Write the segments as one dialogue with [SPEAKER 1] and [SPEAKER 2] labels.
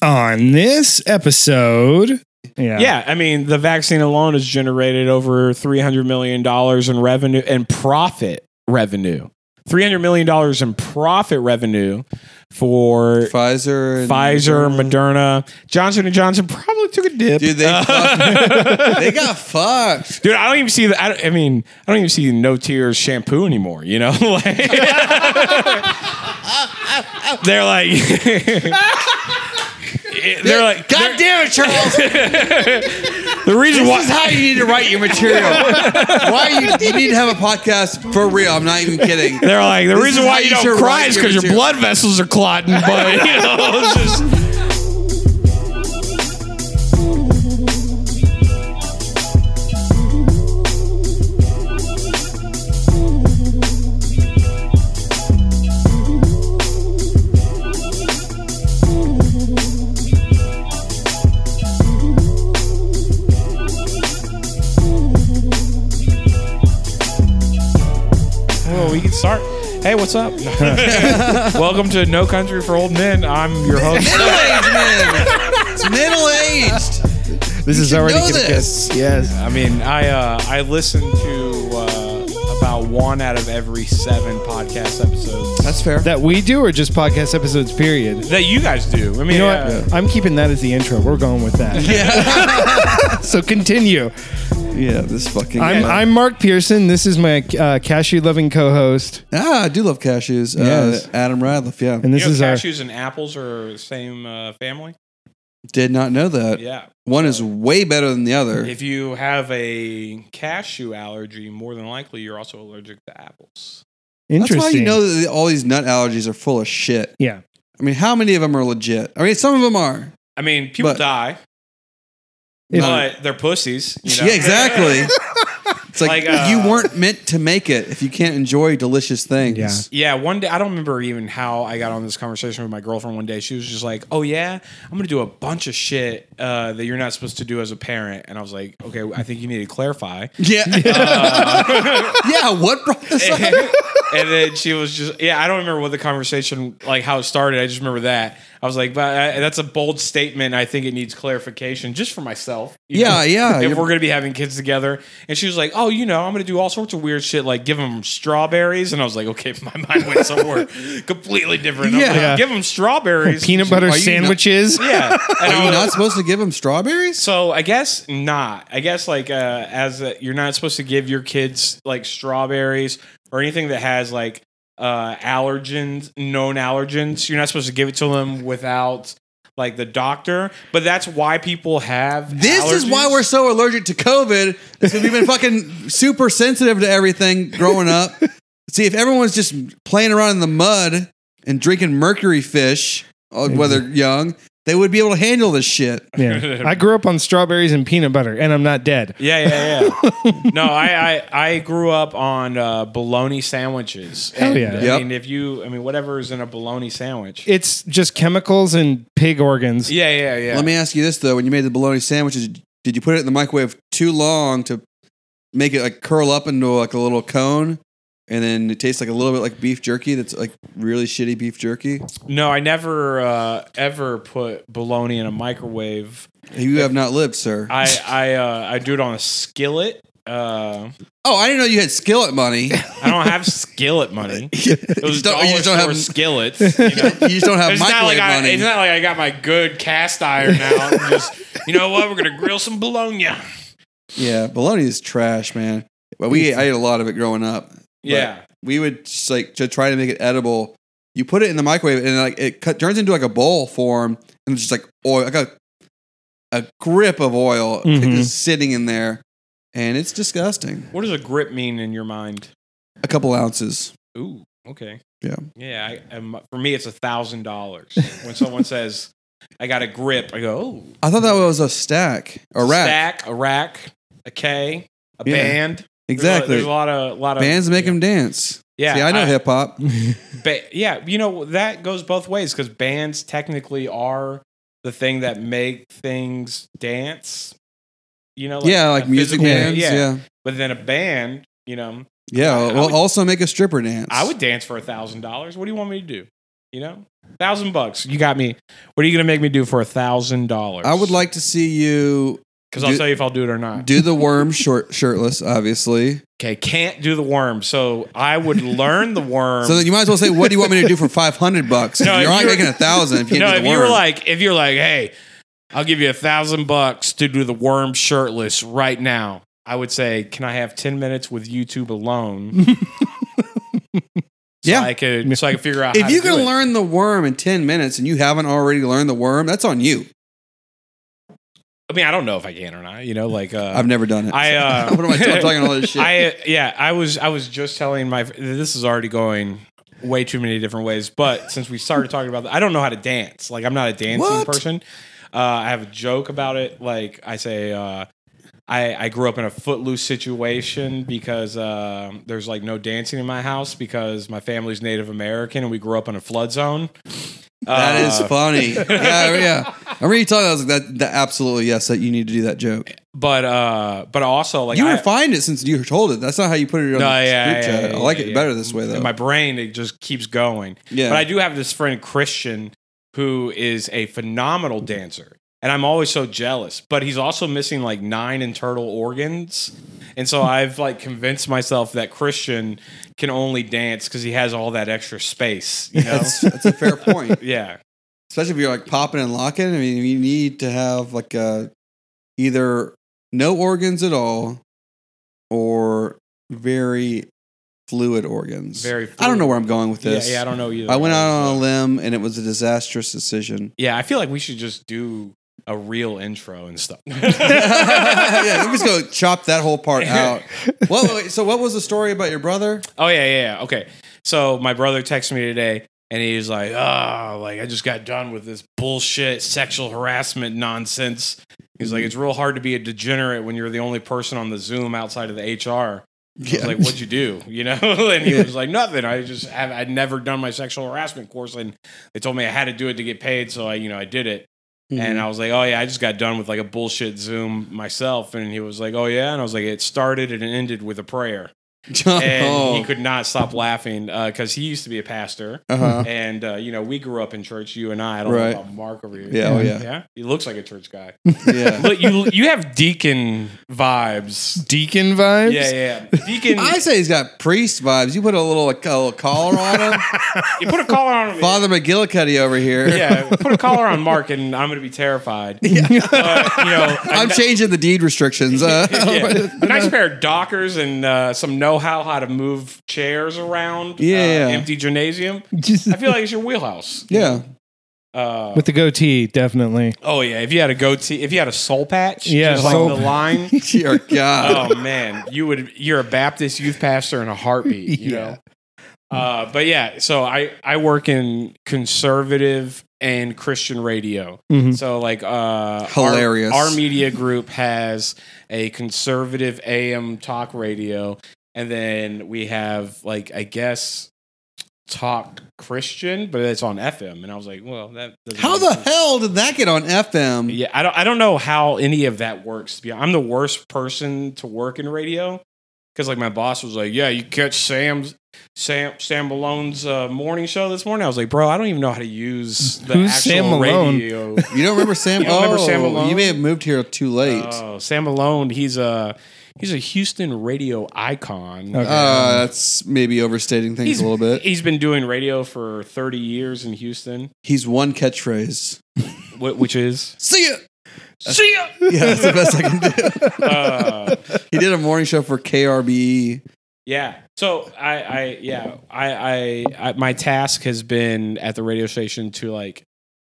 [SPEAKER 1] On this episode, yeah,
[SPEAKER 2] Yeah, I mean, the vaccine alone has generated over three hundred million dollars in revenue and profit revenue. Three hundred million dollars in profit revenue for
[SPEAKER 3] Pfizer, and
[SPEAKER 2] Pfizer, Moderna, Johnson and Johnson probably took a dip.
[SPEAKER 3] Dude, they fucked. they got fucked.
[SPEAKER 2] Dude, I don't even see the. I, don't- I mean, I don't even see no tears shampoo anymore. You know, like they're like they're like
[SPEAKER 3] God damn it, Charles!
[SPEAKER 2] the reason
[SPEAKER 3] This is
[SPEAKER 2] why.
[SPEAKER 3] how you need to write your material. Why you, you need to have a podcast for real? I'm not even kidding.
[SPEAKER 2] They're like the
[SPEAKER 3] This
[SPEAKER 2] reason
[SPEAKER 3] is
[SPEAKER 2] why
[SPEAKER 3] how
[SPEAKER 2] you
[SPEAKER 3] you
[SPEAKER 2] don't
[SPEAKER 3] should
[SPEAKER 2] cry
[SPEAKER 3] write
[SPEAKER 2] is
[SPEAKER 3] your
[SPEAKER 2] because your
[SPEAKER 3] material.
[SPEAKER 2] blood vessels are clotting. But you know, it's just Well, we can start. Hey, what's up? Welcome to No Country for Old Men. I'm your host.
[SPEAKER 3] Middle aged man. It's middle aged.
[SPEAKER 1] this is already
[SPEAKER 3] know
[SPEAKER 1] gonna get-
[SPEAKER 3] this.
[SPEAKER 1] Yes,
[SPEAKER 2] I mean, I uh, I listen to uh, about one out of every seven podcast episodes
[SPEAKER 3] That's fair.
[SPEAKER 1] that we do or just podcast episodes. Period.
[SPEAKER 2] that you guys do. I mean,
[SPEAKER 1] You know
[SPEAKER 2] uh,
[SPEAKER 1] what? I'm keeping that as the intro. We're going with that. so continue.
[SPEAKER 3] yeah, this fucking.
[SPEAKER 1] I'm I'm Mark Pearson. This is my uh, cashew loving co-host,
[SPEAKER 3] ah, I do love cashews.
[SPEAKER 1] Yes.
[SPEAKER 3] Uh, Adam Radliff. Yeah,
[SPEAKER 1] and this
[SPEAKER 2] you know
[SPEAKER 1] is our
[SPEAKER 2] cashews and apples are the same uh, family.
[SPEAKER 3] did not know that.
[SPEAKER 2] Yeah.
[SPEAKER 3] One is way better than the other.
[SPEAKER 2] If you have a cashew allergy, more than likely you're also allergic to apples.
[SPEAKER 1] interesting.
[SPEAKER 3] That's why you know that all these nut allergies are full of shit.
[SPEAKER 1] Yeah.
[SPEAKER 3] I mean, how many of them are legit? I mean, some of them are.
[SPEAKER 2] I mean, people
[SPEAKER 3] But-
[SPEAKER 2] die,
[SPEAKER 1] If-
[SPEAKER 2] but they're pussies. You know?
[SPEAKER 3] Yeah, exactly. It's like,
[SPEAKER 2] Like, uh,
[SPEAKER 3] you weren't meant to make it if you can't enjoy delicious things.
[SPEAKER 1] Yeah.
[SPEAKER 2] Yeah, one day I don't remember even how I got on this conversation with my girlfriend one day. She was just like, "Oh yeah, I'm gonna do a bunch of shit uh, that you're not supposed to do as a parent," and I was like, "Okay, I think you need to clarify."
[SPEAKER 3] Yeah. yeah. What brought this up?
[SPEAKER 2] and then she was just, yeah, I don't remember what the conversation like how it started. I just remember that I was like, "But I, that's a bold statement. I think it needs clarification just for myself." you know?
[SPEAKER 3] Yeah. Yeah.
[SPEAKER 2] if we're gonna be having kids together. And she was like, "Oh, you know, I'm gonna do all sorts of weird shit, like give them strawberries." And I was like, "Okay, my mind went somewhere completely different." I'm
[SPEAKER 3] Yeah.
[SPEAKER 2] like, give them strawberries,
[SPEAKER 1] peanut butter
[SPEAKER 3] Are you
[SPEAKER 1] sandwiches.
[SPEAKER 2] Yeah, and
[SPEAKER 3] Are
[SPEAKER 2] I
[SPEAKER 3] you
[SPEAKER 2] was-
[SPEAKER 3] not supposed to give them strawberries?
[SPEAKER 2] so I guess not. I guess like uh, as a, you're not supposed to give your kids like strawberries or anything that has like uh, allergens, known allergens. You're not supposed to give it to them without like the doctor. But that's why people have.
[SPEAKER 3] This is why
[SPEAKER 2] allergies.
[SPEAKER 3] we're so allergic to COVID. Because we've been fucking super sensitive to everything growing up. See, if everyone's just playing around in the mud and drinking mercury fish, uh, whether young, they would be able to handle this shit.
[SPEAKER 1] Yeah. I grew up on strawberries and peanut butter, and I'm not dead.
[SPEAKER 2] Yeah, yeah, yeah. no, I, I I grew up on uh, bologna sandwiches.
[SPEAKER 1] Hell
[SPEAKER 2] And,
[SPEAKER 1] yeah.
[SPEAKER 2] I
[SPEAKER 3] Yep.
[SPEAKER 2] mean, if you, I mean, whatever is in a bologna sandwich.
[SPEAKER 1] It's just chemicals and pig organs.
[SPEAKER 2] yeah, yeah, yeah.
[SPEAKER 3] Let me ask you this though: When you made the bologna sandwiches, did you put it in the microwave too long to make it like curl up into like a little cone, and then it tastes like a little bit like beef jerky? That's like really shitty beef jerky.
[SPEAKER 2] no, I never uh, ever put bologna in a microwave.
[SPEAKER 3] You have not lived, sir.
[SPEAKER 2] I I uh, I do it on a skillet. Uh,
[SPEAKER 3] oh, I didn't know you had skillet money.
[SPEAKER 2] I don't have skillet money.
[SPEAKER 3] you,
[SPEAKER 2] Those
[SPEAKER 3] just don't,
[SPEAKER 2] dollar
[SPEAKER 3] you just don't
[SPEAKER 2] store
[SPEAKER 3] have.
[SPEAKER 2] skillets. You know?
[SPEAKER 3] you just don't have
[SPEAKER 2] It's not
[SPEAKER 3] microwave
[SPEAKER 2] like I,
[SPEAKER 3] money.
[SPEAKER 2] it's not like I got my good cast iron now. I'm just, you know what? We're gonna grill some bologna.
[SPEAKER 3] yeah, bologna is trash, man. But we, I ate a lot of it growing up.
[SPEAKER 2] Yeah.
[SPEAKER 3] We would just like to try to make it edible. You put it in the microwave and like it cut, turns into like a bowl form, and it's just like oil, like a a grip of oil
[SPEAKER 2] Mm-hmm.
[SPEAKER 1] Mhm.
[SPEAKER 3] just sitting in there, and it's disgusting.
[SPEAKER 2] What does a grip mean in your mind?
[SPEAKER 3] A couple ounces.
[SPEAKER 2] Ooh, okay.
[SPEAKER 3] Yeah.
[SPEAKER 2] Yeah. I, um, for me, it's a thousand dollars. When someone says, "I got a grip," I go, "Oh,
[SPEAKER 3] I thought that was a stack, a rack.
[SPEAKER 2] stack, a rack, a K, a
[SPEAKER 3] Yeah,
[SPEAKER 2] band." There's a lot-
[SPEAKER 3] Exactly.
[SPEAKER 2] There's a lot of lot of
[SPEAKER 3] Bands make them dance.
[SPEAKER 2] Yeah,
[SPEAKER 3] See, I know hip hop.
[SPEAKER 2] Ba- yeah, you know that goes both ways because bands technically are the thing that make things dance. You know,
[SPEAKER 3] yeah, like
[SPEAKER 2] a
[SPEAKER 3] music
[SPEAKER 2] physical-
[SPEAKER 3] bands. Yeah, yeah.
[SPEAKER 2] But then a band, you know, I
[SPEAKER 3] well,
[SPEAKER 2] would-
[SPEAKER 3] also make a stripper dance.
[SPEAKER 2] I would dance for a thousand dollars. What do you want me to do? You know, thousand bucks. You got me. What are you gonna make me do for a thousand dollars?
[SPEAKER 3] I would like to see you
[SPEAKER 2] because I'll
[SPEAKER 3] do-
[SPEAKER 2] tell you if I'll do it or not.
[SPEAKER 3] do the worm short shirtless, obviously.
[SPEAKER 2] okay, can't do the worm, so I would learn the worm.
[SPEAKER 3] So then you might as well say, "What do you want me to do for five hundred bucks?"
[SPEAKER 2] No,
[SPEAKER 3] you're
[SPEAKER 2] if
[SPEAKER 3] only
[SPEAKER 2] you're-
[SPEAKER 3] making a thousand. If you can't
[SPEAKER 2] no,
[SPEAKER 3] do
[SPEAKER 2] if
[SPEAKER 3] the
[SPEAKER 2] you were
[SPEAKER 3] worm.
[SPEAKER 2] like, if you're like, hey, I'll give you a thousand bucks to do the worm shirtless right now, I would say, can I have ten minutes with YouTube alone? so
[SPEAKER 3] Yeah.
[SPEAKER 2] I could so I could figure out. how
[SPEAKER 3] if
[SPEAKER 2] to
[SPEAKER 3] you
[SPEAKER 2] do
[SPEAKER 3] can
[SPEAKER 2] it.
[SPEAKER 3] learn the worm in ten minutes and you haven't already learned the worm, that's on you.
[SPEAKER 2] I mean, I don't know if I can or not. You know, like uh,
[SPEAKER 3] I've never done it.
[SPEAKER 2] I, uh,
[SPEAKER 3] what am I I'm talking all this shit?
[SPEAKER 2] I uh, yeah, I was I was just telling my this is already going way too many different ways. But since we started talking about that, I don't know how to dance. Like I'm not a dancing
[SPEAKER 3] What?
[SPEAKER 2] person. Uh, I have a joke about it. Like I say, uh, I I grew up in a footloose situation because uh, there's like no dancing in my house because my family's Native American and we grew up in a flood zone.
[SPEAKER 3] That is
[SPEAKER 2] Uh,
[SPEAKER 3] funny. yeah, yeah. I remember you talking. I was like, "That, that absolutely yes. That you need to do that joke."
[SPEAKER 2] but uh, but also like
[SPEAKER 3] you
[SPEAKER 2] I-
[SPEAKER 3] refined it since you told it. That's not how you put it on
[SPEAKER 2] No,
[SPEAKER 3] the
[SPEAKER 2] yeah, yeah,
[SPEAKER 3] group chat.
[SPEAKER 2] yeah,
[SPEAKER 3] I like
[SPEAKER 2] yeah,
[SPEAKER 3] it
[SPEAKER 2] yeah.
[SPEAKER 3] better this way though.
[SPEAKER 2] in my brain it just keeps going.
[SPEAKER 3] yeah,
[SPEAKER 2] But I do have this friend Christian who is a phenomenal dancer. And I'm always so jealous, but he's also missing like nine internal organs. And so I've like convinced myself that Christian can only dance because he has all that extra space, you know?
[SPEAKER 3] that's, that's a fair point.
[SPEAKER 2] yeah.
[SPEAKER 3] especially if you're like popping and locking. I mean, you need to have like a either no organs at all or very fluid organs.
[SPEAKER 2] Very
[SPEAKER 3] I don't know
[SPEAKER 2] fluid.
[SPEAKER 3] where I'm going with this.
[SPEAKER 2] Yeah, yeah, I don't know either.
[SPEAKER 3] I went out on a limb and it was a disastrous decision.
[SPEAKER 2] Yeah, I feel like we should just do a real intro and stuff.
[SPEAKER 3] yeah, let me just go chop that whole part out. Well, wait, so what was the story about your brother?
[SPEAKER 2] Oh yeah, yeah, yeah. Okay. So my brother texted me today and he's like, Oh, like I just got done with this bullshit sexual harassment nonsense. He's like, It's real hard to be a degenerate when you're the only person on the Zoom outside of the HR. I was like, What'd you do? You know? and he
[SPEAKER 3] Yeah.
[SPEAKER 2] was like, Nothing. I just have I'd never done my sexual harassment course and they told me I had to do it to get paid, so I, you know, I did it. And I was like, oh, yeah, I just got done with like a bullshit Zoom myself. And he was like, oh, yeah. And I was like, it started and it ended with a prayer and
[SPEAKER 3] Oh.
[SPEAKER 2] he could not stop laughing because he used to be a pastor.
[SPEAKER 3] uh-huh.
[SPEAKER 2] And uh, you know, we grew up in church. You and I. I don't
[SPEAKER 3] Right.
[SPEAKER 2] know about Mark over here.
[SPEAKER 3] Yeah, oh, yeah.
[SPEAKER 2] He looks like a church guy.
[SPEAKER 3] yeah.
[SPEAKER 2] Look, you you have deacon vibes.
[SPEAKER 1] Deacon vibes.
[SPEAKER 2] Yeah, yeah. yeah. Deacon.
[SPEAKER 3] I say he's got priest vibes. You put a little, a little collar on him.
[SPEAKER 2] you put a collar on him.
[SPEAKER 3] Father McGillicuddy over here.
[SPEAKER 2] Yeah, put a collar on Mark, and I'm going to be terrified. But, you know, a
[SPEAKER 3] I'm
[SPEAKER 2] ni-
[SPEAKER 3] changing the deed restrictions. Uh,
[SPEAKER 2] yeah, a nice pair of dockers and uh, some know-how how to move chairs around. uh,
[SPEAKER 3] Yeah.
[SPEAKER 2] empty gymnasium.
[SPEAKER 1] Just-
[SPEAKER 2] I feel like it's your wheelhouse.
[SPEAKER 3] yeah.
[SPEAKER 2] Uh,
[SPEAKER 1] with the goatee, definitely.
[SPEAKER 2] Oh yeah, if you had a goatee, if you had a soul patch,
[SPEAKER 1] Yeah,
[SPEAKER 2] just
[SPEAKER 1] soul-
[SPEAKER 2] like the line.
[SPEAKER 3] Dear God.
[SPEAKER 2] oh man, you would. You're a Baptist youth pastor in a heartbeat. You
[SPEAKER 1] Yeah.
[SPEAKER 2] know. Uh, but yeah, so I I work in conservative and Christian radio.
[SPEAKER 1] Mhm.
[SPEAKER 2] So like, uh, our-
[SPEAKER 3] Hilarious.
[SPEAKER 2] Our, media group has a conservative AM talk radio, and then we have like I guess talk Christian, but it's on FM. And I was like, well, that doesn't
[SPEAKER 3] How
[SPEAKER 2] make
[SPEAKER 3] the
[SPEAKER 2] sense.
[SPEAKER 3] hell did that get on FM?
[SPEAKER 2] Yeah, I don't. I don't know how any of that works. To be honest. I'm the worst person to work in radio because, like, my boss was like, "Yeah, you catch Sam's Sam Sam Malone's uh, morning show this morning." I was like, "Bro, I don't even know how to use the
[SPEAKER 1] Who's
[SPEAKER 2] actual
[SPEAKER 1] Sam Malone?
[SPEAKER 2] radio." Uh,
[SPEAKER 3] You don't remember Sam? Oh,
[SPEAKER 2] You don't remember Sam Malone?
[SPEAKER 3] You may have moved here too late.
[SPEAKER 2] Oh, Sam Malone. He's a he's a Houston radio icon.
[SPEAKER 1] Okay.
[SPEAKER 3] uh, that's maybe overstating things
[SPEAKER 2] He's-
[SPEAKER 3] a little bit.
[SPEAKER 2] He's been doing radio for 30 years in Houston,
[SPEAKER 3] He's one catchphrase.
[SPEAKER 2] wh- which is
[SPEAKER 3] See ya.
[SPEAKER 2] "See ya."
[SPEAKER 3] Yeah, that's the best I can do.
[SPEAKER 2] Uh,
[SPEAKER 3] he did a morning show for KRBE.
[SPEAKER 2] Yeah. So I, I yeah, I, I, I, my task has been at the radio station to like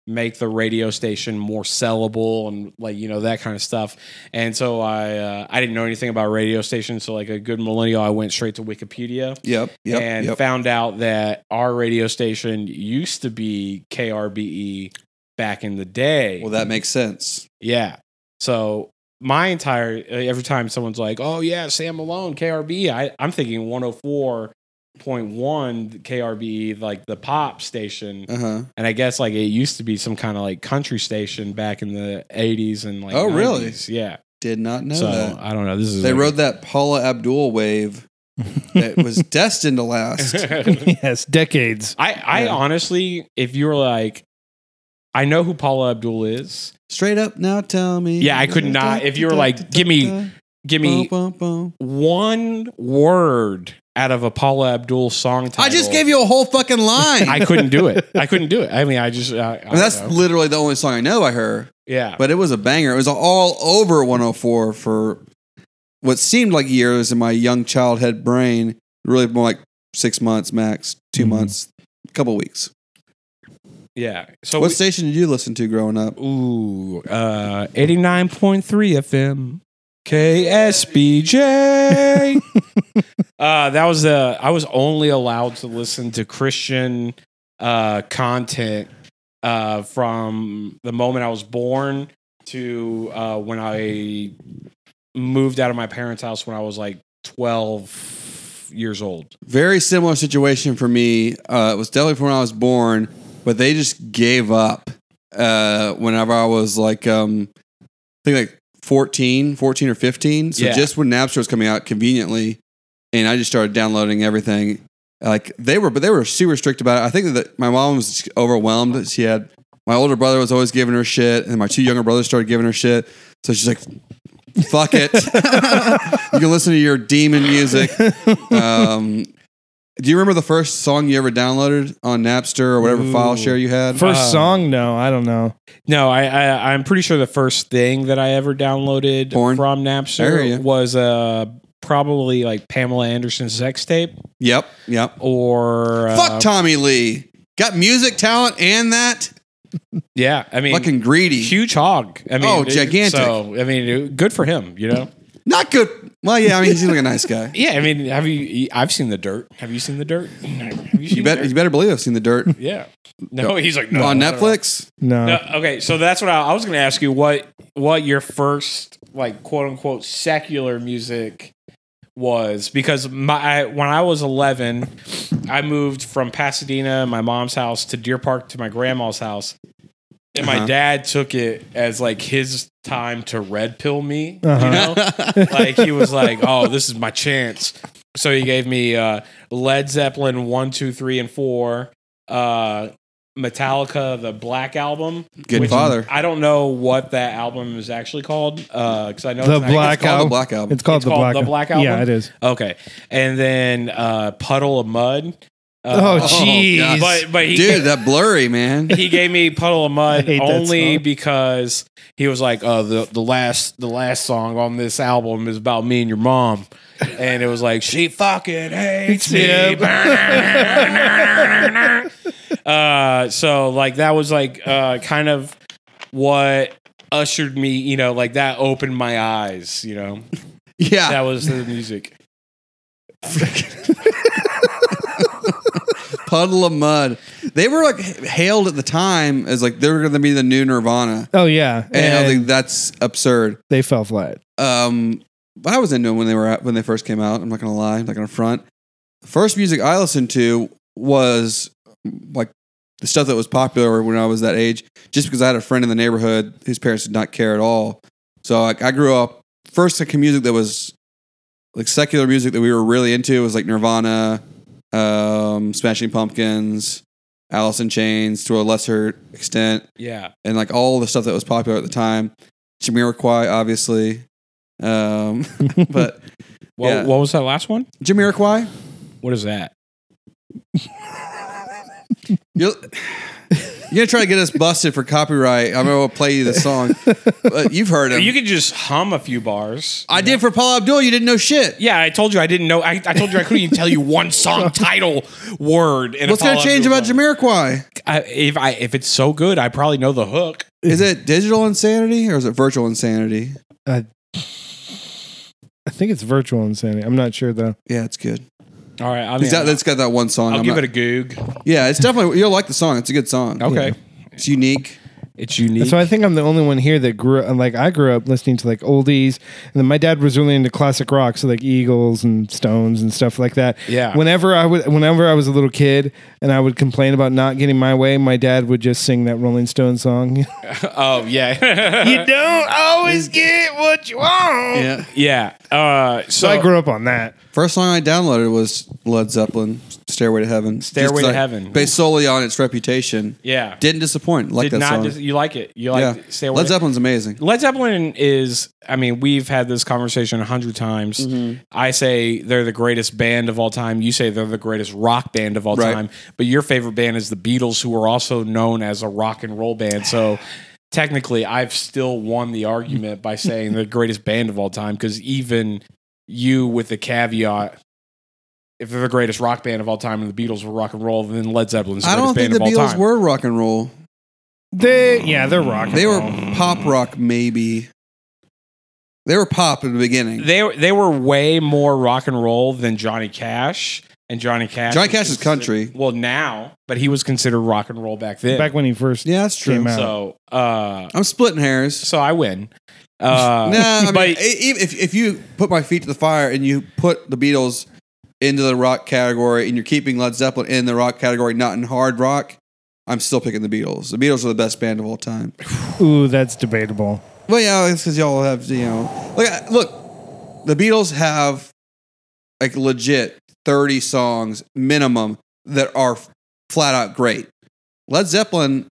[SPEAKER 2] make the radio station more sellable and like you know that kind of stuff. And so I, uh, I didn't know anything about radio stations. So like a good millennial, I went straight to Wikipedia
[SPEAKER 3] Yep. Yep.
[SPEAKER 2] and
[SPEAKER 3] yep.
[SPEAKER 2] found out that our radio station used to be KRBE E back in the day.
[SPEAKER 3] well, that makes sense.
[SPEAKER 2] Yeah. So my entire uh, every time someone's like, "Oh yeah, Sam Malone, KRB," I, I'm thinking 104.1 KRB, like the pop station,
[SPEAKER 3] Uh huh.
[SPEAKER 2] and I guess like it used to be some kind of like country station back in the 80s and like
[SPEAKER 3] Oh, really?
[SPEAKER 2] 90s. yeah.
[SPEAKER 3] Did not know
[SPEAKER 2] so
[SPEAKER 3] that.
[SPEAKER 2] I don't know. This is
[SPEAKER 3] They
[SPEAKER 2] like-
[SPEAKER 3] rode that Paula Abdul wave that was destined to last.
[SPEAKER 1] yes, decades.
[SPEAKER 2] I, I
[SPEAKER 3] Yeah.
[SPEAKER 2] honestly, if you were like, I know who Paula Abdul is.
[SPEAKER 3] Straight up now, tell me.
[SPEAKER 2] Yeah, I could not- if you were like, give me- Give me
[SPEAKER 3] Bum, bum, bum.
[SPEAKER 2] one word out of a Paula Abdul song title.
[SPEAKER 3] I just gave you a whole fucking line.
[SPEAKER 2] I couldn't do it. I couldn't do it. I mean, I just. I, I
[SPEAKER 3] And that's
[SPEAKER 2] don't know.
[SPEAKER 3] literally the only song I know by her,
[SPEAKER 2] yeah.
[SPEAKER 3] but it was a banger. It was all over 104 for what seemed like years in my young childhood brain. Really more like six months max,
[SPEAKER 2] Mm-hmm.
[SPEAKER 3] 2
[SPEAKER 1] Mhm.
[SPEAKER 3] months, a couple weeks.
[SPEAKER 2] yeah. So
[SPEAKER 3] what
[SPEAKER 2] we-
[SPEAKER 3] station did you listen to growing up?
[SPEAKER 2] Ooh, uh, 89.3 FM. KSBJ. uh, that was the, I was only allowed to listen to Christian uh, content uh, from the moment I was born to uh, when I moved out of my parents' house when I was like 12 years old.
[SPEAKER 3] Very similar situation for me. Uh, it was definitely from when I was born, but they just gave up uh, whenever I was like, um, I think like 14, 14 or 15. So
[SPEAKER 2] Yeah.
[SPEAKER 3] just when Napster was coming out conveniently, and I just started downloading everything. Like they were, but they were super strict about it. I think that my mom was just overwhelmed. She had my older brother was always giving her shit, and my two younger brothers started giving her shit. So she's like, "Fuck it, you can listen to your demon music." Um, do you remember the first song you ever downloaded on Napster or whatever
[SPEAKER 2] Ooh.
[SPEAKER 3] file share you had?
[SPEAKER 1] First
[SPEAKER 2] Uh,
[SPEAKER 1] song? No, I don't know.
[SPEAKER 2] No, I, I I'm pretty sure the first thing that I ever downloaded
[SPEAKER 3] Porn?
[SPEAKER 2] from
[SPEAKER 3] I hear ya.
[SPEAKER 2] Napster was uh probably like Pamela Anderson's sex tape
[SPEAKER 3] Uh, Yep, yep.
[SPEAKER 2] or uh,
[SPEAKER 3] Fuck Tommy Lee. Got music talent and that
[SPEAKER 2] yeah, I mean
[SPEAKER 3] fucking greedy.
[SPEAKER 2] huge hog. I mean
[SPEAKER 3] Oh,
[SPEAKER 2] it-
[SPEAKER 3] gigantic.
[SPEAKER 2] So I mean, it- good for him. You know.
[SPEAKER 3] Not good. Well, yeah, I mean, he seems like a nice guy.
[SPEAKER 2] Yeah, I mean, have you? I've seen the dirt. Have you seen the dirt? Have you seen the
[SPEAKER 3] You bet.
[SPEAKER 2] dirt?
[SPEAKER 3] You better believe I've seen the dirt
[SPEAKER 2] Yeah. No, he's like no,
[SPEAKER 3] on
[SPEAKER 2] I don't know.
[SPEAKER 3] Netflix.
[SPEAKER 1] No.
[SPEAKER 2] No, okay, so that's what I, I was going to ask you. What what your first like quote unquote secular music was? Because my I, when I was eleven, I moved from Pasadena, my mom's house, to Deer Park to my grandma's house, and my
[SPEAKER 3] Uh-huh.
[SPEAKER 2] dad took it as like his time to red pill me.
[SPEAKER 1] Uh-huh.
[SPEAKER 2] You know? like he was like, "Oh, this is my chance." So he gave me uh, Led Zeppelin one, two, three, and four. Uh, Metallica, the Black Album.
[SPEAKER 3] Good
[SPEAKER 2] which
[SPEAKER 3] father.
[SPEAKER 2] I don't know what that album is actually called because I know
[SPEAKER 1] The
[SPEAKER 2] it's not-
[SPEAKER 1] Black
[SPEAKER 3] It's called
[SPEAKER 1] Album.
[SPEAKER 3] the Black Album.
[SPEAKER 1] It's called,
[SPEAKER 2] It's
[SPEAKER 1] the,
[SPEAKER 2] called
[SPEAKER 1] Black
[SPEAKER 2] The
[SPEAKER 1] Al-
[SPEAKER 2] Black Album?
[SPEAKER 1] Yeah, it is.
[SPEAKER 2] Okay, and then uh, Puddle of Mud.
[SPEAKER 1] Oh,
[SPEAKER 2] Uh,
[SPEAKER 3] God.
[SPEAKER 1] jeez.
[SPEAKER 2] but but he
[SPEAKER 3] Dude, that blurry man.
[SPEAKER 2] he gave me puddle of
[SPEAKER 1] I
[SPEAKER 2] mud
[SPEAKER 1] hate that
[SPEAKER 2] only
[SPEAKER 1] song.
[SPEAKER 2] because he was like, "Oh, the the last the last song on this album is about me and your mom," and it was like, "She fucking hates me." uh, so like that was like uh, kind of what ushered me, you know, like that opened my eyes, you know. That
[SPEAKER 3] Yeah,
[SPEAKER 2] was the music.
[SPEAKER 3] puddle of mud. They were like hailed at the time as like they were going to be the new Nirvana,
[SPEAKER 1] Oh yeah,
[SPEAKER 3] and, I
[SPEAKER 1] and
[SPEAKER 3] think that's absurd.
[SPEAKER 1] they fell flat.
[SPEAKER 3] Um, but I was into them when they were out, when they first came out. I'm not going to lie. I'm not going to front. First music I listened to was like the stuff that was popular when I was that age, just because I had a friend in the neighborhood whose parents did not care at all. So like I grew up first like music that was like secular music that we were really into was like Nirvana, um, Smashing Pumpkins, Alice in Chains to a lesser extent
[SPEAKER 2] Yeah.
[SPEAKER 3] and like all the stuff that was popular at the time. Jamiroquai, obviously. Um, but
[SPEAKER 2] What,
[SPEAKER 3] Yeah.
[SPEAKER 2] what was that last one?
[SPEAKER 3] Jamiroquai,
[SPEAKER 2] What is that?
[SPEAKER 3] you're, you're gonna try to get us busted for copyright. I'm gonna play you the song, but you've heard him.
[SPEAKER 2] You could just hum a few bars.
[SPEAKER 3] I did for Paul Abdul. You didn't know shit.
[SPEAKER 2] Yeah, I told you I didn't know. I, I told you I couldn't even tell you one song title word. And
[SPEAKER 3] What's gonna change about Jamiroquai?
[SPEAKER 2] I, if I if it's so good, I probably know the hook.
[SPEAKER 3] Is it digital insanity or is it virtual insanity?
[SPEAKER 1] I think it's virtual insanity. I'm not sure though.
[SPEAKER 3] Yeah, it's good.
[SPEAKER 2] All right, I mean,
[SPEAKER 3] He's got, that's got that one song.
[SPEAKER 2] I'll
[SPEAKER 3] I'm
[SPEAKER 2] give
[SPEAKER 3] not-
[SPEAKER 2] it a goog.
[SPEAKER 3] yeah, it's definitely you'll like the song. It's a good song.
[SPEAKER 2] Okay,
[SPEAKER 3] It's unique.
[SPEAKER 2] It's unique.
[SPEAKER 1] So I think I'm the only one here that grew up, like I grew up listening to like oldies, and then my dad was really into classic rock, so like Eagles and Stones and stuff like that.
[SPEAKER 2] Yeah.
[SPEAKER 1] Whenever I would, whenever I was a little kid, and I would complain about not getting my way, my dad would just sing that Rolling Stone song.
[SPEAKER 2] oh yeah, you don't always get what you want.
[SPEAKER 3] Yeah.
[SPEAKER 2] Yeah. Uh, so,
[SPEAKER 1] so I grew up on that.
[SPEAKER 3] First song I downloaded was Led Zeppelin, "Stairway to Heaven." Just
[SPEAKER 2] Stairway to
[SPEAKER 3] like-
[SPEAKER 2] Heaven.
[SPEAKER 3] based solely on its reputation.
[SPEAKER 2] Yeah.
[SPEAKER 3] Didn't disappoint. Like
[SPEAKER 2] Did
[SPEAKER 3] that
[SPEAKER 2] not
[SPEAKER 3] song.
[SPEAKER 2] dis- you like it? You like
[SPEAKER 3] yeah,
[SPEAKER 2] it? Stay away.
[SPEAKER 3] Led Zeppelin's amazing.
[SPEAKER 2] Led Zeppelin is, I mean, we've had this conversation a hundred times. I say they're the greatest band of all time. You say they're the greatest rock band of all
[SPEAKER 3] Right.
[SPEAKER 2] time. But your favorite band is the Beatles, who are also known as a rock and roll band. So technically, I've still won the argument by saying the greatest band of all time because even you, with the caveat, if they're the greatest rock band of all time and the Beatles were rock and roll, then Led Zeppelin's the
[SPEAKER 3] I
[SPEAKER 2] greatest
[SPEAKER 3] don't
[SPEAKER 2] band
[SPEAKER 3] think
[SPEAKER 2] of
[SPEAKER 3] the
[SPEAKER 2] all
[SPEAKER 3] Beatles
[SPEAKER 2] time.
[SPEAKER 3] were rock and roll.
[SPEAKER 1] They yeah, they're rock. and
[SPEAKER 3] They were
[SPEAKER 1] roll.
[SPEAKER 2] Oh.
[SPEAKER 3] pop rock, maybe. They were pop in the beginning.
[SPEAKER 2] they they were way more rock and roll than Johnny Cash. And Johnny Cash.
[SPEAKER 3] Johnny
[SPEAKER 2] was
[SPEAKER 3] Cash is
[SPEAKER 2] considered-
[SPEAKER 3] country.
[SPEAKER 2] Well, now, but he was considered rock and roll back then.
[SPEAKER 1] back when he first.
[SPEAKER 3] Yeah, that's true.
[SPEAKER 1] Came out.
[SPEAKER 2] so, uh,
[SPEAKER 3] I'm splitting hairs.
[SPEAKER 2] so I win. Uh,
[SPEAKER 3] nah, I mean,
[SPEAKER 2] but-
[SPEAKER 3] e- even if if you put my feet to the fire and you put the Beatles into the rock category and you're keeping Led Zeppelin in the rock category, not in hard rock, I'm still picking the Beatles. The Beatles are the best band of all time.
[SPEAKER 1] Ooh, that's debatable.
[SPEAKER 3] Well, yeah, it's because y'all have you know. Look, I- look, the Beatles have like legit thirty songs minimum that are flat out great. Led Zeppelin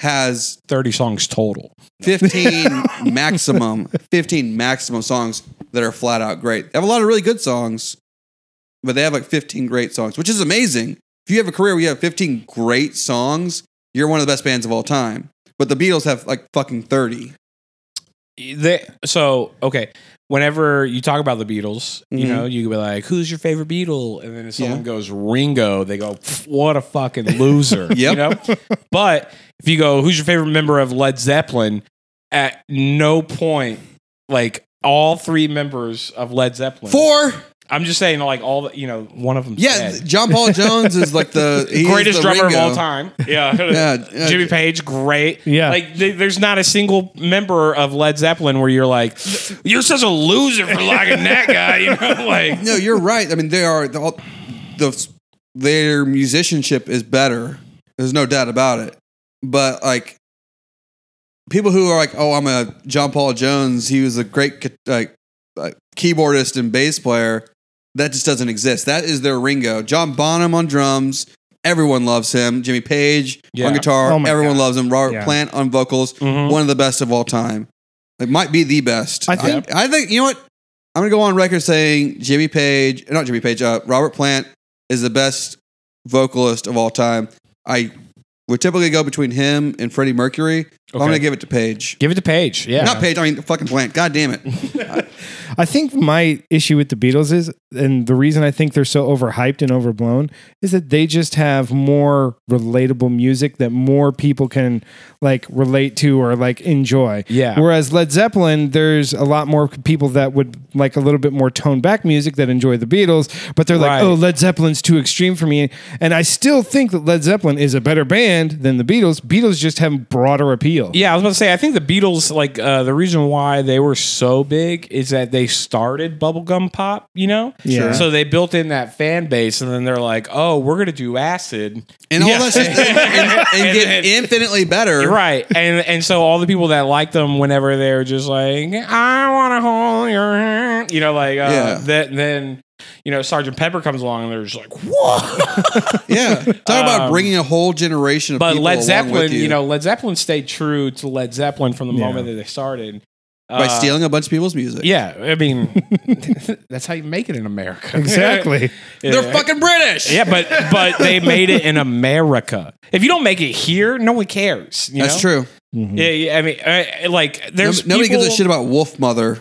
[SPEAKER 3] has
[SPEAKER 2] Thirty songs total.
[SPEAKER 3] 15 maximum 15 maximum songs that are flat out great they have a lot of really good songs but they have like 15 great songs which is amazing if you have a career where you have 15 great songs you're one of the best bands of all time but the beatles have like fucking 30
[SPEAKER 2] They, so okay. Whenever you talk about the Beatles, you
[SPEAKER 3] Mhm.
[SPEAKER 2] know you could be like, "Who's your favorite Beatle?" And then if someone goes Ringo, they go, "Pff, "What a fucking loser!" You
[SPEAKER 3] Yep.
[SPEAKER 2] know. But if you go, "Who's your favorite member of Led Zeppelin?" At no point, like all three members of Led Zeppelin.
[SPEAKER 3] four
[SPEAKER 2] I'm just saying, like all the, you know, one of them.
[SPEAKER 3] yeah john paul jones is like the he is
[SPEAKER 2] greatest
[SPEAKER 3] the
[SPEAKER 2] drummer
[SPEAKER 3] Ringo.
[SPEAKER 2] of all time. Yeah.
[SPEAKER 3] Yeah, yeah.
[SPEAKER 2] Jimmy Page, great.
[SPEAKER 1] Yeah.
[SPEAKER 2] Like, th- there's not a single member of Led Zeppelin where you're like, you're such a loser for liking that guy. You know, like,
[SPEAKER 3] no you're right i mean they are the, all- the their musicianship is better there's no doubt about it but like people who are like, "Oh, I'm a John Paul Jones. He was a great ca- like uh, keyboardist and bass player." That just doesn't exist. That is their Ringo. John Bonham on drums. Everyone loves him. Jimmy Page
[SPEAKER 2] Yeah.
[SPEAKER 3] on guitar.
[SPEAKER 1] Oh my
[SPEAKER 3] everyone
[SPEAKER 1] God.
[SPEAKER 3] loves him. Robert
[SPEAKER 1] Yeah.
[SPEAKER 3] Plant on vocals.
[SPEAKER 2] Mhm.
[SPEAKER 3] One of the best of all time. It might be the best.
[SPEAKER 1] I think-
[SPEAKER 3] I, I think. You know what? I'm gonna go on record saying Jimmy Page, not Jimmy Page. Uh, Robert Plant is the best vocalist of all time. I would typically go between him and Freddie Mercury. but I'm
[SPEAKER 2] Okay.
[SPEAKER 3] gonna give it to Page.
[SPEAKER 2] give it to Page. Yeah.
[SPEAKER 3] Not Page. I mean, fucking Plant. God damn it.
[SPEAKER 1] I think my issue with the Beatles is, and the reason I think they're so overhyped and overblown is that they just have more relatable music that more people can like relate to or like enjoy.
[SPEAKER 2] Yeah.
[SPEAKER 1] Whereas Led Zeppelin, there's a lot more people that would like a little bit more toned back music that enjoy the Beatles, but they're
[SPEAKER 2] Right.
[SPEAKER 1] like, oh, Led Zeppelin's too extreme for me. And I still think that Led Zeppelin is a better band than the Beatles. Beatles just have broader appeal.
[SPEAKER 2] Yeah, I was about to say. I think the Beatles, like uh, the reason why they were so big is that they started bubblegum pop. You know,
[SPEAKER 1] Yeah.
[SPEAKER 2] So they built in that fan base, and then they're like, "Oh, we're gonna do acid."
[SPEAKER 3] And all
[SPEAKER 2] Yeah.
[SPEAKER 3] that shit. And, and,
[SPEAKER 2] And
[SPEAKER 3] get
[SPEAKER 2] then-
[SPEAKER 3] infinitely better.
[SPEAKER 2] right and and so all the people that like them whenever they're just like i want to hold your hand you know like uh,
[SPEAKER 3] Yeah.
[SPEAKER 2] that then you know sergeant pepper comes along and they're just like whoa
[SPEAKER 3] Yeah. Talk about bringing a whole generation of
[SPEAKER 2] Um, but
[SPEAKER 3] people
[SPEAKER 2] led
[SPEAKER 3] along
[SPEAKER 2] zeppelin
[SPEAKER 3] with
[SPEAKER 2] you.
[SPEAKER 3] you,
[SPEAKER 2] know led zeppelin stayed true to led zeppelin from the
[SPEAKER 1] Yeah.
[SPEAKER 2] moment that they started
[SPEAKER 3] by
[SPEAKER 2] Uh,
[SPEAKER 3] stealing a bunch of people's music.
[SPEAKER 2] yeah i mean that's how you make it in america
[SPEAKER 1] Exactly.
[SPEAKER 2] Yeah.
[SPEAKER 3] They're fucking British.
[SPEAKER 2] yeah, but but they made it in America. If you don't make it here, no one cares. you
[SPEAKER 3] That's
[SPEAKER 2] know?
[SPEAKER 3] true.
[SPEAKER 2] Yeah, yeah, I mean, I, like
[SPEAKER 3] No-
[SPEAKER 2] there's
[SPEAKER 3] nobody gives a
[SPEAKER 2] people-
[SPEAKER 3] shit about Wolf Mother,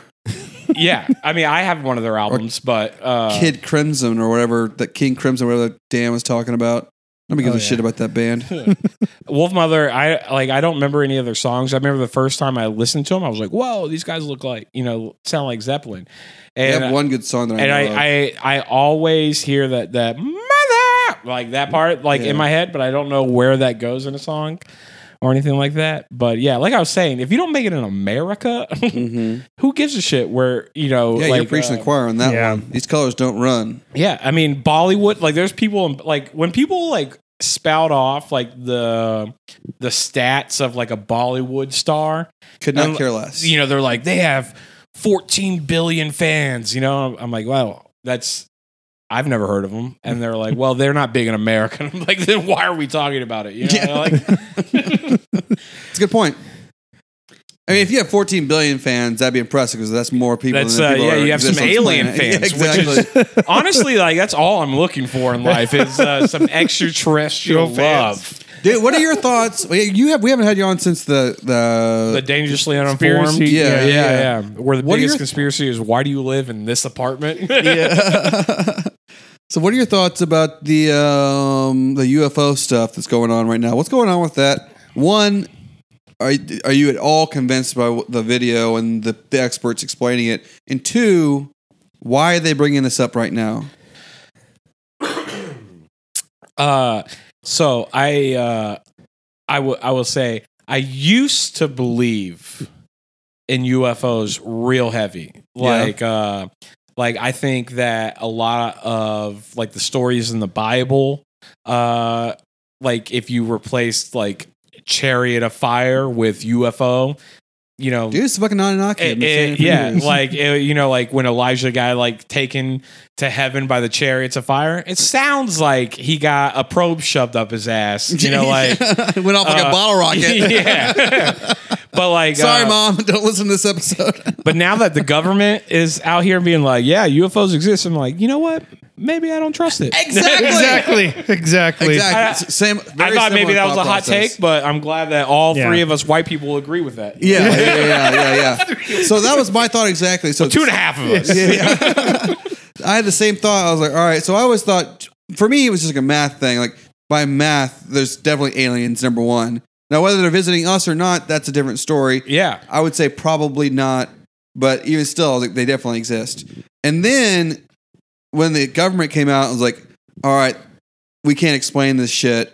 [SPEAKER 2] yeah, I mean, I have one of their albums, but uh,
[SPEAKER 3] Kid Crimson, or whatever that King Crimson, whatever that Dan was talking about. Nobody
[SPEAKER 1] Oh,
[SPEAKER 3] gives a shit
[SPEAKER 1] yeah.
[SPEAKER 3] about that band.
[SPEAKER 2] Wolf Mother, I like. I don't remember any of their songs. I remember the first time I listened to them, I was like, "Whoa, these guys look like you know, sound like Zeppelin."
[SPEAKER 3] They
[SPEAKER 2] And
[SPEAKER 3] have one good song that I
[SPEAKER 2] and
[SPEAKER 3] know. of.
[SPEAKER 2] I, I I always hear that that mother like that part like
[SPEAKER 3] Yeah.
[SPEAKER 2] in my head, but I don't know where that goes in a song. or anything like that. But yeah, like I was saying, if you don't make it in America,
[SPEAKER 3] Mm-hmm.
[SPEAKER 2] who gives a shit where, you know,
[SPEAKER 3] Yeah,
[SPEAKER 2] like,
[SPEAKER 3] you're preaching
[SPEAKER 2] uh,
[SPEAKER 3] the choir on that
[SPEAKER 1] yeah.
[SPEAKER 3] one. These colors don't run.
[SPEAKER 2] Yeah, I mean Bollywood. Like, there's people in, like when people like spout off like the the stats of like a Bollywood star.
[SPEAKER 3] Could not
[SPEAKER 2] Um,
[SPEAKER 3] care less.
[SPEAKER 2] You know, they're like they have 14 billion fans. You know, I'm like, wow, that's I've never heard of them. And they're like, well, they're not big in America. I'm like, then why are we talking about it? You know,
[SPEAKER 3] Yeah.
[SPEAKER 2] like
[SPEAKER 3] It's a good point. I mean, if you have 14 billion fans, that'd be impressive because that's more people.
[SPEAKER 2] That's,
[SPEAKER 3] than
[SPEAKER 2] uh,
[SPEAKER 3] people
[SPEAKER 2] yeah,
[SPEAKER 3] are-
[SPEAKER 2] you have
[SPEAKER 3] exist
[SPEAKER 2] some
[SPEAKER 3] on this
[SPEAKER 2] alien
[SPEAKER 3] planet. Yeah,
[SPEAKER 2] fans, which is-
[SPEAKER 3] exactly.
[SPEAKER 2] honestly, like that's all I'm looking for in life is uh, some extraterrestrial
[SPEAKER 1] Your fans.
[SPEAKER 2] love.
[SPEAKER 3] Dude, what are your thoughts? Well, You have we haven't had you on since the
[SPEAKER 2] The
[SPEAKER 3] the.
[SPEAKER 2] dangerously uninformed.
[SPEAKER 1] Conspiracy,
[SPEAKER 3] Uh, Yeah,
[SPEAKER 2] Yeah, yeah, yeah. Where the
[SPEAKER 3] What are
[SPEAKER 2] biggest
[SPEAKER 3] your-
[SPEAKER 2] conspiracy is why do you live in this apartment?
[SPEAKER 3] yeah. so, what are your thoughts about the um, the UFO stuff that's going on right now? What's going on with that? One, are are you at all convinced by what- the video and the, the experts explaining it? And two, why are they bringing this up right now?
[SPEAKER 2] Uh, so I, uh, I will, I will say, I used to believe in UFOs real heavy. Like, uh, like I think that a lot of like the stories in the Bible, uh, like if you replaced like chariot of fire with UFO, you know,
[SPEAKER 3] Dude, it's fucking Anunnaki. I've
[SPEAKER 2] it-
[SPEAKER 3] been
[SPEAKER 2] it-
[SPEAKER 3] saying it for
[SPEAKER 2] Eh, yeah,
[SPEAKER 3] years.
[SPEAKER 2] like it- you know, like when Elijah got like taken to heaven by the chariots of fire. It sounds like he got a probe shoved up his ass. You know, like
[SPEAKER 3] went off like
[SPEAKER 2] uh,
[SPEAKER 3] a bottle rocket.
[SPEAKER 2] yeah. but like,
[SPEAKER 3] Sorry,
[SPEAKER 2] uh,
[SPEAKER 3] mom. Don't listen to this episode.
[SPEAKER 2] But now that the government is out here being like, yeah, UFOs exist, I'm like, you know what? Maybe I don't trust it.
[SPEAKER 1] exactly, exactly.
[SPEAKER 3] Exactly.
[SPEAKER 2] I-
[SPEAKER 3] It's the same.
[SPEAKER 2] I
[SPEAKER 3] very
[SPEAKER 2] thought maybe
[SPEAKER 3] similar
[SPEAKER 2] that was a
[SPEAKER 3] thought
[SPEAKER 2] hot
[SPEAKER 3] process.
[SPEAKER 2] take, but I'm glad that all
[SPEAKER 1] Yeah.
[SPEAKER 2] three of us white people agree with that.
[SPEAKER 3] Yeah, yeah, yeah, yeah, yeah. So that was my thought exactly. So
[SPEAKER 2] Two and a half of us.
[SPEAKER 3] I had the same thought. I was like, all right. So I always thought, for me, it was just like a math thing. Like by math, there's definitely aliens. Number one. Now, whether they're visiting us or not, that's a different story.
[SPEAKER 2] yeah.
[SPEAKER 3] I would say probably not, but even still, I was like, they definitely exist. And then when the government came out, I was like, all right, we can't explain this shit.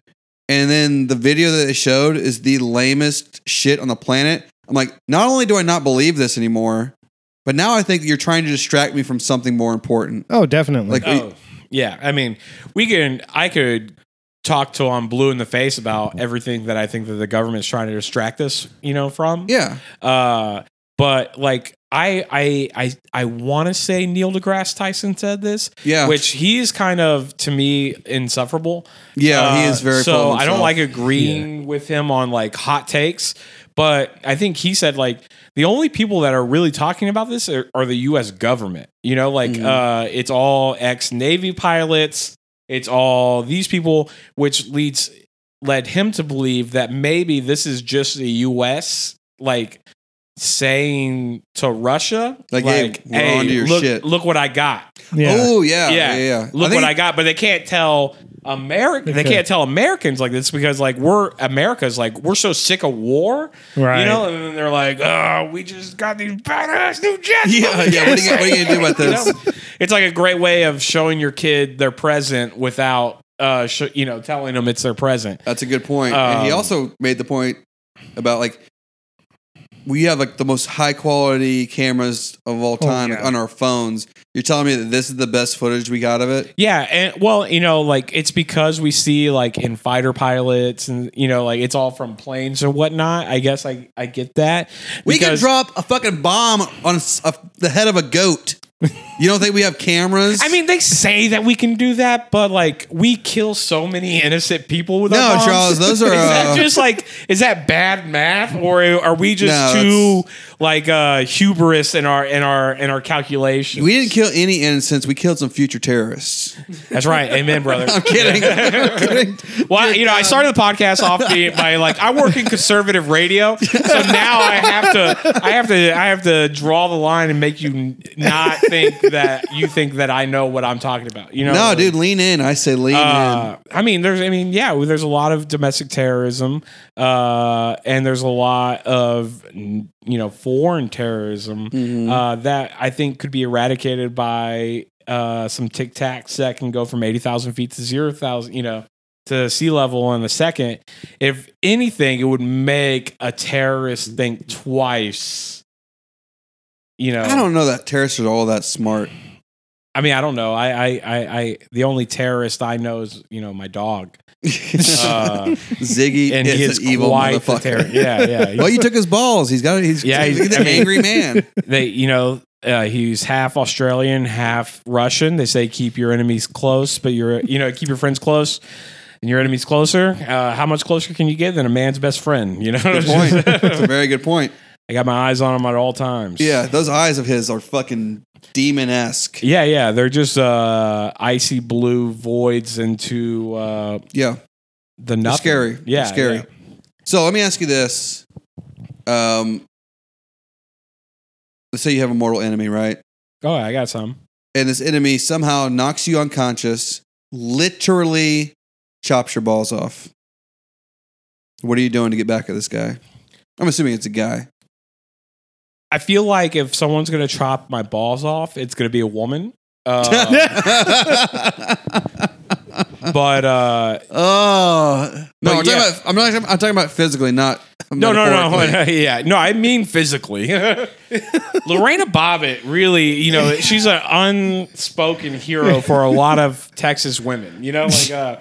[SPEAKER 3] And then the video that they showed is the lamest shit on the planet. I'm like, not only do I not believe this anymore, but now I think you're trying to distract me from something more important.
[SPEAKER 1] Oh, definitely.
[SPEAKER 3] Like,
[SPEAKER 2] Oh, yeah. I mean, we can. I could talk till I'm blue in the face about everything that I think that the government's trying to distract us, you know, from.
[SPEAKER 3] yeah.
[SPEAKER 2] Uh, but like, I, I, I, I want to say Neil deGrasse Tyson said this,
[SPEAKER 3] Yeah.
[SPEAKER 2] which he is kind of to me insufferable.
[SPEAKER 3] yeah, he
[SPEAKER 2] Uh,
[SPEAKER 3] is very full
[SPEAKER 2] So I don't
[SPEAKER 3] of himself.
[SPEAKER 2] like agreeing with him on like hot takes, but I think he said like the only people that are really talking about this are, are the U.S. government. You know, like
[SPEAKER 3] Mm-hmm.
[SPEAKER 2] uh, it's all ex Navy pilots. It's all these people, which leads led him to believe that maybe this is just the U.S. like saying to Russia,
[SPEAKER 3] Like, hey, we're onto your
[SPEAKER 2] look,
[SPEAKER 3] shit."
[SPEAKER 2] look what I got.
[SPEAKER 1] yeah.
[SPEAKER 3] Oh, yeah.
[SPEAKER 2] Yeah.
[SPEAKER 3] Yeah. yeah,
[SPEAKER 2] Look
[SPEAKER 3] think-
[SPEAKER 2] what I got, but they can't tell America. They
[SPEAKER 1] Okay.
[SPEAKER 2] can't tell Americans like this because like we're America's like we're so sick of war,
[SPEAKER 1] Right.
[SPEAKER 2] you know. And then they're like, oh, we just got these badass new jets.
[SPEAKER 3] Yeah. Yeah. What are you, what are you going to do about
[SPEAKER 2] You
[SPEAKER 3] this?
[SPEAKER 2] know? It's like a great way of showing your kid their present without, uh, sh- you know, telling them it's their present.
[SPEAKER 3] That's a good point. and he
[SPEAKER 2] Um,
[SPEAKER 3] also made the point about like we have like the most high quality cameras of all
[SPEAKER 2] Oh,
[SPEAKER 3] time
[SPEAKER 1] yeah.
[SPEAKER 3] on our phones. You're telling me that this is the best footage we got of it?
[SPEAKER 2] Yeah, and well, you know, like it's because we see like in fighter pilots, and you know, like it's all from planes or whatnot. I guess I I get that.
[SPEAKER 3] We can
[SPEAKER 2] Because-
[SPEAKER 3] drop a fucking bomb on s- a, the head of a goat. You don't think we have cameras?
[SPEAKER 2] I mean, they say that we can do that, but like we kill so many innocent people with
[SPEAKER 3] No,
[SPEAKER 2] our bombs.
[SPEAKER 3] Charles, those are,
[SPEAKER 2] is that
[SPEAKER 3] uh,
[SPEAKER 2] just like is that bad math, or are we just
[SPEAKER 3] No,
[SPEAKER 2] too like uh, hubris in our in our in our calculations?
[SPEAKER 3] we didn't kill any innocents. We killed some future terrorists.
[SPEAKER 2] That's right, amen, brother.
[SPEAKER 3] I'm kidding. I'm kidding. um,
[SPEAKER 2] Well, you know, I started the podcast off the, by like I work in conservative radio, so now I have to, I have to, I have to draw the line and make you n- not think that you think that I know what I'm talking about. You know,
[SPEAKER 3] No, dude, lean in. I say lean in.
[SPEAKER 2] Uh, I mean, there's, I mean, yeah, well, there's a lot of domestic terrorism, uh, and there's a lot of, n- you know, foreign terrorism
[SPEAKER 3] Mm-hmm.
[SPEAKER 2] uh, that I think could be eradicated by uh, some tic tacs that can go from eighty thousand feet to zero thousand. You know, to sea level in a second. If anything, it would make a terrorist think twice. You know,
[SPEAKER 3] I don't know that terrorists are all that smart.
[SPEAKER 2] I mean, I don't know. I, I, I, I the only terrorist I know is you know my dog, uh,
[SPEAKER 3] Ziggy
[SPEAKER 2] and he
[SPEAKER 3] is
[SPEAKER 2] is
[SPEAKER 3] an evil
[SPEAKER 2] quite the
[SPEAKER 3] motherfucker.
[SPEAKER 2] terror. Yeah, yeah. He's-
[SPEAKER 3] Well, you took his balls. He's got. He's
[SPEAKER 2] Yeah, he's-
[SPEAKER 3] he's an
[SPEAKER 2] I mean-
[SPEAKER 3] angry man.
[SPEAKER 2] they you know uh, he's half Australian, half Russian. They say keep your enemies close, but your you know keep your friends close and your enemies closer. Uh, how much closer can you get than a man's best friend? You know,
[SPEAKER 3] Good point. That's a very good point.
[SPEAKER 2] I got my eyes on him at all times.
[SPEAKER 3] Yeah, those eyes of his are fucking demon esque.
[SPEAKER 2] yeah, yeah. They're just uh, icy blue voids into uh,
[SPEAKER 3] Yeah,
[SPEAKER 2] the nothing.
[SPEAKER 3] scary.
[SPEAKER 2] Yeah,
[SPEAKER 3] They're scary.
[SPEAKER 2] yeah.
[SPEAKER 3] So let me ask you this: um, Let's say you have a mortal enemy, right?
[SPEAKER 2] Oh, I got some.
[SPEAKER 3] And this enemy somehow knocks you unconscious, literally chops your balls off. What are you doing to get back at this guy? I'm assuming it's a guy.
[SPEAKER 2] I feel like if someone's gonna chop my balls off, it's gonna be a woman. Uh, Um, but uh,
[SPEAKER 3] Oh no!
[SPEAKER 2] But yeah.
[SPEAKER 3] I'm, talking about, I'm not. I'm talking about physically, not.
[SPEAKER 2] No, no, no,
[SPEAKER 3] metaphorically.
[SPEAKER 2] yeah, no. I mean physically. Lorena Bobbitt really, you know, she's an unspoken hero for a lot of Texas women. You know, like uh,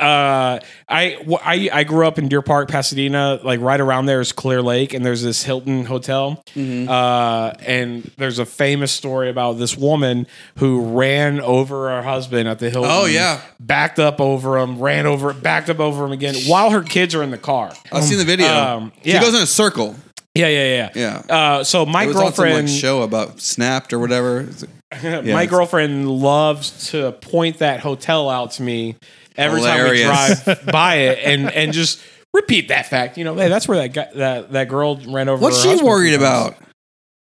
[SPEAKER 2] uh, I, wh- I, I grew up in Deer Park, Pasadena. Like right around there is Clear Lake, and there's this Hilton Hotel. Uh, and there's a famous story about this woman who ran over her husband at the Hilton.
[SPEAKER 3] Oh, yeah.
[SPEAKER 2] backed up over him, ran over, backed up over him again while her kids are in the car.
[SPEAKER 3] I've seen the video.
[SPEAKER 2] Um,
[SPEAKER 3] She
[SPEAKER 2] yeah.
[SPEAKER 3] goes in a circle.
[SPEAKER 2] Yeah, yeah, yeah.
[SPEAKER 3] Yeah.
[SPEAKER 2] Uh, so my
[SPEAKER 3] it was on some
[SPEAKER 2] girlfriend,
[SPEAKER 3] like, show about Snapped or whatever. It's-
[SPEAKER 2] my
[SPEAKER 3] it's-
[SPEAKER 2] girlfriend loves to point that hotel out to me every time
[SPEAKER 3] Hilarious.
[SPEAKER 2] we drive by it, and and just repeat that fact. You know, hey, that's where that guy, that that girl ran over.
[SPEAKER 3] What's
[SPEAKER 2] her
[SPEAKER 3] she
[SPEAKER 2] husband
[SPEAKER 3] worried
[SPEAKER 2] sometimes.
[SPEAKER 3] about?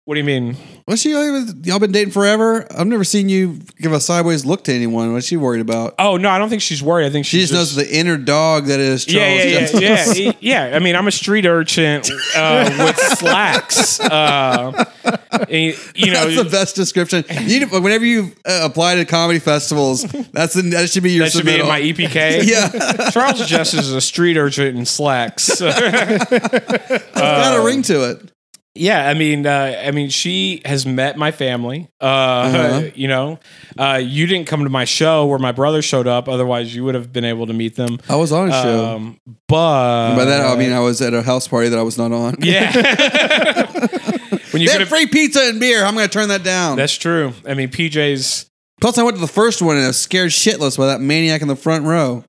[SPEAKER 2] What do you mean?
[SPEAKER 3] What's she? Y'all been dating forever? I've never seen you give a sideways look to anyone. What's she worried about?
[SPEAKER 2] Oh no, I don't think she's worried. I think
[SPEAKER 3] She just, knows the inner dog that is Charles.
[SPEAKER 2] yeah, yeah,
[SPEAKER 3] Justice.
[SPEAKER 2] yeah, yeah, yeah, I mean, I'm a street urchin uh, with slacks. Uh, and, you know,
[SPEAKER 3] That's the best description. You need, whenever you uh, apply to comedy festivals, that's the, that should be your.
[SPEAKER 2] that should be in
[SPEAKER 3] submittal.
[SPEAKER 2] my EPK.
[SPEAKER 3] yeah,
[SPEAKER 2] Charles Justice is a street urchin in slacks.
[SPEAKER 3] got
[SPEAKER 2] Um,
[SPEAKER 3] a ring to it.
[SPEAKER 2] yeah, I mean, uh, I mean, she has met my family. Uh,
[SPEAKER 3] Uh-huh.
[SPEAKER 2] You know, uh, you didn't come to my show where my brother showed up. Otherwise, you would have been able to meet them.
[SPEAKER 3] I was on a show.
[SPEAKER 2] Um, but
[SPEAKER 3] By Oh. that I
[SPEAKER 2] Uh,
[SPEAKER 3] mean I was at a house party that I was not on.
[SPEAKER 2] yeah, when you could
[SPEAKER 3] They had
[SPEAKER 2] have,
[SPEAKER 3] free pizza and beer. I'm going to turn that down.
[SPEAKER 2] that's true. I mean, PJ's
[SPEAKER 3] Plus, I went to the first one and I was scared shitless by that maniac in the front row.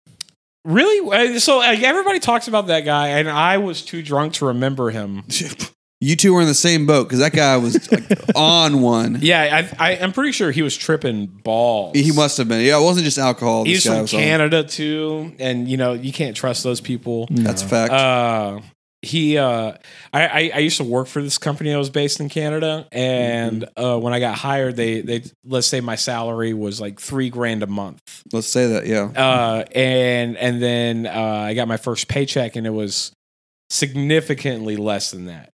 [SPEAKER 2] really Uh, so. Like, everybody talks about that guy, and I was too drunk to remember him.
[SPEAKER 3] You two were in the same boat because that guy was like on one.
[SPEAKER 2] Yeah, I, I, I'm pretty sure he was tripping balls.
[SPEAKER 3] He must have been. Yeah, it wasn't just alcohol. This
[SPEAKER 2] He's
[SPEAKER 3] guy
[SPEAKER 2] from
[SPEAKER 3] was on.
[SPEAKER 2] Canada too, and you know you can't trust those people.
[SPEAKER 3] That's a fact.
[SPEAKER 2] Uh, he, uh, I, I, I used to work for this company that was based in Canada, and
[SPEAKER 3] Mm-hmm.
[SPEAKER 2] uh, when I got hired, they, they, let's say my salary was like three grand a month,
[SPEAKER 3] Let's say that. Yeah.
[SPEAKER 2] uh, and and then uh, I got my first paycheck, and it was significantly less than that.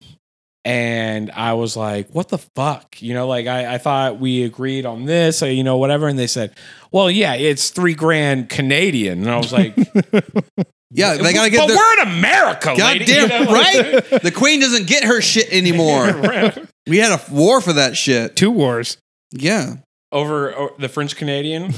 [SPEAKER 2] And I was like, "What the fuck?" You know, like I, I thought we agreed on this, or, you know, whatever. And they said, "Well, yeah, it's three grand Canadian." And I was like,
[SPEAKER 3] Yeah. They got to get
[SPEAKER 2] but
[SPEAKER 3] their.
[SPEAKER 2] we're in America,
[SPEAKER 3] God
[SPEAKER 2] lady,
[SPEAKER 3] damn,
[SPEAKER 2] you know?
[SPEAKER 3] right? the queen doesn't get her shit anymore. we had a war for that shit.
[SPEAKER 1] Two wars.
[SPEAKER 3] Yeah.
[SPEAKER 2] over, over the French Canadian.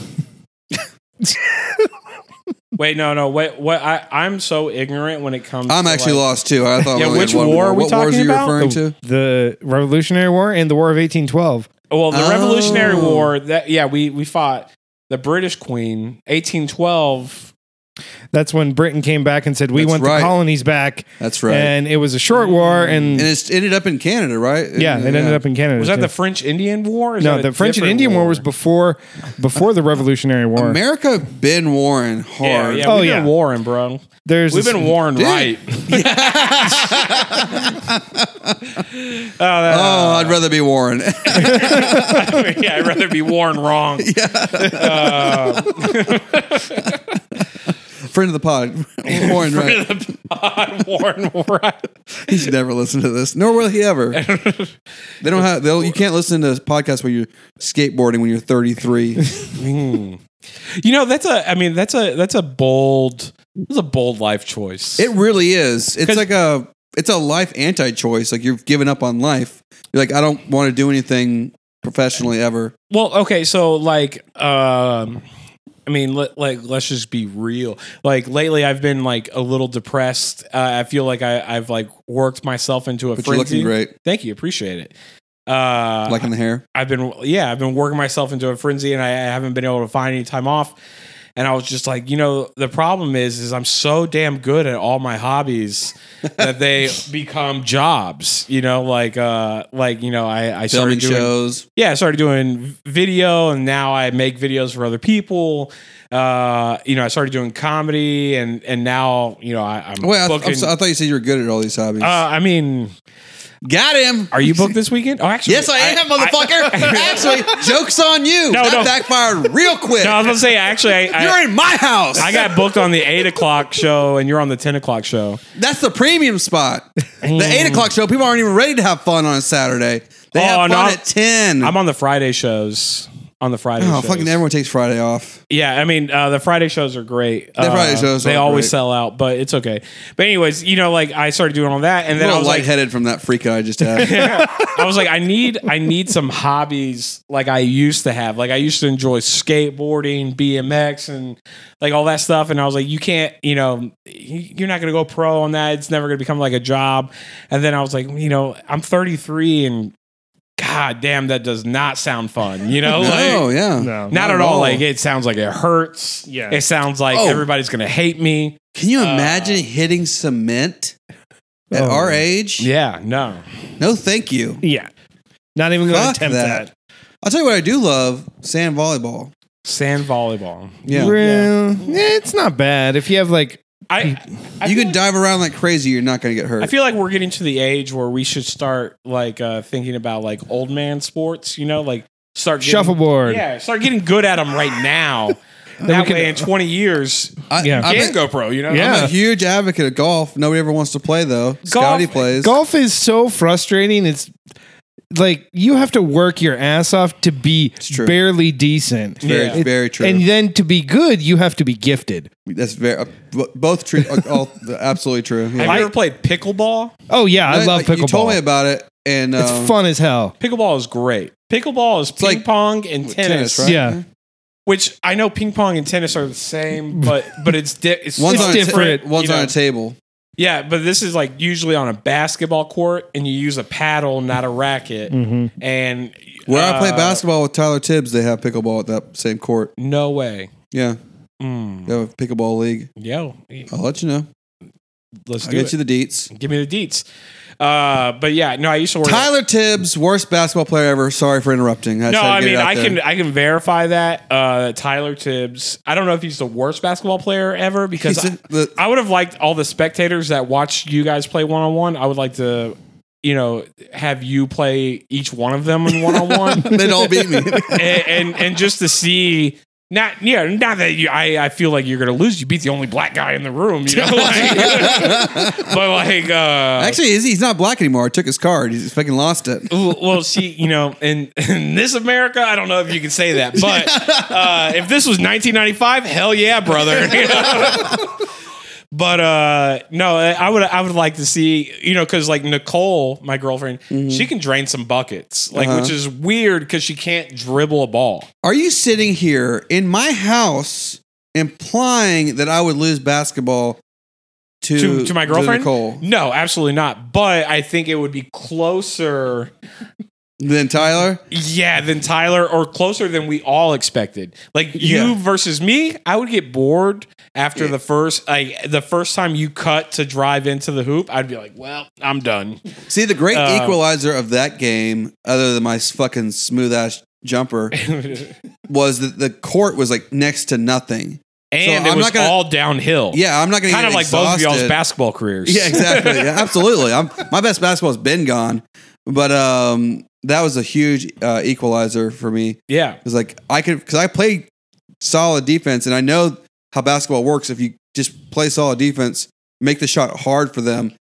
[SPEAKER 2] wait, no, no, wait, what? I I'm so ignorant when it comes.
[SPEAKER 3] I'm
[SPEAKER 2] to,
[SPEAKER 3] actually
[SPEAKER 2] like-
[SPEAKER 3] lost too. I thought
[SPEAKER 2] Yeah,
[SPEAKER 3] we only
[SPEAKER 2] which
[SPEAKER 3] had one
[SPEAKER 2] war are we
[SPEAKER 3] What
[SPEAKER 2] talking
[SPEAKER 3] wars are you
[SPEAKER 2] about?
[SPEAKER 3] referring to?
[SPEAKER 1] The, the Revolutionary War and the War of 1812.
[SPEAKER 2] Well, the
[SPEAKER 3] Oh.
[SPEAKER 2] Revolutionary War. That yeah, we we fought the British Queen, 1812.
[SPEAKER 1] That's when Britain came back and said, We
[SPEAKER 3] That's
[SPEAKER 1] want
[SPEAKER 3] right.
[SPEAKER 1] the colonies back.
[SPEAKER 3] That's right.
[SPEAKER 1] And it was a short war. And,
[SPEAKER 3] and it's ended up in Canada, right?
[SPEAKER 1] yeah, it ended up in Canada.
[SPEAKER 2] Was that
[SPEAKER 1] too.
[SPEAKER 2] the French Indian War? Is
[SPEAKER 1] No,
[SPEAKER 2] that a
[SPEAKER 1] the French and
[SPEAKER 2] different
[SPEAKER 1] Indian War was before before the Revolutionary War.
[SPEAKER 3] America been warring hard.
[SPEAKER 2] Yeah, yeah,
[SPEAKER 1] Oh,
[SPEAKER 2] we've
[SPEAKER 1] yeah.
[SPEAKER 2] been warring, bro.
[SPEAKER 1] There's
[SPEAKER 2] We've
[SPEAKER 1] this-
[SPEAKER 2] been warring,
[SPEAKER 3] Dude.
[SPEAKER 2] right?
[SPEAKER 3] Oh, I'd rather be Warren.
[SPEAKER 2] yeah, I'd rather be warring wrong.
[SPEAKER 3] Friend of the pod. Warren, right?
[SPEAKER 2] I'm warring right.
[SPEAKER 3] He's never listened to this, nor will he ever. They don't have. They'll, you can't listen to podcasts where you're skateboarding when you're 33.
[SPEAKER 2] You know, that's a. I mean, that's a. That's a bold. That's a bold life choice.
[SPEAKER 3] It really is. It's
[SPEAKER 2] 'Cause-
[SPEAKER 3] like a it's a life anti-choice. Like you've given up on life. You're like I don't want to do anything professionally ever.
[SPEAKER 2] Well, okay, so like, um, I mean, let, like, let's just be real. Like lately, I've been like a little depressed. Uh, I feel like I, I've like worked myself into a
[SPEAKER 3] But you're
[SPEAKER 2] frenzy.
[SPEAKER 3] looking great,
[SPEAKER 2] Thank you, appreciate it. Uh,
[SPEAKER 3] like in the hair.
[SPEAKER 2] I've been yeah, I've been working myself into a frenzy and I, I haven't been able to find any time off. And I was just like, you know, the problem is is I'm so damn good at all my hobbies that they become jobs. You know, like uh like, you know, I, I started
[SPEAKER 3] Filming
[SPEAKER 2] doing
[SPEAKER 3] shows.
[SPEAKER 2] yeah, I started doing video and now I make videos for other people. Uh, you know, I started doing comedy and and now, you know, I, I'm
[SPEAKER 3] Wait, I,
[SPEAKER 2] booking.
[SPEAKER 3] I'm so- I thought you said you were good at all these hobbies.
[SPEAKER 2] uh, I mean,
[SPEAKER 3] Got him.
[SPEAKER 2] are you booked this weekend? Oh, actually,
[SPEAKER 3] Yes, I am, motherfucker. Actually, joke's on you.
[SPEAKER 2] No,
[SPEAKER 3] that
[SPEAKER 2] no.
[SPEAKER 3] backfired real quick.
[SPEAKER 2] no, I was gonna say actually, I, I,
[SPEAKER 3] you're in my house.
[SPEAKER 2] I got booked on the eight o'clock show, and you're on the ten o'clock show.
[SPEAKER 3] That's the premium spot. The eight o'clock show. People aren't even ready to have fun on a Saturday.
[SPEAKER 2] Mm. Oh,
[SPEAKER 3] They have fun
[SPEAKER 2] no, I'm-
[SPEAKER 3] at ten.
[SPEAKER 2] I'm on the Friday shows. On the Friday
[SPEAKER 3] oh,
[SPEAKER 2] shows.
[SPEAKER 3] fucking everyone takes Friday off.
[SPEAKER 2] Yeah, I mean uh, the Friday shows are great. The
[SPEAKER 3] Friday shows
[SPEAKER 2] they
[SPEAKER 3] are
[SPEAKER 2] always
[SPEAKER 3] great.
[SPEAKER 2] sell out, but it's okay. But anyways, you know, like I started doing all that, and
[SPEAKER 3] A
[SPEAKER 2] then I
[SPEAKER 3] little
[SPEAKER 2] was like,
[SPEAKER 3] lightheaded from that freak out I just had.
[SPEAKER 2] I was like, I need, I need some hobbies like I used to have. Like I used to enjoy skateboarding, BMX, and like all that stuff. And I was like, you can't, you know, you- you're not gonna go pro on that. It's never gonna become like a job. And then I was like, you know, I'm 33, and god damn, that does not sound fun. You know, like.
[SPEAKER 3] oh yeah.
[SPEAKER 1] No.
[SPEAKER 2] Not,
[SPEAKER 3] not
[SPEAKER 2] at
[SPEAKER 3] at
[SPEAKER 2] all.
[SPEAKER 3] all.
[SPEAKER 2] Like it sounds like it hurts.
[SPEAKER 1] Yeah.
[SPEAKER 2] It sounds like
[SPEAKER 3] Oh.
[SPEAKER 2] everybody's gonna hate me.
[SPEAKER 3] Can
[SPEAKER 2] Uh,
[SPEAKER 3] you imagine hitting cement at
[SPEAKER 1] Oh.
[SPEAKER 3] our age?
[SPEAKER 2] Yeah. No.
[SPEAKER 3] No, thank you.
[SPEAKER 1] Yeah. Not even going to
[SPEAKER 3] Fuck
[SPEAKER 1] attempt
[SPEAKER 3] that.
[SPEAKER 1] that.
[SPEAKER 3] I'll tell you what I do love: sand volleyball.
[SPEAKER 2] Sand volleyball.
[SPEAKER 3] Yeah,
[SPEAKER 1] Real- eh, it's not bad. If you have like,
[SPEAKER 2] I. I
[SPEAKER 3] you
[SPEAKER 2] feel
[SPEAKER 3] can
[SPEAKER 2] like-
[SPEAKER 3] dive around like crazy. You're not going to get hurt.
[SPEAKER 2] I feel like we're getting to the age where we should start like uh, thinking about like old man sports. You know, like start getting,
[SPEAKER 1] Shuffleboard.
[SPEAKER 2] Yeah, start getting good at them right now.
[SPEAKER 1] Then
[SPEAKER 2] that
[SPEAKER 1] we can-
[SPEAKER 2] way, in twenty years,
[SPEAKER 3] I,
[SPEAKER 1] Yeah.
[SPEAKER 3] I've
[SPEAKER 2] you
[SPEAKER 3] been-
[SPEAKER 2] can go pro. You know,
[SPEAKER 1] Yeah.
[SPEAKER 3] I'm a huge advocate of golf. Nobody ever wants to play though. Scotty plays.
[SPEAKER 1] golf is so frustrating. It's like you have to work your ass off to be
[SPEAKER 3] true.
[SPEAKER 1] barely decent.
[SPEAKER 3] Very,
[SPEAKER 2] Yeah.
[SPEAKER 3] very true.
[SPEAKER 1] And then to be good, you have to be gifted.
[SPEAKER 3] That's very uh, bo- both true. uh, all absolutely true. Yeah.
[SPEAKER 2] Have you ever played pickleball?
[SPEAKER 1] Oh yeah, I
[SPEAKER 3] Uh,
[SPEAKER 1] love pickleball.
[SPEAKER 3] You told me about it, and um,
[SPEAKER 1] it's fun as hell.
[SPEAKER 2] Pickleball is great. Pickleball is ping
[SPEAKER 3] like
[SPEAKER 2] pong and tennis,
[SPEAKER 3] with tennis, right?
[SPEAKER 1] Yeah.
[SPEAKER 2] which I know ping pong and tennis are the same, but but it's di- it's,
[SPEAKER 3] One's
[SPEAKER 2] it's
[SPEAKER 3] on
[SPEAKER 1] different,
[SPEAKER 3] A ta- one's
[SPEAKER 2] you
[SPEAKER 3] on
[SPEAKER 2] know.
[SPEAKER 3] a table.
[SPEAKER 2] Yeah, but this is like usually on a basketball court, and you use a paddle, not a racket.
[SPEAKER 1] Mhm.
[SPEAKER 2] And
[SPEAKER 3] Mm-hmm. Where I play
[SPEAKER 2] uh,
[SPEAKER 3] basketball with Tyler Tibbs, they have pickleball at that same court.
[SPEAKER 2] no way.
[SPEAKER 3] Yeah,
[SPEAKER 2] Mm.
[SPEAKER 3] they have a pickleball league.
[SPEAKER 2] Yo,
[SPEAKER 3] I'll let you know.
[SPEAKER 2] let's
[SPEAKER 3] I'll
[SPEAKER 2] do
[SPEAKER 3] get
[SPEAKER 2] it.
[SPEAKER 3] you the deets.
[SPEAKER 2] Give me the deets. Uh, but yeah, no, I used to work.
[SPEAKER 3] Tyler Tibbs, worst basketball player ever. Sorry for interrupting. I
[SPEAKER 2] no, I mean I
[SPEAKER 3] can.
[SPEAKER 2] can I can verify that uh, Tyler Tibbs. I don't know if he's the worst basketball player ever because I, I would have liked all the spectators that watched you guys play one on one. I would like to, you know, have you play each one of them in one on one.
[SPEAKER 3] they'd all beat me.
[SPEAKER 2] and, and and just to see not yeah not that you I, I feel like you're gonna lose you beat the only black guy in the room you know like, but like uh
[SPEAKER 3] Actually, he's, he's not black anymore. I took his card. He's fucking lost it.
[SPEAKER 2] well see you know in, in this America I don't know if you can say that but uh, if this was 1995 hell yeah brother you know? But uh no, I would I would like to see you know because like Nicole, my girlfriend, she can drain some buckets, like
[SPEAKER 3] Mm-hmm. Uh-huh.
[SPEAKER 2] which is weird because she can't dribble a ball.
[SPEAKER 3] Are you sitting here in my house implying that I would lose basketball to
[SPEAKER 2] to, to my girlfriend?
[SPEAKER 3] Nicole,
[SPEAKER 2] No, absolutely not. But I think it would be closer,
[SPEAKER 3] than Tyler?
[SPEAKER 2] yeah, than Tyler or closer than we all expected. Like you
[SPEAKER 3] Yeah.
[SPEAKER 2] versus me, I would get bored after the first like the first time you cut to drive into the hoop, I'd be like, "Well, I'm done."
[SPEAKER 3] See, the great
[SPEAKER 2] Uh,
[SPEAKER 3] equalizer of that game, other than my fucking smooth ass jumper,
[SPEAKER 2] and
[SPEAKER 3] was that the court was like next to nothing.
[SPEAKER 2] it
[SPEAKER 3] I'm
[SPEAKER 2] was
[SPEAKER 3] not gonna-
[SPEAKER 2] all downhill.
[SPEAKER 3] Yeah, I'm not going to
[SPEAKER 2] Kind of like both of y'all's basketball careers.
[SPEAKER 3] Yeah, exactly. Yeah, absolutely. I'm, my best basketball's been gone, but um, that was a huge uh, equalizer for me.
[SPEAKER 2] yeah.
[SPEAKER 3] Because like I could, because I play solid defense, and I know how basketball works. If you just play solid defense, make the shot hard for them,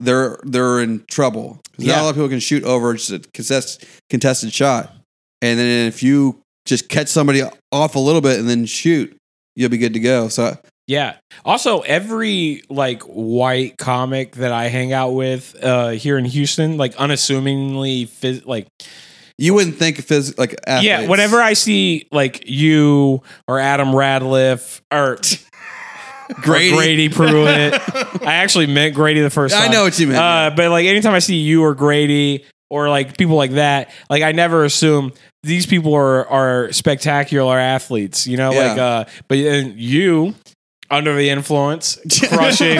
[SPEAKER 3] they're they're in trouble. 'Cause
[SPEAKER 2] Yeah.
[SPEAKER 3] Not a lot of people can shoot over just a contest, contested shot. And then if you just catch somebody off a little bit and then shoot, you'll be good to go. So
[SPEAKER 2] Yeah. Also, every like white comic that I hang out with uh here in Houston, like unassumingly, phys- like
[SPEAKER 3] you wouldn't think phys- like athletes.
[SPEAKER 2] yeah. Whenever I see like you or Adam Radliff or Grady, Grady
[SPEAKER 3] Grady.
[SPEAKER 2] Pruitt, I actually meant Grady the first time.
[SPEAKER 3] I know what you meant.
[SPEAKER 2] Uh, but like anytime I see you or Grady or like people like that, like I never assume these people are are spectacular athletes. You know,
[SPEAKER 3] Yeah.
[SPEAKER 2] like uh, but and you under the influence, crushing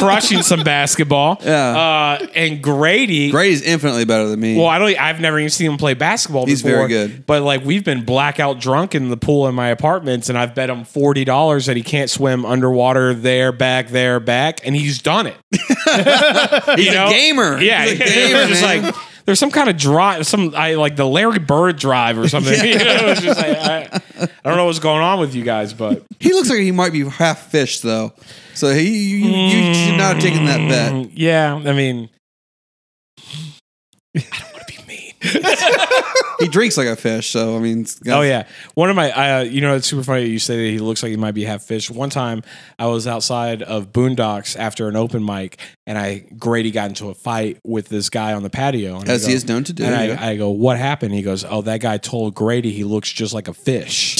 [SPEAKER 2] crushing some basketball.
[SPEAKER 3] yeah,
[SPEAKER 2] Uh, and Grady.
[SPEAKER 3] Grady's infinitely better than me.
[SPEAKER 2] Well, I don't. I've never even seen him play basketball.
[SPEAKER 3] He's
[SPEAKER 2] before,
[SPEAKER 3] very good.
[SPEAKER 2] But like we've been blackout drunk in the pool in my apartments, and I've bet him forty dollars that he can't swim underwater there, back, there, back, and he's done it.
[SPEAKER 3] He's
[SPEAKER 2] you know?
[SPEAKER 3] a gamer.
[SPEAKER 2] Yeah,
[SPEAKER 3] He's a
[SPEAKER 2] it
[SPEAKER 3] gamer.
[SPEAKER 2] was just
[SPEAKER 3] man.
[SPEAKER 2] like there's some kind of drive, some I like the Larry Bird drive or something. You know, it was just like, I, I don't know what's going on with you guys, but
[SPEAKER 3] he looks like he might be half fish though. So he you, you, you should not have taken that bet.
[SPEAKER 2] Mm, yeah, I mean, I don't want to be mean.
[SPEAKER 3] He drinks like a fish. So I mean, it's-
[SPEAKER 2] Oh yeah, one of my, uh, you know, it's super funny. that You say that he looks like he might be half fish. One time, I was outside of Boondocks after an open mic, and I Grady got into a fight with this guy on the patio. And I
[SPEAKER 3] as he
[SPEAKER 2] go-
[SPEAKER 3] is known to do.
[SPEAKER 2] And
[SPEAKER 3] yeah.
[SPEAKER 2] I, I go, what happened? He goes, oh, that guy told Grady he looks just like a fish.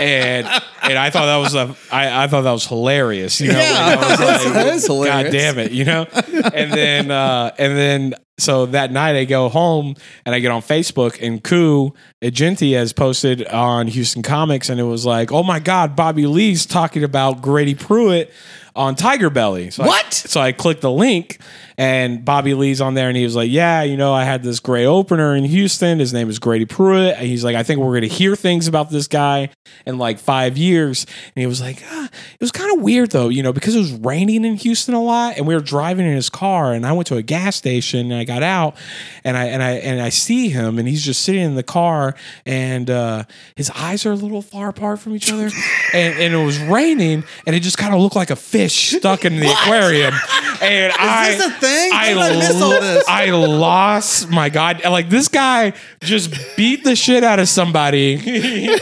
[SPEAKER 2] and and I thought that was a I, I thought that was hilarious. You know,
[SPEAKER 3] Yeah.
[SPEAKER 2] Like, I was like,
[SPEAKER 3] That is
[SPEAKER 2] God
[SPEAKER 3] hilarious.
[SPEAKER 2] damn it, you know. And then uh, and then so that night I go home and I get on Facebook and Koo Agenti has posted on Houston Comics and it was like, oh my God, Bobby Lee's talking about Grady Pruitt on Tiger Belly. So I-
[SPEAKER 3] What?
[SPEAKER 2] so I clicked the link and Bobby Lee's on there and he was like, Yeah, you know, I had this great opener in Houston. His name is Grady Pruitt. And he's like, I think we're going to hear things about this guy in like five years. And he was like, ah. It was kind of weird though, you know, because it was raining in Houston a lot and we were driving in his car and I went to a gas station and I got out and I, and I, and I see him and he's just sitting in the car and uh, his eyes are a little far apart from each other and, and it was raining and it just kind of looked like a fish stuck in the aquarium. And I,
[SPEAKER 3] this a thing? How
[SPEAKER 2] I,
[SPEAKER 3] did I miss all
[SPEAKER 2] lo-
[SPEAKER 3] this?
[SPEAKER 2] I lost my god. Like this guy just beat the shit out of somebody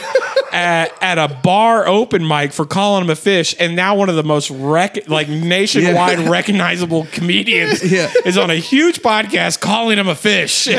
[SPEAKER 2] at, at a bar open mic for calling him a fish, and now one of the most rec- like nationwide recognizable comedians
[SPEAKER 3] Yeah.
[SPEAKER 2] is on a huge podcast calling him a fish.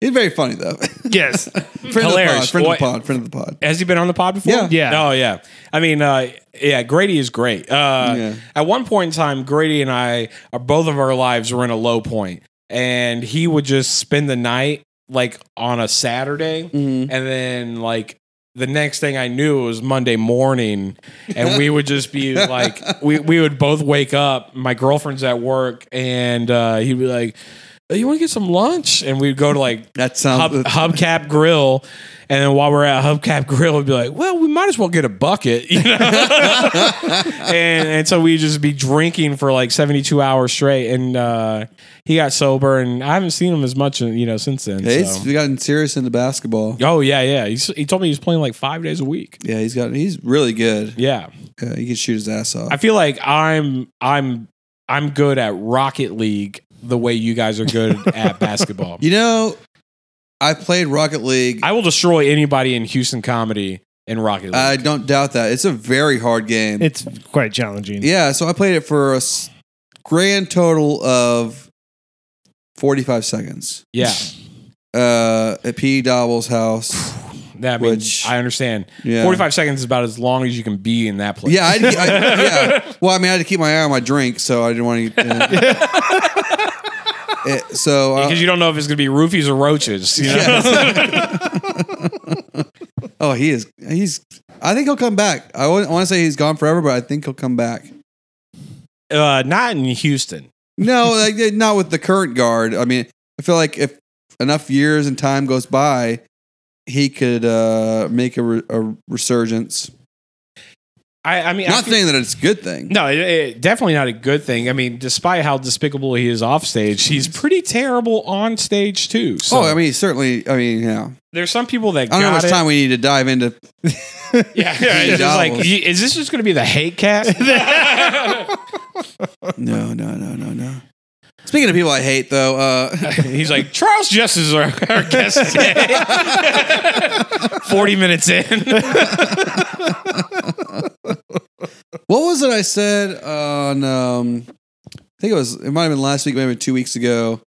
[SPEAKER 3] He's very funny though.
[SPEAKER 1] Yes.
[SPEAKER 3] friend
[SPEAKER 2] Hilarious.
[SPEAKER 3] of the
[SPEAKER 2] Boy-
[SPEAKER 3] pod. Friend of the pod. Friend of the pod.
[SPEAKER 2] Has he been on the pod before?
[SPEAKER 3] Yeah.
[SPEAKER 1] Yeah.
[SPEAKER 2] Oh, yeah. I mean, uh, yeah, Grady is great. Uh,
[SPEAKER 3] Yeah.
[SPEAKER 2] At one point in time, Grady and I, are, both of our lives were in a low point, and he would just spend the night like on a Saturday,
[SPEAKER 3] Mhm.
[SPEAKER 2] and then like the next thing I knew it was Monday morning, and we would just be like, we we would both wake up. My girlfriend's at work, and uh, he'd be like. "Oh, You want to get some lunch? And we'd go to like
[SPEAKER 3] That sounds.
[SPEAKER 2] Hub, hubcap grill and then while we're at hubcap grill we'd be like well we might as well get a bucket you know and, and so we'd just be drinking for like 72 hours straight and uh, he got sober and i haven't seen him as much you know since then
[SPEAKER 3] Yeah, he's
[SPEAKER 2] so.
[SPEAKER 3] gotten serious into basketball.
[SPEAKER 2] oh yeah yeah he's, he told me he was playing like five days a week
[SPEAKER 3] Yeah, he's got. He's really good.
[SPEAKER 2] yeah
[SPEAKER 3] Yeah, he can shoot his ass off.
[SPEAKER 2] i feel like i'm i'm i'm good at rocket league the way you guys are good at basketball
[SPEAKER 3] you know, I played Rocket League. I,
[SPEAKER 2] i will destroy anybody in houston comedy in rocket league
[SPEAKER 3] don't doubt that. It's a very hard game.
[SPEAKER 1] It's quite challenging.
[SPEAKER 3] yeah, so I played it for a s- grand total of forty-five seconds
[SPEAKER 2] yeah
[SPEAKER 3] uh, at P. Dobble's house.
[SPEAKER 2] That I mean,
[SPEAKER 3] Which-
[SPEAKER 2] I understand.
[SPEAKER 3] Yeah.
[SPEAKER 2] 45 seconds is about as long as you can be in that place.
[SPEAKER 3] Yeah, I, I, yeah. Well, I mean, I had to keep my eye on my drink, so I didn't want to. Uh, it- so uh,
[SPEAKER 2] Because you don't know if it's going to be roofies or roaches. You know?
[SPEAKER 3] Oh, he is. He's. I think he'll come back. I want to say he's gone forever, but I think he'll come back.
[SPEAKER 2] uh, not in Houston.
[SPEAKER 3] No, like not with the current guard. I mean, I feel like if enough years and time goes by, he could uh, make a, re- a resurgence.
[SPEAKER 2] I, I mean, I
[SPEAKER 3] Not
[SPEAKER 2] feel-
[SPEAKER 3] saying that it's a good thing.
[SPEAKER 2] no, it, it- definitely not a good thing. I mean, despite how despicable he is off stage, he's pretty terrible on stage too. So
[SPEAKER 3] oh, I mean, certainly. I mean, yeah.
[SPEAKER 2] there's some people that
[SPEAKER 3] I don't know how
[SPEAKER 2] got
[SPEAKER 3] much
[SPEAKER 2] it.
[SPEAKER 3] time we need to dive into.
[SPEAKER 2] yeah, yeah, it's just like, you- is this just going to be the hate cast?
[SPEAKER 3] No, no, no, no, no. Speaking of people I hate, though, uh,
[SPEAKER 2] He's like, Charles Justice is our, our guest today. 40 minutes in.
[SPEAKER 3] what was it I said on? Um, I think it was. It might have been last week, maybe two weeks ago.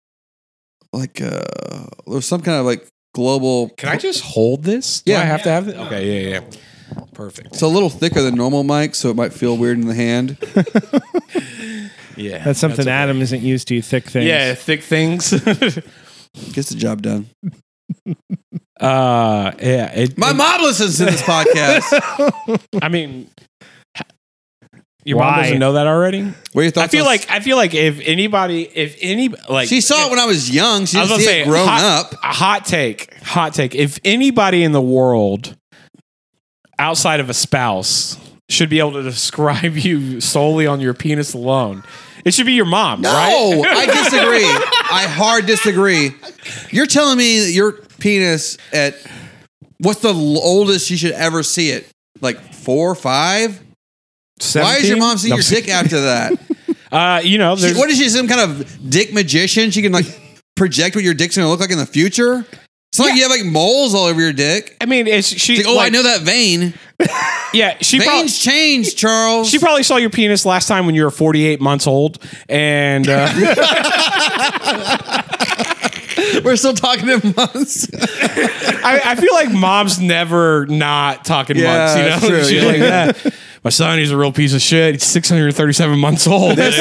[SPEAKER 3] Like uh, there was some kind of like global.
[SPEAKER 2] Can I just hold this? Do
[SPEAKER 3] Yeah.
[SPEAKER 2] I have to have it? Okay, yeah, yeah. Perfect.
[SPEAKER 3] It's a little thicker than normal mic, so it might feel weird in the hand.
[SPEAKER 2] Yeah.
[SPEAKER 1] That's something
[SPEAKER 2] okay.
[SPEAKER 1] Adam isn't used to. Thick things.
[SPEAKER 2] Yeah, thick things.
[SPEAKER 3] Gets the job done.
[SPEAKER 2] Uh, yeah. It,
[SPEAKER 3] My mom listens to this podcast.
[SPEAKER 2] I mean, your
[SPEAKER 1] Why?
[SPEAKER 2] mom doesn't know that already.
[SPEAKER 3] What are your
[SPEAKER 2] I
[SPEAKER 3] thoughts?
[SPEAKER 2] feel
[SPEAKER 3] on-
[SPEAKER 2] like I feel like if anybody, if any, like
[SPEAKER 3] she saw it when I was young. She
[SPEAKER 2] I was
[SPEAKER 3] didn't
[SPEAKER 2] gonna
[SPEAKER 3] see
[SPEAKER 2] say
[SPEAKER 3] it grown
[SPEAKER 2] hot,
[SPEAKER 3] up.
[SPEAKER 2] A hot take, hot take. If anybody in the world outside of a spouse should be able to describe you solely on your penis alone, it should be your mom,
[SPEAKER 3] No,
[SPEAKER 2] right?
[SPEAKER 3] I disagree. I hard disagree. You're telling me that your penis at what's the l- oldest you should ever see it? Like four or five? Why is your
[SPEAKER 2] 17?
[SPEAKER 3] mom seeing
[SPEAKER 2] No,
[SPEAKER 3] your dick after that?
[SPEAKER 2] Uh, you know,
[SPEAKER 3] She,
[SPEAKER 2] there's,
[SPEAKER 3] what is she, some kind of dick magician? She can like project what your dick's gonna look like in the future? It's not like you have like moles all over your dick.
[SPEAKER 2] I mean, it's she.
[SPEAKER 3] It's like, oh, I
[SPEAKER 2] like,
[SPEAKER 3] know that vein.
[SPEAKER 2] Yeah, she probably.
[SPEAKER 3] Veins change, Charles.
[SPEAKER 2] She probably saw your penis last time when you were 48 months old, and uh,
[SPEAKER 3] We're still talking in months.
[SPEAKER 2] I, I feel like mom's never not talking
[SPEAKER 3] Yeah,
[SPEAKER 2] months. You know,
[SPEAKER 3] that's true,
[SPEAKER 2] She's
[SPEAKER 3] yeah.
[SPEAKER 2] like that. My son, he's a real piece of shit. He's 637 months old. Just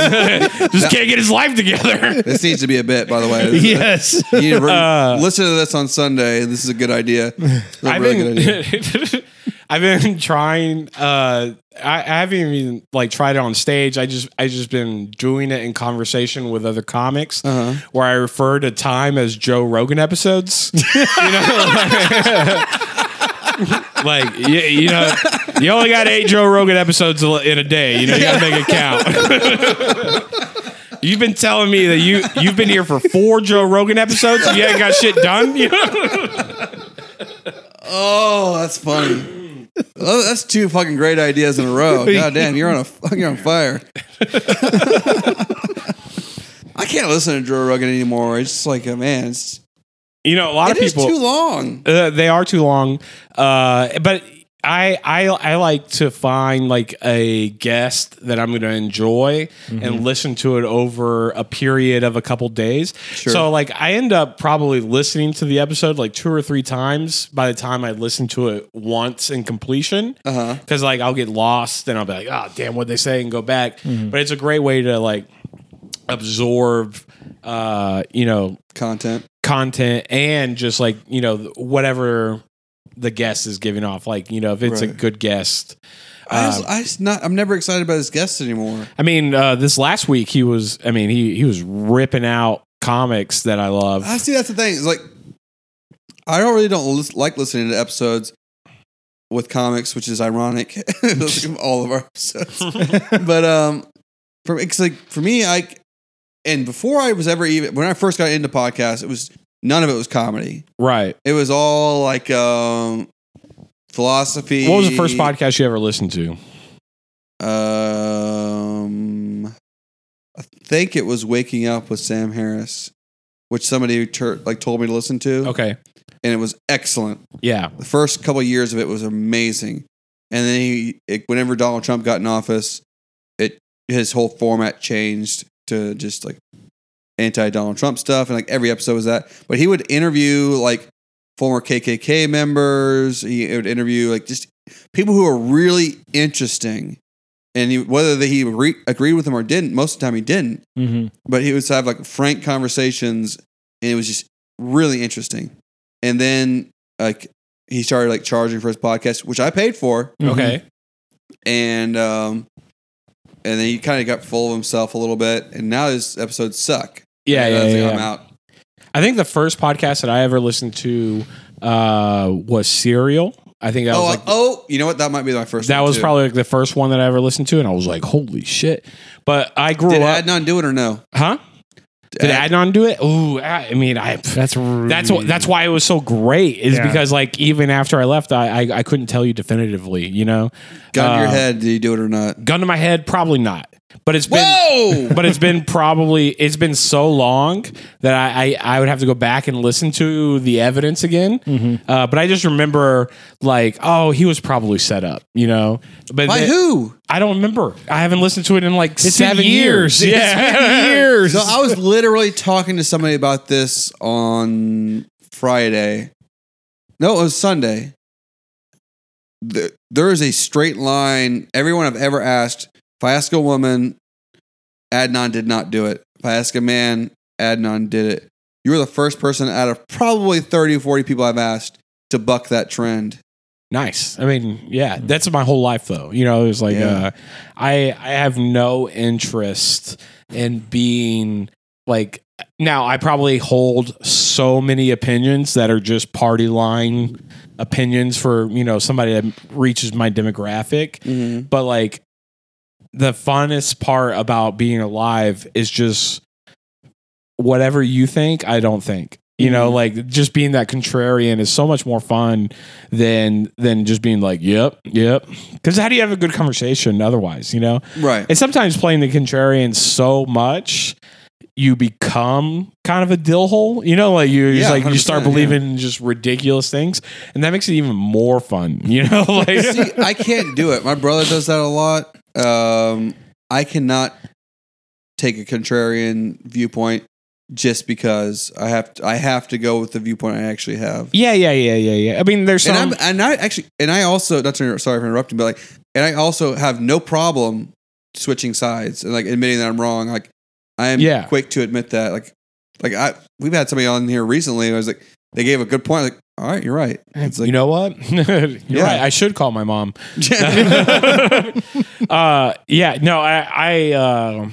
[SPEAKER 2] can't get his life together.
[SPEAKER 3] this needs to be a bit, by the way. This is a-
[SPEAKER 1] Yes.
[SPEAKER 3] You need to re-
[SPEAKER 2] Uh,
[SPEAKER 3] listen to this on Sunday. This is a good idea. This is a
[SPEAKER 2] I've
[SPEAKER 3] really good idea.
[SPEAKER 2] been, I've been trying. Uh, I, I haven't even like tried it on stage. I just, I just been doing it in conversation with other comics,
[SPEAKER 3] Uh-huh.
[SPEAKER 2] where I refer to time as Joe Rogan episodes. you know, like you, you know, you only got eight Joe Rogan episodes in a day. You know, you got to make it count. You've been telling me that you you've been here for four Joe Rogan episodes. and You ain't got shit done. You know?
[SPEAKER 3] Oh, that's funny. Oh, that's two fucking great ideas in a row. God damn, you're on a fuck- you're on fire. I can't listen to Joe Rogan anymore. It's just like, uh, man, it's,
[SPEAKER 2] You know, a lot
[SPEAKER 3] it
[SPEAKER 2] of
[SPEAKER 3] is
[SPEAKER 2] people
[SPEAKER 3] too long.
[SPEAKER 2] uh, they are too long. Uh, but I, I I like to find like a guest that I'm going to enjoy and listen to it over a period of a couple days. So like I end up probably listening to the episode like two or three times by the time I listen to it once in completion.
[SPEAKER 3] Uh-huh.
[SPEAKER 2] Because like I'll get lost and I'll be like, oh damn, what they say, and go back. But it's a great way to like absorb, uh, you know,
[SPEAKER 3] Content.
[SPEAKER 2] content and just like you know whatever the guest is giving off like you know if it's a
[SPEAKER 3] Right.
[SPEAKER 2] good guest Uh,
[SPEAKER 3] I just, I just not. I'm never excited about his guests anymore.
[SPEAKER 2] i mean uh this last week he was i mean he he was ripping out comics that i love
[SPEAKER 3] I see. That's the thing. It's like I don't really don't lis- like listening to episodes with comics, which is ironic. all of our episodes, but um, for it's like for me, I and before I was ever even when I first got into podcasts, it was none of it was comedy.
[SPEAKER 2] right
[SPEAKER 3] It was all like um philosophy.
[SPEAKER 2] what was the first podcast you ever listened to
[SPEAKER 3] Um, I think it was Waking Up with Sam Harris. Which somebody tur like told me to listen to
[SPEAKER 2] okay
[SPEAKER 3] and it was excellent.
[SPEAKER 2] yeah
[SPEAKER 3] The first couple of years of it was amazing, and then he, it, whenever Donald Trump got in office, it his whole format changed to just like anti Donald Trump stuff, and like every episode was that. But he would interview like former KKK members. He would interview like just people who are really interesting, and he, whether that he re- agreed with them or didn't, most of the time he didn't
[SPEAKER 1] Mm-hmm.
[SPEAKER 3] but he would have like frank conversations and it was just really interesting and then like he started like charging for his podcast which i paid for
[SPEAKER 2] okay
[SPEAKER 3] and um and then he kind of got full of himself a little bit and now his episodes suck
[SPEAKER 2] yeah
[SPEAKER 3] And I
[SPEAKER 2] yeah,
[SPEAKER 3] was
[SPEAKER 2] yeah,
[SPEAKER 3] like, i'm
[SPEAKER 2] yeah.
[SPEAKER 3] out
[SPEAKER 2] i think the first podcast that i ever listened to uh was serial i think that
[SPEAKER 3] oh
[SPEAKER 2] was like
[SPEAKER 3] I- oh you know what that might be my first
[SPEAKER 2] that
[SPEAKER 3] one,
[SPEAKER 2] was
[SPEAKER 3] too.
[SPEAKER 2] probably like the first one that i ever listened to and i was like holy shit but i grew
[SPEAKER 3] did
[SPEAKER 2] up
[SPEAKER 3] adnan do it or no
[SPEAKER 2] huh Did Adnan do it? Ooh, I I mean, I
[SPEAKER 1] Uh, That's rude.
[SPEAKER 2] that's wh- that's why it was so great is
[SPEAKER 1] Yeah.
[SPEAKER 2] because like even after I left, I, I I couldn't tell you definitively. You know,
[SPEAKER 3] gun to
[SPEAKER 2] Uh,
[SPEAKER 3] your head did he do it or not
[SPEAKER 2] gun to my head, probably not. but it's been
[SPEAKER 3] Whoa!
[SPEAKER 2] but it's been probably it's been so long that I I, I would have to go back and listen to the evidence again.
[SPEAKER 1] Mm-hmm.
[SPEAKER 2] Uh, but I just remember like oh he was probably set up, you know. But
[SPEAKER 3] By
[SPEAKER 2] the-
[SPEAKER 3] who?
[SPEAKER 2] I don't remember. I haven't listened to it in like
[SPEAKER 1] It's
[SPEAKER 2] seven
[SPEAKER 1] been years. It's
[SPEAKER 2] years.
[SPEAKER 1] been
[SPEAKER 2] Yeah,
[SPEAKER 1] years.
[SPEAKER 3] So I was literally talking to somebody about this on Friday. No, it was Sunday. The- There is a straight line. Everyone I've ever asked, if I ask a woman, Adnan did not do it. If I ask a man, Adnan did it. You were the first person out of probably 30, 40 people I've asked to buck that trend.
[SPEAKER 2] nice. I mean, yeah, that's my whole life though. You know, it was like
[SPEAKER 3] Yeah.
[SPEAKER 2] uh, I I have no interest in being like now I probably hold so many opinions that are just party line opinions for, you know, somebody that reaches my demographic. but like the funnest part about being alive is just whatever you think i don't think you know
[SPEAKER 3] Mm-hmm.
[SPEAKER 2] like just being that contrarian is so much more fun than than just being like yep yep because how do you have a good conversation otherwise you know
[SPEAKER 3] Right.
[SPEAKER 2] and sometimes playing the contrarian so much you become kind of a dill hole you know like you
[SPEAKER 3] Yeah,
[SPEAKER 2] just like you start
[SPEAKER 3] 100%, yeah.
[SPEAKER 2] believing in just ridiculous things and that makes it even more fun you know like
[SPEAKER 3] See, I can't do it. My brother does that a lot. Um, I cannot take a contrarian viewpoint just because I have to, I have to go with the viewpoint I actually have.
[SPEAKER 2] Yeah, yeah, yeah, yeah, yeah. I mean, there's some.
[SPEAKER 3] And I'm and I actually and I also not to, sorry for interrupting, but like and I also have no problem switching sides and like admitting that I'm wrong. Like I am
[SPEAKER 2] Yeah.
[SPEAKER 3] quick to admit that. Like like I we've had somebody on here recently. I was like they gave a good point. Like all right, you're right. It's like
[SPEAKER 2] you know what? You're
[SPEAKER 3] Yeah.
[SPEAKER 2] right. I should call my mom. uh, yeah, no, I, I, uh,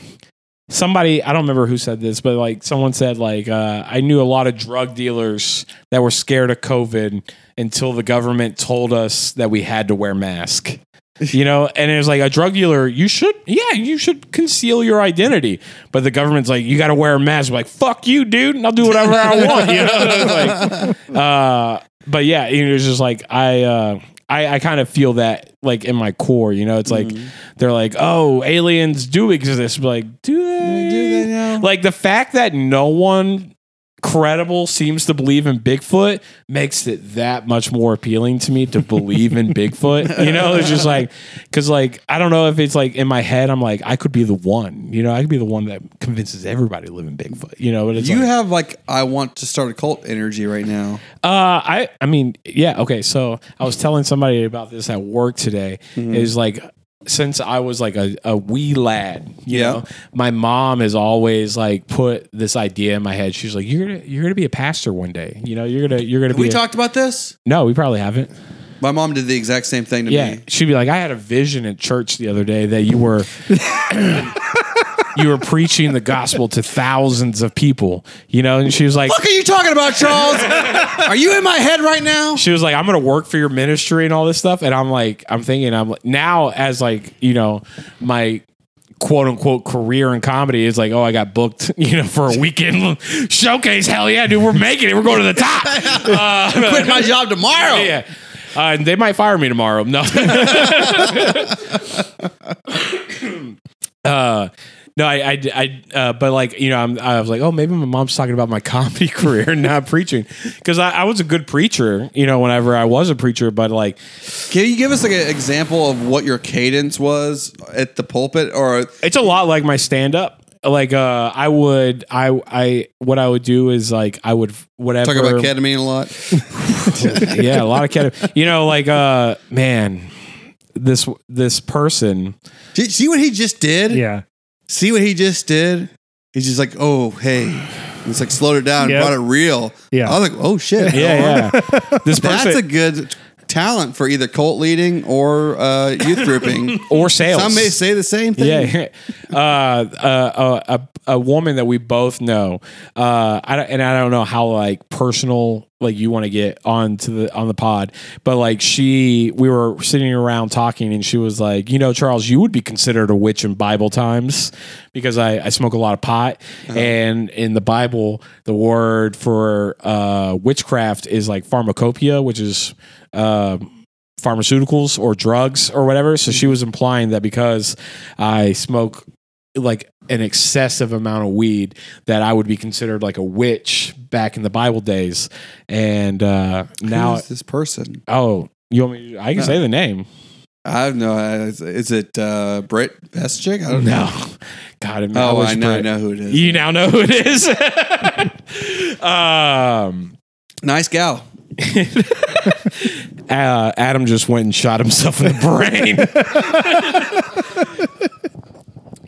[SPEAKER 2] somebody, I don't remember who said this, but like someone said, like, uh, I knew a lot of drug dealers that were scared of COVID until the government told us that we had to wear masks. You know, and it was like a drug dealer. You should, yeah, you should conceal your identity. But the government's like, you got to wear a mask. We're like, fuck you, dude. And I'll do whatever I want. You know, It's like, uh, but yeah, you know, it's just like I, uh, I, I kind of feel that like in my core. You know, it's like
[SPEAKER 3] Mm-hmm.
[SPEAKER 2] they're like, oh, aliens do exist. But like, do they?
[SPEAKER 3] do they now?
[SPEAKER 2] Like the fact that no one credible seems to believe in Bigfoot makes it that much more appealing to me to believe in Bigfoot. You know, it's just like because like I don't know if it's like in my head I'm like I could be the one. You know, I could be the one that convinces everybody to live in Bigfoot. You know, but it's
[SPEAKER 3] You
[SPEAKER 2] like,
[SPEAKER 3] have like I want to start a cult energy right now.
[SPEAKER 2] uh, I I mean, yeah, okay. So I was telling somebody about this at work today.
[SPEAKER 3] Mm-hmm.
[SPEAKER 2] Is like since I was like a, a wee lad, you
[SPEAKER 3] Yeah.
[SPEAKER 2] know, my mom has always like put this idea in my head. She's like, "You're gonna you're gonna be a pastor one day. You know, you're gonna you're gonna be."
[SPEAKER 3] We
[SPEAKER 2] a-"
[SPEAKER 3] talked about this.
[SPEAKER 2] No, we probably haven't.
[SPEAKER 3] My mom did the exact same thing to
[SPEAKER 2] Yeah,
[SPEAKER 3] me.
[SPEAKER 2] she'd be like, "I had a vision at church the other day that you were." You were preaching the gospel to thousands of people, you know, and she was like,
[SPEAKER 3] What are you talking about, Charles? are you in my head right now?
[SPEAKER 2] she was like, "I'm gonna work for your ministry and all this stuff," and I'm like, I'm thinking, I'm like, now as like you know my quote unquote career in comedy is like, oh, I got booked, you know, for a weekend showcase. Hell yeah, dude, we're making it. We're going to the top. Uh,
[SPEAKER 3] Quit my job tomorrow.
[SPEAKER 2] yeah. Uh, they might fire me tomorrow. No. uh, no, I, I, I uh, but like, you know, I'm, I was like, oh, maybe my mom's talking about my comedy career and not preaching. Cause I, I was a good preacher, you know, whenever I was a preacher, but like,
[SPEAKER 3] Can you give us like an example of what your cadence was at the pulpit? Or
[SPEAKER 2] it's a lot like my stand up. Like, uh, I would, I, I, what I would do is like, I would, whatever.
[SPEAKER 3] talk about ketamine a lot.
[SPEAKER 2] yeah, a lot of cat. You know, like, uh, man, this, this person,
[SPEAKER 3] Did- See what he just did?
[SPEAKER 1] yeah.
[SPEAKER 3] See what he just did? He's just like, oh hey. And It's like slowed it down,
[SPEAKER 1] Yep.
[SPEAKER 3] brought it real.
[SPEAKER 1] Yeah.
[SPEAKER 3] I was like, oh shit.
[SPEAKER 2] Yeah, yeah. This person
[SPEAKER 3] That's a good talent for either cult leading or uh, youth grouping.
[SPEAKER 2] or sales.
[SPEAKER 3] Some may say the same thing.
[SPEAKER 2] yeah, uh, uh, a, a a woman that we both know. Uh, I don't, and I don't know how like personal like you want to get on to the on the pod, but like she, we were sitting around talking, and she was like, you know, Charles, you would be considered a witch in Bible times because I I smoke a lot of pot,
[SPEAKER 3] Uh-huh.
[SPEAKER 2] and in the Bible, the word for uh, witchcraft is like pharmacopoeia, which is. Uh,
[SPEAKER 3] Mm-hmm.
[SPEAKER 2] pharmaceuticals or drugs or whatever. So she was implying that because I smoke like an excessive amount of weed that I would be considered like a witch back in the Bible days. And uh, now,
[SPEAKER 3] Who's this person?
[SPEAKER 2] oh, you want me? I can
[SPEAKER 3] No.
[SPEAKER 2] say the name.
[SPEAKER 3] I have no. Is, is it uh, Brett Vestchick? I don't
[SPEAKER 2] No,
[SPEAKER 3] know.
[SPEAKER 2] God, it
[SPEAKER 3] Oh,
[SPEAKER 2] was
[SPEAKER 3] I know. I
[SPEAKER 2] Brit-
[SPEAKER 3] know who it is.
[SPEAKER 2] You now know who it is. um,
[SPEAKER 3] nice gal.
[SPEAKER 2] uh, Adam just went and shot himself in the brain.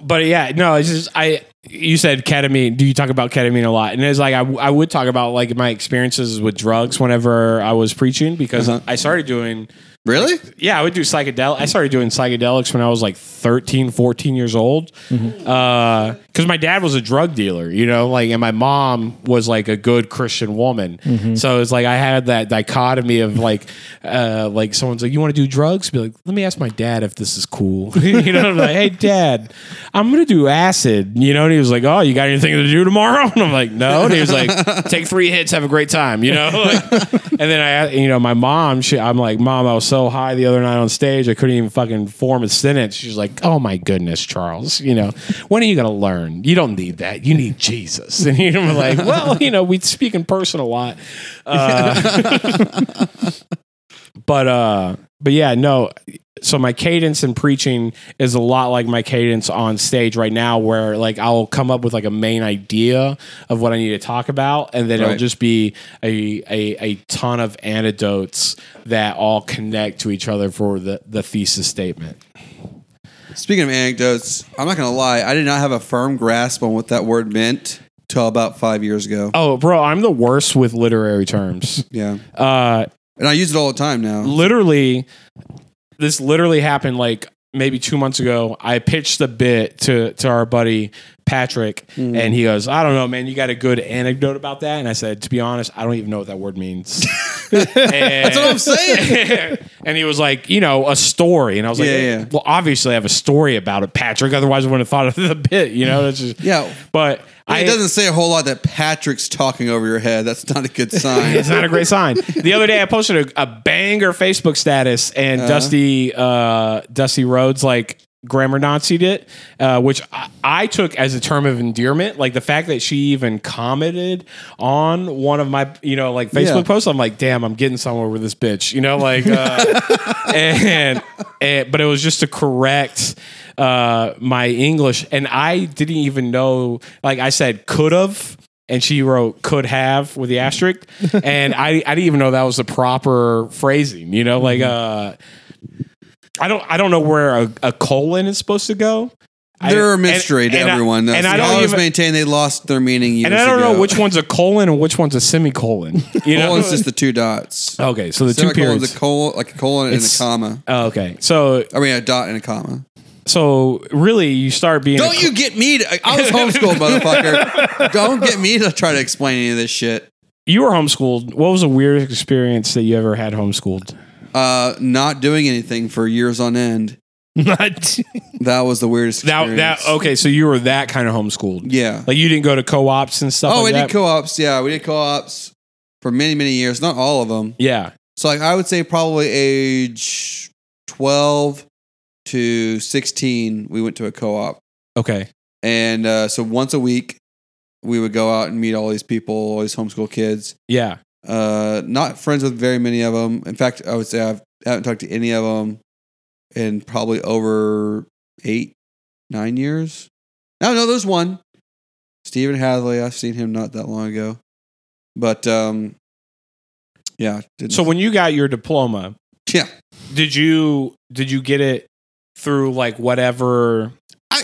[SPEAKER 2] but yeah, no, it's just I. You said ketamine. Do you talk about ketamine a lot? And it's like I, w- I would talk about like my experiences with drugs whenever I was preaching because
[SPEAKER 3] Uh-huh.
[SPEAKER 2] I started doing
[SPEAKER 3] Really?
[SPEAKER 2] yeah, I would do psychedelic. I started doing psychedelics when I was like 13, 14 years old. Because my dad was a drug dealer, you know, like, and my mom was like a good Christian woman. So it's like I had that dichotomy of like, uh, like someone's like, you want to do drugs? Be like, let me ask my dad if this is cool. you know, I'm like, hey, dad, I'm going to do acid. You know, and he was like, oh, you got anything to do tomorrow? And I'm like, no. And he was like, take three hits, have a great time, you know? Like, and then I, you know, my mom, she, I'm like, mom, I was so high the other night on stage, I couldn't even fucking form a sentence. She's like, oh my goodness, Charles, you know, when are you going to learn? You don't need that. You need Jesus. And you know, I'm like, well, you know, we speak in person a lot. Uh, but, uh, but yeah, no. So my cadence in preaching is a lot like my cadence on stage right now, where like I'll come up with like a main idea of what I need to talk about, and then it'll
[SPEAKER 3] Right.
[SPEAKER 2] just just be a, a a ton of anecdotes that all connect to each other for the, the thesis statement.
[SPEAKER 3] Speaking of anecdotes, I'm not gonna lie. I did not have a firm grasp on what that word meant till about five years ago.
[SPEAKER 2] Oh, bro, I'm the worst with literary terms.
[SPEAKER 3] Yeah,
[SPEAKER 2] Uh,
[SPEAKER 3] and I use it all the time now.
[SPEAKER 2] literally, this literally happened like maybe two months ago. I pitched the bit to to our buddy Patrick,
[SPEAKER 3] Hmm.
[SPEAKER 2] and he goes, "I don't know, man. You got a good anecdote about that?" And I said, "To be honest, I don't even know what that word means." That's
[SPEAKER 3] what I'm
[SPEAKER 2] saying. and he was like, "You know, a story," and I was like,
[SPEAKER 3] Yeah, yeah.
[SPEAKER 2] "Well, obviously, I have a story about it, Patrick. Otherwise, I wouldn't have thought of the bit." You know, it's just
[SPEAKER 3] Yeah,
[SPEAKER 2] But I
[SPEAKER 3] it doesn't say a whole lot that Patrick's talking over your head. That's not a good sign.
[SPEAKER 2] It's not a great sign. The other day, I posted a, a banger Facebook status, and Dusty uh, Dusty Rhodes like grammar Nazi'd it, uh, which I, I took as a term of endearment. Like the fact that she even commented on one of my you know like Facebook
[SPEAKER 3] Yeah.
[SPEAKER 2] posts. I'm like, damn, I'm getting somewhere with this bitch. You know, like, uh, and, and but it was just to correct uh my english and i didn't even know like i said could have and she wrote could have with the asterisk and i i didn't even know that was the proper phrasing you know like
[SPEAKER 3] Mm-hmm.
[SPEAKER 2] uh i don't i don't know where a, a colon is supposed to go I-
[SPEAKER 3] They're a
[SPEAKER 2] and-
[SPEAKER 3] mystery to
[SPEAKER 2] and I-
[SPEAKER 3] everyone. That's
[SPEAKER 2] and i
[SPEAKER 3] I
[SPEAKER 2] don't
[SPEAKER 3] always
[SPEAKER 2] even
[SPEAKER 3] maintain they lost their meaning years
[SPEAKER 2] and i don't know
[SPEAKER 3] ago.
[SPEAKER 2] which one's a colon and which one's a semicolon you know
[SPEAKER 3] colon's just the two dots.
[SPEAKER 2] okay so the two
[SPEAKER 3] Semicolon's
[SPEAKER 2] periods
[SPEAKER 3] a colon, like a colon
[SPEAKER 2] It's-
[SPEAKER 3] and a comma.
[SPEAKER 2] Oh, okay so
[SPEAKER 3] I mean, a dot and a comma.
[SPEAKER 2] so really you start being a
[SPEAKER 3] Don't you get me? To, I was homeschooled, motherfucker. Don't get me to try to explain any of this shit.
[SPEAKER 2] you were homeschooled. What was the weirdest experience that you ever had homeschooled?
[SPEAKER 3] Uh, not doing anything for years on end.
[SPEAKER 1] Not
[SPEAKER 3] That was the weirdest.
[SPEAKER 2] That
[SPEAKER 3] Experience.
[SPEAKER 2] that okay, so you were that kind of homeschooled.
[SPEAKER 3] Yeah.
[SPEAKER 2] Like you didn't go to co-ops and stuff.
[SPEAKER 3] oh,
[SPEAKER 2] like
[SPEAKER 3] we
[SPEAKER 2] that?
[SPEAKER 3] did co-ops. Yeah, we did co-ops for many, many years. Not all of them.
[SPEAKER 2] Yeah,
[SPEAKER 3] So, like, I would say probably age twelve to sixteen, we went to a co-op,
[SPEAKER 2] okay.
[SPEAKER 3] and uh, so once a week, we would go out and meet all these people, all these homeschool kids.
[SPEAKER 2] Yeah,
[SPEAKER 3] Uh, not friends with very many of them. In fact, I would say I've, I haven't talked to any of them in probably over eight, nine years. No, no, there's one. Stephen Hadley. I've seen him not that long ago, but um, yeah. didn't-
[SPEAKER 2] So when you got your diploma,
[SPEAKER 3] yeah,
[SPEAKER 2] did you did you get it through like whatever
[SPEAKER 3] I-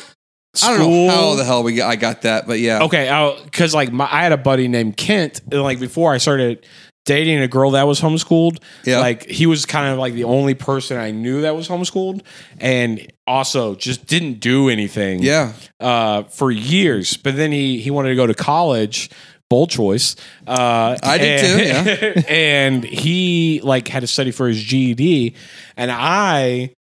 [SPEAKER 2] school?
[SPEAKER 3] I don't know how the hell we got, I got that, but yeah.
[SPEAKER 2] Okay, because like my, I had a buddy named Kent, and like before I started dating a girl that was homeschooled,
[SPEAKER 3] Yeah.
[SPEAKER 2] like he was kind of like the only person I knew that was homeschooled, and also just didn't do anything.
[SPEAKER 3] yeah.
[SPEAKER 2] uh, for years, but then he he wanted to go to college. Bold choice. Uh,
[SPEAKER 3] I did
[SPEAKER 2] and, too. Yeah. and he like had to study for his GED, and I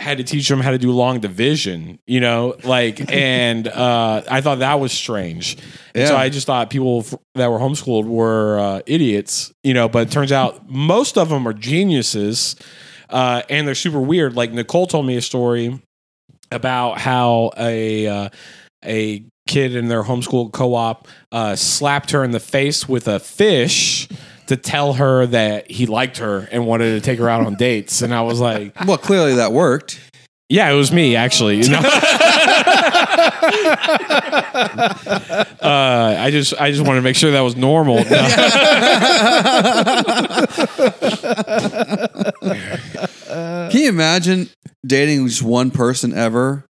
[SPEAKER 2] had to teach him how to do long division. You know, like, and uh, I thought that was strange. And so
[SPEAKER 3] Yeah.
[SPEAKER 2] I just thought people f- that were homeschooled were uh, idiots. You know, but it turns out most of them are geniuses, uh, and they're super weird. Like Nicole told me a story about how a uh, a kid in their homeschool co-op uh, slapped her in the face with a fish to tell her that he liked her and wanted to take her out on dates and i was like
[SPEAKER 3] Well, clearly that worked.
[SPEAKER 2] yeah it was me actually you know uh, i just i just wanted to make sure that was normal No.
[SPEAKER 3] Can you imagine dating just one person ever?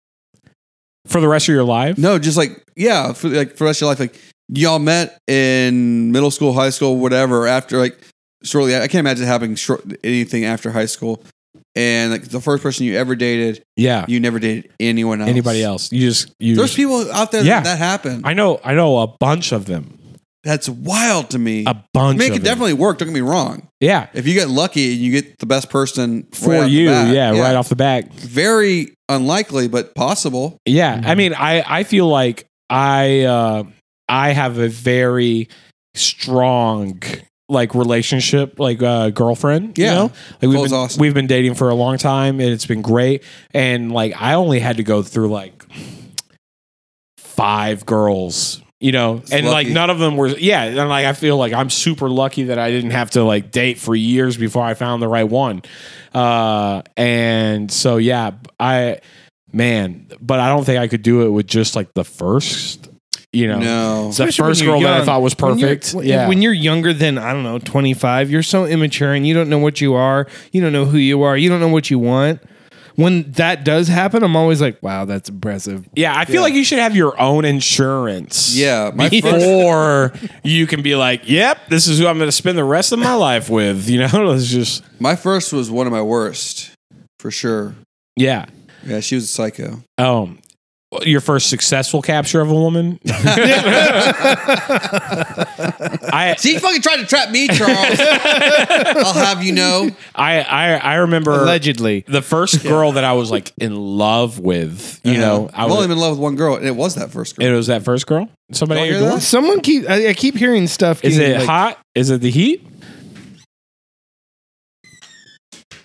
[SPEAKER 2] for the rest of your life
[SPEAKER 3] No, just like yeah, for, like for the rest of your life. Like y'all met in middle school, high school, whatever. After like shortly, I can't imagine happening short anything after high school. And like the first person you ever dated,
[SPEAKER 2] yeah
[SPEAKER 3] you never dated anyone else.
[SPEAKER 2] anybody else you just you
[SPEAKER 3] There's
[SPEAKER 2] just,
[SPEAKER 3] people out there
[SPEAKER 2] Yeah.
[SPEAKER 3] that that happen.
[SPEAKER 2] i know i know a bunch of them
[SPEAKER 3] That's wild to me.
[SPEAKER 2] a
[SPEAKER 3] I
[SPEAKER 2] bunch
[SPEAKER 3] mean, it
[SPEAKER 2] of
[SPEAKER 3] could
[SPEAKER 2] them.
[SPEAKER 3] definitely work. Don't get me wrong.
[SPEAKER 2] yeah
[SPEAKER 3] If you get lucky and you get the best person
[SPEAKER 2] for
[SPEAKER 3] right off the
[SPEAKER 2] you
[SPEAKER 3] bat,
[SPEAKER 2] yeah, right off the back
[SPEAKER 3] very unlikely but possible.
[SPEAKER 2] yeah
[SPEAKER 3] Mm-hmm.
[SPEAKER 2] i mean i i feel like i uh i have a very strong like relationship like uh girlfriend
[SPEAKER 3] Yeah.
[SPEAKER 2] you know like we've
[SPEAKER 3] Cole's
[SPEAKER 2] been,
[SPEAKER 3] awesome.
[SPEAKER 2] we've been dating for a long time and it's been great and like i only had to go through like five girls you know
[SPEAKER 3] That's
[SPEAKER 2] and like
[SPEAKER 3] lucky.
[SPEAKER 2] none of them were yeah and like i feel like i'm super lucky that i didn't have to like date for years before i found the right one uh and so yeah i man but i don't think i could do it with just like the first you know
[SPEAKER 3] No.
[SPEAKER 2] It's the
[SPEAKER 1] Especially when
[SPEAKER 2] first
[SPEAKER 1] you're
[SPEAKER 2] girl that i
[SPEAKER 1] young.
[SPEAKER 2] thought was
[SPEAKER 1] When you're-
[SPEAKER 2] perfect
[SPEAKER 1] when-
[SPEAKER 2] yeah
[SPEAKER 1] When you're younger than, I don't know, 25, you're so immature and you don't know what you are. You don't know who you are. You don't know what you want. When that does happen, I'm always like, wow, that's impressive.
[SPEAKER 2] yeah i feel
[SPEAKER 3] Yeah.
[SPEAKER 2] like you should have your own insurance
[SPEAKER 3] Yeah, my first
[SPEAKER 2] before you can be like, "Yep, this is who I'm going to spend the rest of my life with." You know, it's just
[SPEAKER 3] my first was one of my worst, for sure.
[SPEAKER 2] yeah.
[SPEAKER 3] Yeah, she was a psycho.
[SPEAKER 2] Um, your first successful capture of a woman. I
[SPEAKER 3] She fucking tried to trap me, Charles. I'll have you know.
[SPEAKER 2] I I I remember
[SPEAKER 1] Allegedly.
[SPEAKER 2] the first girl that I was like in love with. You know, I
[SPEAKER 3] I've only
[SPEAKER 2] was.
[SPEAKER 3] been in love with one girl, and it was that first girl.
[SPEAKER 2] It was that first girl. Somebody
[SPEAKER 3] Don't
[SPEAKER 2] at your
[SPEAKER 3] hear
[SPEAKER 2] door?
[SPEAKER 3] that?
[SPEAKER 1] Someone keep, I, I keep hearing stuff.
[SPEAKER 2] Is
[SPEAKER 1] keep,
[SPEAKER 2] it
[SPEAKER 1] like,
[SPEAKER 2] hot? Is it the heat?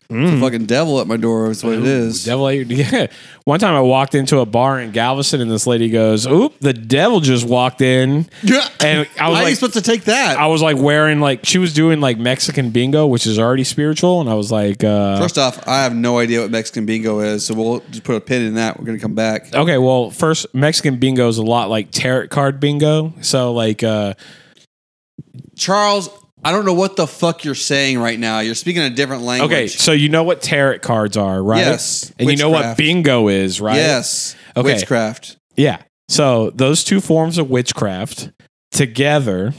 [SPEAKER 3] The
[SPEAKER 1] "Hmm,
[SPEAKER 3] fucking devil at my door is what it is.
[SPEAKER 2] Devil ate- Yeah. One time I walked into a bar in Galveston and this lady goes, Oop, the devil just walked in. And I was
[SPEAKER 3] How are you
[SPEAKER 2] like,
[SPEAKER 3] supposed to take that?
[SPEAKER 2] I was like wearing like she was doing like Mexican bingo, which is already spiritual, and I was like, uh,
[SPEAKER 3] First off, I have no idea what Mexican bingo is, so we'll just put a pin in that. We're gonna come back.
[SPEAKER 2] okay, well, first Mexican bingo is a lot like tarot card bingo, so like uh,
[SPEAKER 3] Charles, I don't know what the fuck you're saying right now. You're speaking a different language.
[SPEAKER 2] okay, so you know what tarot cards are, right?
[SPEAKER 3] Yes.
[SPEAKER 2] and you know what
[SPEAKER 3] Witchcraft.
[SPEAKER 2] bingo is, right?
[SPEAKER 3] Yes.
[SPEAKER 2] Okay.
[SPEAKER 3] Witchcraft.
[SPEAKER 2] yeah. So those two forms of witchcraft together.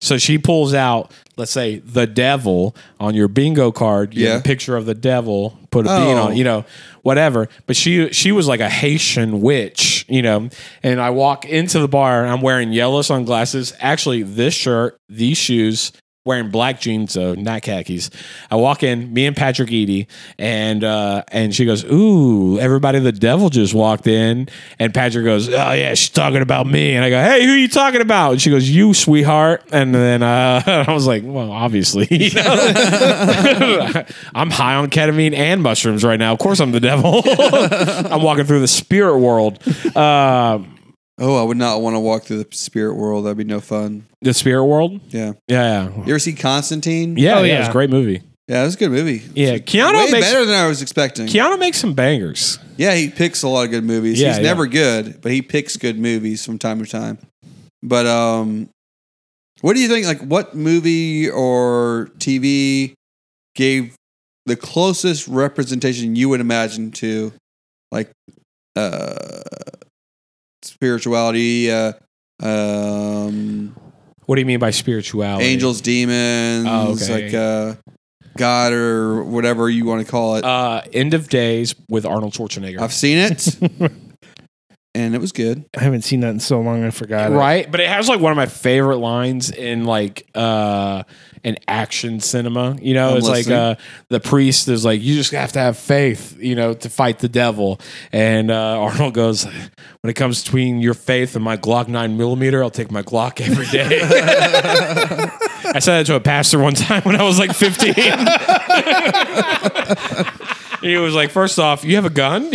[SPEAKER 2] So she pulls out, let's say, the devil on your bingo card. You have
[SPEAKER 3] Yeah.
[SPEAKER 2] a picture of the devil, put a bean
[SPEAKER 3] Oh.
[SPEAKER 2] on, you know, whatever. But she she was like a Haitian witch, you know. And I walk into the bar and I'm wearing yellow sunglasses, actually this shirt, these shoes, wearing black jeans, so not khakis. I walk in, me and Patrick Eady, and uh, and she goes, "Ooh, everybody, the devil just walked in." And Patrick goes, "Oh yeah, she's talking about me." And I go, "Hey, who you talking about?" And she goes, "You, sweetheart." And then uh, I was like, "Well, obviously, you know? I'm high on ketamine and mushrooms right now. Of course, I'm the devil. I'm walking through the spirit world." Uh,
[SPEAKER 3] Oh, I would not want to walk through the spirit world. That'd be no fun.
[SPEAKER 2] the spirit world,
[SPEAKER 3] Yeah.
[SPEAKER 2] yeah, yeah,
[SPEAKER 3] You ever see Constantine?
[SPEAKER 2] yeah.
[SPEAKER 1] Oh,
[SPEAKER 2] yeah. It was
[SPEAKER 1] yeah.
[SPEAKER 2] a great movie.
[SPEAKER 3] Yeah, it was a good movie.
[SPEAKER 2] Yeah, Keanu
[SPEAKER 3] Way
[SPEAKER 2] makes
[SPEAKER 3] better than I was expecting.
[SPEAKER 2] Keanu makes some bangers.
[SPEAKER 3] yeah, he picks a lot of good movies.
[SPEAKER 2] Yeah,
[SPEAKER 3] He's
[SPEAKER 2] yeah.
[SPEAKER 3] never good, but he picks good movies from time to time. But um what do you think like what movie or TV gave the closest representation you would imagine to like uh spirituality uh um
[SPEAKER 2] What do you mean by spirituality?
[SPEAKER 3] angels, demons,
[SPEAKER 2] Oh, okay.
[SPEAKER 3] like uh, God or whatever you want to call it.
[SPEAKER 2] Uh, End of Days with Arnold Schwarzenegger.
[SPEAKER 3] I've seen it, and it was good.
[SPEAKER 1] I haven't seen that in so long. I forgot. it.
[SPEAKER 2] right, but it has like one of my favorite lines in like uh an action cinema. You know,
[SPEAKER 3] I'm
[SPEAKER 2] it's
[SPEAKER 3] listening.
[SPEAKER 2] like uh the priest is like, you just have to have faith, you know, to fight the devil. And uh, Arnold goes, when it comes between your faith and my Glock nine millimeter, I'll take my Glock every day. I said that to a pastor one time when I was like fifteen. And he was like, first off, you have a gun? and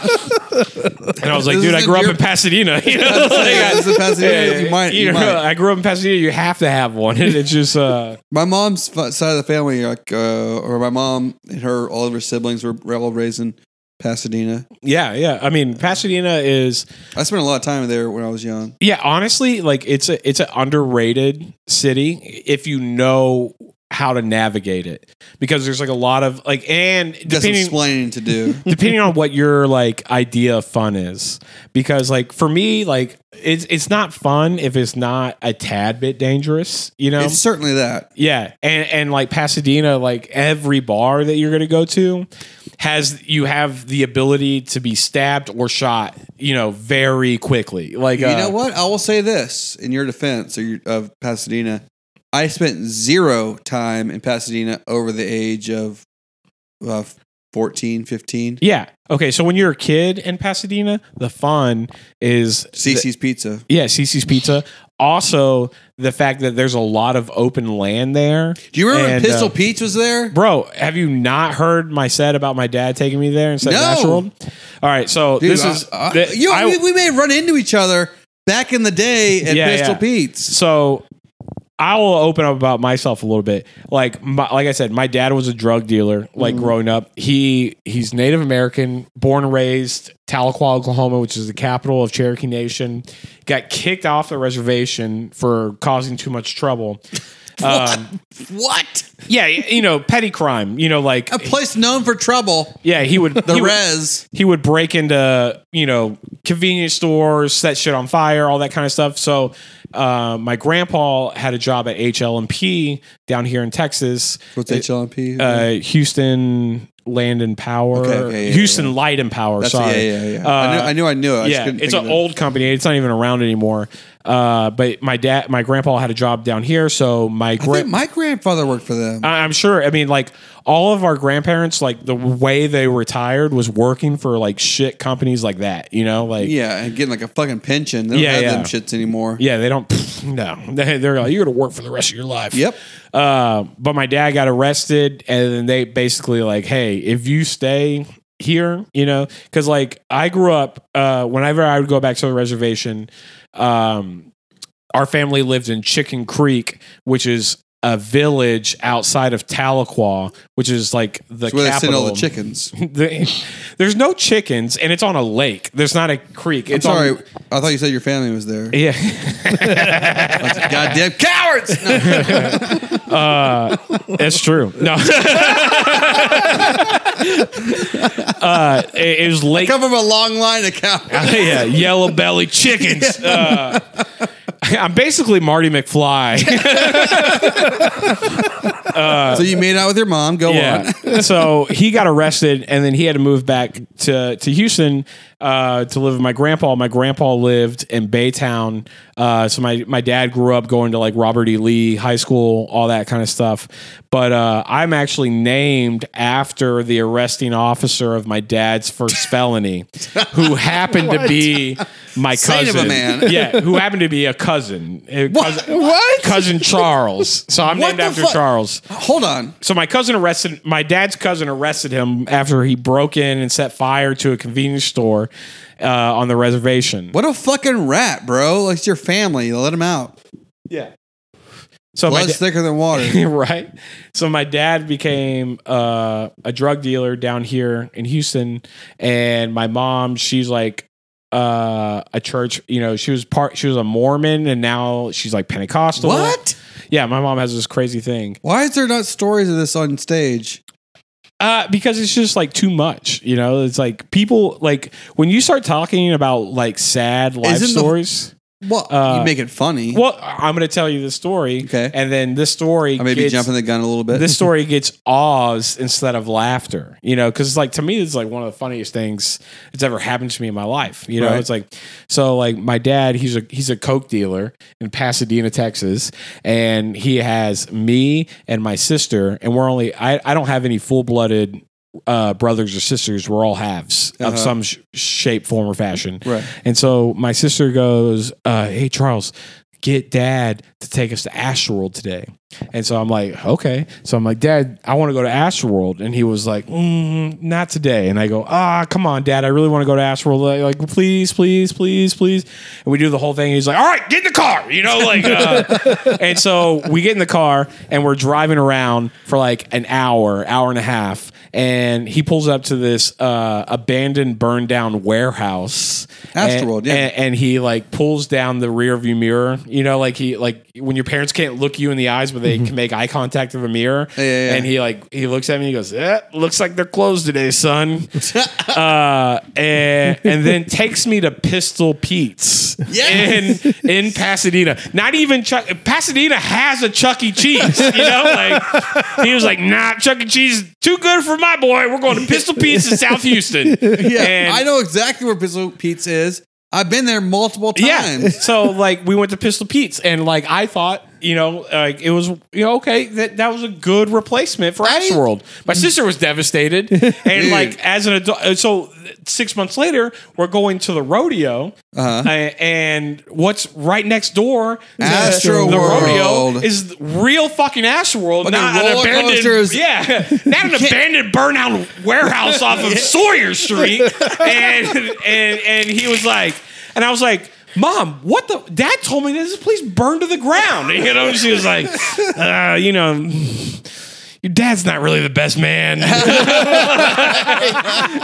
[SPEAKER 2] I was like,
[SPEAKER 3] This
[SPEAKER 2] dude, I
[SPEAKER 3] isn't
[SPEAKER 2] grew up
[SPEAKER 3] your-
[SPEAKER 2] in Pasadena. You know? like,
[SPEAKER 3] Yeah, this is Pasadena.
[SPEAKER 2] Yeah, yeah.
[SPEAKER 3] You might. You
[SPEAKER 2] You know,
[SPEAKER 3] might.
[SPEAKER 2] I grew up in Pasadena. You have to have one. And it's just, uh,
[SPEAKER 3] My mom's f- side of the family, like, uh, or my mom and her, all of her siblings were, were all raised in Pasadena.
[SPEAKER 2] yeah, yeah. I mean, Pasadena is,
[SPEAKER 3] I spent a lot of time there when I was young.
[SPEAKER 2] yeah, honestly, like it's a, it's an underrated city if you know how to navigate it because there's like a lot of like, and
[SPEAKER 3] Got some
[SPEAKER 2] depending,
[SPEAKER 3] explaining to do.
[SPEAKER 2] depending on what your like idea of fun is because like for me like it's it's not fun if it's not a tad bit dangerous you know
[SPEAKER 3] it's certainly that.
[SPEAKER 2] yeah and and like pasadena like every bar that you're gonna go to has you have the ability to be stabbed or shot you know very quickly like
[SPEAKER 3] You
[SPEAKER 2] uh,
[SPEAKER 3] know what? I will say this in your defense or your, of Pasadena. I spent zero time in Pasadena over the age of uh, 14, 15.
[SPEAKER 2] yeah okay so when you're a kid in pasadena the fun is
[SPEAKER 3] CC's Pizza.
[SPEAKER 2] yeah cc's pizza also the fact that there's a lot of open land there
[SPEAKER 3] Do you remember
[SPEAKER 2] And,
[SPEAKER 3] when Pistol
[SPEAKER 2] uh,
[SPEAKER 3] Peach was there?
[SPEAKER 2] Bro, have you not heard my set about my dad taking me there instead
[SPEAKER 3] No.
[SPEAKER 2] of Bash World? All right, so
[SPEAKER 3] Dude,
[SPEAKER 2] this
[SPEAKER 3] I-
[SPEAKER 2] is
[SPEAKER 3] I-
[SPEAKER 2] thi-
[SPEAKER 3] you know,
[SPEAKER 2] I-
[SPEAKER 3] we, we may have run into each other back in the day at
[SPEAKER 2] Yeah,
[SPEAKER 3] Pistol
[SPEAKER 2] yeah.
[SPEAKER 3] Pete's.
[SPEAKER 2] so I will open up about myself a little bit. Like my, like I said, my dad was a drug dealer. Like growing up, he he's Native American, born and raised Tahlequah, Oklahoma, which is the capital of Cherokee Nation. Got kicked off the reservation for causing too much trouble. Um,
[SPEAKER 3] What?
[SPEAKER 2] yeah, you know, petty crime. You know, like
[SPEAKER 3] A place known for trouble.
[SPEAKER 2] yeah, he would
[SPEAKER 3] The
[SPEAKER 2] he would-
[SPEAKER 3] Res.
[SPEAKER 2] he would break into you know convenience stores, set shit on fire, all that kind of stuff. So uh, my grandpa had a job at HLMP down here in Texas,
[SPEAKER 3] What's HLMP?
[SPEAKER 2] uh, Houston Land and Power,
[SPEAKER 3] Okay, okay, yeah,
[SPEAKER 2] Houston
[SPEAKER 3] yeah.
[SPEAKER 2] Light and Power.
[SPEAKER 3] That's, yeah,
[SPEAKER 2] sorry,
[SPEAKER 3] yeah, yeah.
[SPEAKER 2] Uh,
[SPEAKER 3] I, knew, I knew I knew it. I just
[SPEAKER 2] yeah,
[SPEAKER 3] couldn't
[SPEAKER 2] it's
[SPEAKER 3] think
[SPEAKER 2] an
[SPEAKER 3] of it.
[SPEAKER 2] old company. It's not even around anymore. Uh, but my dad, my grandpa had a job down here, so my
[SPEAKER 3] I
[SPEAKER 2] grand.
[SPEAKER 3] think my grandfather worked for them.
[SPEAKER 2] I- I'm sure. I mean, like all of our grandparents, like the way they retired was working for like shit companies like that. You know, like
[SPEAKER 3] yeah, and getting like a fucking pension. They don't
[SPEAKER 2] Yeah,
[SPEAKER 3] have
[SPEAKER 2] yeah.
[SPEAKER 3] them shits anymore.
[SPEAKER 2] Yeah, they don't. pff, No, They- they're like, you're gonna work for the rest of your life.
[SPEAKER 3] Yep.
[SPEAKER 2] Uh, but my dad got arrested, and then they basically like, hey, if you stay here, you know, because like I grew up. Uh, whenever I would go back to the reservation, um, our family lived in Chicken Creek, which is a village outside of Tahlequah, which is like the
[SPEAKER 3] That's where they send
[SPEAKER 2] capital.
[SPEAKER 3] all the chickens.
[SPEAKER 2] chickens. There's no chickens, and it's on a lake. There's not a creek.
[SPEAKER 3] I'm
[SPEAKER 2] It's
[SPEAKER 3] sorry.
[SPEAKER 2] On,
[SPEAKER 3] I thought you said your family was there.
[SPEAKER 2] yeah.
[SPEAKER 3] Goddamn cowards! No.
[SPEAKER 2] That's true. No. uh, it, it was late.
[SPEAKER 3] Come from a long line of cowards.
[SPEAKER 2] yeah, yellow belly chickens. Uh, I'm basically Marty McFly.
[SPEAKER 3] so you made out with your mom. Go on.
[SPEAKER 2] Uh, yeah. So he got arrested, and then he had to move back to to Houston uh, to live with my grandpa. My grandpa lived in Baytown, uh, so my my dad grew up going to like Robert E. Lee High School, all that kind of stuff. But uh, I'm actually named after the arresting officer of my dad's first felony, who happened to be my
[SPEAKER 3] Saint
[SPEAKER 2] cousin.
[SPEAKER 3] of a man.
[SPEAKER 2] Yeah, who happened to be a cousin. Uh, cousin
[SPEAKER 4] What?
[SPEAKER 2] Cousin Charles. So I'm
[SPEAKER 3] What
[SPEAKER 2] named
[SPEAKER 3] the
[SPEAKER 2] after
[SPEAKER 3] fu-
[SPEAKER 2] Charles.
[SPEAKER 3] Hold on.
[SPEAKER 2] So my cousin arrested my dad's cousin arrested him after he broke in and set fire to a convenience store uh, on the reservation.
[SPEAKER 3] What a fucking rat, bro! Like it's your family. Let them out.
[SPEAKER 2] So my
[SPEAKER 3] Blood's
[SPEAKER 2] da-
[SPEAKER 3] thicker than water.
[SPEAKER 2] right. So my dad became uh, a drug dealer down here in Houston, and my mom she's like uh, a church. You know, she was part. She was a Mormon, and now she's like Pentecostal.
[SPEAKER 3] what?
[SPEAKER 2] Yeah, my mom has this crazy thing.
[SPEAKER 3] Why is there not stories of this on stage?
[SPEAKER 2] Uh, because it's just like too much, you know. It's like people like when you start talking about like sad life
[SPEAKER 3] Isn't the-
[SPEAKER 2] stories.
[SPEAKER 3] Well,
[SPEAKER 2] Uh,
[SPEAKER 3] you make it funny.
[SPEAKER 2] well, I'm going to tell you the story,
[SPEAKER 3] Okay.
[SPEAKER 2] And then this story,
[SPEAKER 3] I may be
[SPEAKER 2] gets,
[SPEAKER 3] jumping the gun a little bit.
[SPEAKER 2] this story gets awes instead of laughter, you know. Because like to me, it's like one of the funniest things that's ever happened to me in my life. You know,
[SPEAKER 3] Right.
[SPEAKER 2] it's like so like my dad, he's a he's a coke dealer in Pasadena, Texas, and he has me and my sister, and we're only I I don't have any full blooded uh, brothers or sisters. We're all halves
[SPEAKER 3] Uh-huh.
[SPEAKER 2] of some sh- shape, form, or fashion.
[SPEAKER 3] Right.
[SPEAKER 2] And so my sister goes, uh, "Hey Charles, get dad to take us to Astroworld today. And so I'm like, okay. So I'm like, Dad, I want to go to Astroworld. And he was like, mm, not today. And I go, ah, come on, Dad. I really want to go to Astroworld. Like, like, please, please, please, please. And we do the whole thing. He's like, all right, get in the car. You know, like, uh, and so we get in the car and we're driving around for like an hour, hour and a half. And he pulls up to this uh, abandoned, burned down warehouse.
[SPEAKER 3] Astroworld,
[SPEAKER 2] And-
[SPEAKER 3] yeah.
[SPEAKER 2] and- and he like pulls down the rear view mirror. You know, like he like when your parents can't look you in the eyes, but they can make eye contact with a mirror.
[SPEAKER 3] yeah, yeah.
[SPEAKER 2] And he like he looks at me. He goes, eh, "Looks like they're closed today, son." uh, and and then takes me to Pistol Pete's
[SPEAKER 3] Yes!
[SPEAKER 2] in in Pasadena. Not even Chuck Pasadena has a Chuck E. Cheese. You know, like he was like, "Nah, Chuck E. Cheese is too good for my boy. We're going to Pistol Pete's in South Houston."
[SPEAKER 3] Yeah,
[SPEAKER 2] And-
[SPEAKER 3] I know exactly where Pistol Pete's is. I've been there multiple
[SPEAKER 2] Yeah.
[SPEAKER 3] times.
[SPEAKER 2] So like we went to Pistol Pete's and like I thought, you know, like it was you know, okay, that that was a good replacement for
[SPEAKER 3] I-
[SPEAKER 2] Astroworld. My sister was devastated. And like as an adult uh, so six months later, we're going to the rodeo. Uh, and what's right next door to
[SPEAKER 3] Astroworld.
[SPEAKER 2] the rodeo is real fucking Astroworld,
[SPEAKER 3] Fucking
[SPEAKER 2] not an
[SPEAKER 3] roller
[SPEAKER 2] abandoned
[SPEAKER 3] coasters.
[SPEAKER 2] yeah, not an abandoned burnout warehouse off of Sawyer Street. And and and he was like, and I was like, Mom, what the? Dad told me this place burned to the ground. You know, she was like, uh, you know, your dad's not really the best man.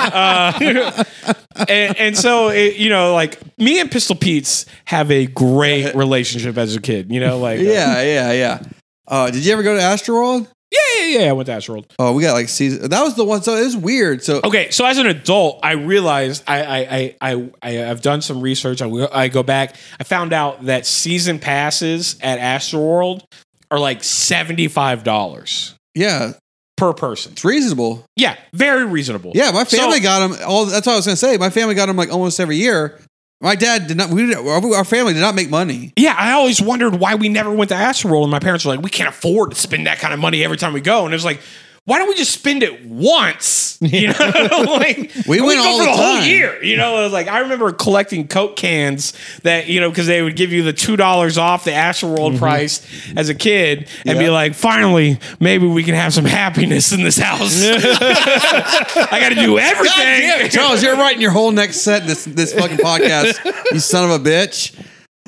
[SPEAKER 2] Uh, and, and so, it, you know, like me and Pistol Pete's have a great relationship as a kid. You know, like uh,
[SPEAKER 3] Yeah, yeah, yeah. Uh, did you ever go to Astroworld?
[SPEAKER 2] yeah, yeah, yeah. I went to Astroworld.
[SPEAKER 3] Oh, we got like season. That was the one. So it was weird. So
[SPEAKER 2] Okay, so as an adult, I realized I I I I, I have done some research. I will- I go back. I found out that season passes at Astroworld are like seventy five dollars
[SPEAKER 3] yeah,
[SPEAKER 2] per person.
[SPEAKER 3] it's reasonable.
[SPEAKER 2] Yeah, very reasonable.
[SPEAKER 3] Yeah, my
[SPEAKER 2] So-
[SPEAKER 3] family got 'em got them. All that's what I was gonna say. My family got them like almost every year. My dad did not. We did, our our family did not make money.
[SPEAKER 2] Yeah, I always wondered why we never went to Astroworld, and my parents were like, "We can't afford to spend that kind of money every time we go." And it was like, "Why don't we just spend it once?" You know, like
[SPEAKER 3] We went
[SPEAKER 2] go
[SPEAKER 3] all
[SPEAKER 2] for
[SPEAKER 3] the
[SPEAKER 2] the whole
[SPEAKER 3] time.
[SPEAKER 2] year. You know, it was like I remember collecting Coke cans that you know because they would give you the two dollars off the Astroworld
[SPEAKER 3] Mm-hmm.
[SPEAKER 2] price as a kid, and be
[SPEAKER 3] Yeah.
[SPEAKER 2] like, "Finally, maybe we can have some happiness in this house." I got to do everything.
[SPEAKER 3] Damn, Charles, you're writing your whole next set this this fucking podcast. you son of a bitch.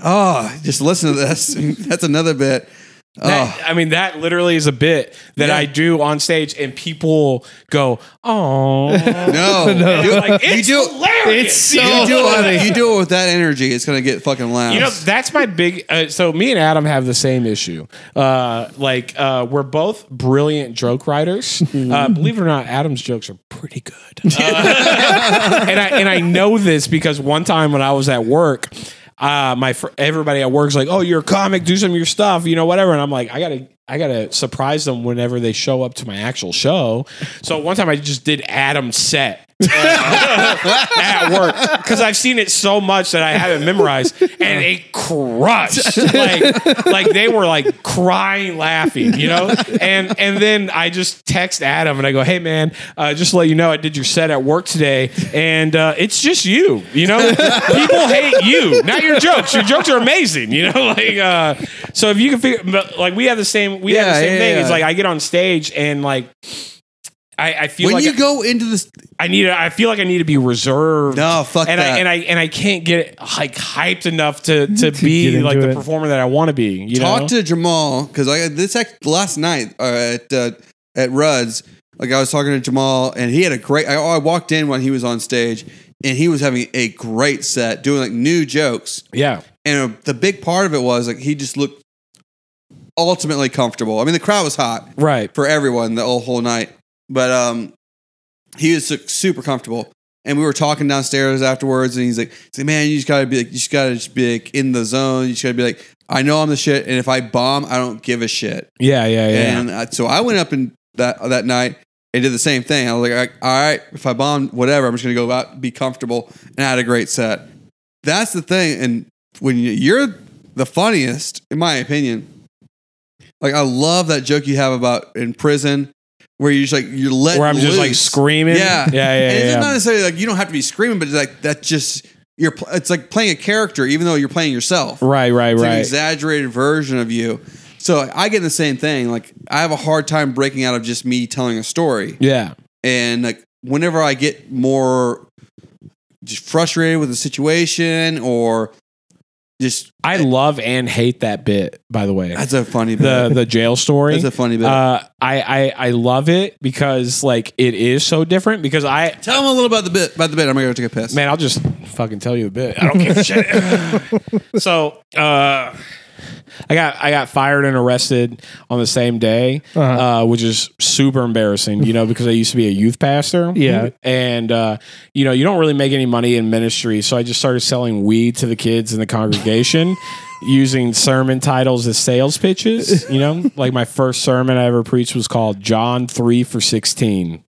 [SPEAKER 3] Oh, just listen to this. That's another bit.
[SPEAKER 2] That- I mean, that literally is a bit that
[SPEAKER 3] Yeah.
[SPEAKER 2] I do on stage, and people go, "Oh,
[SPEAKER 3] No,
[SPEAKER 2] like, it's
[SPEAKER 3] do-
[SPEAKER 2] hilarious."
[SPEAKER 1] It's so
[SPEAKER 3] you, do
[SPEAKER 1] funny.
[SPEAKER 3] it, you do it with that energy, it's gonna get fucking loud.
[SPEAKER 2] you know, that's my big. Uh, so me and Adam have the same issue. Uh, like uh, we're both brilliant joke writers. Uh, believe it or not, Adam's jokes are pretty good. Uh, and I and I know this because one time when I was at work. Uh, my fr- everybody at work's like, oh, you're a comic, do some of your stuff, you know, whatever. And I'm like, I gotta, I gotta surprise them whenever they show up to my actual show. So one time I just did Adam's set at work because I've seen it so much that I haven't memorized, and it crushed. Like, like they were like crying, laughing, you know. And and then I just text Adam and I go, "Hey man, uh, just to let you know, I did your set at work today, and uh, it's just you. You know, people hate you, not your jokes. Your jokes are amazing. You know, like uh, so if you can figure, but, like we have the same, we have
[SPEAKER 3] Yeah,
[SPEAKER 2] the same
[SPEAKER 3] yeah,
[SPEAKER 2] thing. It's
[SPEAKER 3] yeah.
[SPEAKER 2] like I get on stage and like. I, I feel
[SPEAKER 3] when
[SPEAKER 2] like
[SPEAKER 3] you go into this,
[SPEAKER 2] I need. I feel like I need to be reserved.
[SPEAKER 3] No, fuck
[SPEAKER 2] and
[SPEAKER 3] that.
[SPEAKER 2] I, and I and I can't get like hyped enough to to,
[SPEAKER 1] get
[SPEAKER 2] be
[SPEAKER 1] into
[SPEAKER 2] like the
[SPEAKER 1] it.
[SPEAKER 2] performer that I want to be. You
[SPEAKER 3] talk
[SPEAKER 2] know.
[SPEAKER 3] to Jamal because I this act, last night uh, at uh, at Rudd's. Like I was talking to Jamal, and he had a great. I, I walked in when he was on stage, and he was having a great set, doing like new jokes.
[SPEAKER 2] yeah.
[SPEAKER 3] And uh, the big part of it was like he just looked ultimately comfortable. I mean, the crowd was hot
[SPEAKER 2] Right.
[SPEAKER 3] for everyone the whole, whole night, but um, he was su- super comfortable. And we were talking downstairs afterwards, and he's like, he's like, "Man, you just gotta be like, you just gotta just be like in the zone. You just gotta be like, I know I'm the shit, and if I bomb, I don't give a shit."
[SPEAKER 2] Yeah. Yeah. Yeah.
[SPEAKER 3] And uh, so I went up and that that night and did the same thing. I was like, all right, if I bomb, whatever, I'm just gonna go out and be comfortable. And I had a great set. That's the thing. And when you- you're the funniest, in my opinion, like I love that joke you have about in prison where you're just like you're letting
[SPEAKER 2] Where I'm just like
[SPEAKER 3] loose.
[SPEAKER 2] screaming.
[SPEAKER 3] Yeah,
[SPEAKER 2] Yeah. Yeah.
[SPEAKER 3] And it's
[SPEAKER 2] yeah.
[SPEAKER 3] not necessarily like you don't have to be screaming, but it's like that just you're pl- it's like playing a character, even though you're playing yourself.
[SPEAKER 2] Right, right,
[SPEAKER 3] It's an
[SPEAKER 2] right.
[SPEAKER 3] exaggerated version of you. So I get the same thing. Like I have a hard time breaking out of just me telling a story,
[SPEAKER 2] Yeah.
[SPEAKER 3] and like whenever I get more just frustrated with the situation or just
[SPEAKER 2] I love and hate that bit, by the way.
[SPEAKER 3] that's a funny
[SPEAKER 2] the
[SPEAKER 3] bit.
[SPEAKER 2] the jail story.
[SPEAKER 3] that's a funny bit.
[SPEAKER 2] uh, I, I I love it because like it is so different because I
[SPEAKER 3] Tell them a little about the bit. About the bit. I'm gonna go take a piss.
[SPEAKER 2] man I'll just fucking tell you a bit I don't give a shit. so uh, I got I got fired and arrested on the same day, uh which is super embarrassing, you know, because I used to be a youth pastor.
[SPEAKER 1] Yeah.
[SPEAKER 2] and uh, you know you don't really make any money in ministry, so I just started selling weed to the kids in the congregation. Using sermon titles as sales pitches, you know, like my first sermon I ever preached was called John 3 for 16.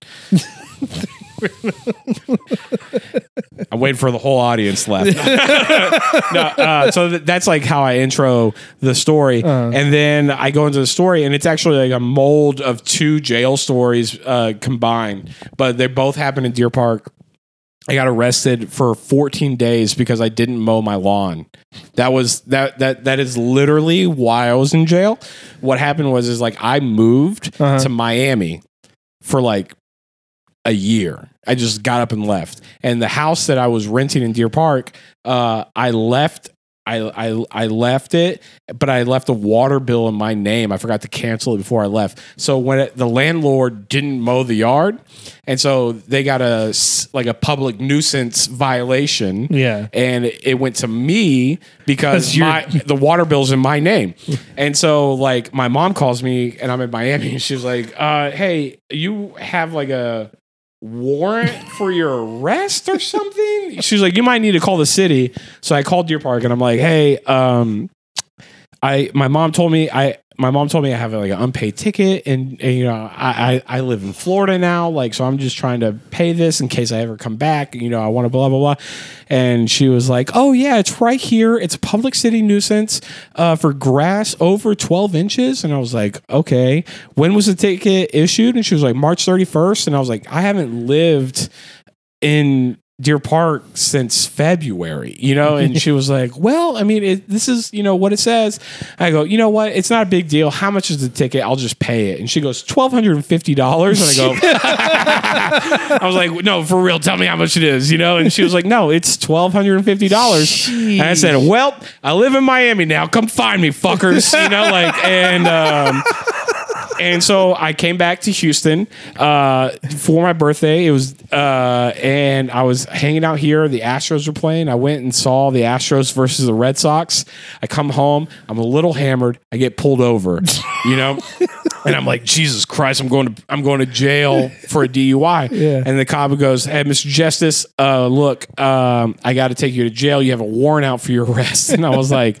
[SPEAKER 2] I'm waiting for the whole audience left. no, uh, so th- that's like how I intro the story, and then I go into the story, and it's actually like a mold of two jail stories uh, combined, but they both happened in Deer Park. I got arrested for 14 days because I didn't mow my lawn. That was that that that is literally why I was in jail. What happened was is like I moved to Miami for like a year. I just got up and left. And the house that I was renting in Deer Park, uh, I left. I, I I left it, but I left a water bill in my name. I forgot to cancel it before I left. So when it, the landlord didn't mow the yard, and so they got a s- like a public nuisance violation.
[SPEAKER 1] Yeah.
[SPEAKER 2] and it went to me
[SPEAKER 1] Because
[SPEAKER 2] because
[SPEAKER 1] you're-
[SPEAKER 2] my the water bill's in my name. And so like my mom calls me and I'm in Miami and she's like, uh, hey, you have like a warrant for your arrest or something? She's like, you might need to call the city. So I called Deer Park and I'm like, hey, um, I my mom told me I my mom told me I have like an unpaid ticket and, and, you know I, I I live in Florida now like so I'm just trying to pay this in case I ever come back you know I want to blah blah blah and she was like oh yeah it's right here it's a public city nuisance uh, for grass over 12 inches and I was like okay when was the ticket issued and she was like March 31st and I was like I haven't lived in Deer Park since February, you know? And she was like, Well, I mean, it, this is, you know, what it says. I go, You know what? It's not a big deal. How much is the ticket? I'll just pay it. And she goes, $1,250. And I go, I was like, no, for real, tell me how much it is, you know? And she was like, no, it's $1,250. And I said, well, I live in Miami now. Come find me, fuckers, you know? Like, and, um, and so I came back to Houston uh, for my birthday. It was, uh, and I was hanging out here. The Astros were playing. I went and saw the Astros versus the Red Sox. I come home. I'm a little hammered. I get pulled over, you know, and I'm like, Jesus Christ, I'm going to I'm going to jail for a DUI.
[SPEAKER 1] Yeah.
[SPEAKER 2] And the cop goes, Hey, Mr. Justice, uh, look, um, I got to take you to jail. You have a warrant out for your arrest. And I was like.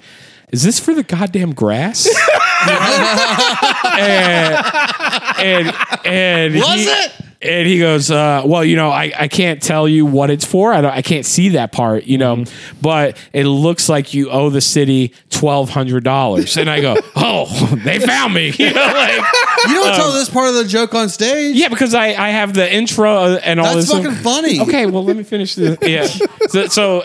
[SPEAKER 2] Is this for the goddamn grass? and and and
[SPEAKER 3] Was
[SPEAKER 2] he,
[SPEAKER 3] it?
[SPEAKER 2] And he goes, uh, well, you know, I, I can't tell you what it's for. I don't, I can't see that part, you know,
[SPEAKER 3] Mm-hmm.
[SPEAKER 2] but it looks like you owe the city twelve hundred dollars. And I go, oh, they found me. You know, like,
[SPEAKER 3] you don't tell this part of the joke on stage.
[SPEAKER 2] um, yeah, because I, I have the intro and all
[SPEAKER 3] that's
[SPEAKER 2] this.
[SPEAKER 3] fucking funny.
[SPEAKER 2] Okay, well, let me finish this. Yeah. So so,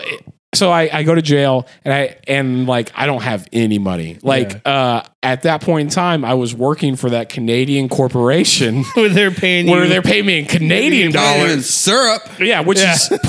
[SPEAKER 2] so I, I go to jail and I and like I don't have any money. Like uh, at that point in time, I was working for that Canadian corporation
[SPEAKER 1] Where they're paying
[SPEAKER 2] where
[SPEAKER 1] you-
[SPEAKER 2] they're paying me in Canadian
[SPEAKER 3] Dollar and
[SPEAKER 2] dollars.
[SPEAKER 3] syrup.
[SPEAKER 2] Yeah, which is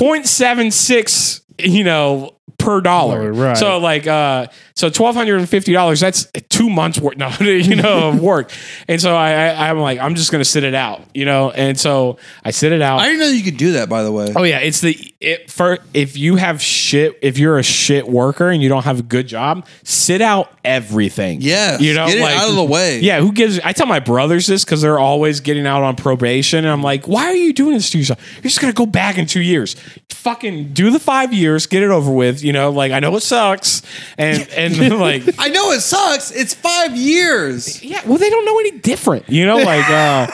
[SPEAKER 2] 0.76, you know, per dollar.
[SPEAKER 1] Oh, right.
[SPEAKER 2] So like uh so twelve hundred and fifty dollars, that's two months worth no, you know, of work. And so I, I I'm like, I'm just gonna sit it out, you know. And so I sit it out.
[SPEAKER 3] I didn't know you could do that. By the way,
[SPEAKER 2] Oh yeah, it's the it, for if you have shit, if you're a shit worker and you don't have a good job, sit out everything.
[SPEAKER 3] Yes.
[SPEAKER 2] you know,
[SPEAKER 3] Get it
[SPEAKER 2] like,
[SPEAKER 3] out of the way.
[SPEAKER 2] Yeah, who gives? I tell my brothers this because they're always getting out on probation, and I'm like, why are you doing this to yourself? You're just gonna go back in two years. Fucking do the five years, get it over with. You know, like I know it sucks, and and like
[SPEAKER 3] I know it sucks. It's five years.
[SPEAKER 2] yeah, well, they don't know any different. You know, like uh,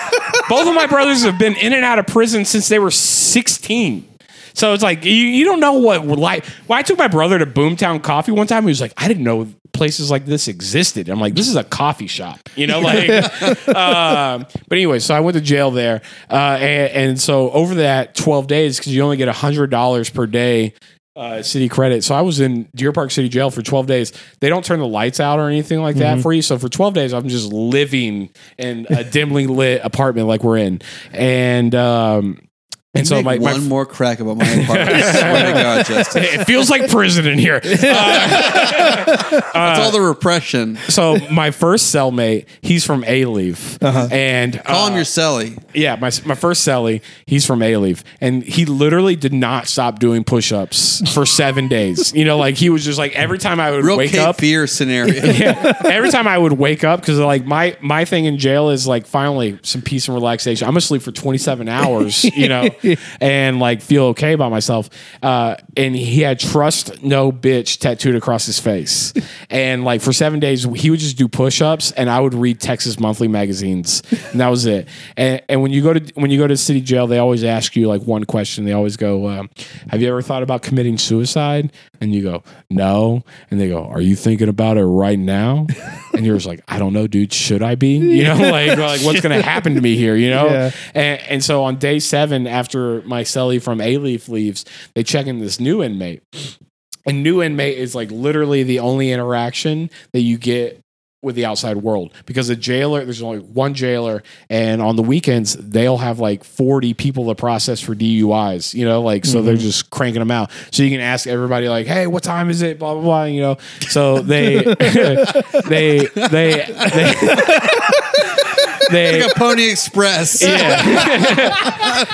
[SPEAKER 2] both of my brothers have been in and out of prison since they were 16. So it's like you, you don't know what we're like. When I took my brother to Boomtown Coffee one time, he was like, "I didn't know places like this existed." I'm like, "This is a coffee shop," you know. Like, um, but anyway, so I went to jail there, uh, and, and so over that 12 days, because you only get hundred dollars per day uh, city credit. So I was in Deer Park City Jail for 12 days. They don't turn the lights out or anything like that
[SPEAKER 3] Mm-hmm.
[SPEAKER 2] for you. So for 12 days, I'm just living in a dimly lit apartment like we're in. And, um, and so
[SPEAKER 3] Make
[SPEAKER 2] my, my
[SPEAKER 3] one more crack about my apartment. I swear to God, Justin.
[SPEAKER 2] it feels like prison in here.
[SPEAKER 3] That's all the repression.
[SPEAKER 2] So my first cellmate, he's from A Leaf, and uh,
[SPEAKER 3] Uh-huh. Call him your celly.
[SPEAKER 2] yeah, my my first cellie, he's from A Leaf, and he literally did not stop doing push ups for seven days. You know, like he was just like every time I would
[SPEAKER 3] Real
[SPEAKER 2] wake
[SPEAKER 3] Cape
[SPEAKER 2] up,
[SPEAKER 3] Fear scenario.
[SPEAKER 2] yeah. Every time I would wake up, because like my my thing in jail is like finally some peace and relaxation. I'm gonna sleep for 27 hours, you know, and like feel okay about myself. Uh, and he had trust no bitch tattooed across his face, and like for seven days he would just do push ups, and I would read Texas Monthly magazines, and that was it. And, and when you go to when you go to city jail, they always ask you like one question. They always go, um, "Have you ever thought about committing suicide?" And you go, "No." And they go, "Are you thinking about it right now?" And you're just like, "I don't know, dude. Should I be? You know, like like what's gonna happen to me here? You know?"
[SPEAKER 1] Yeah.
[SPEAKER 2] And, and so on day seven, after my cellie from A Leaf leaves, they check in this new inmate. A new inmate is like literally the only interaction that you get with the outside world because the jailer there's only one jailer and on the weekends they'll have like 40 people to process for DUIs you know like so they're just cranking them out so you can ask everybody like hey what time is it blah blah blah you know so they they they they they
[SPEAKER 3] like a Pony Express.
[SPEAKER 2] yeah.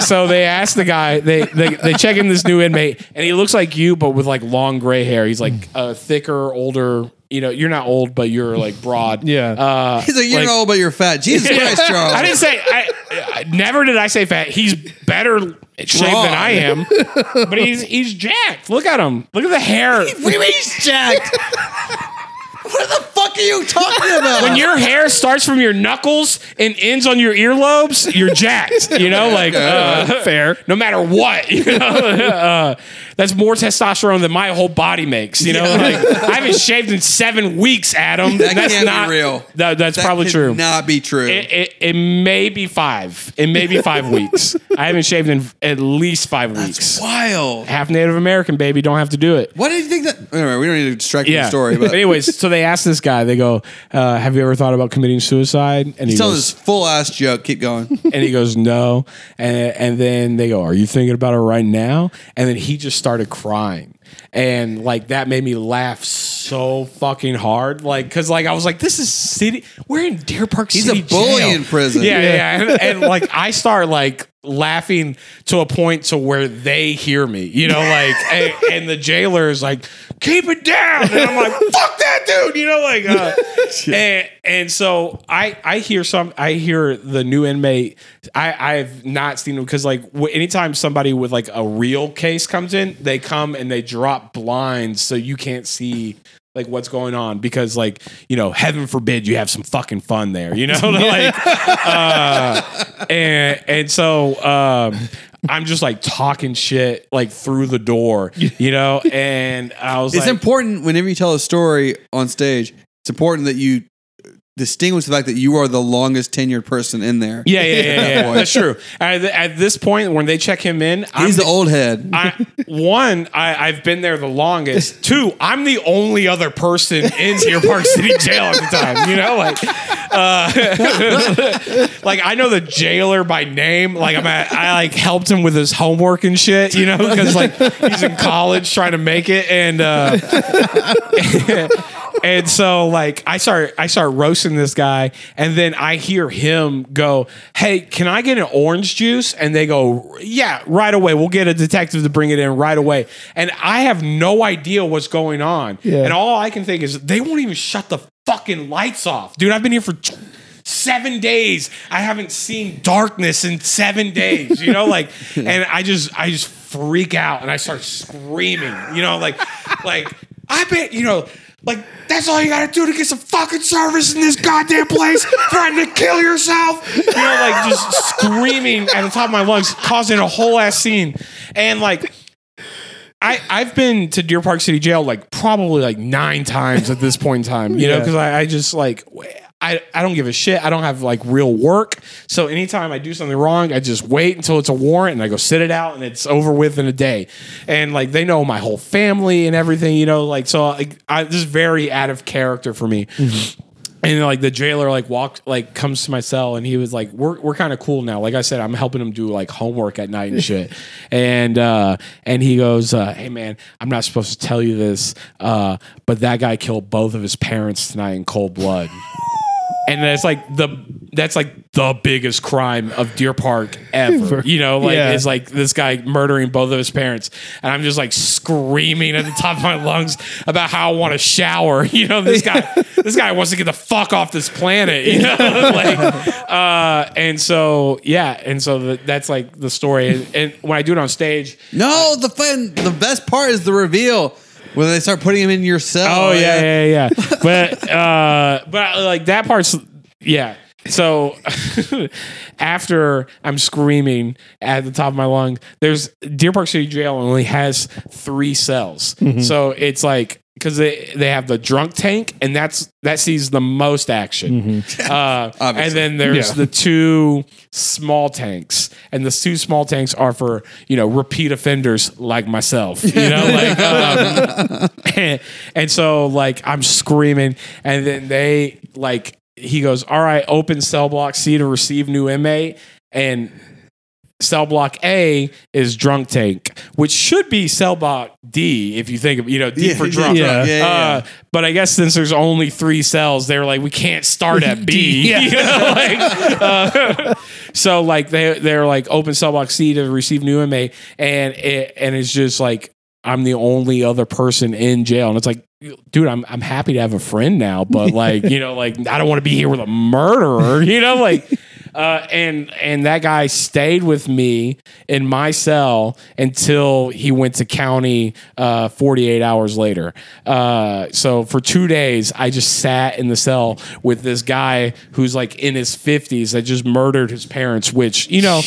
[SPEAKER 2] so they asked the guy. They, they they check in this new inmate, and he looks like you, but with like long gray hair. He's like a thicker, older. You know, you're not old, but you're like broad.
[SPEAKER 1] Yeah.
[SPEAKER 2] Uh,
[SPEAKER 3] He's like, you
[SPEAKER 2] like-
[SPEAKER 3] know, old, but you're fat. Jesus Christ, Charles.
[SPEAKER 2] I didn't say. I, I never did I say fat. He's better shaped
[SPEAKER 3] Wrong.
[SPEAKER 2] than I am, but he's he's jacked. Look at him. Look at the hair.
[SPEAKER 3] What do you mean he's jacked? what the fuck are you talking about?
[SPEAKER 2] When your hair starts from your knuckles and ends on your earlobes, you're jacked. You know, like uh, fair. No matter what, you know, uh, that's more testosterone than my whole body makes. You know, like I haven't shaved in seven weeks, Adam.
[SPEAKER 3] That
[SPEAKER 2] that's
[SPEAKER 3] can't be
[SPEAKER 2] not
[SPEAKER 3] real.
[SPEAKER 2] that- that's
[SPEAKER 3] That
[SPEAKER 2] probably
[SPEAKER 3] could
[SPEAKER 2] true.
[SPEAKER 3] Not be true.
[SPEAKER 2] It, it, it may be five. It may be five weeks. I haven't shaved in at least five weeks.
[SPEAKER 3] Wild.
[SPEAKER 2] Half Native American, baby. Don't have to do it.
[SPEAKER 3] Why do you think that? Anyway, we don't need to distract from the story, but
[SPEAKER 2] anyways, so they asked this guy. They go, uh, "Have you ever thought about committing suicide?" And he
[SPEAKER 3] he's telling
[SPEAKER 2] goes,
[SPEAKER 3] this full ass joke. Keep going.
[SPEAKER 2] and he goes no and, and then they go are you thinking about it right now and then he just started crying and like that made me laugh so fucking hard like because like i was like this is city we're in deer park
[SPEAKER 3] He's
[SPEAKER 2] city
[SPEAKER 3] a bully
[SPEAKER 2] Jail.
[SPEAKER 3] in prison.
[SPEAKER 2] yeah yeah, yeah. And, and, like i start like laughing to a point to where they hear me you know like and, and the jailer is like keep it down and i'm like fuck that dude you know like uh, and, and so i i hear some i hear the new inmate i i've not seen him because like wh- anytime somebody with like a real case comes in they come and they drop blinds so you can't see like what's going on because like you know heaven forbid you have some fucking fun there you know like Uh, and and so um I'm just like talking shit like through the door, you know, and I was
[SPEAKER 3] It's
[SPEAKER 2] like,
[SPEAKER 3] important whenever you tell a story on stage. It's important that you distinguish the fact that you are the longest tenured person in there.
[SPEAKER 2] yeah, yeah, yeah, yeah,
[SPEAKER 3] point.
[SPEAKER 2] that's true. At, th- at this point, when they check him in, I'm
[SPEAKER 3] he's the old head.
[SPEAKER 2] I, one, I, I've been there the longest. Two, I'm the only other person in Deer Park City Jail at the time. You know, like, uh, like I know the jailer by name. Like I'm, at, I like helped him with his homework and shit. You know, because like he's in college trying to make it, and uh, and so like I start I start roasting this guy, and then I hear him go, "Hey, can I get an orange juice?" And they go, "Yeah, right away. We'll get a detective to bring it in right away." And I have no idea what's going on,
[SPEAKER 1] Yeah.
[SPEAKER 2] and all I can think is they won't even shut the fucking lights off, dude. I've been here for. T- Seven days. I haven't seen darkness in seven days. You know, like, and I just, I just freak out and I start screaming. You know, like, like I bet you know like, that's all you gotta do to get some fucking service in this goddamn place, trying to kill yourself. You know, like just screaming at the top of my lungs, causing a whole ass scene. And like, I, I've been to Deer Park City Jail like probably like nine times at this point in time, you know,
[SPEAKER 1] Yeah.
[SPEAKER 2] because I, I just like, w- I, I don't give a shit. I don't have like real work. So anytime I do something wrong, I just wait until it's a warrant and I go sit it out and it's over with in a day. And like they know my whole family and everything, you know, like so like I this is very out of character for me. And like the jailer like walked like comes to my cell and he was like, We're we're kind of cool now. Like I said, I'm helping him do like homework at night and shit. and uh and he goes, uh, hey man, I'm not supposed to tell you this, uh, but that guy killed both of his parents tonight in cold blood. and that's like the that's like the biggest crime of Deer Park ever. You know, like
[SPEAKER 1] Yeah.
[SPEAKER 2] it's like this guy murdering both of his parents, and I'm just like screaming at the top of my lungs about how I want to shower. You know, this guy this guy wants to get the fuck off this planet. You know, like uh, and so yeah, and so the, that's like the story. And, and when I do it on stage,
[SPEAKER 3] No, the fun, the best part is the reveal when they start putting him in your cell.
[SPEAKER 2] Oh yeah, yeah, yeah. but uh, but like that part's yeah. So after I'm screaming at the top of my lungs, there's Deer Park City Jail only has three cells, so it's like because they they have the drunk tank, and that's that sees the most action. Uh, and
[SPEAKER 3] Obviously.
[SPEAKER 2] then there's
[SPEAKER 1] Yeah.
[SPEAKER 2] the two small tanks, and the two small tanks are for you know repeat offenders like myself. You know, like um, and so like I'm screaming, and then they like he goes, "All right, open cell block C to receive new inmate," and cell block A is drunk tank, which should be cell block D if you think of you know D for drunk.
[SPEAKER 1] yeah,
[SPEAKER 3] yeah, yeah.
[SPEAKER 2] Uh, but I guess since there's only three cells, they were like, we can't start at B. you know, like, uh, so like they they're like open cell block C to receive new inmate, and it, and it's just like I'm the only other person in jail, and it's like. Dude, I'm I'm happy to have a friend now, but like you know, like I don't want to be here with a murderer, you know, like, uh, and and that guy stayed with me in my cell until he went to county uh, 48 hours later. Uh, so for two days, I just sat in the cell with this guy who's like in his 50s that just murdered his parents, which, you know.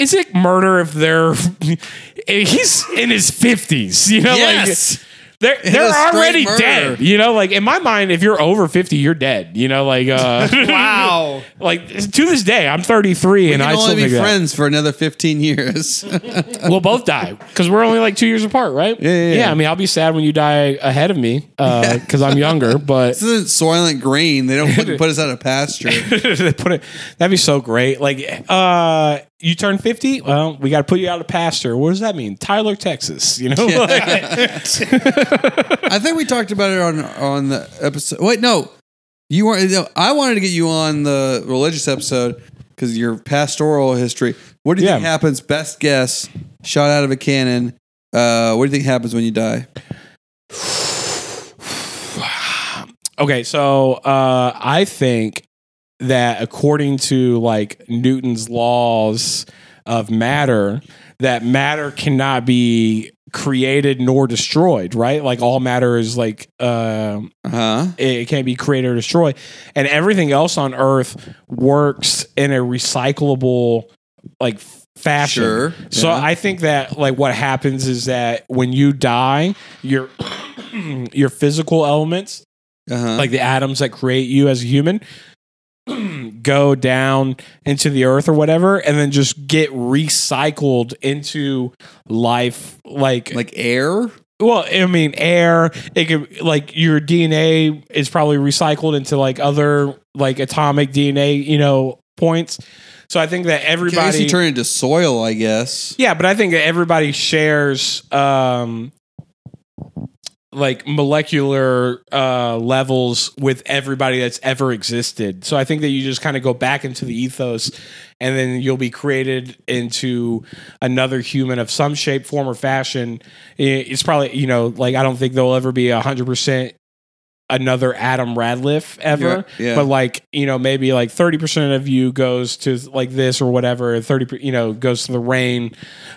[SPEAKER 2] Is it murder if they're he's in his fifties? You know,
[SPEAKER 3] Yes.
[SPEAKER 2] like they're they're
[SPEAKER 3] is straight
[SPEAKER 2] already
[SPEAKER 3] murder.
[SPEAKER 2] dead. You know, like in my mind, if you're over fifty, you're dead. You know, like uh, wow, like to this day, I'm 33 and I
[SPEAKER 3] We'll
[SPEAKER 2] still
[SPEAKER 3] only be
[SPEAKER 2] think that.
[SPEAKER 3] friends for another 15 years.
[SPEAKER 2] We'll both die because we're only like two years apart, right? Yeah,
[SPEAKER 3] yeah, yeah.
[SPEAKER 2] I mean, I'll be sad when you die ahead of me because I'm younger, but
[SPEAKER 3] this isn't Soylent Green. They don't fucking put us out of pasture.
[SPEAKER 2] they put it, that'd be so great. Like, uh, you turn 50, well, we got to put you out of pasture. What does that mean? Tyler, Texas, you know?
[SPEAKER 3] I think we talked about it on on the episode. Wait, no, you weren't. No, I wanted to get you on the religious episode because your pastoral history. What do you think
[SPEAKER 2] Yeah.
[SPEAKER 3] happens? Best guess, shot out of a cannon. Uh, what do you think happens when you die?
[SPEAKER 2] Okay, so uh, I think that according to like Newton's laws of matter, that matter cannot be created nor destroyed, right? Like all matter is like um
[SPEAKER 3] Uh huh.
[SPEAKER 2] it can't be create or destroy and everything else on earth works in a recyclable like f- fashion
[SPEAKER 3] Sure,
[SPEAKER 2] so
[SPEAKER 3] yeah.
[SPEAKER 2] i think that like what happens is that when you die your your physical elements
[SPEAKER 3] Uh huh.
[SPEAKER 2] like the atoms that create you as a human go down into the earth or whatever and then just get recycled into life like
[SPEAKER 3] like air.
[SPEAKER 2] well, I mean, air. It could like your DNA is probably recycled into like other like atomic DNA, you know, points. So I think that
[SPEAKER 3] I guess
[SPEAKER 2] everybody,
[SPEAKER 3] you turn into soil. I guess.
[SPEAKER 2] yeah, but I think that everybody shares um like molecular uh levels with everybody that's ever existed. So I think that you just kind of go back into the ethos and then you'll be created into another human of some shape, form, or fashion. I- It's probably, you know, like I don't think there'll ever be a hundred percent another Adam Radliff ever.
[SPEAKER 3] Yeah, yeah.
[SPEAKER 2] But like, you know, maybe like 30% of you goes to like this or whatever, 30, per- you know, goes to the rain.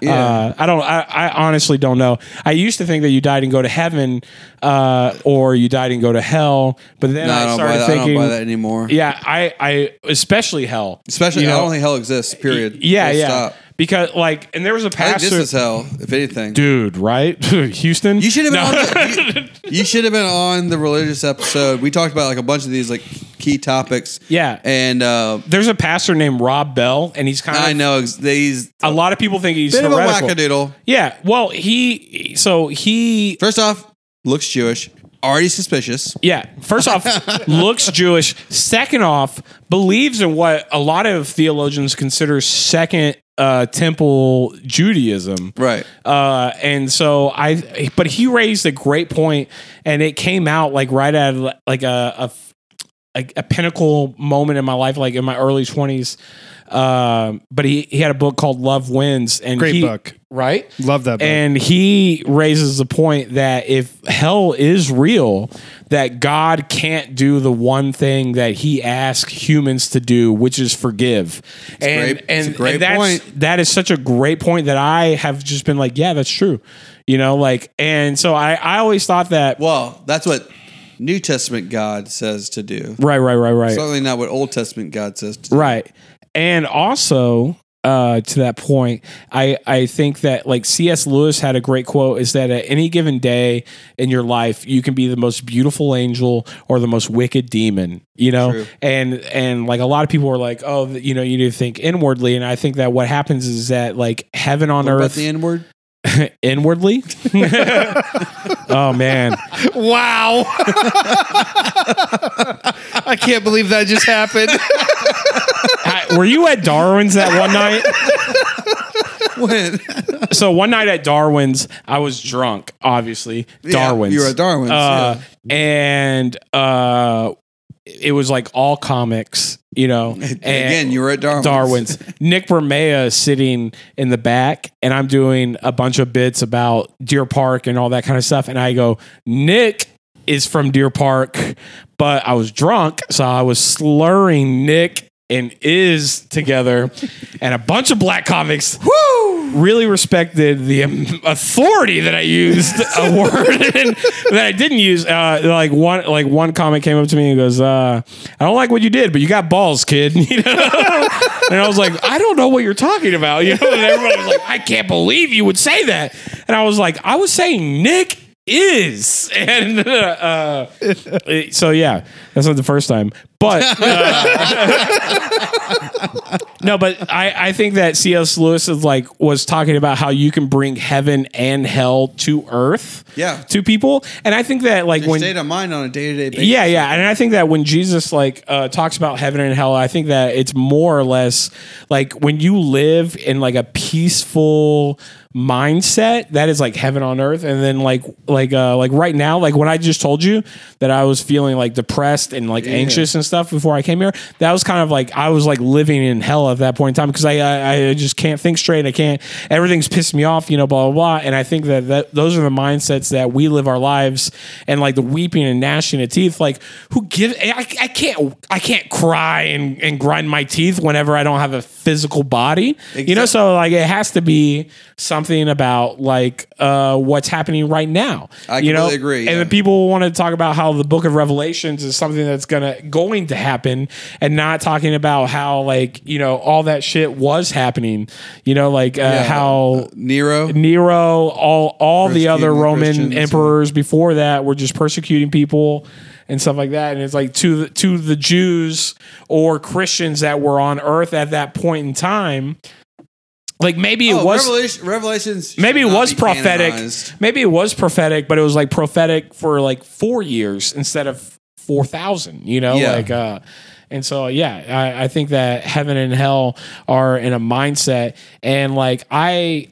[SPEAKER 2] Uh, I don't, I, I honestly don't know. I used to think that you died and go to heaven, uh, or you died and go to hell. But then
[SPEAKER 3] No, I
[SPEAKER 2] I
[SPEAKER 3] don't buy
[SPEAKER 2] started
[SPEAKER 3] that. I
[SPEAKER 2] thinking,
[SPEAKER 3] don't buy that anymore.
[SPEAKER 2] yeah, I, I, especially hell.
[SPEAKER 3] Especially,
[SPEAKER 2] You
[SPEAKER 3] I
[SPEAKER 2] know-
[SPEAKER 3] don't think hell exists. Period.
[SPEAKER 2] Yeah,
[SPEAKER 3] Full
[SPEAKER 2] yeah.
[SPEAKER 3] stop.
[SPEAKER 2] because like, and there was a
[SPEAKER 3] I think this
[SPEAKER 2] pastor,
[SPEAKER 3] is hell, if anything.
[SPEAKER 5] dude, right? Houston.
[SPEAKER 3] You should have been.
[SPEAKER 5] No.
[SPEAKER 3] On the, you, you should have been on the religious episode. We talked about like a bunch of these like key topics.
[SPEAKER 2] Yeah.
[SPEAKER 3] and uh,
[SPEAKER 2] There's a pastor named Rob Bell, and he's kind of.
[SPEAKER 3] I know ex- these
[SPEAKER 2] A lot of people think he's
[SPEAKER 3] bit of a
[SPEAKER 2] heretical.
[SPEAKER 3] wackadoodle.
[SPEAKER 2] Yeah. Well, he. So he.
[SPEAKER 3] First off, looks Jewish. Already suspicious.
[SPEAKER 2] Yeah. First off, looks Jewish. Second off, believes in what a lot of theologians consider second uh, temple Judaism.
[SPEAKER 3] Right.
[SPEAKER 2] Uh, and so I, but he raised a great point, and it came out like right at like a a, a, a pinnacle moment in my life, like in my early twenties. Um, but he he had a book called Love Wins, and
[SPEAKER 1] Great
[SPEAKER 2] he-
[SPEAKER 1] book.
[SPEAKER 2] right?
[SPEAKER 1] Love that book.
[SPEAKER 2] And he raises the point that if hell is real, that God can't do the one thing that he asks humans to do, which is forgive. and
[SPEAKER 3] great-
[SPEAKER 2] and,
[SPEAKER 3] it's a great
[SPEAKER 2] and that's
[SPEAKER 3] point.
[SPEAKER 2] that is such a great point that I have just been like, yeah, that's true. You know, like and so I, I always thought that
[SPEAKER 3] Well, that's what New Testament God says to do.
[SPEAKER 2] right, right, right, right.
[SPEAKER 3] Certainly not what Old Testament God says to do.
[SPEAKER 2] Right. And also, uh, to that point, I, I think that like C.S. Lewis had a great quote is that at any given day in your life, you can be the most beautiful angel or the most wicked demon, you know?
[SPEAKER 3] True.
[SPEAKER 2] And, and like a lot of people are like, oh, th- you know, you need to think inwardly. And I think that what happens is that like heaven on
[SPEAKER 3] What about
[SPEAKER 2] earth
[SPEAKER 3] the N word?
[SPEAKER 2] inwardly. oh, man.
[SPEAKER 1] Wow. I can't believe that just happened.
[SPEAKER 2] I, were you at Darwin's that one night?
[SPEAKER 3] When?
[SPEAKER 2] so one night at Darwin's, I was drunk, obviously. Darwin's.
[SPEAKER 3] You were at Darwin's.
[SPEAKER 2] Uh,
[SPEAKER 3] yeah.
[SPEAKER 2] And uh, it was like all comics, you know. and-
[SPEAKER 3] Again, you were at Darwin's.
[SPEAKER 2] Darwin's. Nick Bermea is sitting in the back, and I'm doing a bunch of bits about Deer Park and all that kind of stuff. And I go, Nick is from Deer Park, but I was drunk, so I was slurring Nick and is together, and a bunch of black comics really respected the um, authority that I used a word in, that I didn't use. Uh, like one, like one comic came up to me and goes, uh, "I don't like what you did, but you got balls, kid." You know? and I was like, "I don't know what you're talking about." You know, and everybody was like, "I can't believe you would say that." And I was like, "I was saying Nick." Is and uh, uh, it- so yeah, that's not the first time, but no, but I, I think that C.S. Lewis is like was talking about how you can bring heaven and hell to earth.
[SPEAKER 3] Yeah.
[SPEAKER 2] To people. And I think that like
[SPEAKER 3] Your
[SPEAKER 2] when
[SPEAKER 3] state of mind on a day to day basis.
[SPEAKER 2] yeah, yeah, and I think that when Jesus like uh, talks about heaven and hell, I think that it's more or less like when you live in like a peaceful mindset, that is like heaven on earth. And then like like uh, like right now, like when I just told you that I was feeling like depressed and like anxious and stuff before I came here, that was kind of like I was like living in hell at that point in time because I, I I just can't think straight. I can't. Everything's pissed me off. You know, blah blah blah. And I think that, that those are the mindsets that we live our lives and like the weeping and gnashing of teeth. Like who gives? I, I can't I can't cry and, and grind my teeth whenever I don't have a physical body. You know, so like it has to be something about like uh, what's happening right now.
[SPEAKER 3] I
[SPEAKER 2] you know?
[SPEAKER 3] completely agree,
[SPEAKER 2] And
[SPEAKER 3] yeah.
[SPEAKER 2] the people want to talk about how the book of revelations is something that's gonna going to happen and not talking about how like you know all that shit was happening you know like uh, how
[SPEAKER 3] Nero.
[SPEAKER 2] nero all all the other
[SPEAKER 3] Persecuting
[SPEAKER 2] roman
[SPEAKER 3] Christians, yeah.
[SPEAKER 2] emperors before that were just persecuting people and stuff like that and it's like to the, to the jews or christians that were on earth at that point in time like maybe it
[SPEAKER 3] Oh,
[SPEAKER 2] was
[SPEAKER 3] Revelation, Revelations. should
[SPEAKER 2] maybe it
[SPEAKER 3] not
[SPEAKER 2] was
[SPEAKER 3] be
[SPEAKER 2] prophetic.
[SPEAKER 3] canonized.
[SPEAKER 2] Maybe it was prophetic, but it was like prophetic for like four years instead of four thousand. You know,
[SPEAKER 3] Yeah.
[SPEAKER 2] like uh, and so yeah, I, I think that heaven and hell are in a mindset, and like I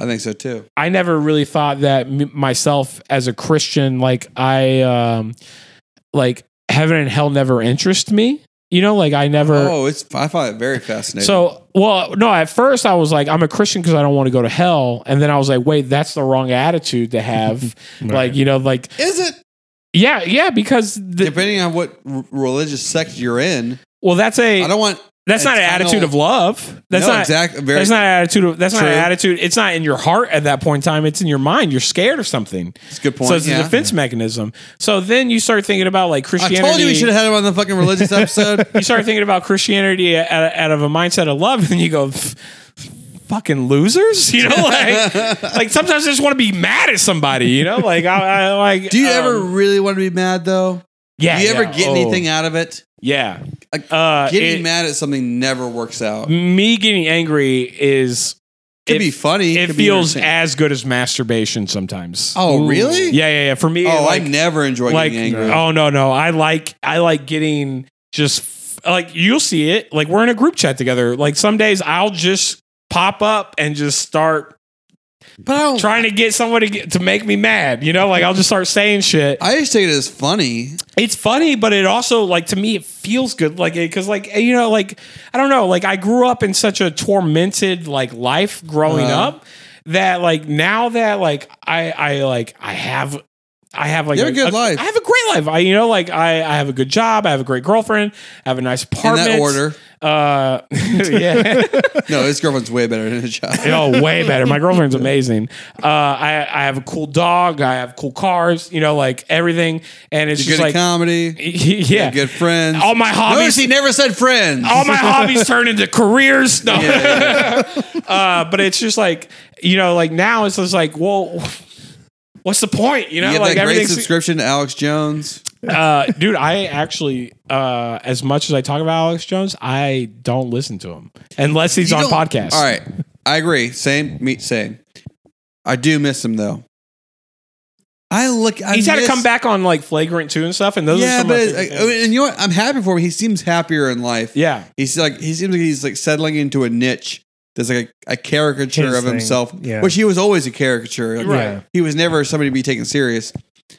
[SPEAKER 3] I think so too.
[SPEAKER 2] I never really thought that m- myself as a Christian, like I um, like heaven and hell never interest me. You know, like I never.
[SPEAKER 3] Oh, it's I find it very fascinating.
[SPEAKER 2] So, well, no, at first I was like, I'm a Christian because I don't want to go to hell. And then I was like, wait, that's the wrong attitude to have. Like, you know, like,
[SPEAKER 3] is it
[SPEAKER 2] yeah, yeah, because, the,
[SPEAKER 3] depending on what r- religious sect you're in?
[SPEAKER 2] well, that's
[SPEAKER 3] I
[SPEAKER 2] a,
[SPEAKER 3] don't want.
[SPEAKER 2] that's not an
[SPEAKER 3] I don't-
[SPEAKER 2] attitude of love. That's
[SPEAKER 3] no,
[SPEAKER 2] not,
[SPEAKER 3] exactly. Very.
[SPEAKER 2] that's not an attitude of, that's not an
[SPEAKER 3] True.
[SPEAKER 2] attitude. It's not in your heart at that point in time. It's in your mind. You're scared of something.
[SPEAKER 3] It's a good point.
[SPEAKER 2] so it's
[SPEAKER 3] yeah.
[SPEAKER 2] a defense mechanism. So then you start thinking about like
[SPEAKER 3] I
[SPEAKER 2] Christianity.
[SPEAKER 3] told you we should have had him on the fucking religious episode.
[SPEAKER 2] you start thinking about Christianity out, out of a mindset of love, and you go, "Pff, fucking losers. You know, like, like sometimes I just want to be mad at somebody. You know, like I, I like.
[SPEAKER 3] Do you
[SPEAKER 2] um,
[SPEAKER 3] ever really want to be mad though?
[SPEAKER 2] Yeah.
[SPEAKER 3] Do you ever
[SPEAKER 2] yeah.
[SPEAKER 3] get
[SPEAKER 2] Oh,
[SPEAKER 3] anything out of it?
[SPEAKER 2] Yeah.
[SPEAKER 3] Like,
[SPEAKER 2] Uh,
[SPEAKER 3] Getting
[SPEAKER 2] it-
[SPEAKER 3] mad at something never works out.
[SPEAKER 2] Me getting angry is
[SPEAKER 3] Could
[SPEAKER 2] if-
[SPEAKER 3] be funny.
[SPEAKER 2] it
[SPEAKER 3] could be
[SPEAKER 2] feels
[SPEAKER 3] entertaining.
[SPEAKER 2] as good as masturbation sometimes.
[SPEAKER 3] Oh, really?
[SPEAKER 2] Yeah, yeah, yeah. For me,
[SPEAKER 3] Oh,
[SPEAKER 2] like,
[SPEAKER 3] I never enjoy
[SPEAKER 2] like
[SPEAKER 3] getting angry.
[SPEAKER 2] oh no no i like i like getting just like you'll see it like we're in a group chat together like some days i'll just pop up and just start
[SPEAKER 3] but I don't.
[SPEAKER 2] trying to get someone to get, to make me mad you know like i'll just start saying shit
[SPEAKER 3] I just take it as funny.
[SPEAKER 2] it's funny but it also like to me it feels good like because like eh, you know like i don't know like i grew up in such a tormented like life growing
[SPEAKER 3] Uh-huh.
[SPEAKER 2] up that like now that like i i like i have i have like
[SPEAKER 3] You have a good life.
[SPEAKER 2] i have a great life i you know like i i have a good job i have a great girlfriend i have a nice
[SPEAKER 3] In
[SPEAKER 2] apartment
[SPEAKER 3] that order.
[SPEAKER 2] uh yeah
[SPEAKER 3] No, his girlfriend's way better than his job.
[SPEAKER 2] oh, way better. My girlfriend's amazing. Uh, I I have a cool dog. I have cool cars. You know, like everything. And it's
[SPEAKER 3] You're good
[SPEAKER 2] just like,
[SPEAKER 3] at comedy.
[SPEAKER 2] yeah,
[SPEAKER 3] You're good friends.
[SPEAKER 2] All my
[SPEAKER 3] Notice
[SPEAKER 2] hobbies
[SPEAKER 3] he never said friends.
[SPEAKER 2] all my hobbies turn into careers. No.
[SPEAKER 3] Yeah.
[SPEAKER 2] Uh, but it's just like, you know, like now it's just like, well, what's the point? You know,
[SPEAKER 3] You get
[SPEAKER 2] like
[SPEAKER 3] that great
[SPEAKER 2] everything's
[SPEAKER 3] subscription to Alex Jones.
[SPEAKER 2] uh, dude, I actually uh, as much as I talk about Alex Jones, I don't listen to him unless he's
[SPEAKER 3] You
[SPEAKER 2] on
[SPEAKER 3] don't-
[SPEAKER 2] podcasts.
[SPEAKER 3] All right, I agree. Same, me, same. I do miss him though. I look. I
[SPEAKER 2] He's had to
[SPEAKER 3] miss-
[SPEAKER 2] come back on like Flagrant 2 and stuff, and those are
[SPEAKER 3] Yeah,
[SPEAKER 2] some of my
[SPEAKER 3] but
[SPEAKER 2] favorite
[SPEAKER 3] like,
[SPEAKER 2] things.
[SPEAKER 3] and you know what? I'm happy for him. He seems happier in life.
[SPEAKER 2] Yeah.
[SPEAKER 3] He's like he seems like he's like settling into a niche. There's like a, a caricature
[SPEAKER 1] His
[SPEAKER 3] of
[SPEAKER 1] thing,
[SPEAKER 3] himself,
[SPEAKER 1] yeah.
[SPEAKER 3] which he was always a caricature. Like,
[SPEAKER 2] Right.
[SPEAKER 1] Yeah.
[SPEAKER 3] He was never somebody to be taken serious.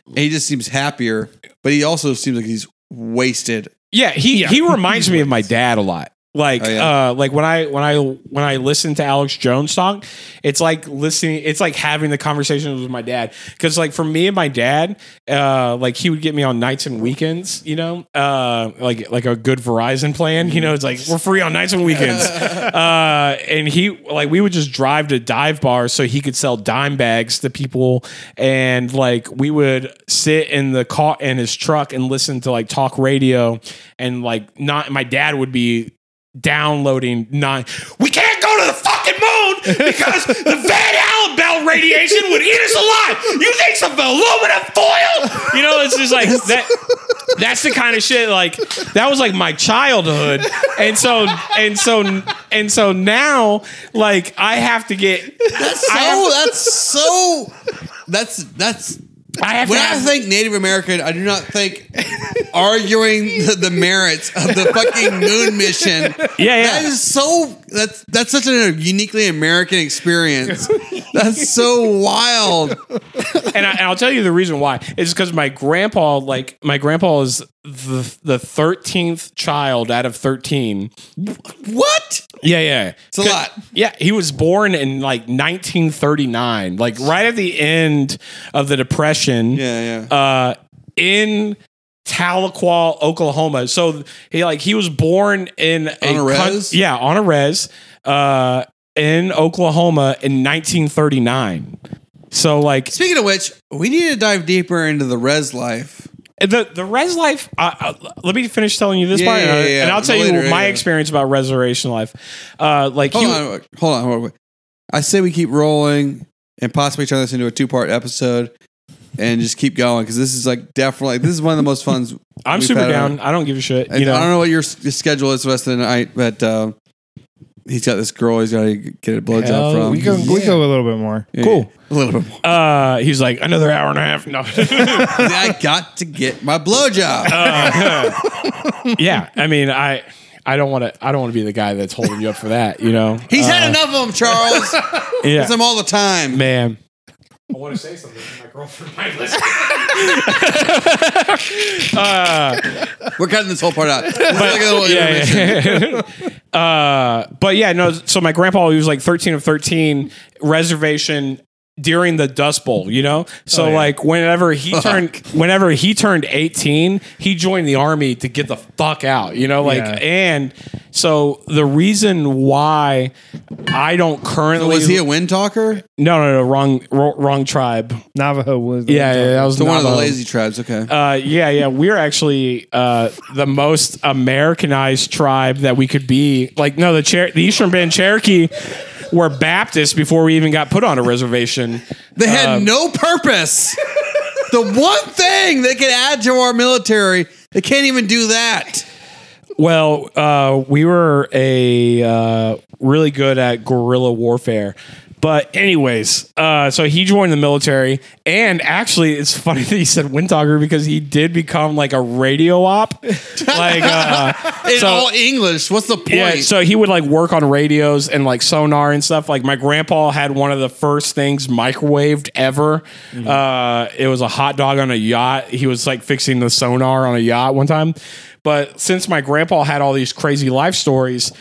[SPEAKER 3] And he just seems happier, but he also seems like he's wasted.
[SPEAKER 2] Yeah, he he reminds me of my dad a lot. Like
[SPEAKER 3] Oh, yeah.
[SPEAKER 2] uh like when I when I when I listen to Alex Jones song, it's like listening it's like having the conversations with my dad cuz like for me and my dad, uh like he would get me on nights and weekends, you know? Uh like like a good Verizon plan, you know, it's like we're free on nights and weekends. uh and he like we would just drive to dive bars so he could sell dime bags to people and like we would sit in the car in his truck and listen to like talk radio and like not my dad would be downloading nine we can't go to the fucking moon because the van allen bell radiation would eat us alive you think some aluminum foil you know it's just like that that's the kind of shit like that was like my childhood and so and so and so now like i have to get
[SPEAKER 3] That's so.
[SPEAKER 2] I have-
[SPEAKER 3] that's so. That's that's.
[SPEAKER 2] i have
[SPEAKER 3] When
[SPEAKER 2] to
[SPEAKER 3] I
[SPEAKER 2] have-
[SPEAKER 3] think Native American, I do not think arguing the, the merits of the fucking moon mission.
[SPEAKER 2] Yeah, yeah.
[SPEAKER 3] That is so. That's that's such a uniquely American experience. That's so wild.
[SPEAKER 2] and, I, and I'll tell you the reason why is because my grandpa, like my grandpa, is the the thirteenth child out of thirteen.
[SPEAKER 3] What?
[SPEAKER 2] Yeah, yeah,
[SPEAKER 3] It's a lot.
[SPEAKER 2] yeah. He was born in like 1939, like right at the end of the Depression.
[SPEAKER 3] Yeah, yeah.
[SPEAKER 2] Uh, in Tahlequah, Oklahoma. So he like he was born in
[SPEAKER 3] On a
[SPEAKER 2] coun-
[SPEAKER 3] res?
[SPEAKER 2] yeah, on a res. Uh, in Oklahoma in 1939. So like
[SPEAKER 3] Speaking of which, we need to dive deeper into the res life.
[SPEAKER 2] the the res life. Uh, uh, let me finish telling you this
[SPEAKER 3] Yeah,
[SPEAKER 2] part,
[SPEAKER 3] yeah,
[SPEAKER 2] and, I-
[SPEAKER 3] yeah,
[SPEAKER 2] and I'll tell
[SPEAKER 3] later,
[SPEAKER 2] you my
[SPEAKER 3] yeah.
[SPEAKER 2] experience about resurrection life. Uh, like
[SPEAKER 3] Hold
[SPEAKER 2] you,
[SPEAKER 3] on, hold on, hold on. I say we keep rolling and possibly turn this into a two-part episode and just keep going because this is like definitely this is one of the most fun.
[SPEAKER 2] I'm
[SPEAKER 3] we've
[SPEAKER 2] super
[SPEAKER 3] had on-
[SPEAKER 2] down. I don't give a shit.
[SPEAKER 3] And
[SPEAKER 2] You know,
[SPEAKER 3] I don't know what your s- your schedule is the rest of the night, but uh, he's got this girl he's got to get a blowjob
[SPEAKER 2] Hell,
[SPEAKER 3] from.
[SPEAKER 1] We go, we go a little bit more.
[SPEAKER 3] Yeah,
[SPEAKER 2] cool.
[SPEAKER 3] yeah. A little bit more.
[SPEAKER 2] Uh, he's like another hour and a half. No,
[SPEAKER 3] I got to get my blowjob.
[SPEAKER 2] Uh, yeah. I mean, I I don't want to. I don't want to be the guy that's holding you up for that. You know,
[SPEAKER 3] He's had enough of them, Charles.
[SPEAKER 2] yeah,
[SPEAKER 3] It's him all the time.
[SPEAKER 2] man.
[SPEAKER 6] I want to say something to my girlfriend. My
[SPEAKER 3] We're cutting this whole part out. It's like a little intermission.
[SPEAKER 2] yeah, yeah. uh, but yeah, no. So my grandpa, he was like thirteen of thirteen reservation during the Dust Bowl, you know. So like whenever he turned, whenever he turned eighteen, he joined the army to get the fuck out, you know. Like
[SPEAKER 1] Yeah.
[SPEAKER 2] and so the reason why I don't currently
[SPEAKER 3] Was he a wind talker?
[SPEAKER 2] no no no wrong wrong, wrong tribe
[SPEAKER 1] Navajo was.
[SPEAKER 2] yeah yeah that was
[SPEAKER 3] So one of the
[SPEAKER 2] Navajo.
[SPEAKER 3] lazy tribes. Okay.
[SPEAKER 2] Uh, yeah, yeah. We're actually uh, the most Americanized tribe that we could be. Like, no, the Cher- the Eastern Band Cherokee. were Baptists before we even got put on a reservation.
[SPEAKER 3] They had
[SPEAKER 2] Um,
[SPEAKER 3] no purpose. the one thing they could add to our military, they can't even do that.
[SPEAKER 2] Well, uh, we were a uh, really good at guerrilla warfare. But anyways, uh, so he joined the military, and actually, it's funny that he said Windtalker because he did become like a radio op, like uh,
[SPEAKER 3] In
[SPEAKER 2] so-
[SPEAKER 3] all English, what's the point?
[SPEAKER 2] yeah, so he would like work on radios and like sonar and stuff. Like my grandpa had one of the first things microwaved ever. Uh, it was a hot dog on a yacht. He was like fixing the sonar on a yacht one time. But since my grandpa had all these crazy life stories,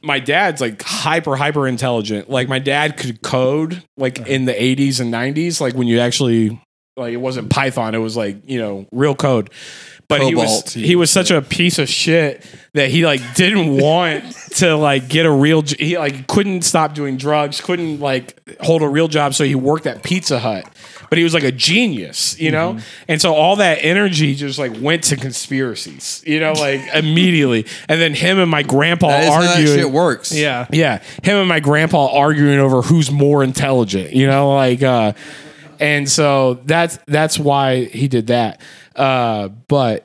[SPEAKER 2] my dad's like hyper hyper intelligent. Like my dad could code like in the 80s and 90s like when you actually like it wasn't python it was like, you know, real code. But he was
[SPEAKER 3] Cobalt.
[SPEAKER 2] he was such a piece of shit that he like didn't want to like get a real j- he like couldn't stop doing drugs, couldn't like hold a real job so he worked at Pizza Hut. But he was like a genius, you know?
[SPEAKER 3] Mm-hmm.
[SPEAKER 2] And so all that energy just like went to conspiracies, you know, like immediately. And then him and my grandpa
[SPEAKER 3] that is how that
[SPEAKER 2] arguing.
[SPEAKER 3] shit works.
[SPEAKER 1] Yeah.
[SPEAKER 2] Yeah, him and my grandpa arguing over who's more intelligent. You know, like, uh, and so that's that's why he did that. Uh, but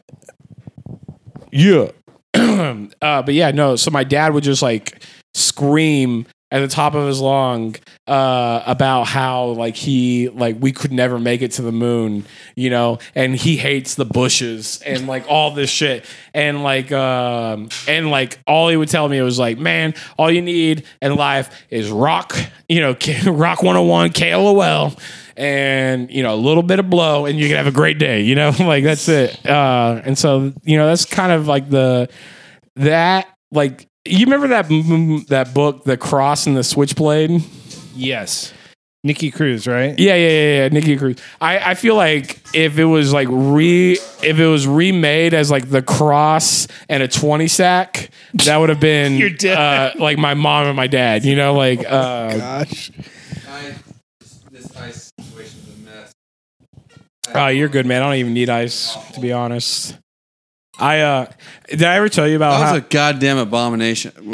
[SPEAKER 2] yeah, uh, but yeah, no. So my dad would just like scream at the top of his lung uh, about how like he like we could never make it to the moon, you know, and he hates the bushes and like all this shit and like um and like all he would tell me was like, man, all you need in life is rock, you know, rock 101 KLOL and you know a little bit of blow and you can have a great day, you know, like that's it. Uh and so, you know, that's kind of like the that like you remember that m- that book, The Cross and the Switchblade?
[SPEAKER 1] Yes. Nikki Cruz, right?
[SPEAKER 2] Yeah, yeah, yeah, yeah. Nikki Cruz. I, I feel like if it was like re if it was remade as like the cross and a twenty sack, that would have been
[SPEAKER 1] Your dad.
[SPEAKER 2] Uh, like my mom and my dad. You know, like uh,
[SPEAKER 1] Gosh.
[SPEAKER 3] I, this ice situation is a mess.
[SPEAKER 2] oh, you're good, man. I don't even need ice to be honest. I uh, did I ever tell you about
[SPEAKER 3] That
[SPEAKER 2] how
[SPEAKER 3] was a goddamn abomination.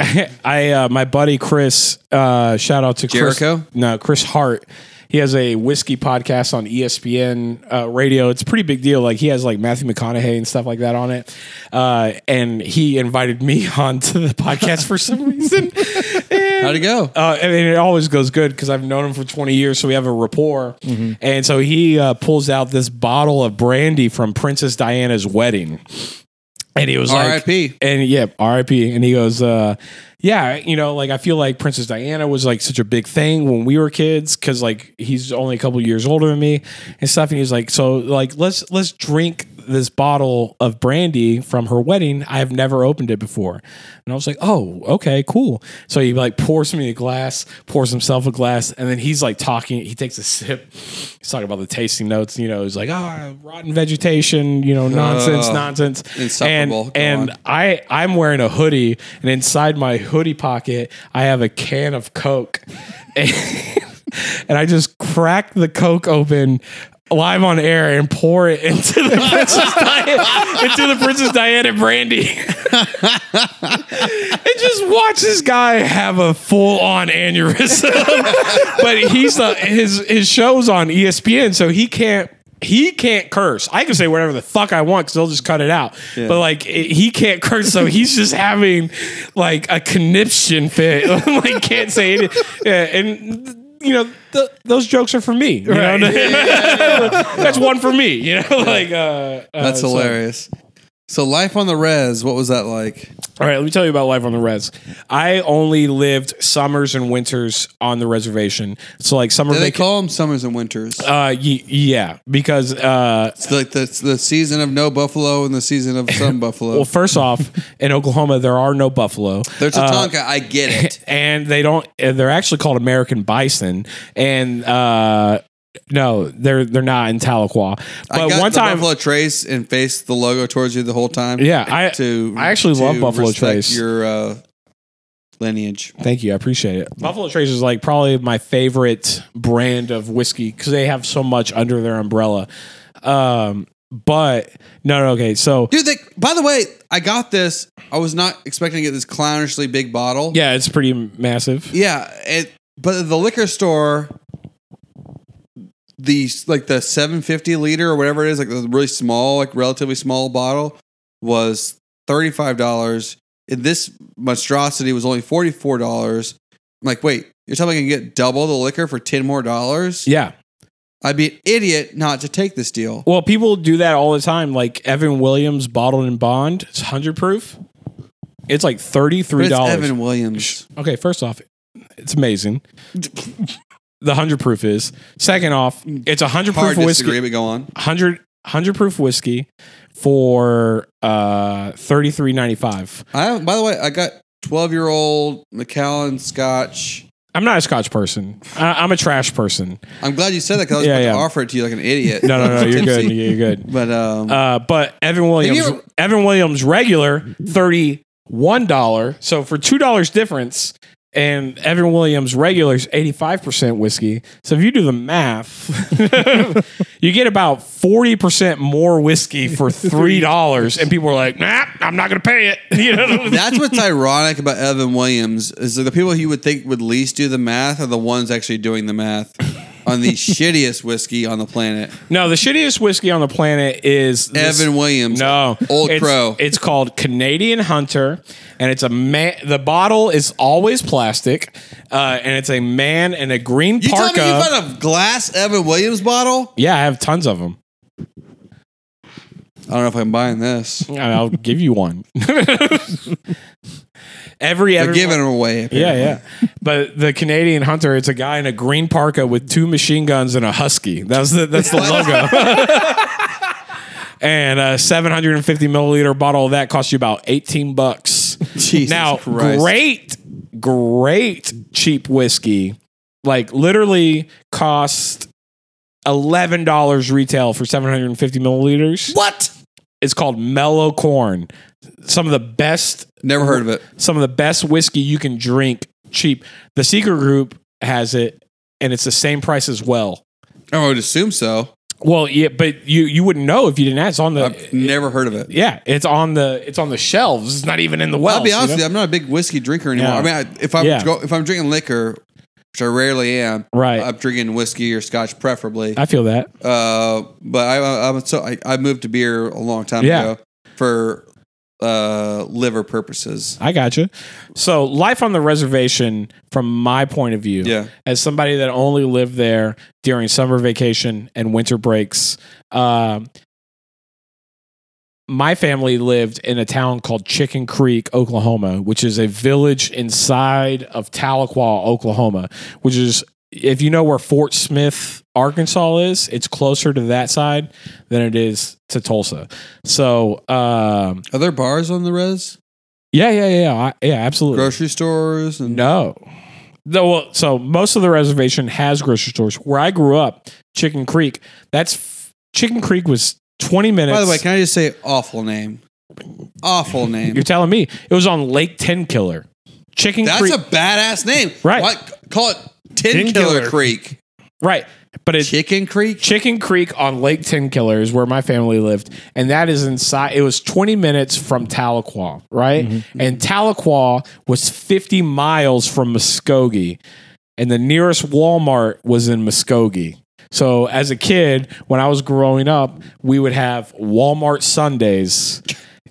[SPEAKER 2] I uh, my buddy Chris, uh, shout out to
[SPEAKER 3] Jericho?
[SPEAKER 2] Chris, no, Chris Hart. He has a whiskey podcast on E ESPN uh, radio. It's a pretty big deal. Like he has like Matthew McConaughey and stuff like that on it. Uh, and he invited me onto the podcast for some reason.
[SPEAKER 3] How'd it go?
[SPEAKER 2] Uh, I mean, it always goes good because I've known him for 20 years, so we have a rapport. And so he uh, pulls out this bottle of brandy from Princess Diana's wedding. And he was like,
[SPEAKER 3] R.I.P..
[SPEAKER 2] And yeah, RIP. And he goes, uh, yeah, you know, like I feel like Princess Diana was like such a big thing when we were kids because like he's only a couple years older than me and stuff. And he's like, so like let's let's drink this bottle of brandy from her wedding. I have never opened it before, and I was like, oh, okay, cool. So he like pours me a glass, pours himself a glass, and then he's like talking. He takes a sip. He's talking about the tasting notes. You know, he's like, ah, rotten vegetation. You know, nonsense,
[SPEAKER 3] Ugh.
[SPEAKER 2] nonsense.
[SPEAKER 3] Insufferable. Go
[SPEAKER 2] And,
[SPEAKER 3] on.
[SPEAKER 2] and I I'm wearing a hoodie, and inside my hoodie pocket, I have a can of Coke, and, and I just crack the Coke open live on air and pour it into the Princess Diana, into the Princess Diana brandy. and just watch this guy have a full on aneurysm. but he's the his his show's on E ESPN, so he can't. He can't curse. I can say whatever the fuck I want because they'll just cut it out. But like it- he can't curse, so he's just having like a conniption fit. like can't say it. Yeah, and you know th- those jokes are for me. You know? That's one for me. You know, like uh, uh,
[SPEAKER 3] That's
[SPEAKER 2] so-
[SPEAKER 3] hilarious. So life on the res, what was that like?
[SPEAKER 2] All right, let me tell you about life on the res. I only lived summers and winters on the reservation. So like summer
[SPEAKER 3] Do they
[SPEAKER 2] vacation.
[SPEAKER 3] call them summers and winters?
[SPEAKER 2] Uh, ye- yeah, because uh,
[SPEAKER 3] It's like the, the season of no buffalo and the season of some buffalo.
[SPEAKER 2] well, uh, first off, in Oklahoma there are no buffalo.
[SPEAKER 3] There's a Tonka. I get it.
[SPEAKER 2] and they don't. and They're actually called American bison, and uh, no, they're they're not in Tahlequah.
[SPEAKER 3] I
[SPEAKER 2] But
[SPEAKER 3] got
[SPEAKER 2] one
[SPEAKER 3] the
[SPEAKER 2] time,
[SPEAKER 3] Buffalo Trace and faced the logo towards you the whole time.
[SPEAKER 2] Yeah, I- I actually love Buffalo
[SPEAKER 3] respect
[SPEAKER 2] Trace.
[SPEAKER 3] Your uh, lineage.
[SPEAKER 2] Thank you. I appreciate it. Buffalo Trace is like probably my favorite brand of whiskey because they have so much under their umbrella. Um, But no, no, okay. So
[SPEAKER 3] Dude, they, by the way, I got this. I was not expecting to get this clownishly big bottle.
[SPEAKER 2] yeah, it's pretty massive.
[SPEAKER 3] Yeah, it, but the liquor store, the like the 750 liter or whatever it is, like the really small, like relatively small bottle, was thirty five dollars. And this monstrosity was only forty four dollars. I'm like, wait, you're telling me I can get double the liquor for ten more dollars?
[SPEAKER 2] Yeah.
[SPEAKER 3] I'd be an idiot not to take this deal.
[SPEAKER 2] Well, people do that all the time. Like Evan Williams bottled and bond. It's hundred proof. It's like thirty
[SPEAKER 3] But
[SPEAKER 2] three
[SPEAKER 3] it's
[SPEAKER 2] dollars.
[SPEAKER 3] Evan Williams.
[SPEAKER 2] Okay, first off, it's amazing. The hundred proof is. Second off, it's a hundred
[SPEAKER 3] Hard
[SPEAKER 2] proof whiskey.
[SPEAKER 3] disagree, but go on.
[SPEAKER 2] 100, 100 proof whiskey for uh 33.95.
[SPEAKER 3] I by the way, I got twelve year old Macallan Scotch.
[SPEAKER 2] I'm not a Scotch person. I, I'm a trash person.
[SPEAKER 3] I'm glad you said that because I was
[SPEAKER 2] Yeah,
[SPEAKER 3] about
[SPEAKER 2] yeah.
[SPEAKER 3] to offer it to you like an idiot.
[SPEAKER 2] No, no, no. You're good.
[SPEAKER 3] Tipsy.
[SPEAKER 2] You're good.
[SPEAKER 3] But um,
[SPEAKER 2] Uh, but Evan Williams,
[SPEAKER 3] Have you ever-
[SPEAKER 2] Evan Williams regular thirty one dollar. So for two dollars difference, and Evan Williams regular is eighty five percent whiskey. So if you do the math, you get about forty percent more whiskey for three dollars. And people are like, Nah, I'm not gonna pay it. You know?
[SPEAKER 3] that's what's ironic about Evan Williams is that the people you would think would least do the math are the ones actually doing the math on the shittiest whiskey on the planet.
[SPEAKER 2] no, the shittiest whiskey on the planet is this-
[SPEAKER 3] Evan Williams.
[SPEAKER 2] No,
[SPEAKER 3] Old
[SPEAKER 2] it's,
[SPEAKER 3] Crow.
[SPEAKER 2] It's called Canadian Hunter, and it's a man. The bottle is always plastic, uh, and it's a man in a green
[SPEAKER 3] you
[SPEAKER 2] parka.
[SPEAKER 3] tell me you found a glass Evan Williams bottle?
[SPEAKER 2] yeah, I have tons of them.
[SPEAKER 3] I don't know if I'm buying this.
[SPEAKER 2] I'll give you one. Every
[SPEAKER 3] They're
[SPEAKER 2] Evan,
[SPEAKER 3] giving them away.
[SPEAKER 2] yeah, yeah. But the Canadian Hunter, it's a guy in a green parka with two machine guns and a husky. That's the that's the logo. and a 750 milliliter bottle of that costs you about 18 bucks.
[SPEAKER 3] Jesus
[SPEAKER 2] now,
[SPEAKER 3] Christ.
[SPEAKER 2] great, great cheap whiskey, like literally cost eleven dollars retail for seven hundred and fifty milliliters.
[SPEAKER 3] What?
[SPEAKER 2] It's called Mellow Corn. Some of the best,
[SPEAKER 3] Never heard of it.
[SPEAKER 2] some of the best whiskey you can drink cheap. The Secret Group has it, and it's the same price as well.
[SPEAKER 3] I would assume so.
[SPEAKER 2] Well, yeah, but you you wouldn't know if you didn't ask. It's on the
[SPEAKER 3] I've never heard of it.
[SPEAKER 2] yeah, it's on the it's on the shelves. It's not even in the well.
[SPEAKER 3] I'll be honest with you. I'm not a big whiskey drinker anymore.
[SPEAKER 2] Yeah.
[SPEAKER 3] I mean, I, if I'm
[SPEAKER 2] Yeah.
[SPEAKER 3] go, if I'm drinking liquor, which I rarely am,
[SPEAKER 2] Right.
[SPEAKER 3] I'm drinking whiskey or scotch preferably.
[SPEAKER 2] I feel that.
[SPEAKER 3] Uh, but I, I'm so I, I moved to beer a long time
[SPEAKER 2] Yeah.
[SPEAKER 3] ago for uh, liver purposes.
[SPEAKER 2] I gotcha. So, life on the reservation, from my point of view,
[SPEAKER 3] Yeah.
[SPEAKER 2] as somebody that only lived there during summer vacation and winter breaks, um, my family lived in a town called Chicken Creek, Oklahoma, which is a village inside of Tahlequah, Oklahoma, which is if you know where Fort Smith, Arkansas is, it's closer to that side than it is to Tulsa. So, um,
[SPEAKER 3] Are there bars on the res?
[SPEAKER 2] yeah, yeah, yeah, yeah, I, yeah, absolutely.
[SPEAKER 3] Grocery stores and
[SPEAKER 2] No. No, well, so most of the reservation has grocery stores. Where I grew up, Chicken Creek, that's f- Chicken Creek was 20 minutes.
[SPEAKER 3] By the way, can I just say awful name? Awful name.
[SPEAKER 2] you're telling me it was on Lake Ten Killer. Chicken
[SPEAKER 3] That's
[SPEAKER 2] Creek.
[SPEAKER 3] a badass name.
[SPEAKER 2] Right.
[SPEAKER 3] Why- call it Tin,
[SPEAKER 1] Tin
[SPEAKER 3] Killer,
[SPEAKER 1] Killer.
[SPEAKER 3] Creek.
[SPEAKER 2] right. But it's
[SPEAKER 3] Chicken Creek.
[SPEAKER 2] Chicken Creek on Lake Ten Killer is where my family lived, and that is inside. It was 20 minutes from Tahlequah, right?
[SPEAKER 3] Mm-hmm.
[SPEAKER 2] And Tahlequah was 50 miles from Muskogee, and the nearest Walmart was in Muskogee. So as a kid, when I was growing up, we would have Walmart Sundays.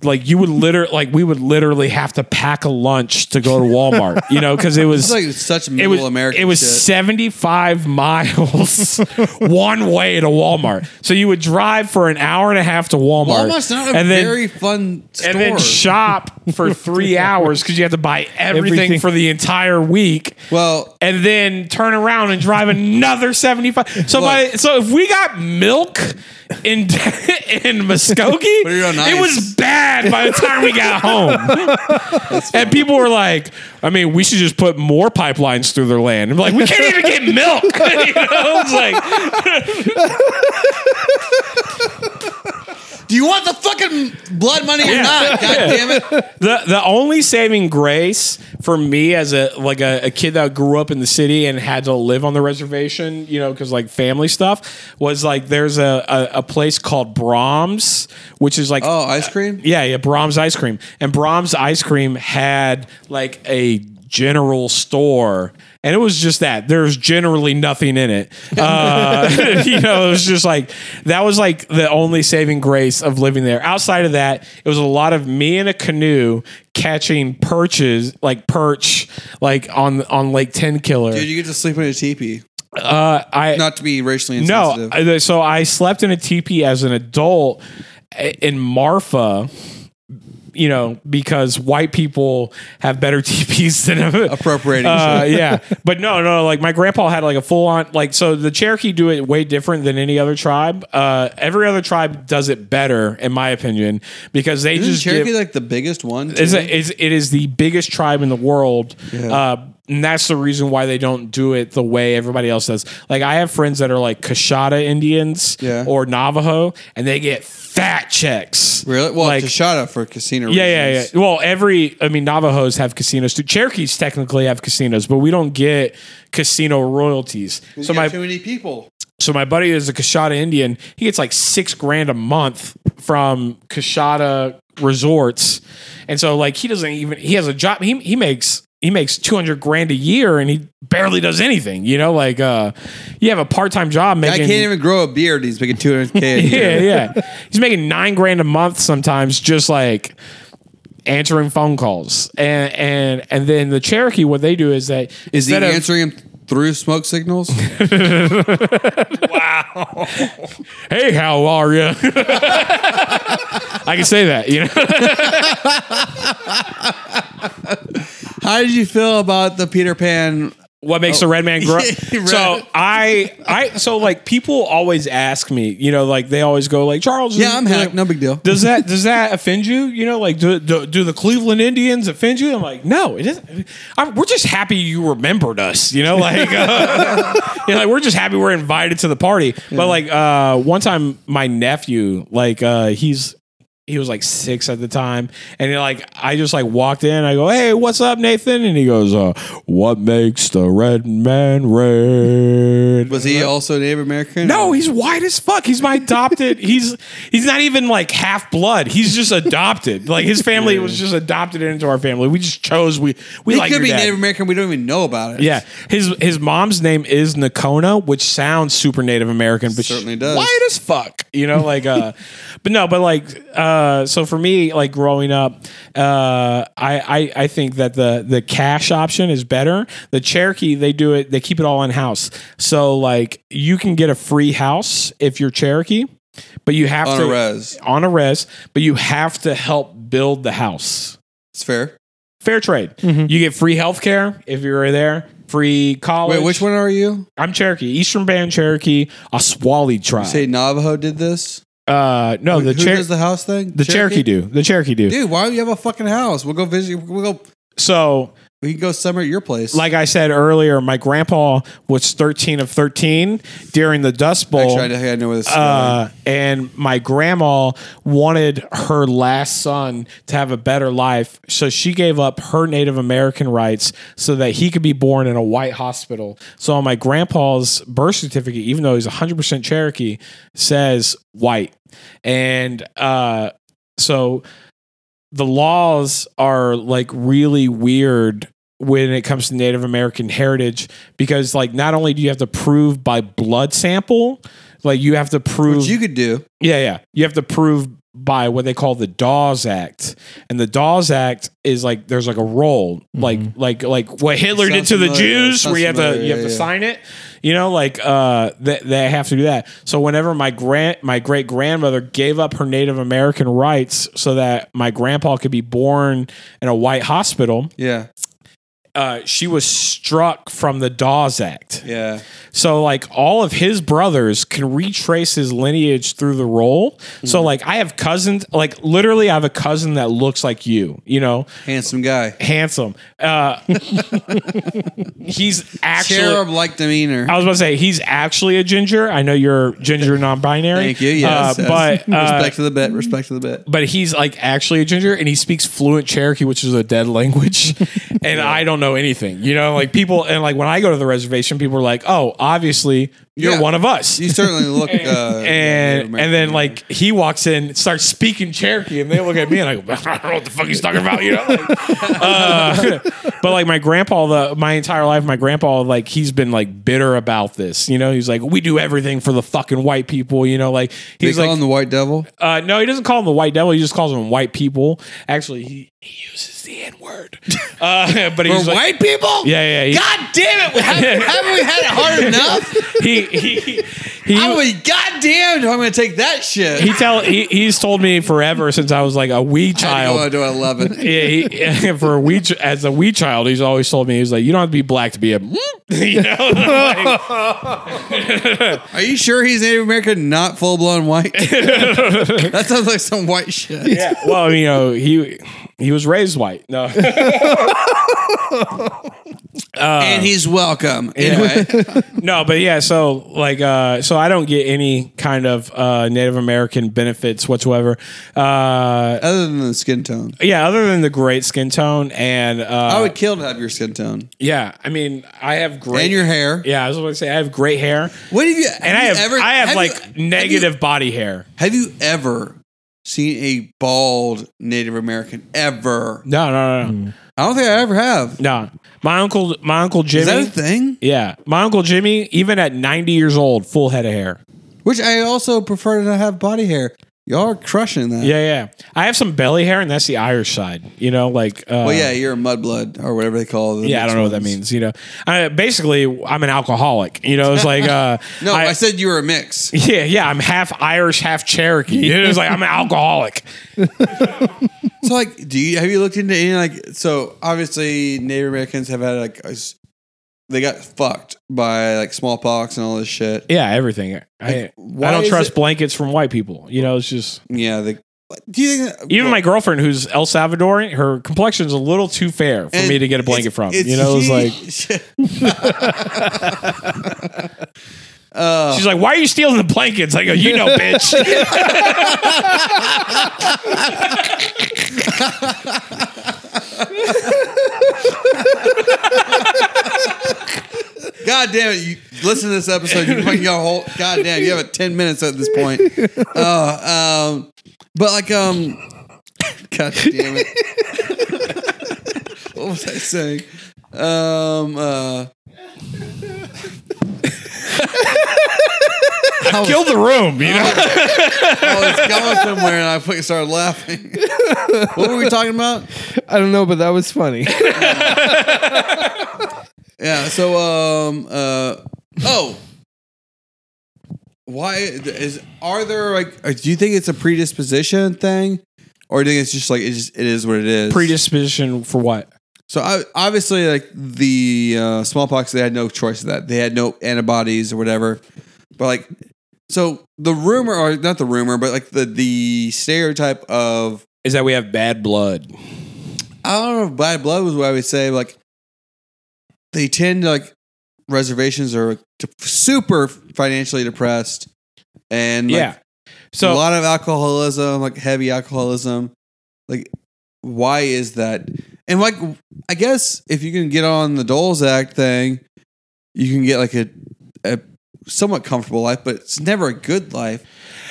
[SPEAKER 2] Like you would literally, like we would literally have to pack a lunch to go to Walmart, you know, because it was
[SPEAKER 3] It's like such
[SPEAKER 2] it
[SPEAKER 3] middle
[SPEAKER 2] was
[SPEAKER 3] American.
[SPEAKER 2] it was
[SPEAKER 3] shit.
[SPEAKER 2] 75 miles one way to Walmart. So you would drive for an hour and a half to Walmart.
[SPEAKER 3] Walmart's not a
[SPEAKER 2] and then,
[SPEAKER 3] very fun store.
[SPEAKER 2] and then shop for 3 hours cuz you have to buy everything,
[SPEAKER 1] Everything.
[SPEAKER 2] for the entire week.
[SPEAKER 3] well,
[SPEAKER 2] and then turn around and drive another 75. So by, so if we got milk in in Muskogee,
[SPEAKER 3] Put it on
[SPEAKER 2] it
[SPEAKER 3] ice.
[SPEAKER 2] was bad by the time we got home. and people were like, I mean, we should just put more pipelines through their land. I'm like, we can't even get milk. you know? It's like
[SPEAKER 3] Do you want the fucking blood money or not? God damn it.
[SPEAKER 2] the the only saving grace for me as a like a, a kid that grew up in the city and had to live on the reservation, you know, because like family stuff was like there's a, a a place called Brahms, which is like
[SPEAKER 3] Oh, ice cream?
[SPEAKER 2] yeah, yeah, Brahms ice cream. And Brahms ice cream had like a general store. And it was just that. There's generally nothing in it. Uh, you know, it was just like, that was like the only saving grace of living there. Outside of that, it was a lot of me in a canoe catching perches, like perch, like on on Lake Tenkiller.
[SPEAKER 3] Dude, you get to sleep in a teepee.
[SPEAKER 2] Uh, I,
[SPEAKER 3] Not to be racially
[SPEAKER 2] no,
[SPEAKER 3] insensitive.
[SPEAKER 2] I- so I slept in a teepee as an adult i- in Marfa. You know, because white people have better teepees than
[SPEAKER 3] Appropriating.
[SPEAKER 2] Uh, yeah, but no, no. Like my grandpa had like a full on like. So the Cherokee do it way different than any other tribe. Uh, every other tribe does it better, in my opinion, because they
[SPEAKER 3] Isn't
[SPEAKER 2] just
[SPEAKER 3] Cherokee
[SPEAKER 2] give-
[SPEAKER 3] like the biggest one?
[SPEAKER 2] it's
[SPEAKER 3] too?
[SPEAKER 2] a, it's, it is the biggest tribe in the world. Uh, and that's the reason why they don't do it the way everybody else does. Like I have friends that are like Kashada Indians
[SPEAKER 3] Yeah.
[SPEAKER 2] or Navajo, and they get fat checks.
[SPEAKER 3] Really? Well,
[SPEAKER 2] like
[SPEAKER 3] like, Tashada for casino
[SPEAKER 2] yeah, yeah,
[SPEAKER 3] reasons.
[SPEAKER 2] yeah. Well, every I mean, Navajos have casinos too. Cherokees technically have casinos, but we don't get casino royalties. So
[SPEAKER 3] You
[SPEAKER 2] my
[SPEAKER 3] got too many people.
[SPEAKER 2] so my buddy is a Kashada Indian. He gets like six grand a month from Kashada resorts, and so like he doesn't even he has a job. He he makes he makes two hundred grand a year, and he barely does anything. You know, like uh, you have a part time job
[SPEAKER 3] I
[SPEAKER 2] making.
[SPEAKER 3] can't even grow a beard. He's making 200K. a year.
[SPEAKER 2] yeah, yeah. He's making nine grand a month sometimes, just like answering phone calls, and and and then the Cherokee, what they do is that
[SPEAKER 3] Is he
[SPEAKER 2] instead of-
[SPEAKER 3] answering him through smoke signals?
[SPEAKER 2] hey, how are you? I can say that, you know.
[SPEAKER 3] How did you feel about the Peter Pan?
[SPEAKER 2] What makes the red man grow?
[SPEAKER 3] Oh. Right.
[SPEAKER 2] So I, I, so like people always ask me, you know, like they always go like Charles.
[SPEAKER 3] Yeah, I'm
[SPEAKER 2] you know,
[SPEAKER 3] hacked. No big deal.
[SPEAKER 2] Does that does that offend you? You know, like do, do, do the Cleveland Indians offend you? I'm like, no, it isn't. I'm, we're just happy you remembered us. You know, like, uh, you know, like we're just happy we're invited to the party. But like uh, one time, my nephew, like uh, he's he was like six at the time, and he like I just like walked in. I go, hey, what's up, Nathan? And he goes, uh, what makes the red man red?
[SPEAKER 3] Was he also Native American?
[SPEAKER 2] No, he's white as fuck. He's my adopted. he's he's not even like half blood. He's just adopted. Like his family was just adopted into our family. We just chose. We we
[SPEAKER 3] He
[SPEAKER 2] like
[SPEAKER 3] could
[SPEAKER 2] your
[SPEAKER 3] be
[SPEAKER 2] dad.
[SPEAKER 3] Native American. We don't even know about it.
[SPEAKER 2] Yeah, his his mom's name is Nakona, which sounds super Native American, but
[SPEAKER 3] Certainly
[SPEAKER 2] she-
[SPEAKER 3] does.
[SPEAKER 2] White as fuck, you know. Like, uh, but no, but like, uh, so for me, like growing up, uh, I, I I think that the the cash option is better. The Cherokee, they do it, they keep it all in house, so like you can get a free house if you're Cherokee. But you have
[SPEAKER 3] On
[SPEAKER 2] to
[SPEAKER 3] a res.
[SPEAKER 2] on a res, but you have to help build the house
[SPEAKER 3] It's fair.
[SPEAKER 2] fair trade.
[SPEAKER 3] Mm-hmm.
[SPEAKER 2] You get free healthcare if you're there, free college.
[SPEAKER 3] Wait, which one are you?
[SPEAKER 2] I'm Cherokee, Eastern Band Cherokee, Oswali tribe.
[SPEAKER 3] Say Navajo did this?
[SPEAKER 2] uh, no, the
[SPEAKER 3] Who
[SPEAKER 2] Cher-
[SPEAKER 3] does the house thing?
[SPEAKER 2] the Cherokee? do the Cherokee do.
[SPEAKER 3] Dude, why don't you have a fucking house? We'll go visit. We'll go.
[SPEAKER 2] So,
[SPEAKER 3] We can go summer at your place.
[SPEAKER 2] like I said earlier, my grandpa was 13 of 13 during the Dust Bowl.
[SPEAKER 3] actually, I think I know where this is going.
[SPEAKER 2] Uh, and my grandma wanted her last son to have a better life, so she gave up her Native American rights so that he could be born in a white hospital. So on my grandpa's birth certificate, even though he's 100% Cherokee, says white, and uh, so the laws are like really weird when it comes to Native American heritage because like not only do you have to prove by blood sample, like you have to prove
[SPEAKER 3] Which you could do.
[SPEAKER 2] yeah, yeah. You have to prove by what they call the Dawes Act, and the Dawes Act is like there's like a role, like like like what Hitler did
[SPEAKER 3] Sounds
[SPEAKER 2] to the
[SPEAKER 3] familiar.
[SPEAKER 2] Jews,
[SPEAKER 3] Sounds
[SPEAKER 2] where you have to
[SPEAKER 3] familiar.
[SPEAKER 2] you have
[SPEAKER 3] Yeah,
[SPEAKER 2] to
[SPEAKER 3] yeah.
[SPEAKER 2] sign it. You know, like uh, they, they have to do that. So whenever my grand my great grandmother gave up her Native American rights so that my grandpa could be born in a white hospital,
[SPEAKER 3] Yeah.
[SPEAKER 2] uh, she was struck from the Dawes Act.
[SPEAKER 3] Yeah.
[SPEAKER 2] So like all of his brothers can retrace his lineage through the role.
[SPEAKER 3] Mm-hmm.
[SPEAKER 2] So like I have cousins, like literally I have a cousin that looks like you, you know,
[SPEAKER 3] Handsome guy.
[SPEAKER 2] handsome. Uh, he's actually
[SPEAKER 3] Cherub like demeanor.
[SPEAKER 2] I was about to say he's actually a ginger. I know you're ginger non-binary.
[SPEAKER 3] Thank you. Yes.
[SPEAKER 2] Uh,
[SPEAKER 3] yes.
[SPEAKER 2] but uh,
[SPEAKER 3] respect to the bet. Respect to the bet.
[SPEAKER 2] but he's like actually a ginger and he speaks fluent Cherokee, which is a dead language. and I don't know anything, you know, like people, and like when I go to the reservation, people are like, oh, obviously you're
[SPEAKER 3] Yeah.
[SPEAKER 2] one of us.
[SPEAKER 3] You certainly look. Uh,
[SPEAKER 2] and and then like he walks in, starts speaking Cherokee, and they look at me and I go, I don't know what the fuck he's talking about, you know. Like, uh, but like my grandpa, the my entire life, my grandpa like he's been like bitter about this, you know. He's like, we do everything for the fucking white people, you know. Like
[SPEAKER 3] he's
[SPEAKER 2] he's like,
[SPEAKER 3] the white devil.
[SPEAKER 2] uh, no, he doesn't call them the white devil. He just calls them white people. Actually, he, he uses the N word. Uh, but he's
[SPEAKER 3] For
[SPEAKER 2] like,
[SPEAKER 3] white people.
[SPEAKER 2] Yeah, yeah. He,
[SPEAKER 3] God damn it! Haven't, haven't we had it hard enough?
[SPEAKER 2] he he he. he
[SPEAKER 3] I'm like, God damn! I'm gonna take that shit.
[SPEAKER 2] he tell he, he's told me forever since I was like a wee
[SPEAKER 3] I
[SPEAKER 2] child.
[SPEAKER 3] do eleven.
[SPEAKER 2] Yeah, he, for a wee ch- as a wee child, he's always told me he's like, you don't have to be black to be a, you know, Like,
[SPEAKER 3] Are you sure he's Native American, not full blown white? that sounds like some white shit.
[SPEAKER 2] yeah. Well, you know, he he was raised white. No, Um,
[SPEAKER 3] and he's welcome. Anyway,
[SPEAKER 2] No, but yeah, so like uh so I don't get any kind of uh Native American benefits whatsoever. Uh
[SPEAKER 3] other than the skin tone,
[SPEAKER 2] yeah, other than the great skin tone and uh
[SPEAKER 3] I would kill to have your skin tone
[SPEAKER 2] yeah, I mean, I have great
[SPEAKER 3] and your hair.
[SPEAKER 2] Yeah, I was going to say I have great hair
[SPEAKER 3] What have you? Have
[SPEAKER 2] and I
[SPEAKER 3] you
[SPEAKER 2] have
[SPEAKER 3] ever,
[SPEAKER 2] I have,
[SPEAKER 3] you-
[SPEAKER 2] like
[SPEAKER 3] you-
[SPEAKER 2] negative body hair.
[SPEAKER 3] Have you ever seen a bald Native American? Ever?
[SPEAKER 2] No, no, no. No.
[SPEAKER 3] I don't think I ever have.
[SPEAKER 2] no. My uncle my uncle Jimmy
[SPEAKER 3] Is that a thing?
[SPEAKER 2] Yeah, my uncle Jimmy even at 90 years old, full head of hair.
[SPEAKER 3] Which I also prefer to have body hair. Y'all are crushing that.
[SPEAKER 2] Yeah, yeah. I have some belly hair and that's the Irish side. You know, like uh
[SPEAKER 3] Well, yeah, you're a mudblood or whatever they call it.
[SPEAKER 2] Yeah, I don't know what that means. You know, I, basically, I'm an alcoholic. You know, it's like, uh,
[SPEAKER 3] No, I, said you were a mix.
[SPEAKER 2] yeah, yeah, I'm half Irish, half Cherokee. It was like I'm an alcoholic.
[SPEAKER 3] so, like, do you have you looked into any like? So obviously, Native Americans have had like a s- they got fucked by like smallpox and all this shit.
[SPEAKER 2] Yeah, everything. I,
[SPEAKER 3] why
[SPEAKER 2] I don't
[SPEAKER 3] is
[SPEAKER 2] trust
[SPEAKER 3] it-
[SPEAKER 2] blankets from white people. You know, it's just
[SPEAKER 3] Yeah, they, do you think that,
[SPEAKER 2] even my girlfriend who's El Salvadoran, her complexion's a little too fair for me to get a blanket from. You know, it's like
[SPEAKER 3] like. uh,
[SPEAKER 2] she's like, "Why are you stealing the blankets?" I go, "You know, bitch."
[SPEAKER 3] God damn it! You listen to this episode. You fucking your whole. God damn, you have it ten minutes at this point. Uh, um, but like, um, God damn it! what was I saying? Um, uh,
[SPEAKER 2] Kill the room. You know,
[SPEAKER 3] I was going somewhere and I fucking started laughing. what were we talking about?
[SPEAKER 7] I don't know, but that was funny.
[SPEAKER 3] Yeah. So, um, uh, oh, why is are there like? uh, Do you think it's a predisposition thing, or do you think it's just like it just it is what it is?
[SPEAKER 2] predisposition for what?
[SPEAKER 3] So I, obviously, like the uh, smallpox, they had no choice of that. They had no antibodies or whatever. But like, so the rumor, or not the rumor, but like the the stereotype of
[SPEAKER 2] Is that we have bad blood?
[SPEAKER 3] I don't know if bad blood was what I would say. Like they tend to like reservations are t- super financially depressed, and like,
[SPEAKER 2] yeah. So
[SPEAKER 3] a lot of alcoholism, like heavy alcoholism. Like, why is that? And like, I guess if you can get on the Doles Act thing, you can get like a a somewhat comfortable life, but it's never a good life.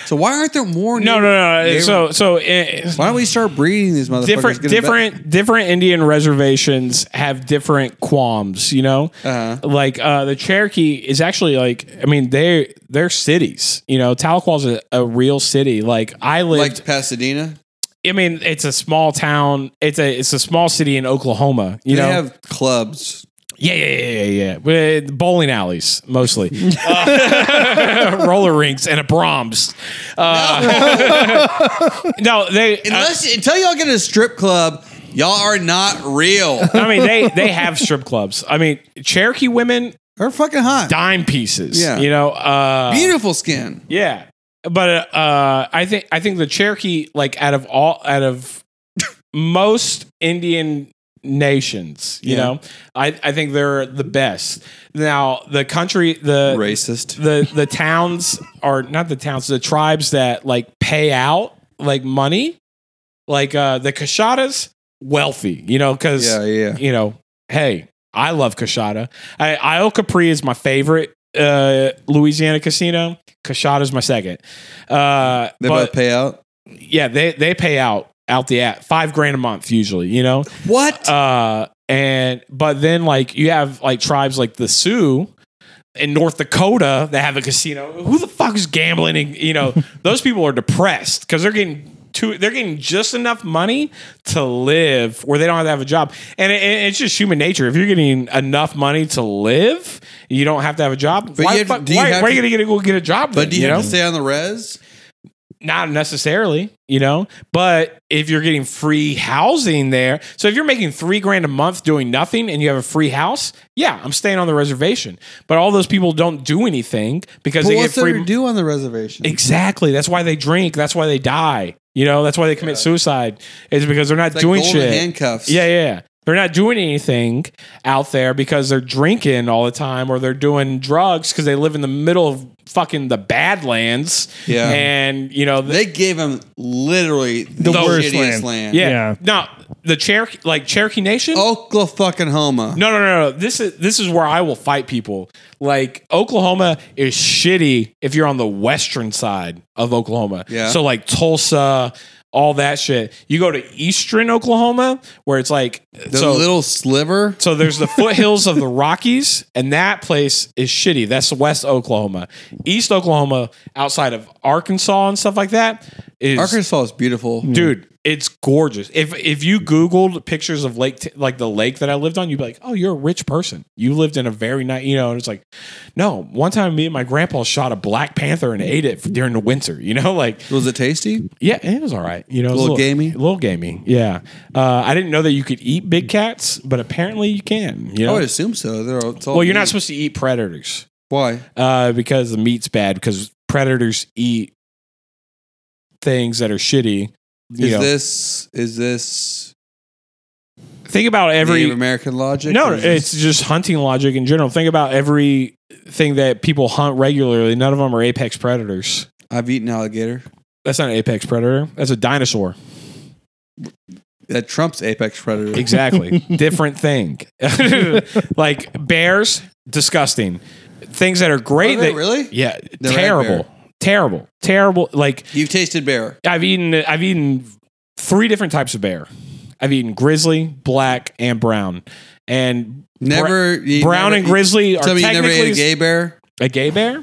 [SPEAKER 3] So why aren't there more?
[SPEAKER 2] No,
[SPEAKER 3] Native-
[SPEAKER 2] no, no.
[SPEAKER 3] Native-
[SPEAKER 2] So, so eh,
[SPEAKER 3] why don't we start breeding these motherfuckers?
[SPEAKER 2] different,
[SPEAKER 3] Get 'em
[SPEAKER 2] different, different Indian reservations have different qualms. You know,
[SPEAKER 3] back- Uh-huh.
[SPEAKER 2] like uh, the Cherokee is actually like, I mean, they they're cities. You know, Tahlequah's a, a real city. Like I lived,
[SPEAKER 3] Like Pasadena,
[SPEAKER 2] I mean, it's a small town. It's a it's a small city in Oklahoma. You
[SPEAKER 3] they
[SPEAKER 2] know,
[SPEAKER 3] have clubs.
[SPEAKER 2] yeah, yeah, yeah, yeah, yeah. With bowling alleys mostly, Uh, roller rinks, and a Brahms. Uh, no, they
[SPEAKER 3] Unless until y'all get a strip club, Y'all are not real.
[SPEAKER 2] I mean, they they have strip clubs. I mean, Cherokee women
[SPEAKER 3] They're fucking hot.
[SPEAKER 2] dime pieces.
[SPEAKER 3] Yeah.
[SPEAKER 2] you know, uh,
[SPEAKER 3] Beautiful skin.
[SPEAKER 2] yeah. But uh, I think I think the Cherokee, like out of all out of most Indian nations, you
[SPEAKER 3] Yeah.
[SPEAKER 2] know, I I think they're the best. Now the country, the
[SPEAKER 3] Racist.
[SPEAKER 2] the the towns are not the towns the tribes that like pay out like money like uh the kashatas wealthy you know because
[SPEAKER 3] Yeah, yeah.
[SPEAKER 2] you know hey i love kashata I, isle capri is my favorite uh louisiana casino kashata's my second uh
[SPEAKER 3] They
[SPEAKER 2] but
[SPEAKER 3] both pay out.
[SPEAKER 2] yeah they they pay out out the at five grand a month usually you know
[SPEAKER 3] What?
[SPEAKER 2] uh and but then like you have like tribes like the sioux in north dakota that have a casino who the fuck is gambling and you know those people are depressed because they're getting too they're getting just enough money to live where they don't have to have a job and it- it- it's just human nature if you're getting enough money to live you don't have to have a job
[SPEAKER 3] But
[SPEAKER 2] why,
[SPEAKER 3] you
[SPEAKER 2] the
[SPEAKER 3] have-
[SPEAKER 2] fuck,
[SPEAKER 3] do you
[SPEAKER 2] why,
[SPEAKER 3] have
[SPEAKER 2] why are
[SPEAKER 3] to-
[SPEAKER 2] you gonna get, go get a job
[SPEAKER 3] but
[SPEAKER 2] then,
[SPEAKER 3] do you,
[SPEAKER 2] you
[SPEAKER 3] have
[SPEAKER 2] know?
[SPEAKER 3] to stay on the res?
[SPEAKER 2] not necessarily, you know, but if you're getting free housing there, so if you're making three grand a month doing nothing and you have a free house, yeah, I'm staying on the reservation. But all those people don't do anything because
[SPEAKER 3] But
[SPEAKER 2] they get
[SPEAKER 3] what's
[SPEAKER 2] free.
[SPEAKER 3] there to do on the reservation?
[SPEAKER 2] exactly. That's why they drink. That's why they die. You know, that's why they commit suicide. Is because they're not
[SPEAKER 3] It's like
[SPEAKER 2] doing
[SPEAKER 3] golden
[SPEAKER 2] shit.
[SPEAKER 3] handcuffs.
[SPEAKER 2] Yeah, yeah, yeah. They're not doing anything out there because they're drinking all the time or they're doing drugs because they live in the middle of fucking the Badlands.
[SPEAKER 3] Yeah.
[SPEAKER 2] And, you know,
[SPEAKER 3] They gave him literally the,
[SPEAKER 1] worst
[SPEAKER 3] shittiest land.
[SPEAKER 1] land. Yeah.
[SPEAKER 2] Yeah. Now the Cherokee, like Cherokee Nation.
[SPEAKER 3] Oh. Oklahoma.
[SPEAKER 2] No, no, no, no. This is this is where I will fight people. Like Oklahoma is shitty if you're on the western side of Oklahoma.
[SPEAKER 3] Yeah.
[SPEAKER 2] So like Tulsa, all that shit. You go to eastern Oklahoma where it's like
[SPEAKER 3] The
[SPEAKER 2] so
[SPEAKER 3] little sliver.
[SPEAKER 2] so there's the foothills of the Rockies, and that place is shitty. That's West Oklahoma. East Oklahoma, outside of Arkansas and stuff like that, is
[SPEAKER 3] Arkansas is beautiful.
[SPEAKER 2] dude it's gorgeous if if you googled pictures of lake T- like the lake that i lived on you'd be like oh you're a rich person you lived in a very nice you know and it's like no one time me and my grandpa shot a black panther and ate it during the winter you know like
[SPEAKER 3] Was it tasty?
[SPEAKER 2] yeah it was all right you know it was
[SPEAKER 3] Little gamey?
[SPEAKER 2] little gamey yeah uh, i didn't know that you could eat big cats but apparently you can you
[SPEAKER 3] I
[SPEAKER 2] know
[SPEAKER 3] would assume so. They're all, it's Oh, all
[SPEAKER 2] well you're not
[SPEAKER 3] meat.
[SPEAKER 2] supposed to eat predators
[SPEAKER 3] Why?
[SPEAKER 2] uh, because the meat's bad because predators eat things that are shitty you
[SPEAKER 3] Is
[SPEAKER 2] know.
[SPEAKER 3] this is this
[SPEAKER 2] think about every
[SPEAKER 3] Native American logic?
[SPEAKER 2] No,
[SPEAKER 3] Or is this-
[SPEAKER 2] it's just hunting logic in general. Think about every thing that people hunt regularly. None of them are apex predators.
[SPEAKER 3] I've eaten alligator.
[SPEAKER 2] That's not an apex predator. That's a dinosaur.
[SPEAKER 3] That trumps apex predator.
[SPEAKER 2] Exactly. Different thing. like bears, disgusting. Things that are
[SPEAKER 3] Are they
[SPEAKER 2] great. that,
[SPEAKER 3] really?
[SPEAKER 2] Yeah.
[SPEAKER 3] The red bear.
[SPEAKER 2] terrible. Terrible. Terrible. Like
[SPEAKER 3] You've tasted bear.
[SPEAKER 2] I've eaten I've eaten three different types of bear. I've eaten grizzly, black, and brown. And
[SPEAKER 3] Never you
[SPEAKER 2] brown
[SPEAKER 3] never-
[SPEAKER 2] and grizzly are
[SPEAKER 3] Tell me you never
[SPEAKER 2] technically
[SPEAKER 3] ate a gay bear.
[SPEAKER 2] A gay bear?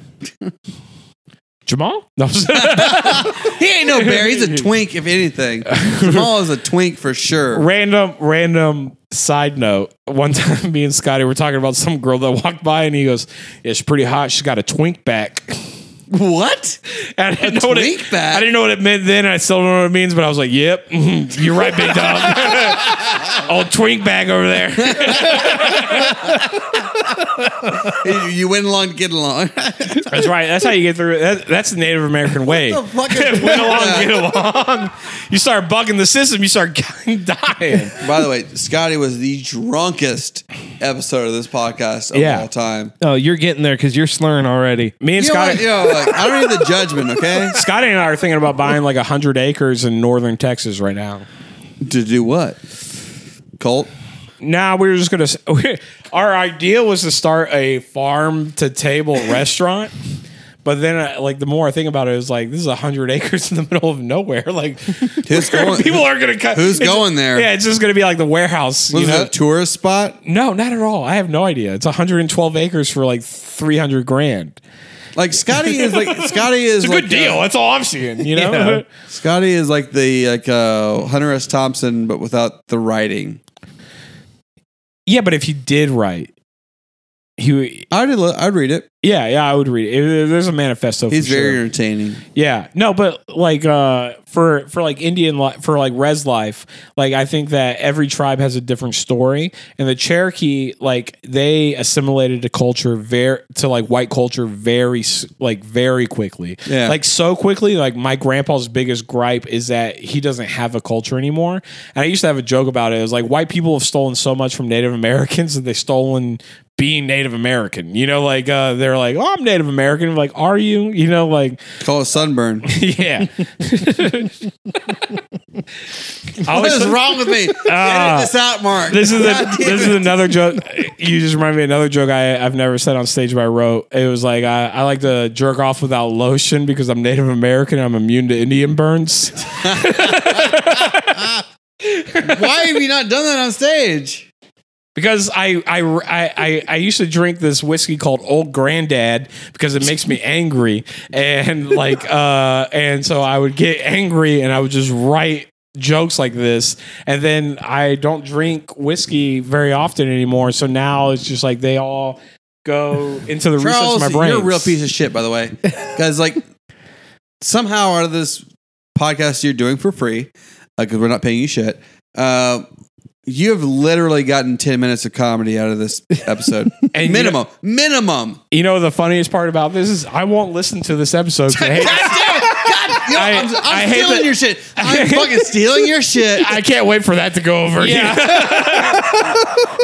[SPEAKER 2] Jamal? No.
[SPEAKER 3] He ain't no bear. He's a twink, if anything. Jamal is a twink for sure.
[SPEAKER 2] random, random side note. One time, me and Scotty were talking about some girl that walked by, and he goes, "Yeah, she's pretty hot. She's got a twink back."
[SPEAKER 3] What?
[SPEAKER 2] And I didn't know what it-
[SPEAKER 3] twink back?
[SPEAKER 2] I didn't know what it meant then. and I still don't know what it means, but I was like, "Yep, mhm, you're right, big dog. Old twink back over there."
[SPEAKER 3] You- You went along to get along.
[SPEAKER 2] That's right. That's how you get through it. That, that's the Native American way.
[SPEAKER 3] the fuck is
[SPEAKER 2] Win along,
[SPEAKER 3] that?
[SPEAKER 2] get along. You start bucking the system, you start dying.
[SPEAKER 3] By the way, Scotty was the drunkest episode of this podcast of
[SPEAKER 2] Yeah.
[SPEAKER 3] all time.
[SPEAKER 1] Oh, you're getting there because you're slurring already.
[SPEAKER 2] Me and
[SPEAKER 3] You know,
[SPEAKER 2] Scotty.
[SPEAKER 3] what? You know, like, I don't need the judgment, okay?
[SPEAKER 2] Scotty and I are thinking about buying like hundred acres in northern Texas right now.
[SPEAKER 3] to do what? Colt?
[SPEAKER 2] Now we were just gonna. s- Our idea was to start a farm to table restaurant, but then uh, like the more I think about it, it's like this is hundred acres in the middle of nowhere. Like
[SPEAKER 3] Who's going-
[SPEAKER 2] people aren't gonna cut.
[SPEAKER 3] who's
[SPEAKER 2] it's-
[SPEAKER 3] going there?
[SPEAKER 2] Yeah, it's just gonna be like the warehouse.
[SPEAKER 3] Was
[SPEAKER 2] you
[SPEAKER 3] that
[SPEAKER 2] know?
[SPEAKER 3] a tourist spot?
[SPEAKER 2] No, not at all. I have no idea. It's 112 acres for like 300 grand.
[SPEAKER 3] Like Scotty is like Scotty is
[SPEAKER 2] It's a
[SPEAKER 3] like
[SPEAKER 2] good deal.
[SPEAKER 3] uh,
[SPEAKER 2] That's all I'm seeing. You know.
[SPEAKER 1] Yeah.
[SPEAKER 3] Scotty is like the like uh, Hunter S. Thompson, but without the writing.
[SPEAKER 2] Yeah, but if he did right, he would-
[SPEAKER 3] I'd lo- I'd read it.
[SPEAKER 2] Yeah, yeah, I would read it. If There's a manifesto.
[SPEAKER 3] He's
[SPEAKER 2] Oh, for sure.
[SPEAKER 3] very entertaining.
[SPEAKER 2] Yeah. No, but like uh for for like Indian life for like res life, like I think that every tribe has a different story and the Cherokee like they assimilated to culture very to like white culture very s- like very quickly.
[SPEAKER 3] Yeah.
[SPEAKER 2] Like so quickly like my grandpa's biggest gripe is that he doesn't have a culture anymore. And I used to have a joke about it. It was like white people have stolen so much from Native Americans that they stolen being Native American, you know, like uh, they're like, "Oh, I'm Native American." like, are you? You know, like
[SPEAKER 3] Call it sunburn.
[SPEAKER 2] Oh, yeah. I
[SPEAKER 3] What
[SPEAKER 2] always-
[SPEAKER 3] is wrong with me? Edit this out,
[SPEAKER 2] Ah.
[SPEAKER 3] Mark.
[SPEAKER 2] this is
[SPEAKER 3] God
[SPEAKER 2] a,
[SPEAKER 3] damn
[SPEAKER 2] this is
[SPEAKER 3] it.
[SPEAKER 2] another joke. You just remind me of another joke I I've never said on stage, but I wrote. It was like I, I like to jerk off without lotion because I'm Native American. and I'm immune to Indian burns.
[SPEAKER 3] Why have you not done that on stage?
[SPEAKER 2] Because I I, I, I I used to drink this whiskey called Old Granddad because it makes me angry and like uh and so I would get angry and I would just write jokes like this and then I don't drink whiskey very often anymore so now it's just like they all go into the recess of
[SPEAKER 3] Charles,
[SPEAKER 2] my brain.
[SPEAKER 3] you're a real piece of shit, by the way. Because, like, somehow out of this podcast you're doing for free, because we're not paying you shit, uh, you have literally gotten 10 minutes of comedy out of this episode.
[SPEAKER 2] And you
[SPEAKER 3] minimum. minimum.
[SPEAKER 2] You know the funniest part about this is I won't listen to this episode. 'cause I hate-
[SPEAKER 3] Yo,
[SPEAKER 2] I-
[SPEAKER 3] I'm, I'm
[SPEAKER 2] I hate
[SPEAKER 3] stealing
[SPEAKER 2] that-
[SPEAKER 3] your shit. I'm fucking stealing your shit.
[SPEAKER 5] I can't wait for that to go over.
[SPEAKER 2] Yeah.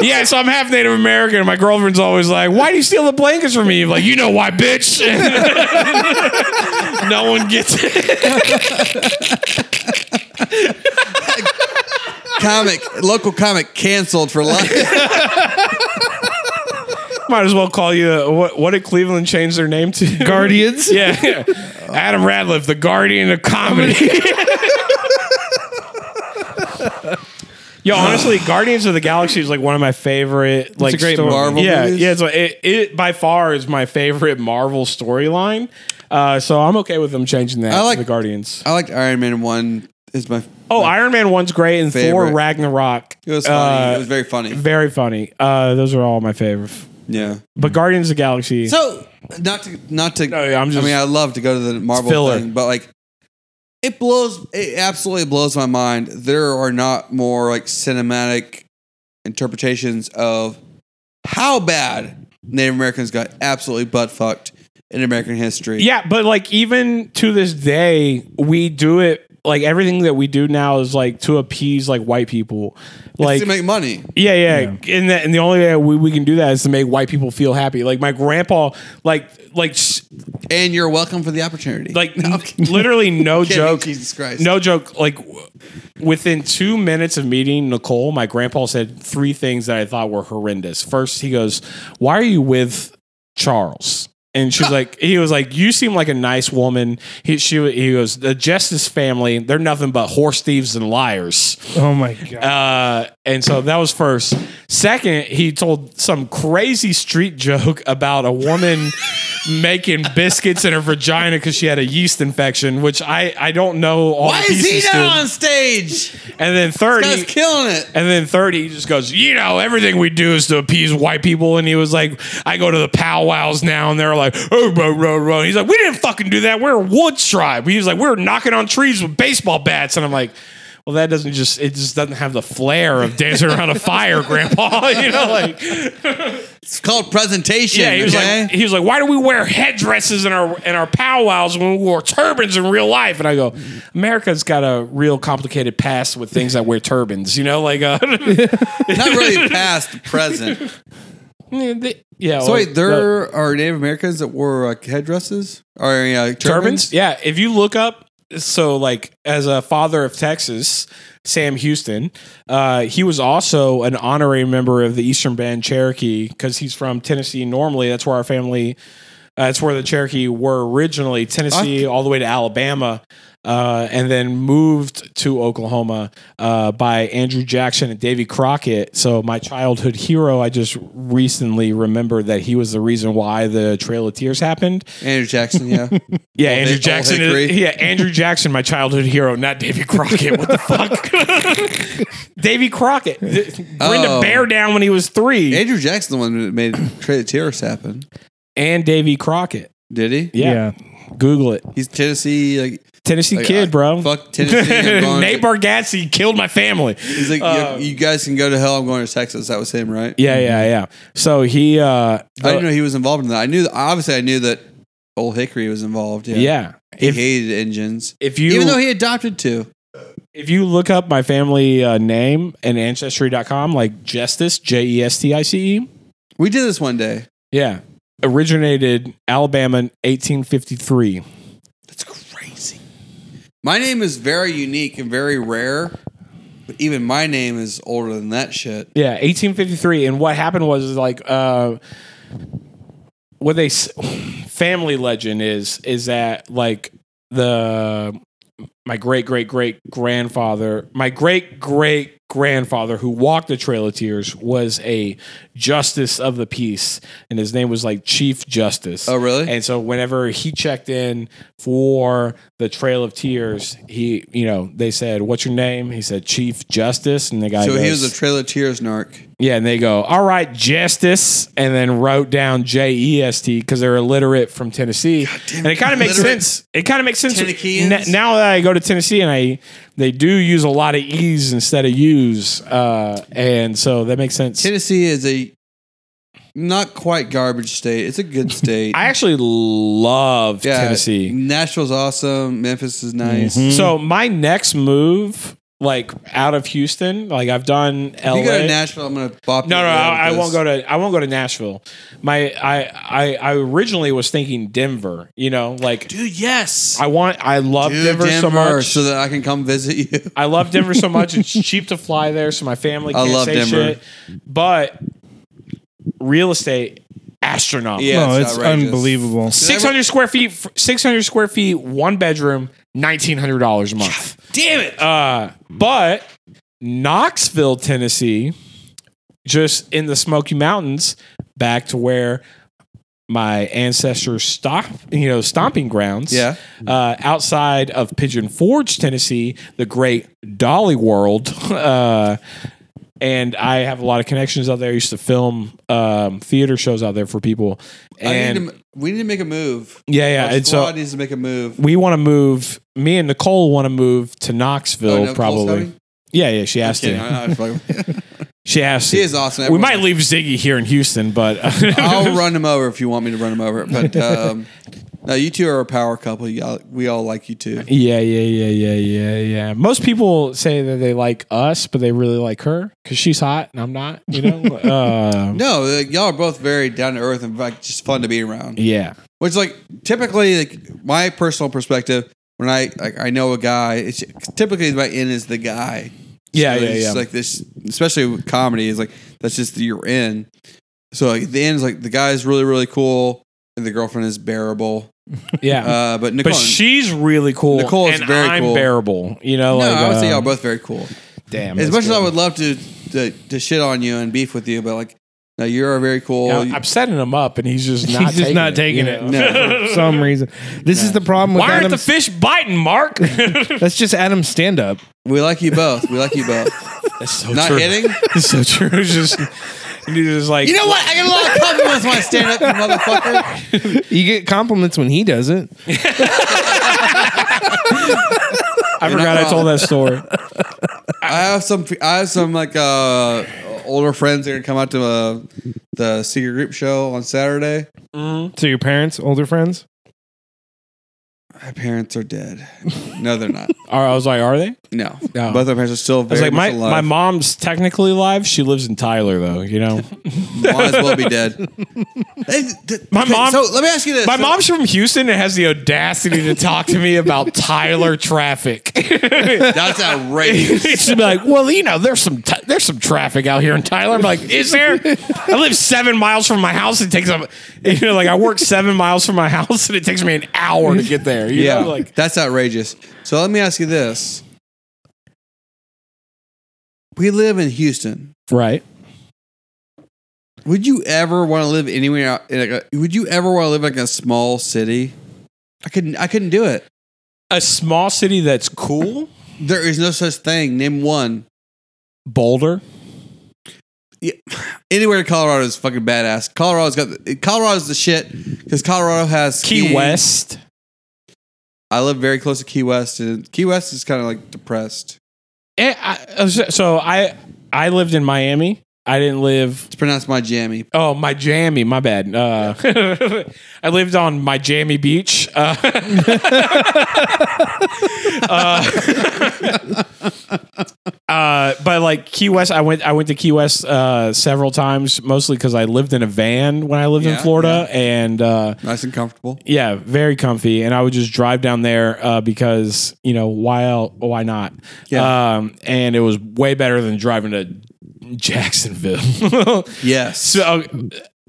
[SPEAKER 2] yeah, so I'm half Native American, and my girlfriend's always like, Why do you steal the blankets from me? I'm like, you know why, bitch. no one gets it.
[SPEAKER 3] comic, local comic canceled for life.
[SPEAKER 2] Might as well call you uh, what what did Cleveland change their name to?
[SPEAKER 1] Guardians.
[SPEAKER 2] yeah. yeah. Adam Radliff, the guardian of comedy. Yo, honestly, Guardians of the Galaxy is like one of my favorite like
[SPEAKER 1] a great
[SPEAKER 2] story-
[SPEAKER 3] Marvel
[SPEAKER 2] yeah,
[SPEAKER 3] movies.
[SPEAKER 2] yeah. It's like, it, it by far is my favorite Marvel storyline. Uh, so I'm okay with them changing that.
[SPEAKER 3] I
[SPEAKER 2] to
[SPEAKER 3] like-
[SPEAKER 2] the Guardians.
[SPEAKER 3] I liked Iron Man 1 is my
[SPEAKER 2] Oh, Iron Man one's great, and Thor
[SPEAKER 3] Favorite.
[SPEAKER 2] Ragnarok.
[SPEAKER 3] It was funny.
[SPEAKER 2] uh,
[SPEAKER 3] it was very funny.
[SPEAKER 2] very funny. Uh, those are all my favorites.
[SPEAKER 3] Yeah.
[SPEAKER 2] But Guardians of the Galaxy.
[SPEAKER 3] Hmm. So not to not to.
[SPEAKER 2] No, yeah, I'm just-
[SPEAKER 3] I mean, I love to go to the Marvel
[SPEAKER 2] filler.
[SPEAKER 3] thing, but like, it blows. It absolutely blows my mind. There are not more like cinematic interpretations of how bad Native Americans got absolutely butt fucked in American history.
[SPEAKER 2] Yeah, but like even to this day, we do it like everything that we do now is like to appease like white people.
[SPEAKER 3] like
[SPEAKER 2] Like
[SPEAKER 3] to make money.
[SPEAKER 2] yeah, yeah, And, that, and the only way we, we can do that is to make white people feel happy. Like my grandpa, like like s-
[SPEAKER 3] And you're welcome for the opportunity.
[SPEAKER 2] like
[SPEAKER 3] No, I'm
[SPEAKER 2] n- literally no
[SPEAKER 3] kidding,
[SPEAKER 2] joke.
[SPEAKER 3] Jesus Christ.
[SPEAKER 2] No joke. Like w- within two minutes of meeting Nicole, my grandpa said three things that I thought were horrendous. First, he goes, "Why are you with Charles?" And she's like, he was like, "You seem like a nice woman." He she he goes, "The Justice family, they're nothing but horse thieves and liars."
[SPEAKER 1] Oh my god.
[SPEAKER 2] Uh, and so that was first. Second, he told some crazy street joke about a woman making biscuits in her vagina because she had a yeast infection, which I, I don't know all
[SPEAKER 3] Why
[SPEAKER 2] the
[SPEAKER 3] is
[SPEAKER 2] pieces
[SPEAKER 3] he
[SPEAKER 2] to.
[SPEAKER 3] not on stage?
[SPEAKER 2] And then third,
[SPEAKER 3] Guy's
[SPEAKER 2] he,
[SPEAKER 3] killing it.
[SPEAKER 2] and then third, he just goes, you know, everything we do is to appease white people. And he was like, I go to the powwows now, and they're like, oh, bro, bro, bro. And he's like, we didn't fucking do that. We're a woods tribe. He was like, we're knocking on trees with baseball bats. And I'm like. Well, that doesn't just, it just doesn't have the flair of dancing around a fire, Grandpa. You know, like,
[SPEAKER 3] It's called presentation.
[SPEAKER 2] yeah, he was
[SPEAKER 3] okay?
[SPEAKER 2] like, he was like, why do we wear headdresses in our in our powwows when we wore turbans in real life? And I go, America's got a real complicated past with things that wear turbans. You know, like, uh,
[SPEAKER 3] not really past, present.
[SPEAKER 2] Yeah, they- yeah.
[SPEAKER 3] So wait, there are Native Americans that wore like headdresses or yeah, like, turbans.
[SPEAKER 2] turbans. Yeah, if you look up, so like as a father of Texas, Sam Houston, uh, he was also an honorary member of the Eastern Band Cherokee because he's from Tennessee. Normally, that's where our family, uh, that's where the Cherokee were originally, Tennessee all the way to Alabama. Uh, and then moved to Oklahoma uh, by Andrew Jackson and Davy Crockett. So my childhood hero, I just recently remembered that he was the reason why the Trail of Tears happened.
[SPEAKER 3] Andrew Jackson, yeah.
[SPEAKER 2] Yeah, Andrew
[SPEAKER 3] Hick-
[SPEAKER 2] Jackson.
[SPEAKER 3] Old
[SPEAKER 2] Is,
[SPEAKER 3] Hickory.
[SPEAKER 2] yeah, Andrew Jackson, my childhood hero, not Davy Crockett. What the fuck? Davy Crockett. Th- Brenda
[SPEAKER 3] Oh.
[SPEAKER 2] Bear down when he was three.
[SPEAKER 3] Andrew Jackson, the one that made Trail of Tears happen.
[SPEAKER 2] and Davy Crockett.
[SPEAKER 3] Did he?
[SPEAKER 2] Yeah. Google it.
[SPEAKER 3] He's Tennessee. Like,
[SPEAKER 2] Tennessee
[SPEAKER 3] like,
[SPEAKER 2] kid,
[SPEAKER 3] I-
[SPEAKER 2] bro.
[SPEAKER 3] Fuck Tennessee. I'm going
[SPEAKER 2] Nate
[SPEAKER 3] to,
[SPEAKER 2] Bargatze killed my family.
[SPEAKER 3] he's like,
[SPEAKER 2] Uh,
[SPEAKER 3] you, you guys can go to hell. I'm going to Texas. That was him, right?
[SPEAKER 2] Yeah, yeah, yeah. So he, uh,
[SPEAKER 3] I didn't know he was involved in that. I knew. That, obviously, I knew that Old Hickory was involved. Yeah.
[SPEAKER 2] yeah.
[SPEAKER 3] He
[SPEAKER 2] If
[SPEAKER 3] hated engines,
[SPEAKER 2] if you
[SPEAKER 3] even though he adopted two.
[SPEAKER 2] if you look up my family uh, name and ancestry.com, like Justice J E S T I C E,
[SPEAKER 3] We did this one day.
[SPEAKER 2] yeah, originated Alabama in 1853.
[SPEAKER 3] That's crazy. My name is very unique and very rare, but even my name is older than that shit.
[SPEAKER 2] Yeah, 1853. And what happened was is like uh what they s- family legend is is that like the my great great great grandfather, my great great grandfather who walked the Trail of Tears was a justice of the peace and his name was like Chief Justice.
[SPEAKER 3] Oh, really?
[SPEAKER 2] And so whenever he checked in for the Trail of Tears, he, you know, they said, "What's your name?" He said, "Chief Justice." And the guy
[SPEAKER 3] so
[SPEAKER 2] goes,
[SPEAKER 3] he was a Trail of Tears narc.
[SPEAKER 2] yeah, and they go, all right, justice, and then wrote down J E S T because they're illiterate from Tennessee, and it kind of makes
[SPEAKER 3] illiterate
[SPEAKER 2] sense. It kind of makes sense
[SPEAKER 3] Tennekeans.
[SPEAKER 2] N- now that I go to Tennessee and I they do use a lot of E's instead of U's, uh, and so that makes sense.
[SPEAKER 3] Tennessee is a not quite garbage state. It's a good state.
[SPEAKER 2] I actually love
[SPEAKER 3] Yeah,
[SPEAKER 2] Tennessee.
[SPEAKER 3] Nashville's awesome. Memphis is nice.
[SPEAKER 2] So my next move, like out of Houston, like I've done LA.
[SPEAKER 3] If you go to Nashville, I'm gonna bop.
[SPEAKER 2] No, no, I, I won't go to I won't go to Nashville. My I I I originally was thinking Denver. You know, like
[SPEAKER 3] Dude, yes.
[SPEAKER 2] I want I love
[SPEAKER 3] Dude,
[SPEAKER 2] Denver, so much.
[SPEAKER 3] so that I can come visit you.
[SPEAKER 2] I love Denver so much. It's cheap to fly there, so my family
[SPEAKER 3] I
[SPEAKER 2] can't
[SPEAKER 3] love
[SPEAKER 2] say
[SPEAKER 3] Denver.
[SPEAKER 2] shit. But real estate astronomical.
[SPEAKER 3] Yeah,
[SPEAKER 1] no,
[SPEAKER 3] it's
[SPEAKER 1] it's
[SPEAKER 3] outrageous.
[SPEAKER 1] unbelievable.
[SPEAKER 2] Six hundred square feet. Six hundred square feet. One bedroom. Nineteen hundred dollars a month.
[SPEAKER 3] Damn it!
[SPEAKER 2] Uh, but Knoxville, Tennessee, just in the Smoky Mountains, back to where my ancestors stop, you know, stomping grounds.
[SPEAKER 3] Yeah.
[SPEAKER 2] Uh, outside of Pigeon Forge, Tennessee, the great Dolly World. Uh, and I have a lot of connections out there. I used to film um, theater shows out there for people.
[SPEAKER 3] I
[SPEAKER 2] And
[SPEAKER 3] need to, we need to make a move.
[SPEAKER 2] yeah, yeah.
[SPEAKER 3] Our
[SPEAKER 2] And so
[SPEAKER 3] squad needs to make a move.
[SPEAKER 2] we want to move. Me and Nicole want to move to Knoxville,
[SPEAKER 3] Oh, no, Cole's
[SPEAKER 2] probably.
[SPEAKER 3] coming?
[SPEAKER 2] Yeah, yeah. She asked
[SPEAKER 3] Kidding,
[SPEAKER 2] to.
[SPEAKER 3] I- I was like-
[SPEAKER 2] She asked.
[SPEAKER 3] She
[SPEAKER 2] to.
[SPEAKER 3] is awesome.
[SPEAKER 2] we
[SPEAKER 3] Everyone- Oh.
[SPEAKER 2] might leave Ziggy here in Houston, but
[SPEAKER 3] I'll run him over if you want me to run him over. But um, no, you two are a power couple. Y'all, we all like you too.
[SPEAKER 2] yeah, yeah, yeah, yeah, yeah, yeah. Most people say that they like us, but they really like her because she's hot and I'm not. You know. Um
[SPEAKER 3] No, like, y'all are both very down to earth and like just fun to be around.
[SPEAKER 2] yeah.
[SPEAKER 3] Which like typically like my personal perspective when I like I know a guy, it's typically my in is the guy.
[SPEAKER 2] Yeah,
[SPEAKER 3] So
[SPEAKER 2] yeah,
[SPEAKER 3] it's
[SPEAKER 2] yeah.
[SPEAKER 3] Like this, especially with comedy is like that's just your in. So like the end is like the guy's really really cool and the girlfriend is bearable.
[SPEAKER 2] yeah.
[SPEAKER 3] Uh, but Nicole,
[SPEAKER 2] but she's really cool.
[SPEAKER 3] Nicole is
[SPEAKER 2] and
[SPEAKER 3] very
[SPEAKER 2] I'm
[SPEAKER 3] cool.
[SPEAKER 2] bearable. You know.
[SPEAKER 3] no,
[SPEAKER 2] like,
[SPEAKER 3] I would say
[SPEAKER 2] um,
[SPEAKER 3] y'all are both very cool.
[SPEAKER 2] Damn.
[SPEAKER 3] As
[SPEAKER 2] that's
[SPEAKER 3] much as I
[SPEAKER 2] good.
[SPEAKER 3] would love to, to to shit on you and beef with you, but like no, you're very cool.
[SPEAKER 2] Yeah, I'm setting him up, and he's just not.
[SPEAKER 1] He's just
[SPEAKER 2] taking
[SPEAKER 1] not
[SPEAKER 2] it,
[SPEAKER 1] taking
[SPEAKER 2] you
[SPEAKER 1] it,
[SPEAKER 2] know?
[SPEAKER 1] for some reason. This is the problem with
[SPEAKER 2] Why aren't
[SPEAKER 1] Adam.
[SPEAKER 2] the fish biting, Mark?
[SPEAKER 1] That's just Adam's stand up.
[SPEAKER 3] we like you both. We like you both.
[SPEAKER 2] That's so
[SPEAKER 3] Not
[SPEAKER 2] true.
[SPEAKER 3] hitting.
[SPEAKER 2] It's so true. It's just, and he's just like,
[SPEAKER 3] You know what? I got a lot of compliments when I stand up, you motherfucker.
[SPEAKER 1] You get compliments when he does it.
[SPEAKER 2] I
[SPEAKER 3] You're not
[SPEAKER 2] forgot I
[SPEAKER 3] wrong.
[SPEAKER 2] told that story.
[SPEAKER 3] I have some. I have some like uh, older friends that are gonna come out to uh, the secret group show on Saturday.
[SPEAKER 1] So your parents, older friends?
[SPEAKER 3] My parents are dead. No, they're not.
[SPEAKER 2] Or I was like, are they?
[SPEAKER 3] No,
[SPEAKER 2] No.
[SPEAKER 3] both our parents are still
[SPEAKER 2] I was
[SPEAKER 3] very
[SPEAKER 2] like, my,
[SPEAKER 3] much alive.
[SPEAKER 2] my mom's technically alive. She lives in Tyler, though, you know?
[SPEAKER 3] might as well be dead. Hey, th-
[SPEAKER 2] My
[SPEAKER 3] okay,
[SPEAKER 2] mom-
[SPEAKER 3] So let me ask you this.
[SPEAKER 2] My
[SPEAKER 3] So-
[SPEAKER 2] mom's from Houston and has the audacity to talk to me about Tyler traffic.
[SPEAKER 3] That's outrageous.
[SPEAKER 2] She'd be like, well, you know, there's some t- there's some traffic out here in Tyler. I'm like, is there? I live seven miles from my house. It takes up, you know, like I work seven miles from my house and it takes me an hour to get there. You
[SPEAKER 3] Yeah,
[SPEAKER 2] know, like,
[SPEAKER 3] that's outrageous. So let me ask you this. We live in Houston.
[SPEAKER 2] right.
[SPEAKER 3] Would you ever want to live anywhere? out- In like a, would you ever want to live like a small city? I couldn't. I couldn't do it.
[SPEAKER 2] A small city that's cool,
[SPEAKER 3] There is no such thing. Name one.
[SPEAKER 2] Boulder.
[SPEAKER 3] anywhere in Colorado is fucking badass. Colorado's got the, Colorado's the shit because Colorado has
[SPEAKER 2] Key
[SPEAKER 3] skiing.
[SPEAKER 2] West.
[SPEAKER 3] I live very close to Key West, and Key West is kind of like depressed.
[SPEAKER 2] Eh, I- so I I lived in Miami. I didn't live
[SPEAKER 3] It's pronounced my jammy.
[SPEAKER 2] Oh, my jammy. My bad. Uh, I lived on my jammy beach. Uh, uh, uh, but like Key West, I went. I went to Key West uh, several times, mostly because I lived in a van when I lived in
[SPEAKER 3] Yeah,
[SPEAKER 2] Florida, and uh,
[SPEAKER 3] Nice and comfortable.
[SPEAKER 2] yeah, very comfy. And I would just drive down there uh, because you know why el- why not?
[SPEAKER 3] Yeah.
[SPEAKER 2] Um, and it was way better than driving to Jacksonville.
[SPEAKER 3] Yes.
[SPEAKER 2] So, uh,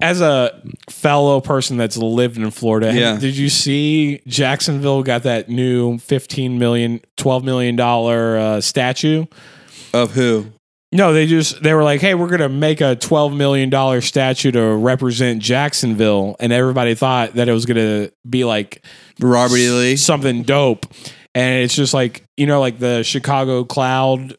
[SPEAKER 2] as a fellow person that's lived in Florida, have-
[SPEAKER 3] Yeah.
[SPEAKER 2] did you see Jacksonville got that new 15 million, 12 million dollar uh, statue?
[SPEAKER 3] of who?
[SPEAKER 2] No, they just they were like, "Hey, we're going to make a 12 million dollar statue to represent Jacksonville." And everybody thought that it was going to be like
[SPEAKER 3] Robert E. Lee.
[SPEAKER 2] something dope. And it's just like, you know, like the Chicago cloud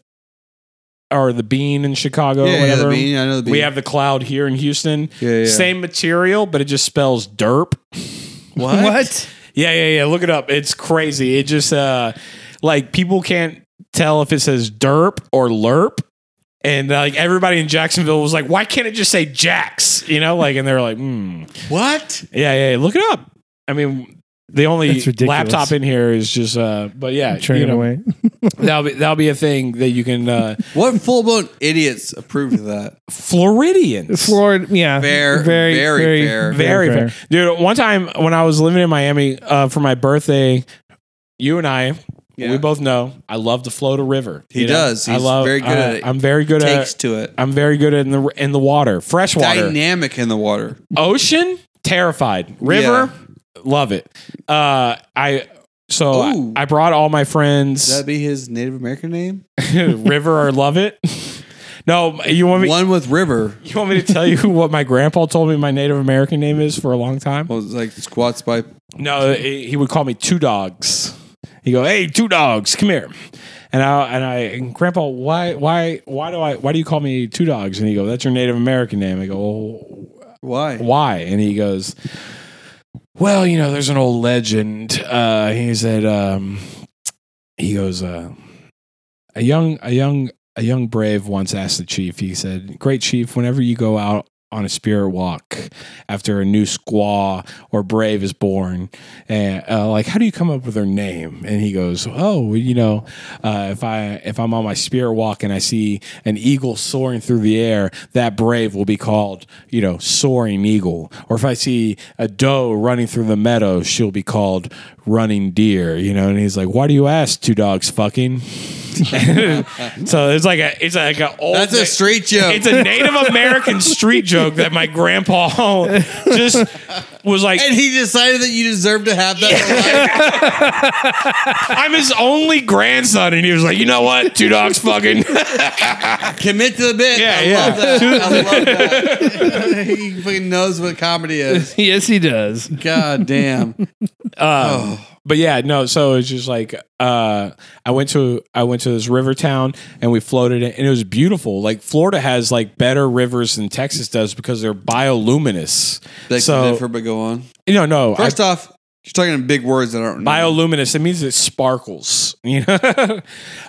[SPEAKER 2] or the bean in Chicago,
[SPEAKER 3] yeah, yeah,
[SPEAKER 2] whatever.
[SPEAKER 3] the bean. I know the bean.
[SPEAKER 2] We have the cloud here in Houston.
[SPEAKER 3] Yeah, yeah.
[SPEAKER 2] Same material, but it just spells derp.
[SPEAKER 3] What?
[SPEAKER 2] Yeah, yeah, yeah. Look it up. It's crazy. It just uh like people can't tell if it says derp or lerp. And uh, like everybody in Jacksonville was like, why can't it just say Jax? You know, like and they're like, hmm.
[SPEAKER 3] What?
[SPEAKER 2] Yeah, yeah, yeah. Look it up. I mean, the only
[SPEAKER 1] That's ridiculous.
[SPEAKER 2] laptop in here is just uh but yeah,
[SPEAKER 1] Turn
[SPEAKER 2] you
[SPEAKER 1] it
[SPEAKER 2] know,
[SPEAKER 1] away.
[SPEAKER 2] that'll be that'll be a thing that you can uh
[SPEAKER 3] What full blown idiots approved of that?
[SPEAKER 2] Floridians.
[SPEAKER 1] Florida, yeah,
[SPEAKER 3] Fair, very fair.
[SPEAKER 2] very fair. dude one time when i was living in miami uh, for my birthday you and i
[SPEAKER 3] Yeah.
[SPEAKER 2] we both know i love to float a river
[SPEAKER 3] He
[SPEAKER 2] you know? uh,
[SPEAKER 3] does. He's very good at it.
[SPEAKER 2] i'm very good
[SPEAKER 3] Takes
[SPEAKER 2] at
[SPEAKER 3] to it.
[SPEAKER 2] i'm very good in the in the water fresh water
[SPEAKER 3] Dynamic in the water.
[SPEAKER 2] ocean terrified river love it uh i so I,
[SPEAKER 3] Ooh.
[SPEAKER 2] I brought all my friends
[SPEAKER 3] That'd be his Native American name.
[SPEAKER 2] river or love it no you want me
[SPEAKER 3] One with river.
[SPEAKER 2] you want me to tell you what my grandpa told me my native american name is for a long time
[SPEAKER 3] Well, it's like squats by.
[SPEAKER 2] No, he he would call me two dogs. He go, hey, two dogs, come here. And I and I and Grandpa, why why why do I why do you call me two dogs? And he go, that's your Native American name. I go, well,
[SPEAKER 3] Why?
[SPEAKER 2] why? And he goes, well, you know, there's an old legend. Uh, he said, um, he goes, uh, a young a young a young brave once asked the chief. He said, "Great chief, whenever you go out." On a spirit walk after a new squaw or brave is born, and uh, like, how do you come up with their name? And he goes, "Oh, well, you know, uh, if I if I'm on my spirit walk and I see an eagle soaring through the air, that brave will be called, you know, soaring eagle. Or if I see a doe running through the meadow, she'll be called running deer. You know." And he's like, "Why do you ask two dogs fucking?" so it's like a it's like a old
[SPEAKER 3] That's a street joke.
[SPEAKER 2] It's a Native American street joke that my grandpa just was like.
[SPEAKER 3] and he decided that you deserve to have that.
[SPEAKER 2] I'm his only grandson, and he was like, you know what, two dogs fucking.
[SPEAKER 3] Commit to the bit.
[SPEAKER 2] Yeah,
[SPEAKER 3] I
[SPEAKER 2] yeah.
[SPEAKER 3] love that. I love that. he fucking knows what comedy is.
[SPEAKER 7] yes, he does.
[SPEAKER 3] God damn. oh,
[SPEAKER 2] but yeah, no. So it's just like uh, I went to I went to this river town, and we floated it, and it was beautiful. Like Florida has like better rivers than Texas does because they're bioluminous.
[SPEAKER 3] they
[SPEAKER 2] So-
[SPEAKER 3] so, differ, but go on.
[SPEAKER 2] No, no, I-
[SPEAKER 3] First off, you're talking in big words that I don't know.
[SPEAKER 2] bioluminous. It means it sparkles. You know,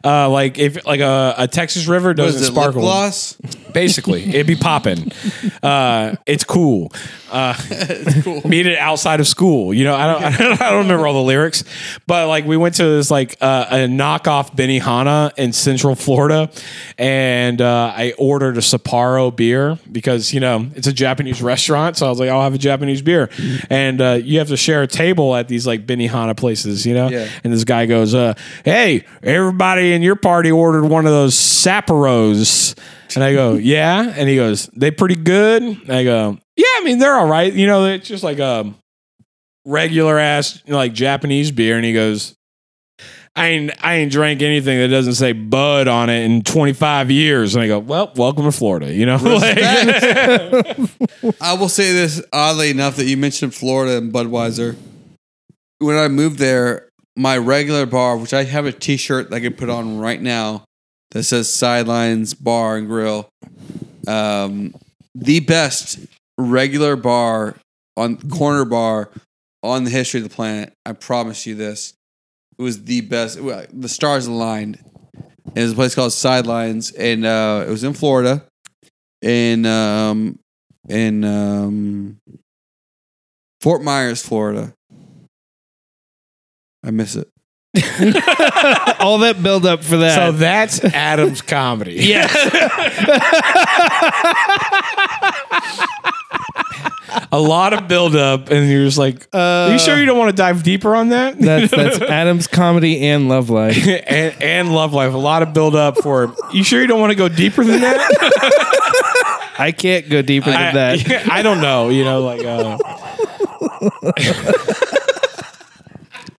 [SPEAKER 2] uh, like if like a, a Texas river
[SPEAKER 3] What
[SPEAKER 2] doesn't
[SPEAKER 3] is it, lip
[SPEAKER 2] sparkle.
[SPEAKER 3] gloss?
[SPEAKER 2] basically it'd be popping uh it's cool uh meet it outside of school you know i don't i don't, I don't remember all the lyrics but like we went to this like uh, a knockoff benihana in central florida and uh i ordered a sapporo beer because you know it's a japanese restaurant so i was like i'll have a japanese beer and uh you have to share a table at these like benihana places you know
[SPEAKER 3] Yeah.
[SPEAKER 2] and this guy goes uh hey everybody in your party ordered one of those sapporos and I go, yeah. And he goes, they pretty good. And I go, yeah. I mean, they're all right. You know, it's just like a regular ass like Japanese beer. And he goes, I ain't I ain't drank anything that doesn't say Bud on it in 25 years. And I go, well, welcome to Florida. You know, Like-
[SPEAKER 3] I will say this oddly enough that you mentioned Florida and Budweiser. When I moved there, my regular bar, which I have a t shirt that I can put on right now that says Sidelines Bar and Grill, um, the best regular bar on corner bar on the history of the planet. I promise you this. It was the best. well, The stars aligned. It was a place called Sidelines, and uh, it was in Florida, in um, in um, Fort Myers, Florida. I miss it.
[SPEAKER 1] All that build up for that.
[SPEAKER 2] So that's Adam's comedy. a lot of buildup, and you're just like,
[SPEAKER 1] Uh,
[SPEAKER 2] "Are you sure you don't want to dive deeper on that?"
[SPEAKER 1] that's that's Adam's comedy and love life.
[SPEAKER 2] and, and love life. A lot of buildup for. You sure you don't want to go deeper than that?
[SPEAKER 1] I can't go deeper than that.
[SPEAKER 2] I, I don't know. You know, like. Uh,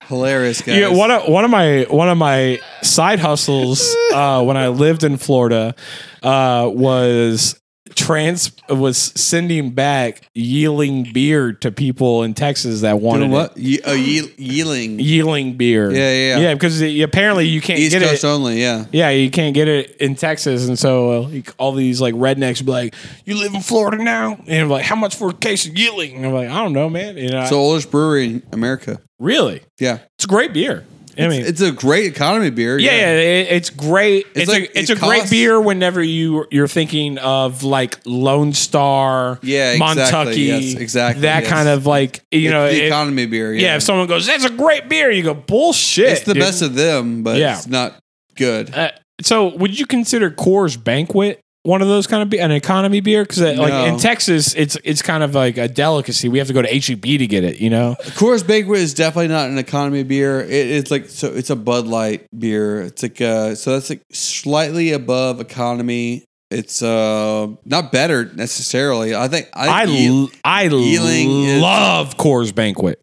[SPEAKER 3] Hilarious, guys.
[SPEAKER 2] Yeah, one of one of my one of my side hustles uh, when I lived in Florida uh, was trans was sending back yeeling beer to people in Texas that wanted
[SPEAKER 3] Doing
[SPEAKER 2] it.
[SPEAKER 3] what? Ye- oh, ye- yeeling.
[SPEAKER 2] yeeling beer.
[SPEAKER 3] Yeah, yeah, yeah.
[SPEAKER 2] yeah. Because it- apparently you can't
[SPEAKER 3] East
[SPEAKER 2] get
[SPEAKER 3] Coast
[SPEAKER 2] it.
[SPEAKER 3] only. Yeah.
[SPEAKER 2] Yeah, you can't get it in Texas, and so uh, like, all these like rednecks be like, "You live in Florida now," and I'm like, "How much for a case of yeeling?" And I'm like, "I don't know, man." You know,
[SPEAKER 3] It's the oldest brewery in America.
[SPEAKER 2] really,
[SPEAKER 3] Yeah.
[SPEAKER 2] it's great beer. I mean,
[SPEAKER 3] It's a great economy beer.
[SPEAKER 2] Yeah, yeah, it, it's great. It's,
[SPEAKER 3] like-
[SPEAKER 2] a, it's
[SPEAKER 3] it
[SPEAKER 2] a great
[SPEAKER 3] costs-
[SPEAKER 2] beer whenever you you're thinking of like Lone Star,
[SPEAKER 3] Yeah, exactly,
[SPEAKER 2] Montucky,
[SPEAKER 3] yes, exactly,
[SPEAKER 2] that
[SPEAKER 3] yes.
[SPEAKER 2] kind of like you know,
[SPEAKER 3] It's the
[SPEAKER 2] if-
[SPEAKER 3] economy beer.
[SPEAKER 2] yeah.
[SPEAKER 3] Yeah.
[SPEAKER 2] If someone goes, "That's a great beer," you go, "Bullshit."
[SPEAKER 3] it's the
[SPEAKER 2] dude."
[SPEAKER 3] best of them, but
[SPEAKER 2] Yeah.
[SPEAKER 3] it's not good.
[SPEAKER 2] Uh, so, would you consider Coors Banquet one of those kind of be- an economy beer? Because
[SPEAKER 3] No.
[SPEAKER 2] like in Texas, it's it's kind of like a delicacy. We have to go to HEB to get it. You know,
[SPEAKER 3] Coors Banquet is definitely not an economy beer. It, it's like so. It's a Bud Light beer. It's like uh, so that's like slightly above economy. It's uh not better necessarily. I think
[SPEAKER 2] I
[SPEAKER 3] I, think Ye-
[SPEAKER 2] l- I
[SPEAKER 3] Ealing is-
[SPEAKER 2] love Coors Banquet.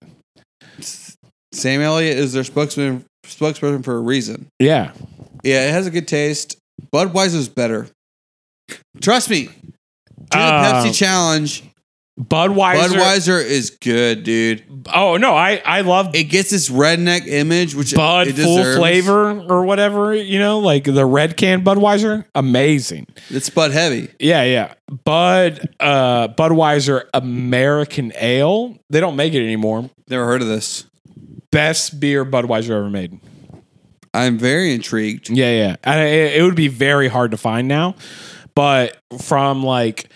[SPEAKER 3] Sam Elliott is their spokesman spokesperson for a reason.
[SPEAKER 2] Yeah,
[SPEAKER 3] Yeah, it has a good taste. Budweiser's better. Trust me. During the
[SPEAKER 2] Uh,
[SPEAKER 3] Pepsi challenge, Budweiser is good, dude.
[SPEAKER 2] Oh no, I I love
[SPEAKER 3] It gets this redneck image, which
[SPEAKER 2] Bud
[SPEAKER 3] it
[SPEAKER 2] full
[SPEAKER 3] deserves.
[SPEAKER 2] flavor or whatever, you know, like the red can Budweiser, amazing.
[SPEAKER 3] It's Bud heavy.
[SPEAKER 2] Yeah, yeah. Bud uh Budweiser American Ale, they don't make it anymore.
[SPEAKER 3] Never heard of this.
[SPEAKER 2] Best beer Budweiser ever made.
[SPEAKER 3] I'm very intrigued.
[SPEAKER 2] Yeah, yeah. And it, it would be very hard to find now, but from like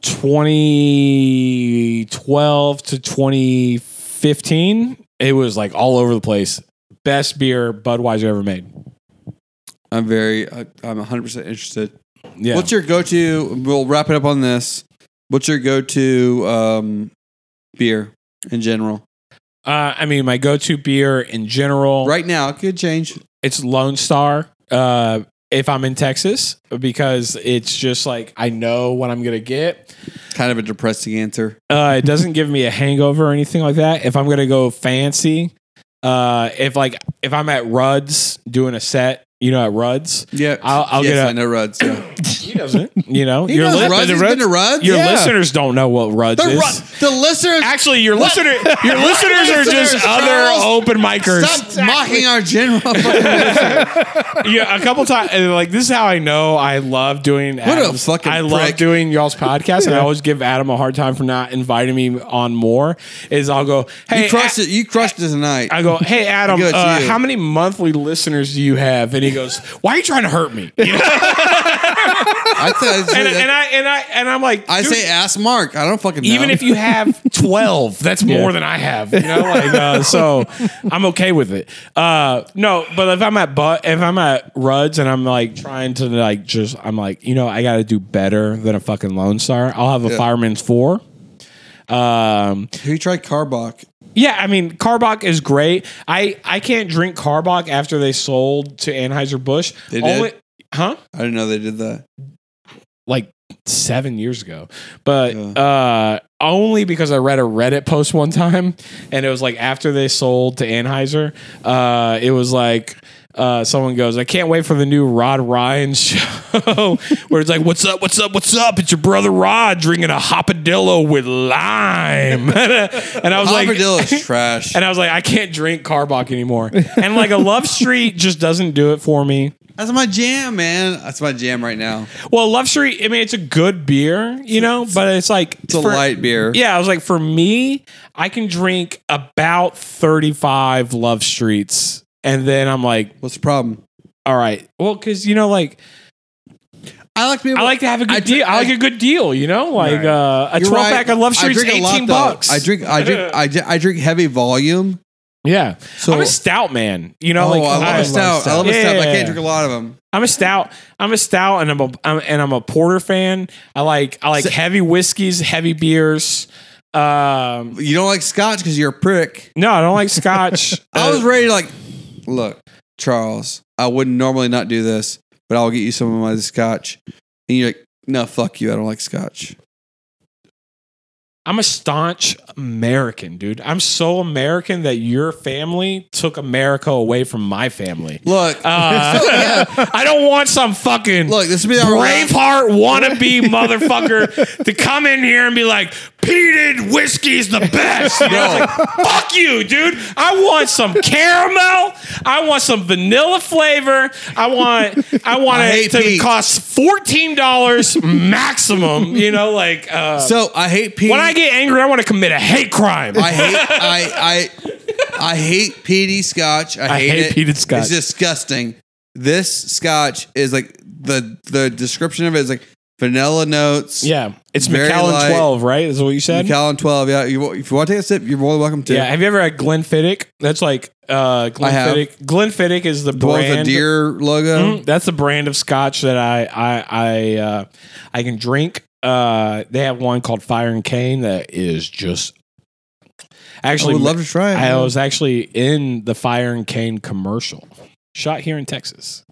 [SPEAKER 2] 2012 to 2015, it was like all over the place. Best beer Budweiser ever made.
[SPEAKER 3] I'm very. I, I'm 100 percent interested.
[SPEAKER 2] Yeah.
[SPEAKER 3] What's your go-to? We'll wrap it up on this. What's your go-to um, beer in general
[SPEAKER 2] Uh, I mean, my go-to beer in general,
[SPEAKER 3] right now? It could change.
[SPEAKER 2] It's Lone Star. Uh, if I'm in Texas, because it's just like I know what I'm gonna get.
[SPEAKER 3] Kind of a depressing answer.
[SPEAKER 2] Uh, it doesn't give me a hangover or anything like that. If I'm gonna go fancy, uh, if like if I'm at Rudd's doing a set, you know, at Rudd's,
[SPEAKER 3] Yeah,
[SPEAKER 2] I'll- I'll
[SPEAKER 3] yes,
[SPEAKER 2] get a-
[SPEAKER 3] I know Rudd's. Yeah.
[SPEAKER 2] he doesn't. You know,
[SPEAKER 3] He knows Rudd's. He's been to Rudd's?
[SPEAKER 2] Your
[SPEAKER 3] Yeah.
[SPEAKER 2] listeners don't know what Rudd's
[SPEAKER 3] The,
[SPEAKER 2] is.
[SPEAKER 3] Ru- the listeners
[SPEAKER 2] Actually, your listener, your listeners are just
[SPEAKER 3] Listeners, Charles.
[SPEAKER 2] other open micers.
[SPEAKER 3] stop mocking our general. fucking-
[SPEAKER 2] yeah, a couple times. and, Like this is how I know I love doing. What
[SPEAKER 3] a fucking
[SPEAKER 2] I
[SPEAKER 3] prick.
[SPEAKER 2] love doing y'all's podcast, and I always give Adam a hard time for not inviting me on more. Is I'll go, hey,
[SPEAKER 3] you crushed
[SPEAKER 2] A-
[SPEAKER 3] it. You crushed it tonight.
[SPEAKER 2] I go, hey Adam,
[SPEAKER 3] I go, "It's
[SPEAKER 2] uh,
[SPEAKER 3] you."
[SPEAKER 2] how many monthly listeners do you have? And he goes, why are you trying to hurt me? You know?
[SPEAKER 3] I, said-
[SPEAKER 2] and, and I and I and I'm like,
[SPEAKER 3] I
[SPEAKER 2] "Dude,
[SPEAKER 3] say ask Mark. I don't fucking know.
[SPEAKER 2] even if you have 12 that's more than i have you know like uh, so i'm okay with it uh no but if i'm at but if i'm at rudd's and i'm like trying to like just i'm like you know i gotta do better than a fucking lone star i'll have a fireman's four um
[SPEAKER 3] Have you tried Carbach?
[SPEAKER 2] yeah i mean carbach is great i i can't drink carbach after they sold to anheuser-busch
[SPEAKER 3] They did?
[SPEAKER 2] huh
[SPEAKER 3] I didn't know they did that.
[SPEAKER 2] like seven years ago, but
[SPEAKER 3] Yeah.
[SPEAKER 2] uh, only because I read a Reddit post one time, and it was like after they sold to Anheuser, uh, it was like. Uh, someone goes, I can't wait for the new Rod Ryan show where it's like, What's up? What's up? What's up? It's your brother Rod drinking a hoppadillo with lime. and I was like,
[SPEAKER 3] Armadillo is trash.
[SPEAKER 2] and I was like, I can't drink Carbach anymore. And like a Love Street just doesn't do it for me.
[SPEAKER 3] That's my jam, man. That's my jam right now.
[SPEAKER 2] Well, luxury. I mean, it's a good beer, you know, but it's like
[SPEAKER 3] It's a light beer.
[SPEAKER 2] Yeah, I was like, for me, I can drink about thirty-five Love Streets, and then I'm like,
[SPEAKER 3] What's the problem?
[SPEAKER 2] all right, well, because you know, like
[SPEAKER 3] I like to be able
[SPEAKER 2] I like to have a good
[SPEAKER 3] I drink-
[SPEAKER 2] deal. I like
[SPEAKER 3] I-
[SPEAKER 2] a good deal, you know, like
[SPEAKER 1] Right.
[SPEAKER 2] uh, a
[SPEAKER 3] You're
[SPEAKER 2] twelve
[SPEAKER 3] right.
[SPEAKER 2] pack of Love Streets,
[SPEAKER 3] I drink a
[SPEAKER 2] eighteen
[SPEAKER 3] lot, though.
[SPEAKER 2] bucks.
[SPEAKER 3] I drink, I drink, I, ju- I drink heavy volume.
[SPEAKER 2] yeah,
[SPEAKER 3] So
[SPEAKER 2] I'm a stout man. You know,
[SPEAKER 3] oh,
[SPEAKER 2] like
[SPEAKER 3] I love
[SPEAKER 2] I-
[SPEAKER 3] a stout. I love a
[SPEAKER 2] Yeah,
[SPEAKER 3] stout. but I
[SPEAKER 2] yeah, yeah.
[SPEAKER 3] can't drink a lot of them.
[SPEAKER 2] I'm a stout. I'm a stout, and I'm a I'm, and I'm a porter fan. I like I like heavy whiskeys, heavy beers. Um,
[SPEAKER 3] You don't like scotch because you're a prick.
[SPEAKER 2] no, I don't like scotch.
[SPEAKER 3] I
[SPEAKER 2] Uh,
[SPEAKER 3] was ready to like, look, Charles. I wouldn't normally not do this, but I'll get you some of my scotch. And you're like, no, fuck you. I don't like scotch.
[SPEAKER 2] I'm a staunch American, dude. I'm so American that your family took America away from my family.
[SPEAKER 3] Look,
[SPEAKER 2] Uh, I don't want some fucking
[SPEAKER 3] Oh, look. This would be our
[SPEAKER 2] Braveheart wannabe motherfucker to come in here and be like, peated whiskey's the best. You know, it's like, fuck you, dude. I want some caramel. I want some vanilla flavor. I want I want
[SPEAKER 3] I
[SPEAKER 2] it
[SPEAKER 3] hate
[SPEAKER 2] to
[SPEAKER 3] Pete.
[SPEAKER 2] cost fourteen dollars maximum. You know, like uh,
[SPEAKER 3] So I hate Petey.
[SPEAKER 2] when I get angry, I want to commit a hate crime.
[SPEAKER 3] I hate I I I hate peaty scotch. I,
[SPEAKER 2] I
[SPEAKER 3] hate,
[SPEAKER 2] hate
[SPEAKER 3] it.
[SPEAKER 2] peated scotch.
[SPEAKER 3] It's disgusting. This scotch is like the the description of it is like vanilla notes.
[SPEAKER 2] yeah, it's
[SPEAKER 3] Very
[SPEAKER 2] Macallan
[SPEAKER 3] light.
[SPEAKER 2] twelve, right? Is what you said.
[SPEAKER 3] Macallan twelve. Yeah, you, if you want to take a sip, you're more than welcome to.
[SPEAKER 2] yeah, have you ever had Glenfiddich? That's like uh,
[SPEAKER 3] I have.
[SPEAKER 2] Glenfiddich. Glenfiddich is the
[SPEAKER 3] the one with the
[SPEAKER 2] brand.
[SPEAKER 3] deer logo.
[SPEAKER 2] Mm, that's the brand of scotch that I I I uh, I can drink. Uh, they have one called Fire and Cane that is just
[SPEAKER 3] I
[SPEAKER 2] actually.
[SPEAKER 3] would love to try it.
[SPEAKER 2] I
[SPEAKER 3] man.
[SPEAKER 2] was actually in the Fire and Cane commercial, shot here in Texas.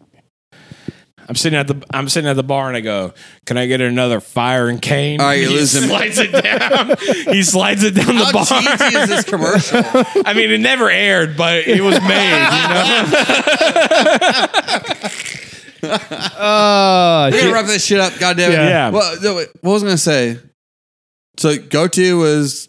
[SPEAKER 2] I'm sitting at the I'm sitting at the bar and I go, "Can I get another Fire and Cane?"
[SPEAKER 3] All right, you're
[SPEAKER 2] he
[SPEAKER 3] losing me.
[SPEAKER 2] Slides it down. he slides it down the
[SPEAKER 3] How
[SPEAKER 2] bar.
[SPEAKER 3] cheesy is this commercial?
[SPEAKER 2] I mean, it never aired, but it was made. You know?
[SPEAKER 1] Uh,
[SPEAKER 3] We're gonna
[SPEAKER 1] shit.
[SPEAKER 3] wrap this shit up. God damn it.
[SPEAKER 1] Yeah.
[SPEAKER 2] Yeah.
[SPEAKER 3] Well, no, wait, what was I gonna say? So go to was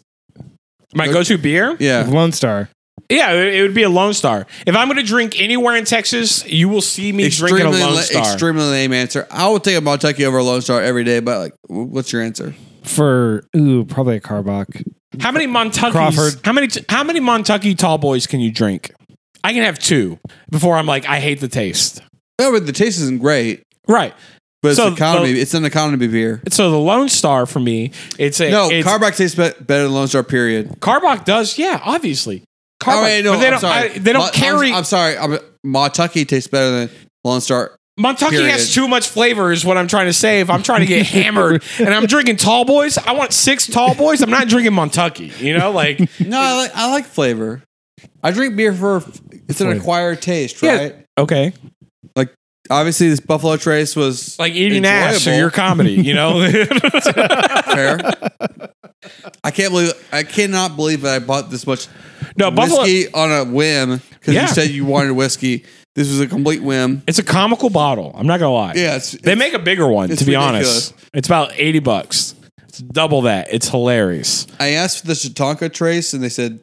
[SPEAKER 2] My go-to beer.
[SPEAKER 3] yeah.
[SPEAKER 1] Lone Star.
[SPEAKER 2] Yeah, it it would be a Lone Star. If I'm going to drink anywhere in Texas, you will see me
[SPEAKER 3] extremely
[SPEAKER 2] drinking a Lone
[SPEAKER 3] la-
[SPEAKER 2] Star.
[SPEAKER 3] extremely lame answer. I would take a Montucky over a Lone Star every day, but like, w- what's your answer?
[SPEAKER 1] For ooh, probably a Carbach.
[SPEAKER 2] How many Montucky's?
[SPEAKER 1] Crawford.
[SPEAKER 2] How many? t- How many Montucky Tall Boys can you drink? I can have two before I'm like, I hate the taste.
[SPEAKER 3] No, but the taste isn't great,
[SPEAKER 2] Right.
[SPEAKER 3] but it's
[SPEAKER 2] So,
[SPEAKER 3] economy.
[SPEAKER 2] the-
[SPEAKER 3] it's an economy beer.
[SPEAKER 2] So the Lone Star for me, it's a
[SPEAKER 3] No,
[SPEAKER 2] it's,
[SPEAKER 3] Carbach tastes be- better than Lone Star. Period.
[SPEAKER 2] Carbach does. Yeah, obviously. Carbach,
[SPEAKER 3] Oh, wait, no,
[SPEAKER 2] but they
[SPEAKER 3] I'm
[SPEAKER 2] don't.
[SPEAKER 3] sorry.
[SPEAKER 2] I- they don't
[SPEAKER 3] Mon- I'm-
[SPEAKER 2] carry.
[SPEAKER 3] I'm, sorry. I'm, Montucky tastes better than Lone Star.
[SPEAKER 2] Montucky
[SPEAKER 3] Period.
[SPEAKER 2] has too much flavor, is what I'm trying to say. If I'm trying to get hammered and I'm drinking Tall Boys, I want six Tall Boys. I'm not drinking Montucky. You know, like
[SPEAKER 3] No, I like I like flavor. I drink beer for it's an
[SPEAKER 1] Flavor.
[SPEAKER 3] acquired taste,
[SPEAKER 2] Yeah.
[SPEAKER 3] right?
[SPEAKER 2] okay.
[SPEAKER 3] Obviously, this Buffalo Trace was
[SPEAKER 2] like eating ass or
[SPEAKER 3] enjoyable.
[SPEAKER 2] your comedy, you know?
[SPEAKER 3] fair. I can't believe I cannot believe that I bought this much
[SPEAKER 2] no, Buffalo.
[SPEAKER 3] whiskey on a whim because
[SPEAKER 2] Yeah.
[SPEAKER 3] you said you wanted whiskey. This was a complete whim.
[SPEAKER 2] It's a comical bottle. I'm not gonna lie.
[SPEAKER 3] Yeah, it's,
[SPEAKER 2] they make a bigger one. To
[SPEAKER 3] it's
[SPEAKER 2] be
[SPEAKER 3] ridiculous.
[SPEAKER 2] honest, it's about eighty bucks. It's double that. It's hilarious.
[SPEAKER 3] I asked for the Chautauqua Trace, and they said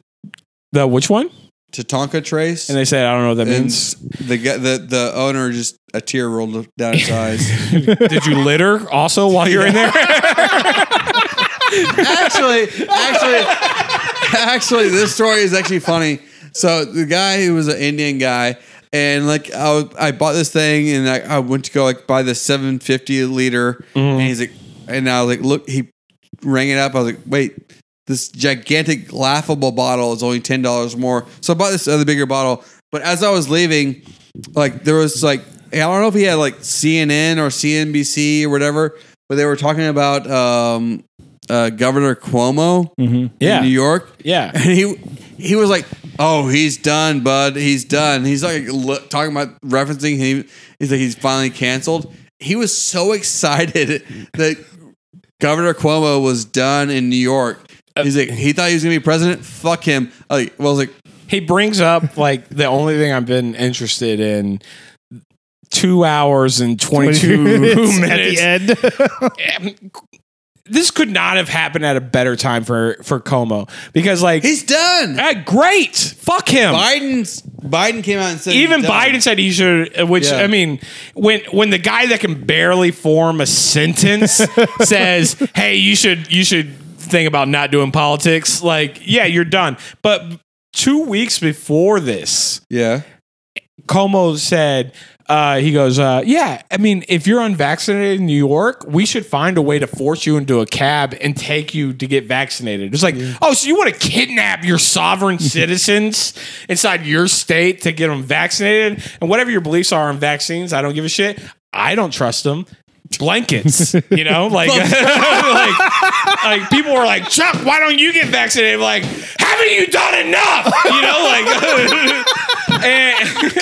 [SPEAKER 2] The which one?
[SPEAKER 3] Chautauqua Trace,
[SPEAKER 2] And they said I don't know what that
[SPEAKER 3] and
[SPEAKER 2] means.
[SPEAKER 3] the guy- the the owner just a tear rolled down his eyes.
[SPEAKER 2] Did you litter also while you're in there?
[SPEAKER 3] actually, actually, actually, this story is actually funny. So the guy who was an Indian guy, and like I, was, I bought this thing, and I, I went to go like buy the 750 liter, and he's like, and I was like, look, he rang it up. I was like, wait, this gigantic laughable bottle is only ten dollars more. So I bought this other bigger bottle. But as I was leaving, like there was like I don't know if he had like CNN or CNBC or whatever, but they were talking about um, uh, Governor Cuomo
[SPEAKER 2] Yeah.
[SPEAKER 3] in New York.
[SPEAKER 2] yeah.
[SPEAKER 3] And he he was like, "Oh, he's done, bud. He's done." He's like lo- talking about referencing him. He's like, "He's finally canceled." He was so excited that Governor Cuomo was done in New York. He's like, he thought he was gonna be president. Fuck him. I was Like, well, I was like,
[SPEAKER 2] He brings up like the only thing I've been interested in. Two hours and twenty-two minutes.
[SPEAKER 1] At the end.
[SPEAKER 2] this could not have happened at a better time for for Como because like
[SPEAKER 3] He's done.
[SPEAKER 2] Ah, great, fuck him.
[SPEAKER 3] Biden's Biden came out and said
[SPEAKER 2] Even
[SPEAKER 3] he's done.
[SPEAKER 2] Biden said he should. Which
[SPEAKER 3] Yeah.
[SPEAKER 2] I mean, when when the guy that can barely form a sentence says, "Hey, you should you should think about not doing politics," like, yeah, you're done. But two weeks before this,
[SPEAKER 3] Yeah.
[SPEAKER 2] Como said, uh, he goes, uh, yeah, I mean, if you're unvaccinated in New York, we should find a way to force you into a cab and take you to get vaccinated. It's like, oh, so you want to kidnap your sovereign citizens inside your state to get them vaccinated? And whatever your beliefs are on vaccines, I don't give a shit. I don't trust them. Blankets, you know, like, like, like people were like, Chuck, why don't you get vaccinated? I'm like, haven't you done enough? You know, like, and,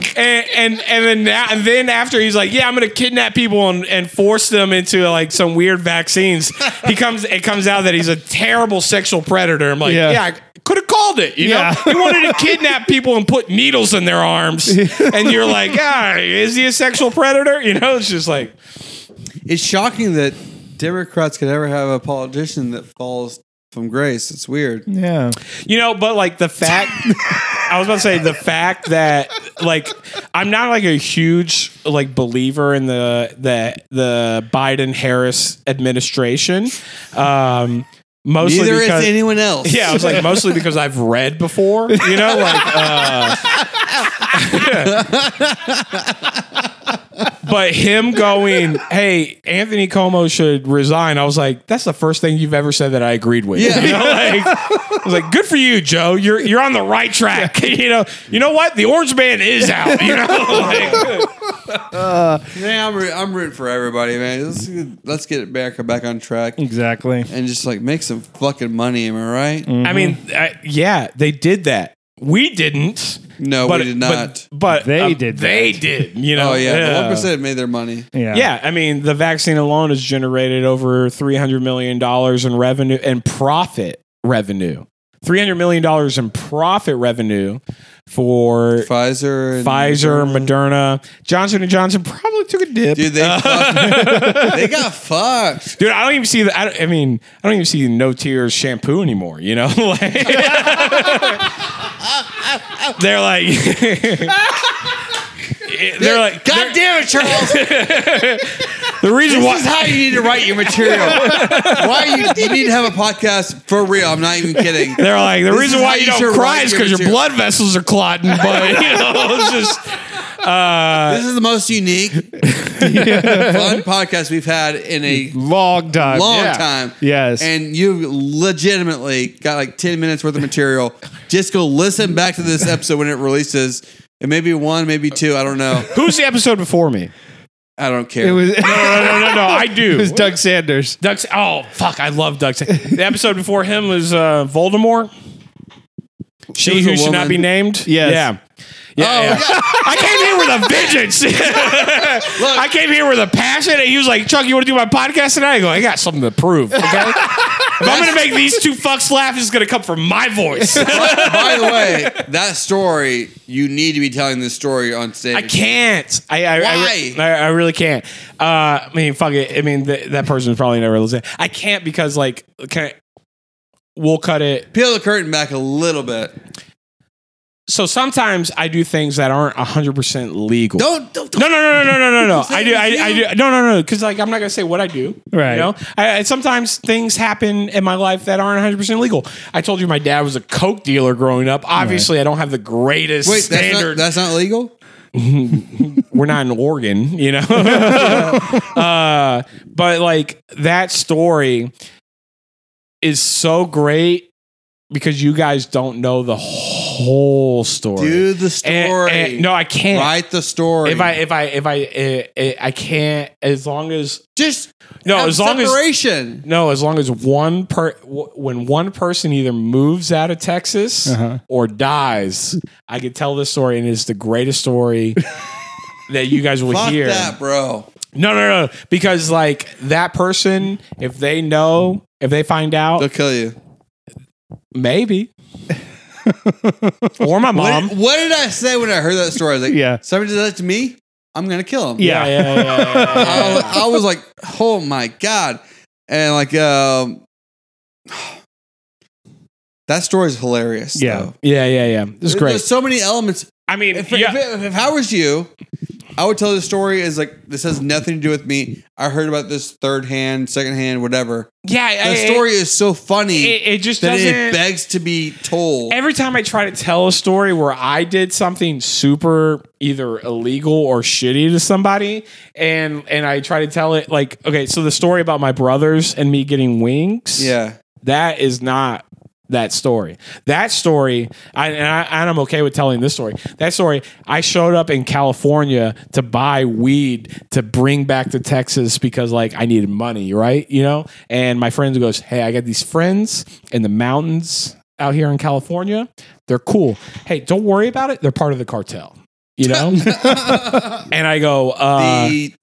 [SPEAKER 2] and and and then now, and then after he's like, yeah, I'm gonna kidnap people and, and force them into like some weird vaccines. He comes, it comes out that he's a terrible sexual predator. I'm like,
[SPEAKER 1] Yeah.
[SPEAKER 2] yeah. could have called it, you
[SPEAKER 1] Yeah.
[SPEAKER 2] know. He wanted to kidnap people and put needles in their arms, and you're like, ah, is he a sexual predator? You know, it's just like,
[SPEAKER 3] It's shocking that Democrats could ever have a politician that falls from grace. It's weird.
[SPEAKER 1] Yeah.
[SPEAKER 2] You know, but like the fact I was about to say the fact that like I'm not like a huge like believer in the the the Biden Harris administration. Um mostly
[SPEAKER 3] Neither
[SPEAKER 2] because,
[SPEAKER 3] is anyone else.
[SPEAKER 2] yeah, I was like mostly because I've read before, you know, like. Uh, but him going, hey, Anthony Como should resign. I was like, that's the first thing you've ever said that I agreed with.
[SPEAKER 3] Yeah.
[SPEAKER 2] You know, like, I was like, good for you, Joe. You're you're on the right track. you know, you know what? The Orange Man is out. You know, Like,
[SPEAKER 3] Yeah, I'm, root- I'm rooting for everybody, man. Let's, let's get America back on track
[SPEAKER 1] Exactly.
[SPEAKER 3] and just like make some fucking money. Am I right?
[SPEAKER 2] I mean, I, yeah, they did that. We didn't.
[SPEAKER 3] No,
[SPEAKER 2] but
[SPEAKER 3] we did not.
[SPEAKER 2] But, but uh,
[SPEAKER 1] They did
[SPEAKER 2] They did. You know.
[SPEAKER 3] oh yeah, the one percent made their money.
[SPEAKER 1] Yeah.
[SPEAKER 2] Yeah, I mean, the vaccine alone has generated over three hundred million dollars in revenue and profit revenue. Three hundred million dollars in profit revenue for
[SPEAKER 3] Pfizer, and
[SPEAKER 2] Pfizer, Moderna, Johnson and Johnson. Probably took a dip,
[SPEAKER 3] dude, they fucked. they got fucked.
[SPEAKER 2] Dude, I don't even see the. I, don't- I mean, I don't even see no tears shampoo anymore. You know, like they're like they're like
[SPEAKER 3] God damn it, Charles! this
[SPEAKER 2] the reason why
[SPEAKER 3] is how you need to write your material. Why you, you need to have a podcast for real? I'm not even kidding.
[SPEAKER 2] They're like, the
[SPEAKER 3] This
[SPEAKER 2] reason
[SPEAKER 3] is
[SPEAKER 2] why
[SPEAKER 3] how
[SPEAKER 2] you
[SPEAKER 3] you
[SPEAKER 2] don't
[SPEAKER 3] should
[SPEAKER 2] cry
[SPEAKER 3] write
[SPEAKER 2] is
[SPEAKER 3] your
[SPEAKER 2] because your
[SPEAKER 3] material.
[SPEAKER 2] blood vessels are clotting. But you know, it's just Uh,
[SPEAKER 3] This is the most unique, fun podcast we've had in a
[SPEAKER 1] Long time.
[SPEAKER 3] long
[SPEAKER 1] Yeah.
[SPEAKER 3] time.
[SPEAKER 1] Yes.
[SPEAKER 3] And you legitimately got like 10 minutes worth of material. Just go listen back to this episode when it releases. It may be one, maybe two. I don't know.
[SPEAKER 2] who's the episode before me?
[SPEAKER 3] I don't care.
[SPEAKER 1] it was.
[SPEAKER 2] No, no, no, no, no. I do.
[SPEAKER 1] It was Doug Sanders.
[SPEAKER 2] Doug. Sa- Oh fuck, I love Doug. Sa- the episode before him was uh, Voldemort. She
[SPEAKER 3] was a
[SPEAKER 2] who should not
[SPEAKER 3] woman.
[SPEAKER 2] be named.
[SPEAKER 1] Yes.
[SPEAKER 2] Yeah. Yeah, yeah. I came here with a vengeance. I came here with a passion, and he was like, "Chuck, you want to do my podcast tonight?" I go, "I got something to prove." Okay? if I'm gonna make these two fucks laugh, it's gonna come from my voice.
[SPEAKER 3] By the way, that story, you need to be telling this story on stage.
[SPEAKER 2] I can't. I I,
[SPEAKER 3] Why?
[SPEAKER 2] I, I really can't. Uh, I mean, fuck it. I mean, th- that person's probably never listening. I can't because like, okay, we'll cut it.
[SPEAKER 3] Peel the curtain back a little bit.
[SPEAKER 2] So sometimes I do things that aren't hundred percent legal.
[SPEAKER 3] Don't, don't, don't.
[SPEAKER 2] No, no, no, no, no, no, no, no. I do, I, I do, no, no, no. Because like, I'm not gonna say what I do.
[SPEAKER 1] Right.
[SPEAKER 2] You know, I, I- sometimes things happen in my life that aren't 100 percent legal. I told you my dad was a coke dealer growing up. Obviously, I don't have the greatest
[SPEAKER 3] Wait, that's not,
[SPEAKER 2] standard.
[SPEAKER 3] that's not legal?
[SPEAKER 2] We're not in Oregon, you know. uh, but like that story is so great because you guys don't know the whole story.
[SPEAKER 3] Do the
[SPEAKER 2] And-
[SPEAKER 3] story.
[SPEAKER 2] and- Eh, no, I can't.
[SPEAKER 3] Write the story.
[SPEAKER 2] If I if I if I I, I can't as long as
[SPEAKER 3] just
[SPEAKER 2] no
[SPEAKER 3] have
[SPEAKER 2] as long as
[SPEAKER 3] separation.
[SPEAKER 2] no as long as one per w- when one person either moves out of Texas
[SPEAKER 1] Uh-huh.
[SPEAKER 2] or dies, I could tell this story and it's the greatest story that you guys will
[SPEAKER 3] Fuck
[SPEAKER 2] hear.
[SPEAKER 3] that, bro.
[SPEAKER 2] No, no, no, because like that person, if they know, if they find out,
[SPEAKER 3] They'll kill you.
[SPEAKER 2] maybe. or my mom.
[SPEAKER 3] What, what did I say when I heard that story? I was like,
[SPEAKER 1] Yeah.
[SPEAKER 3] somebody did that to me. I'm gonna kill him.
[SPEAKER 1] Yeah.
[SPEAKER 2] yeah, yeah, yeah, yeah, yeah.
[SPEAKER 3] I, was- I was like, oh my god. and like um, that story is hilarious.
[SPEAKER 1] Yeah.
[SPEAKER 3] though.
[SPEAKER 5] Yeah, yeah, yeah. This is
[SPEAKER 3] There-
[SPEAKER 5] great.
[SPEAKER 3] There's so many elements.
[SPEAKER 2] I mean,
[SPEAKER 3] If,
[SPEAKER 2] yeah,
[SPEAKER 3] if, if I was you, I would tell the story as like this has nothing to do with me. I heard about this third hand, second hand, whatever.
[SPEAKER 2] yeah.
[SPEAKER 3] The
[SPEAKER 2] I-
[SPEAKER 3] story is so funny
[SPEAKER 2] It, it just
[SPEAKER 3] that
[SPEAKER 2] doesn't.
[SPEAKER 3] it begs to be told.
[SPEAKER 2] every time I try to tell a story where I did something super either illegal or shitty to somebody, and and I try to tell it like, okay, so the story about my brothers and me getting wings,
[SPEAKER 3] yeah.
[SPEAKER 2] that is not that story. That story, I, and, I, and I'm okay with telling this story. That story, I showed up in California to buy weed to bring back to Texas because, like, I needed money, right? You know? And my friend goes, Hey, I got these friends in the mountains out here in California. They're cool. Hey, don't worry about it. They're part of the cartel, you know? and I go, uh,
[SPEAKER 3] the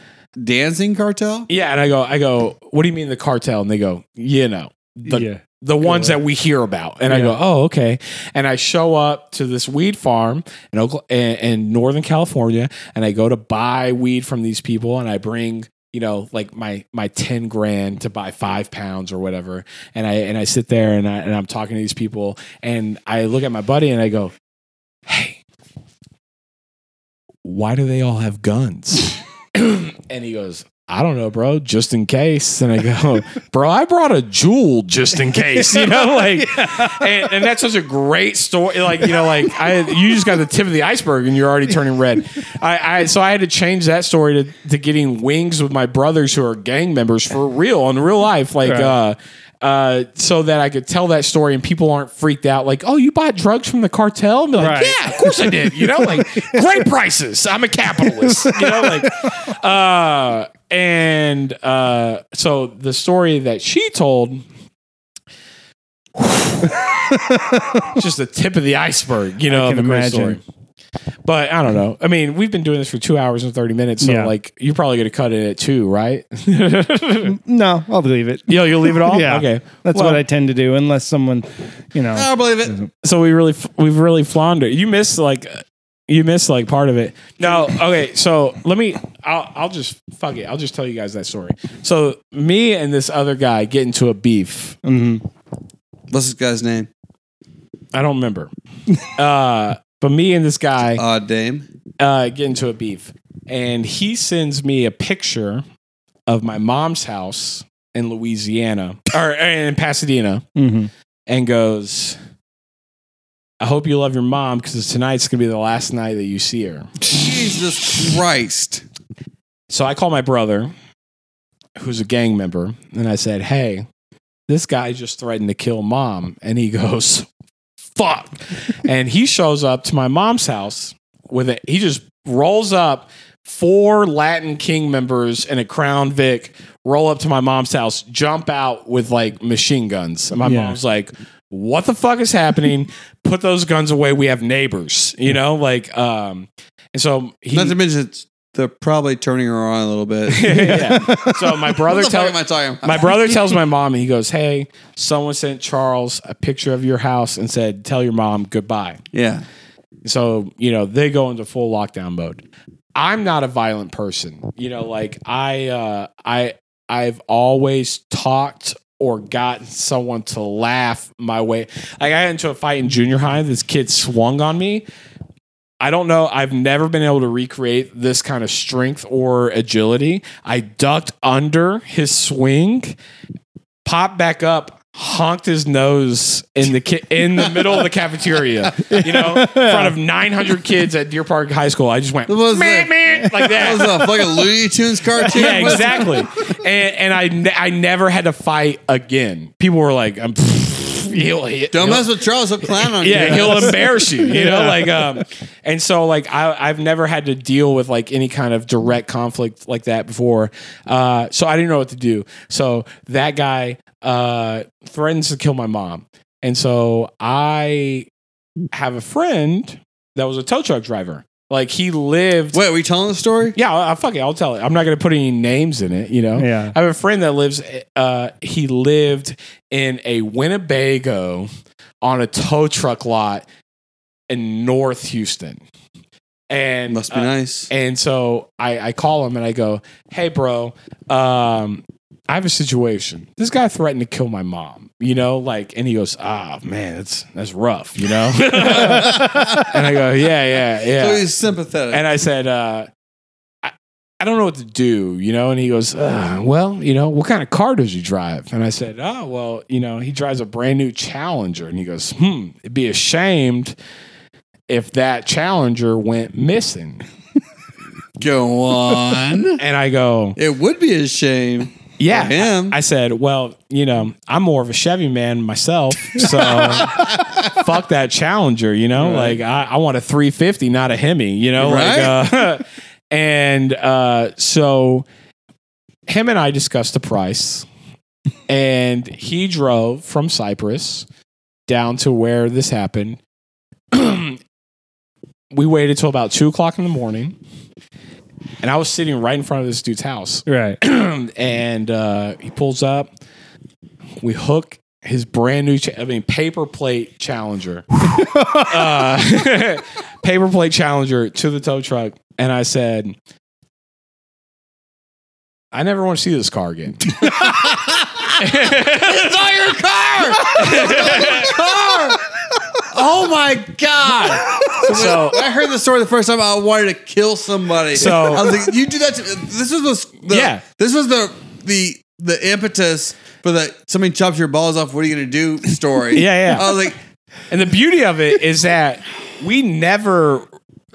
[SPEAKER 3] dancing cartel?
[SPEAKER 2] Yeah. And I go, I go, What do you mean the cartel? And they go, You know, the
[SPEAKER 1] yeah.
[SPEAKER 2] the ones that we hear about. And I go, oh, okay. And I show up to this weed farm in, Oklahoma, in, in Northern California, and I go to buy weed from these people, and I bring you know like my my 10 grand to buy five pounds or whatever and i and i sit there and i and i'm talking to these people and i look at my buddy and i go hey why do they all have guns and he goes i don't know bro just in case and i go bro, I brought a jewel just in case, you know, like, and, and that's such a great story. Like, you know, like I, you just got the tip of the iceberg and you're already turning red. I, I so I had to change that story to, to getting wings with my brothers who are gang members for real in real life. Like, uh, uh, so that I could tell that story and people aren't freaked out, like, oh, you bought drugs from the cartel? And be like,
[SPEAKER 1] Right.
[SPEAKER 2] yeah, of course I did. You know, like great prices. I'm a capitalist. You know, like uh and uh so the story that she told just the tip of the iceberg, you know,
[SPEAKER 1] I
[SPEAKER 2] of
[SPEAKER 1] can
[SPEAKER 2] a great
[SPEAKER 1] imagine.
[SPEAKER 2] story. But I don't know. I mean, we've been doing this for two hours and thirty minutes, so
[SPEAKER 1] Yeah.
[SPEAKER 2] like you're probably gonna cut it at two, right?
[SPEAKER 1] No, I'll believe it.
[SPEAKER 2] Yo, you'll leave it all?
[SPEAKER 1] Yeah.
[SPEAKER 2] Okay.
[SPEAKER 1] That's
[SPEAKER 2] Well-
[SPEAKER 1] what I tend to do, unless someone, you know.
[SPEAKER 3] I don't believe it.
[SPEAKER 2] so we really we've really floundered. You missed like you missed like part of it. No, okay. So let me. I'll I'll just fuck it. I'll just tell you guys that story. So me and this other guy get into a beef.
[SPEAKER 1] Mhm.
[SPEAKER 3] What's this guy's name?
[SPEAKER 2] I don't remember. Uh, but me and this guy
[SPEAKER 3] Odd Dame.
[SPEAKER 2] uh, get into a beef, and he sends me a picture of my mom's house in Louisiana or in Pasadena.
[SPEAKER 1] Mhm.
[SPEAKER 2] and goes, I hope you love your mom because tonight's going to be the last night that you see her.
[SPEAKER 3] Jesus Christ.
[SPEAKER 2] So I call my brother, who's a gang member, and I said, Hey, this guy just threatened to kill mom. And he goes, Fuck. and he shows up to my mom's house with it. He just rolls up four Latin King members and a Crown Vic, roll up to my mom's house, jump out with like machine guns. And my
[SPEAKER 1] Yeah.
[SPEAKER 2] mom's like, what the fuck is happening? Put those guns away. We have neighbors, you know, like, um, and so he,
[SPEAKER 3] Not to mention, it's, they're probably turning her on a little bit.
[SPEAKER 2] yeah. So my brother
[SPEAKER 3] what the fuck
[SPEAKER 2] tells
[SPEAKER 3] am I talking about?
[SPEAKER 2] my brother tells my mom, and he goes, "Hey, someone sent Charles a picture of your house and said tell your mom goodbye."
[SPEAKER 3] yeah.
[SPEAKER 2] So you know they go into full lockdown mode. I'm not a violent person, you know. Like I, uh, I, I've always talked or gotten someone to laugh my way. Like I got into a fight in junior high. This kid swung on me. I don't know. I've never been able to recreate this kind of strength or agility. I ducked under his swing, popped back up, honked his nose in the ki- in the middle of the cafeteria, you know, in front of 900 kids at Deer Park High School. I just went
[SPEAKER 3] What was
[SPEAKER 2] "Meh,
[SPEAKER 3] that?
[SPEAKER 2] meh," like that.
[SPEAKER 3] That was a fucking Looney Tunes cartoon.
[SPEAKER 2] Yeah, exactly. and and I ne- I never had to fight again. People were like, I'm, he'll hit.
[SPEAKER 3] Don't
[SPEAKER 2] he'll-
[SPEAKER 3] mess with Charles. He'll clown on
[SPEAKER 2] yeah,
[SPEAKER 3] you.
[SPEAKER 2] he'll embarrass you. You know, like um, and so like I I've never had to deal with like any kind of direct conflict like that before. Uh, so I didn't know what to do. So that guy uh threatens to kill my mom, and so I have a friend that was a tow truck driver. Like he lived.
[SPEAKER 3] Wait, are we telling the story?
[SPEAKER 2] Yeah, I'll, I'll- fuck it. I'll tell it. I'm not going to put any names in it, you know?
[SPEAKER 1] Yeah.
[SPEAKER 2] I have a friend that lives, uh, he lived in a Winnebago on a tow truck lot in North Houston. And
[SPEAKER 3] Must be
[SPEAKER 2] uh,
[SPEAKER 3] nice.
[SPEAKER 2] and so I, I call him and I go, "Hey, bro, um, I have a situation. This guy threatened to kill my mom, you know, like, and he goes, ah, man, that's, that's rough, you know? and I go, yeah, yeah, yeah.
[SPEAKER 3] So he's sympathetic.
[SPEAKER 2] And I said, uh, I, I don't know what to do, you know? And he goes, uh, well, you know, what kind of car does he drive? And I said, oh, well, you know, he drives a brand new Challenger. And he goes, hmm, it'd be ashamed if that Challenger went missing.
[SPEAKER 3] Go on.
[SPEAKER 2] And I go,
[SPEAKER 3] it would be a shame.
[SPEAKER 2] yeah.
[SPEAKER 3] For him.
[SPEAKER 2] I, I said, well, you know, I'm more of a Chevy man myself. So fuck that Challenger, you know? Like, I, I want a 350, not a Hemi, you know? Like, uh, and uh, so him and I discussed the price, and he drove from Cyprus down to where this happened. we waited till about two o'clock in the morning, and I was sitting right in front of this dude's house.
[SPEAKER 1] Right.
[SPEAKER 2] and uh, he pulls up. We hook his brand new, cha- I mean, paper plate Challenger, uh, paper plate Challenger to the tow truck, and I said, "I never want to see this car again."
[SPEAKER 3] It's not your car. It's not your car. Oh my god!
[SPEAKER 2] so
[SPEAKER 3] When I heard the story the first time. I wanted to kill somebody.
[SPEAKER 2] So-
[SPEAKER 3] I was like, "You do that." To, this was the,
[SPEAKER 2] Yeah.
[SPEAKER 3] This was the the the impetus for the somebody chops your balls off. What are you gonna do? Story.
[SPEAKER 2] Yeah, yeah.
[SPEAKER 3] I was like,
[SPEAKER 2] And the beauty of it is that we never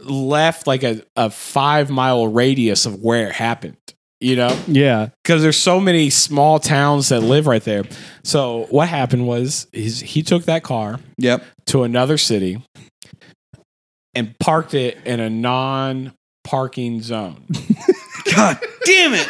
[SPEAKER 2] left like a, a five mile radius of where it happened, you know?
[SPEAKER 1] Yeah.
[SPEAKER 2] Because there's so many small towns that live right there. So what happened was is he took that car
[SPEAKER 3] "Yep,
[SPEAKER 2] to another city and parked it in a non parking zone.
[SPEAKER 3] God damn it!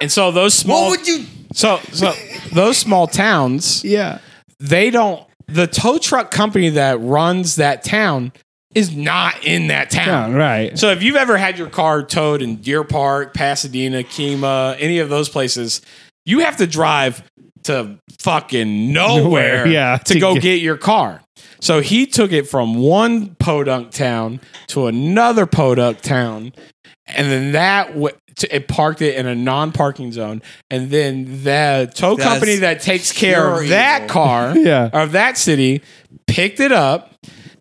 [SPEAKER 2] And so those small
[SPEAKER 3] What would you?"
[SPEAKER 2] so so those small towns
[SPEAKER 1] Yeah.
[SPEAKER 2] they don't the tow truck company that runs that town is not in that town.
[SPEAKER 1] Yeah, right.
[SPEAKER 2] So if you've ever had your car towed in Deer Park, Pasadena, Kima, any of those places, you have to drive to fucking nowhere,
[SPEAKER 1] Nowhere, yeah,
[SPEAKER 2] to,
[SPEAKER 1] to
[SPEAKER 2] go
[SPEAKER 1] get-
[SPEAKER 2] get-, your car. So he took it from one podunk town to another podunk town, and then that w- to, it parked it in a non-parking zone, and then the tow
[SPEAKER 3] That's
[SPEAKER 2] company that takes care
[SPEAKER 3] pure
[SPEAKER 2] of that
[SPEAKER 3] evil.
[SPEAKER 2] car
[SPEAKER 1] Yeah.
[SPEAKER 2] of that city picked it up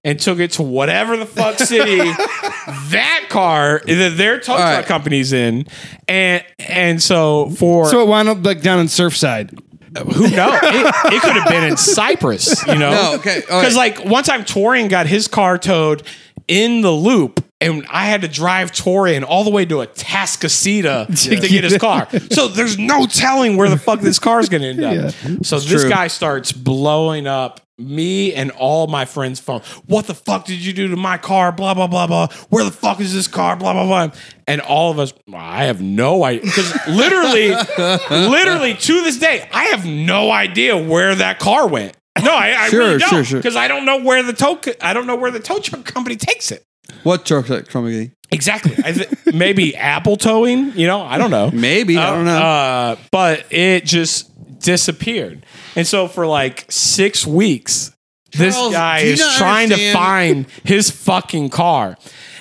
[SPEAKER 2] and took it to whatever the fuck city that car that their tow truck
[SPEAKER 3] All right.
[SPEAKER 2] company's in, and and so for
[SPEAKER 1] So it wound up like down in Surfside.
[SPEAKER 2] who knows, it, it could have been in Cyprus, you know?
[SPEAKER 3] No, okay, all right.
[SPEAKER 2] Because like one time, Torian got his car towed in the loop. And I had to drive Torian all the way to a Atascocita to get his car. So there's no telling where the fuck this car's gonna end up. So this
[SPEAKER 3] true.
[SPEAKER 2] guy starts blowing up me and all my friends' phone. What the fuck did you do to my car? Blah blah blah blah. Where the fuck is this car? Blah blah blah. And all of us, I have no idea. Because literally, literally to this day, I have no idea where that car went. No, I, I
[SPEAKER 3] Sure,
[SPEAKER 2] really don't.
[SPEAKER 3] sure,
[SPEAKER 2] Because
[SPEAKER 3] sure.
[SPEAKER 2] I don't know where the tow. co- I don't know where the tow truck company takes it.
[SPEAKER 3] What chocolate crummy?
[SPEAKER 2] Exactly. I th- maybe Apple towing. You know, I don't know.
[SPEAKER 3] Maybe I
[SPEAKER 2] Uh,
[SPEAKER 3] don't know.
[SPEAKER 2] Uh, but it just disappeared. And so for like six weeks, this
[SPEAKER 3] Charles,
[SPEAKER 2] guy
[SPEAKER 3] do you
[SPEAKER 2] is
[SPEAKER 3] not
[SPEAKER 2] trying
[SPEAKER 3] understand?
[SPEAKER 2] to find his fucking car.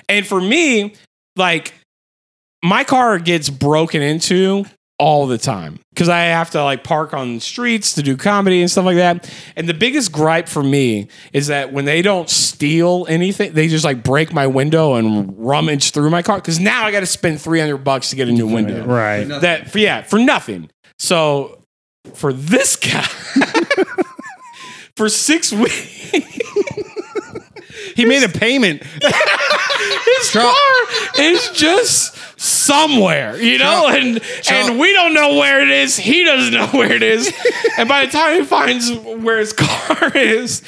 [SPEAKER 2] And for me, like, my car gets broken into all the time because I have to like park on the streets to do comedy and stuff like that. And the biggest gripe for me is that when they don't steal anything, they just like break my window and rummage through my car because now I got to spend 300 bucks to get a new window
[SPEAKER 1] Right.
[SPEAKER 2] that for, yeah for nothing so for this guy for six weeks he made a payment his car is just somewhere you know and and we don't know where it is he doesn't know where it is and by the time he finds where his car is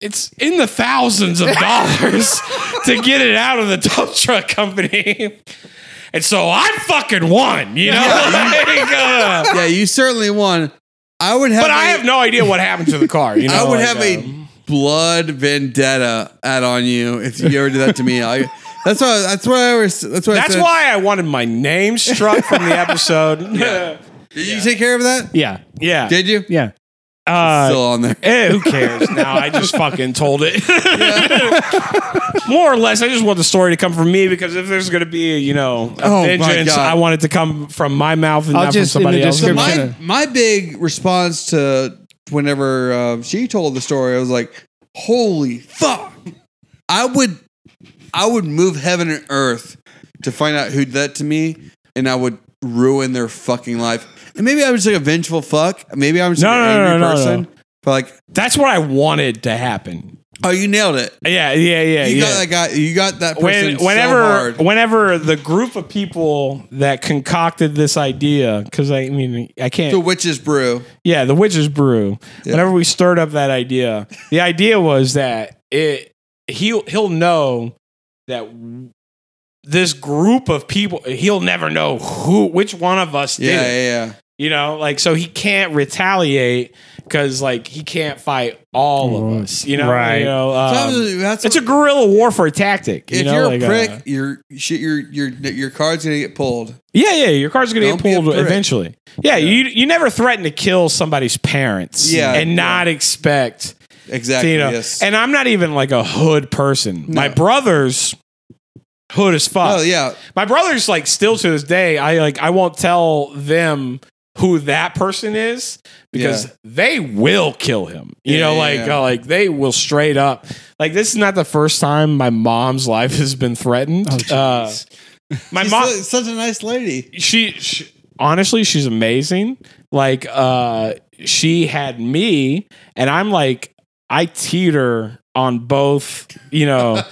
[SPEAKER 2] it's in the thousands of dollars to get it out of the tow truck company. And so I fucking won, you know? Like, uh,
[SPEAKER 3] yeah, you certainly won. I would have.
[SPEAKER 2] but I
[SPEAKER 3] a-
[SPEAKER 2] have no idea what happened to the car, you know?
[SPEAKER 3] I would
[SPEAKER 2] like,
[SPEAKER 3] have
[SPEAKER 2] um,
[SPEAKER 3] a blood vendetta out on you if you ever did that to me. I, that's why. That's why I always. That's why. I
[SPEAKER 2] That's
[SPEAKER 3] said,
[SPEAKER 2] why I wanted my name struck from the episode. yeah.
[SPEAKER 3] Did you take care of that?
[SPEAKER 1] Yeah.
[SPEAKER 2] Yeah.
[SPEAKER 3] Did you?
[SPEAKER 1] Yeah.
[SPEAKER 2] Uh,
[SPEAKER 3] still on there.
[SPEAKER 2] Eh, who cares now? I just fucking told it. More or less, I just want the story to come from me because if there's going to be, you know, a
[SPEAKER 3] Oh, my
[SPEAKER 2] vengeance,
[SPEAKER 3] God.
[SPEAKER 2] I want it to come from my mouth and
[SPEAKER 1] I'll
[SPEAKER 2] not
[SPEAKER 1] just- in
[SPEAKER 2] from
[SPEAKER 1] the
[SPEAKER 2] somebody else.
[SPEAKER 1] description-
[SPEAKER 2] mouth.
[SPEAKER 3] My my big response to whenever uh, she told the story, I was like, "Holy fuck!" I would I would move heaven and earth to find out who did that to me, and I would ruin their fucking life. And maybe I was like a vengeful fuck. Maybe I'm just
[SPEAKER 2] No,
[SPEAKER 3] like an
[SPEAKER 2] no, no,
[SPEAKER 3] angry
[SPEAKER 2] no, no,
[SPEAKER 3] person.
[SPEAKER 2] no.
[SPEAKER 3] But like,
[SPEAKER 2] That's what I wanted to happen.
[SPEAKER 3] oh, you nailed it.
[SPEAKER 2] Yeah, yeah, yeah,
[SPEAKER 3] You
[SPEAKER 2] yeah.
[SPEAKER 3] got that guy. You got that person.
[SPEAKER 2] when,
[SPEAKER 3] so
[SPEAKER 2] whenever
[SPEAKER 3] hard.
[SPEAKER 2] whenever the group of people that concocted this idea, because I mean I can't
[SPEAKER 3] the witch's brew.
[SPEAKER 2] Yeah, the witch's brew. Whenever we stirred up that idea, the idea was that it he'll he'll know that this group of people he'll never know who which one of us did.
[SPEAKER 3] Yeah,
[SPEAKER 2] it,
[SPEAKER 3] yeah, yeah.
[SPEAKER 2] You know, like so he can't retaliate because like he can't fight all of us. You know,
[SPEAKER 1] Right.
[SPEAKER 2] You know, um,
[SPEAKER 3] Sometimes that's
[SPEAKER 2] it's a guerrilla warfare tactic. You
[SPEAKER 3] if
[SPEAKER 2] know,
[SPEAKER 3] you're
[SPEAKER 2] like,
[SPEAKER 3] a
[SPEAKER 2] uh,
[SPEAKER 3] prick, your shit, your your your card's gonna get pulled.
[SPEAKER 2] yeah, yeah, your car's gonna
[SPEAKER 3] Don't be a
[SPEAKER 2] get pulled
[SPEAKER 3] prick.
[SPEAKER 2] eventually. Yeah, you you never threaten to kill somebody's parents.
[SPEAKER 3] Yeah,
[SPEAKER 2] and not expect
[SPEAKER 3] Exactly.
[SPEAKER 2] you know,
[SPEAKER 3] yes.
[SPEAKER 2] and I'm not even like a hood person. My brother's hood as fuck.
[SPEAKER 3] oh yeah.
[SPEAKER 2] My brother's like still to this day. I like I won't tell them who that person is because
[SPEAKER 3] Yeah.
[SPEAKER 2] they will kill him. You
[SPEAKER 3] Yeah,
[SPEAKER 2] know,
[SPEAKER 3] yeah,
[SPEAKER 2] like
[SPEAKER 3] yeah.
[SPEAKER 2] uh, like they will straight up. Like this is not the first time my mom's life has been threatened.
[SPEAKER 3] Oh,
[SPEAKER 2] uh, my
[SPEAKER 3] She's
[SPEAKER 2] mom,
[SPEAKER 3] su- such a nice lady.
[SPEAKER 2] she, she honestly she's amazing like uh she had me and i'm like i teeter on both you know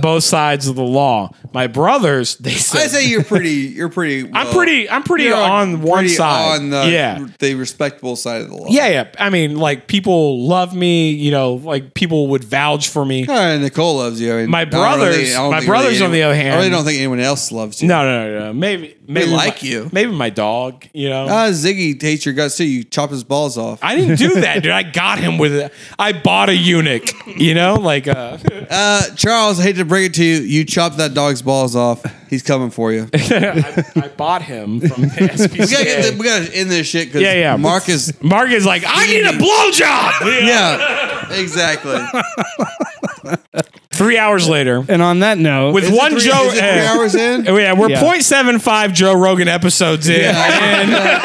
[SPEAKER 2] both sides of the law my brothers they said
[SPEAKER 3] I say you're pretty. You're pretty.
[SPEAKER 2] i'm
[SPEAKER 3] well-
[SPEAKER 2] pretty i'm pretty
[SPEAKER 3] you're
[SPEAKER 2] on, one
[SPEAKER 3] pretty
[SPEAKER 2] side
[SPEAKER 3] On the,
[SPEAKER 2] yeah
[SPEAKER 3] the respectable side of the law.
[SPEAKER 2] yeah yeah i mean like people love me you know like people would vouch for me
[SPEAKER 3] Uh, Nicole loves you. I mean,
[SPEAKER 2] My
[SPEAKER 3] I don't really-
[SPEAKER 2] brothers-
[SPEAKER 3] I don't
[SPEAKER 2] my
[SPEAKER 3] think really
[SPEAKER 2] brothers, on the
[SPEAKER 3] anyone-
[SPEAKER 2] other
[SPEAKER 3] I really
[SPEAKER 2] hand-
[SPEAKER 3] don't think anyone else loves you.
[SPEAKER 2] no no no no maybe maybe my-
[SPEAKER 3] like you.
[SPEAKER 2] maybe my dog you know
[SPEAKER 3] Ah, Ziggy hates your guts too. You chop his balls off.
[SPEAKER 2] I didn't do that, dude. I got him with it. I bought a eunuch, you know, like uh,
[SPEAKER 3] Uh, Charles, I hate to bring it to you. You chopped that dog's balls off. He's coming for you. we
[SPEAKER 2] I, I bought him from the SPCA.
[SPEAKER 3] gotta get the, we gotta end this shit because
[SPEAKER 2] Yeah, yeah.
[SPEAKER 3] Mark is
[SPEAKER 2] Mark is like, I need a blowjob. You know?
[SPEAKER 3] yeah exactly.
[SPEAKER 2] Three hours later,
[SPEAKER 1] And on that note,
[SPEAKER 2] with
[SPEAKER 3] Is it
[SPEAKER 2] one
[SPEAKER 3] three-
[SPEAKER 2] Joe.
[SPEAKER 3] is it three
[SPEAKER 2] eh,
[SPEAKER 3] hours in.
[SPEAKER 2] oh, yeah, we're
[SPEAKER 1] Yeah.
[SPEAKER 2] 0.75 Joe Rogan episodes in. and-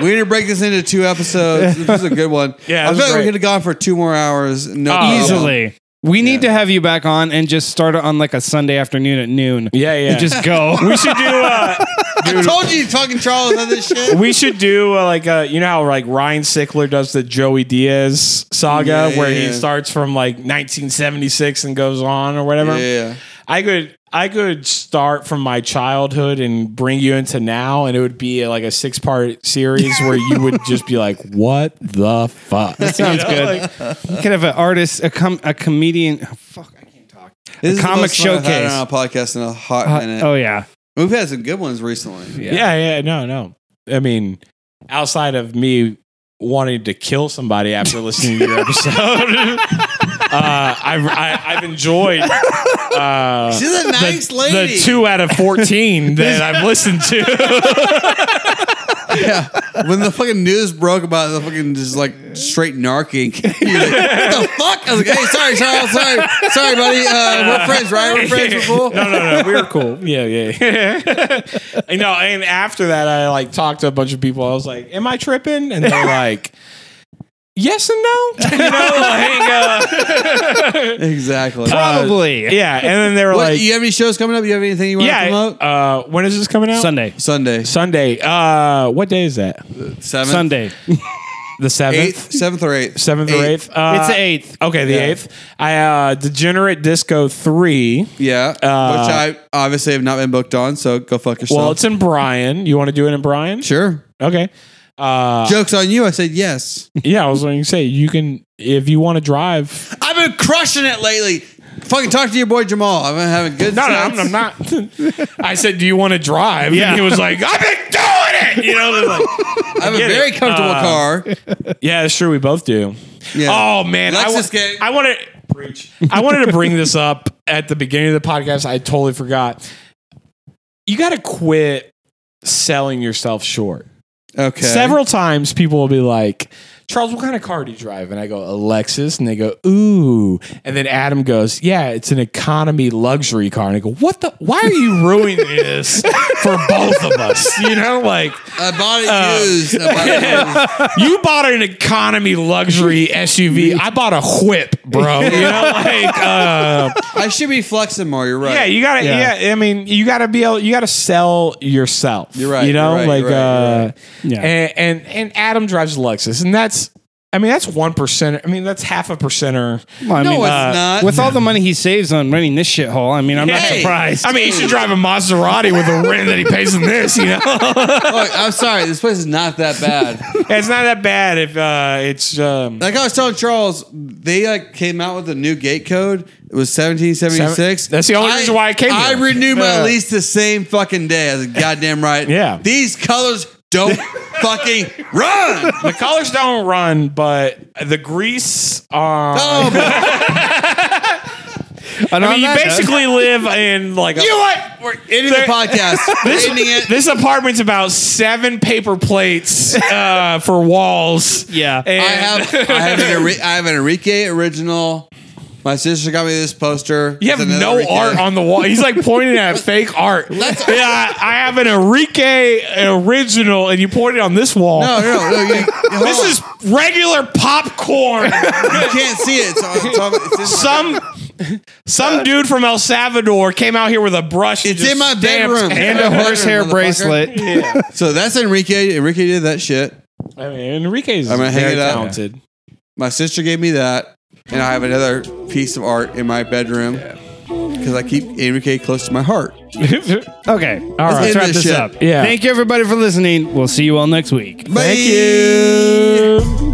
[SPEAKER 3] We need to break this into two episodes. This is a good one.
[SPEAKER 2] Yeah,
[SPEAKER 3] I
[SPEAKER 2] this
[SPEAKER 3] feel
[SPEAKER 2] is
[SPEAKER 3] like we
[SPEAKER 2] great.
[SPEAKER 3] could have gone for two more hours. No,
[SPEAKER 2] Oh.
[SPEAKER 3] problem.
[SPEAKER 1] easily. We need to have you back on and just start it on like a Sunday afternoon at noon.
[SPEAKER 2] yeah, yeah.
[SPEAKER 1] And just go.
[SPEAKER 2] we should do. Uh,
[SPEAKER 3] I told you, talking Charles on this shit.
[SPEAKER 2] we should do uh, like uh, you know how like Ryan Sickler does the Joey Diaz saga
[SPEAKER 3] Yeah,
[SPEAKER 2] where
[SPEAKER 3] yeah.
[SPEAKER 2] he starts from like 1976 and goes on or whatever.
[SPEAKER 3] yeah,
[SPEAKER 2] I could I could start from my childhood and bring you into now, and it would be like a six part series where you would just be like, "What the fuck?"
[SPEAKER 1] Sounds good. you could have an artist, a com- a comedian. oh, fuck, I can't talk.
[SPEAKER 3] this is the
[SPEAKER 1] comic
[SPEAKER 3] most fun I've had
[SPEAKER 1] showcase.
[SPEAKER 3] on a podcast in a hot
[SPEAKER 1] Uh,
[SPEAKER 3] minute.
[SPEAKER 1] oh yeah,
[SPEAKER 3] We've had some good ones recently.
[SPEAKER 2] yeah. yeah, no, no. I mean, outside of me wanting to kill somebody after listening to your episode, uh, I've I, I've enjoyed. Uh,
[SPEAKER 3] She's a nice lady.
[SPEAKER 2] The two out of fourteen that I've listened to.
[SPEAKER 3] Yeah. When the fucking news broke about the fucking just like straight narking, you're like, what the fuck? I was like, hey, sorry, Charles, sorry, sorry, buddy. Uh, we're friends, right? We're friends before.
[SPEAKER 2] no, no, no. We were cool. Yeah, yeah. you know, and after that, I like talked to a bunch of people. I was like, "Am I tripping?" And they're like, "Yes and no." You know, like, uh,
[SPEAKER 3] Exactly.
[SPEAKER 1] probably
[SPEAKER 2] yeah. And then they were
[SPEAKER 3] what,
[SPEAKER 2] like,
[SPEAKER 3] you have any shows coming up? You have anything you want to
[SPEAKER 2] "Yeah,
[SPEAKER 3] promote?
[SPEAKER 2] uh, when is this coming out?"
[SPEAKER 1] Sunday,
[SPEAKER 3] Sunday,
[SPEAKER 2] Sunday. Uh, what day is that?
[SPEAKER 3] seventh,
[SPEAKER 1] Sunday.
[SPEAKER 2] The
[SPEAKER 3] eighth,
[SPEAKER 2] seventh,
[SPEAKER 3] seventh or eighth,
[SPEAKER 2] seventh or eighth. Uh,
[SPEAKER 1] it's the eighth.
[SPEAKER 2] Okay, the
[SPEAKER 3] Yeah.
[SPEAKER 2] eighth. I uh, Degenerate Disco three.
[SPEAKER 3] Yeah,
[SPEAKER 2] Uh,
[SPEAKER 3] which I obviously have not been booked on, so go fuck yourself.
[SPEAKER 2] Well, it's in Bryan. You want to do it in Bryan?
[SPEAKER 3] sure.
[SPEAKER 2] Okay. Uh,
[SPEAKER 3] Jokes on you. I said yes.
[SPEAKER 2] yeah, I was going to say you can if you want to drive.
[SPEAKER 3] I've been crushing it lately. Fucking talk to your boy Jamal. I've been having good.
[SPEAKER 2] No, no,
[SPEAKER 3] sex.
[SPEAKER 2] I'm, I'm not. I said, "Do you want to drive?"
[SPEAKER 1] Yeah.
[SPEAKER 2] And he was like, "I've been doing it." You know, they're like,
[SPEAKER 3] I have a
[SPEAKER 2] Get it.
[SPEAKER 3] very comfortable
[SPEAKER 2] Uh,
[SPEAKER 3] car.
[SPEAKER 2] yeah, that's true. We both do.
[SPEAKER 3] Yeah.
[SPEAKER 2] Oh man, I,
[SPEAKER 3] Lexus
[SPEAKER 2] wa-
[SPEAKER 3] gang.
[SPEAKER 2] I wanted preach. I wanted to bring this up at the beginning of the podcast. I totally forgot. You got to quit selling yourself short.
[SPEAKER 3] Okay.
[SPEAKER 2] Several times people will be like, Charles, what kind of car do you drive? And I go, a Lexus. And they go, ooh. And then Adam goes, yeah, it's an economy luxury car. And I go, what the? Why are you ruining this for both of us? You know, like,
[SPEAKER 3] I bought
[SPEAKER 2] Oh.
[SPEAKER 3] it used. I bought it used.
[SPEAKER 2] you bought an economy luxury SUV. I bought a whip, bro. You know, like, uh,
[SPEAKER 3] I should be flexing more. You're right.
[SPEAKER 2] yeah, you gotta, yeah. I mean, you gotta be able, you gotta sell yourself.
[SPEAKER 3] You're right,
[SPEAKER 2] You know,
[SPEAKER 3] you're
[SPEAKER 2] like,
[SPEAKER 3] right, you're right,
[SPEAKER 2] uh,
[SPEAKER 3] you're
[SPEAKER 1] Yeah.
[SPEAKER 2] and, and and Adam drives a Lexus, and that's, I mean, that's one percent. I mean, that's half a percenter.
[SPEAKER 1] Well, I
[SPEAKER 3] no,
[SPEAKER 1] mean,
[SPEAKER 3] it's
[SPEAKER 1] uh,
[SPEAKER 3] not.
[SPEAKER 1] with all the money he saves on renting this shithole, I mean, I'm not
[SPEAKER 3] Hey.
[SPEAKER 1] surprised.
[SPEAKER 2] I mean, he should drive a Maserati with the rent that he pays in this. You know,
[SPEAKER 3] Look, I'm sorry. This place is not that bad.
[SPEAKER 2] it's not that bad if uh, it's um,
[SPEAKER 3] like I was telling Charles, they like came out with a new gate code. It was 1776.
[SPEAKER 2] That's the only reason why I came
[SPEAKER 3] I
[SPEAKER 2] here.
[SPEAKER 3] renewed my
[SPEAKER 2] Yeah.
[SPEAKER 3] lease the same fucking day. I was like, goddamn right.
[SPEAKER 2] Yeah.
[SPEAKER 3] These colors don't fucking run.
[SPEAKER 2] the colors don't run, but the grease on.
[SPEAKER 3] Oh, but
[SPEAKER 1] And
[SPEAKER 2] I
[SPEAKER 1] on
[SPEAKER 2] mean, you
[SPEAKER 1] that note-
[SPEAKER 2] basically live in like a,
[SPEAKER 3] you know what? We're ending the
[SPEAKER 2] There-
[SPEAKER 3] podcast. We're ending it.
[SPEAKER 2] this apartment's about seven paper plates uh, for walls.
[SPEAKER 1] Yeah.
[SPEAKER 2] And-
[SPEAKER 3] I have I have an Enri- I have an Enrique original. My sister got me this poster.
[SPEAKER 2] You have
[SPEAKER 3] It's another
[SPEAKER 2] no
[SPEAKER 3] Enrique.
[SPEAKER 2] art on the wall. He's like pointing at fake art. Yeah, I, I have an Enrique original, and you point it on this wall.
[SPEAKER 3] No, no, no. no you, hold
[SPEAKER 2] this
[SPEAKER 3] on.
[SPEAKER 2] is regular popcorn.
[SPEAKER 3] you can't see it. It's, on- it's, on- it's in my-
[SPEAKER 2] some some dude from El Salvador came out here with a brush. and
[SPEAKER 3] It's
[SPEAKER 2] just
[SPEAKER 3] in my
[SPEAKER 2] stamps
[SPEAKER 3] bedroom.
[SPEAKER 1] and
[SPEAKER 2] And
[SPEAKER 1] a
[SPEAKER 3] Yeah,
[SPEAKER 1] horsehair
[SPEAKER 3] motherfucker.
[SPEAKER 1] bracelet.
[SPEAKER 3] So that's Enrique. Enrique did that shit.
[SPEAKER 2] I mean, Enrique's
[SPEAKER 3] I'm gonna hang
[SPEAKER 2] very
[SPEAKER 3] it up.
[SPEAKER 2] talented.
[SPEAKER 3] My sister gave me that, and I have another piece of art in my bedroom because I keep Enrique close to my heart.
[SPEAKER 1] Okay. All
[SPEAKER 3] right.
[SPEAKER 1] Let's
[SPEAKER 3] end
[SPEAKER 1] wrap
[SPEAKER 3] this
[SPEAKER 1] this
[SPEAKER 3] shit.
[SPEAKER 1] up.
[SPEAKER 2] Yeah.
[SPEAKER 1] Thank you, everybody, for listening. We'll see you all next week.
[SPEAKER 3] Bye.
[SPEAKER 2] you.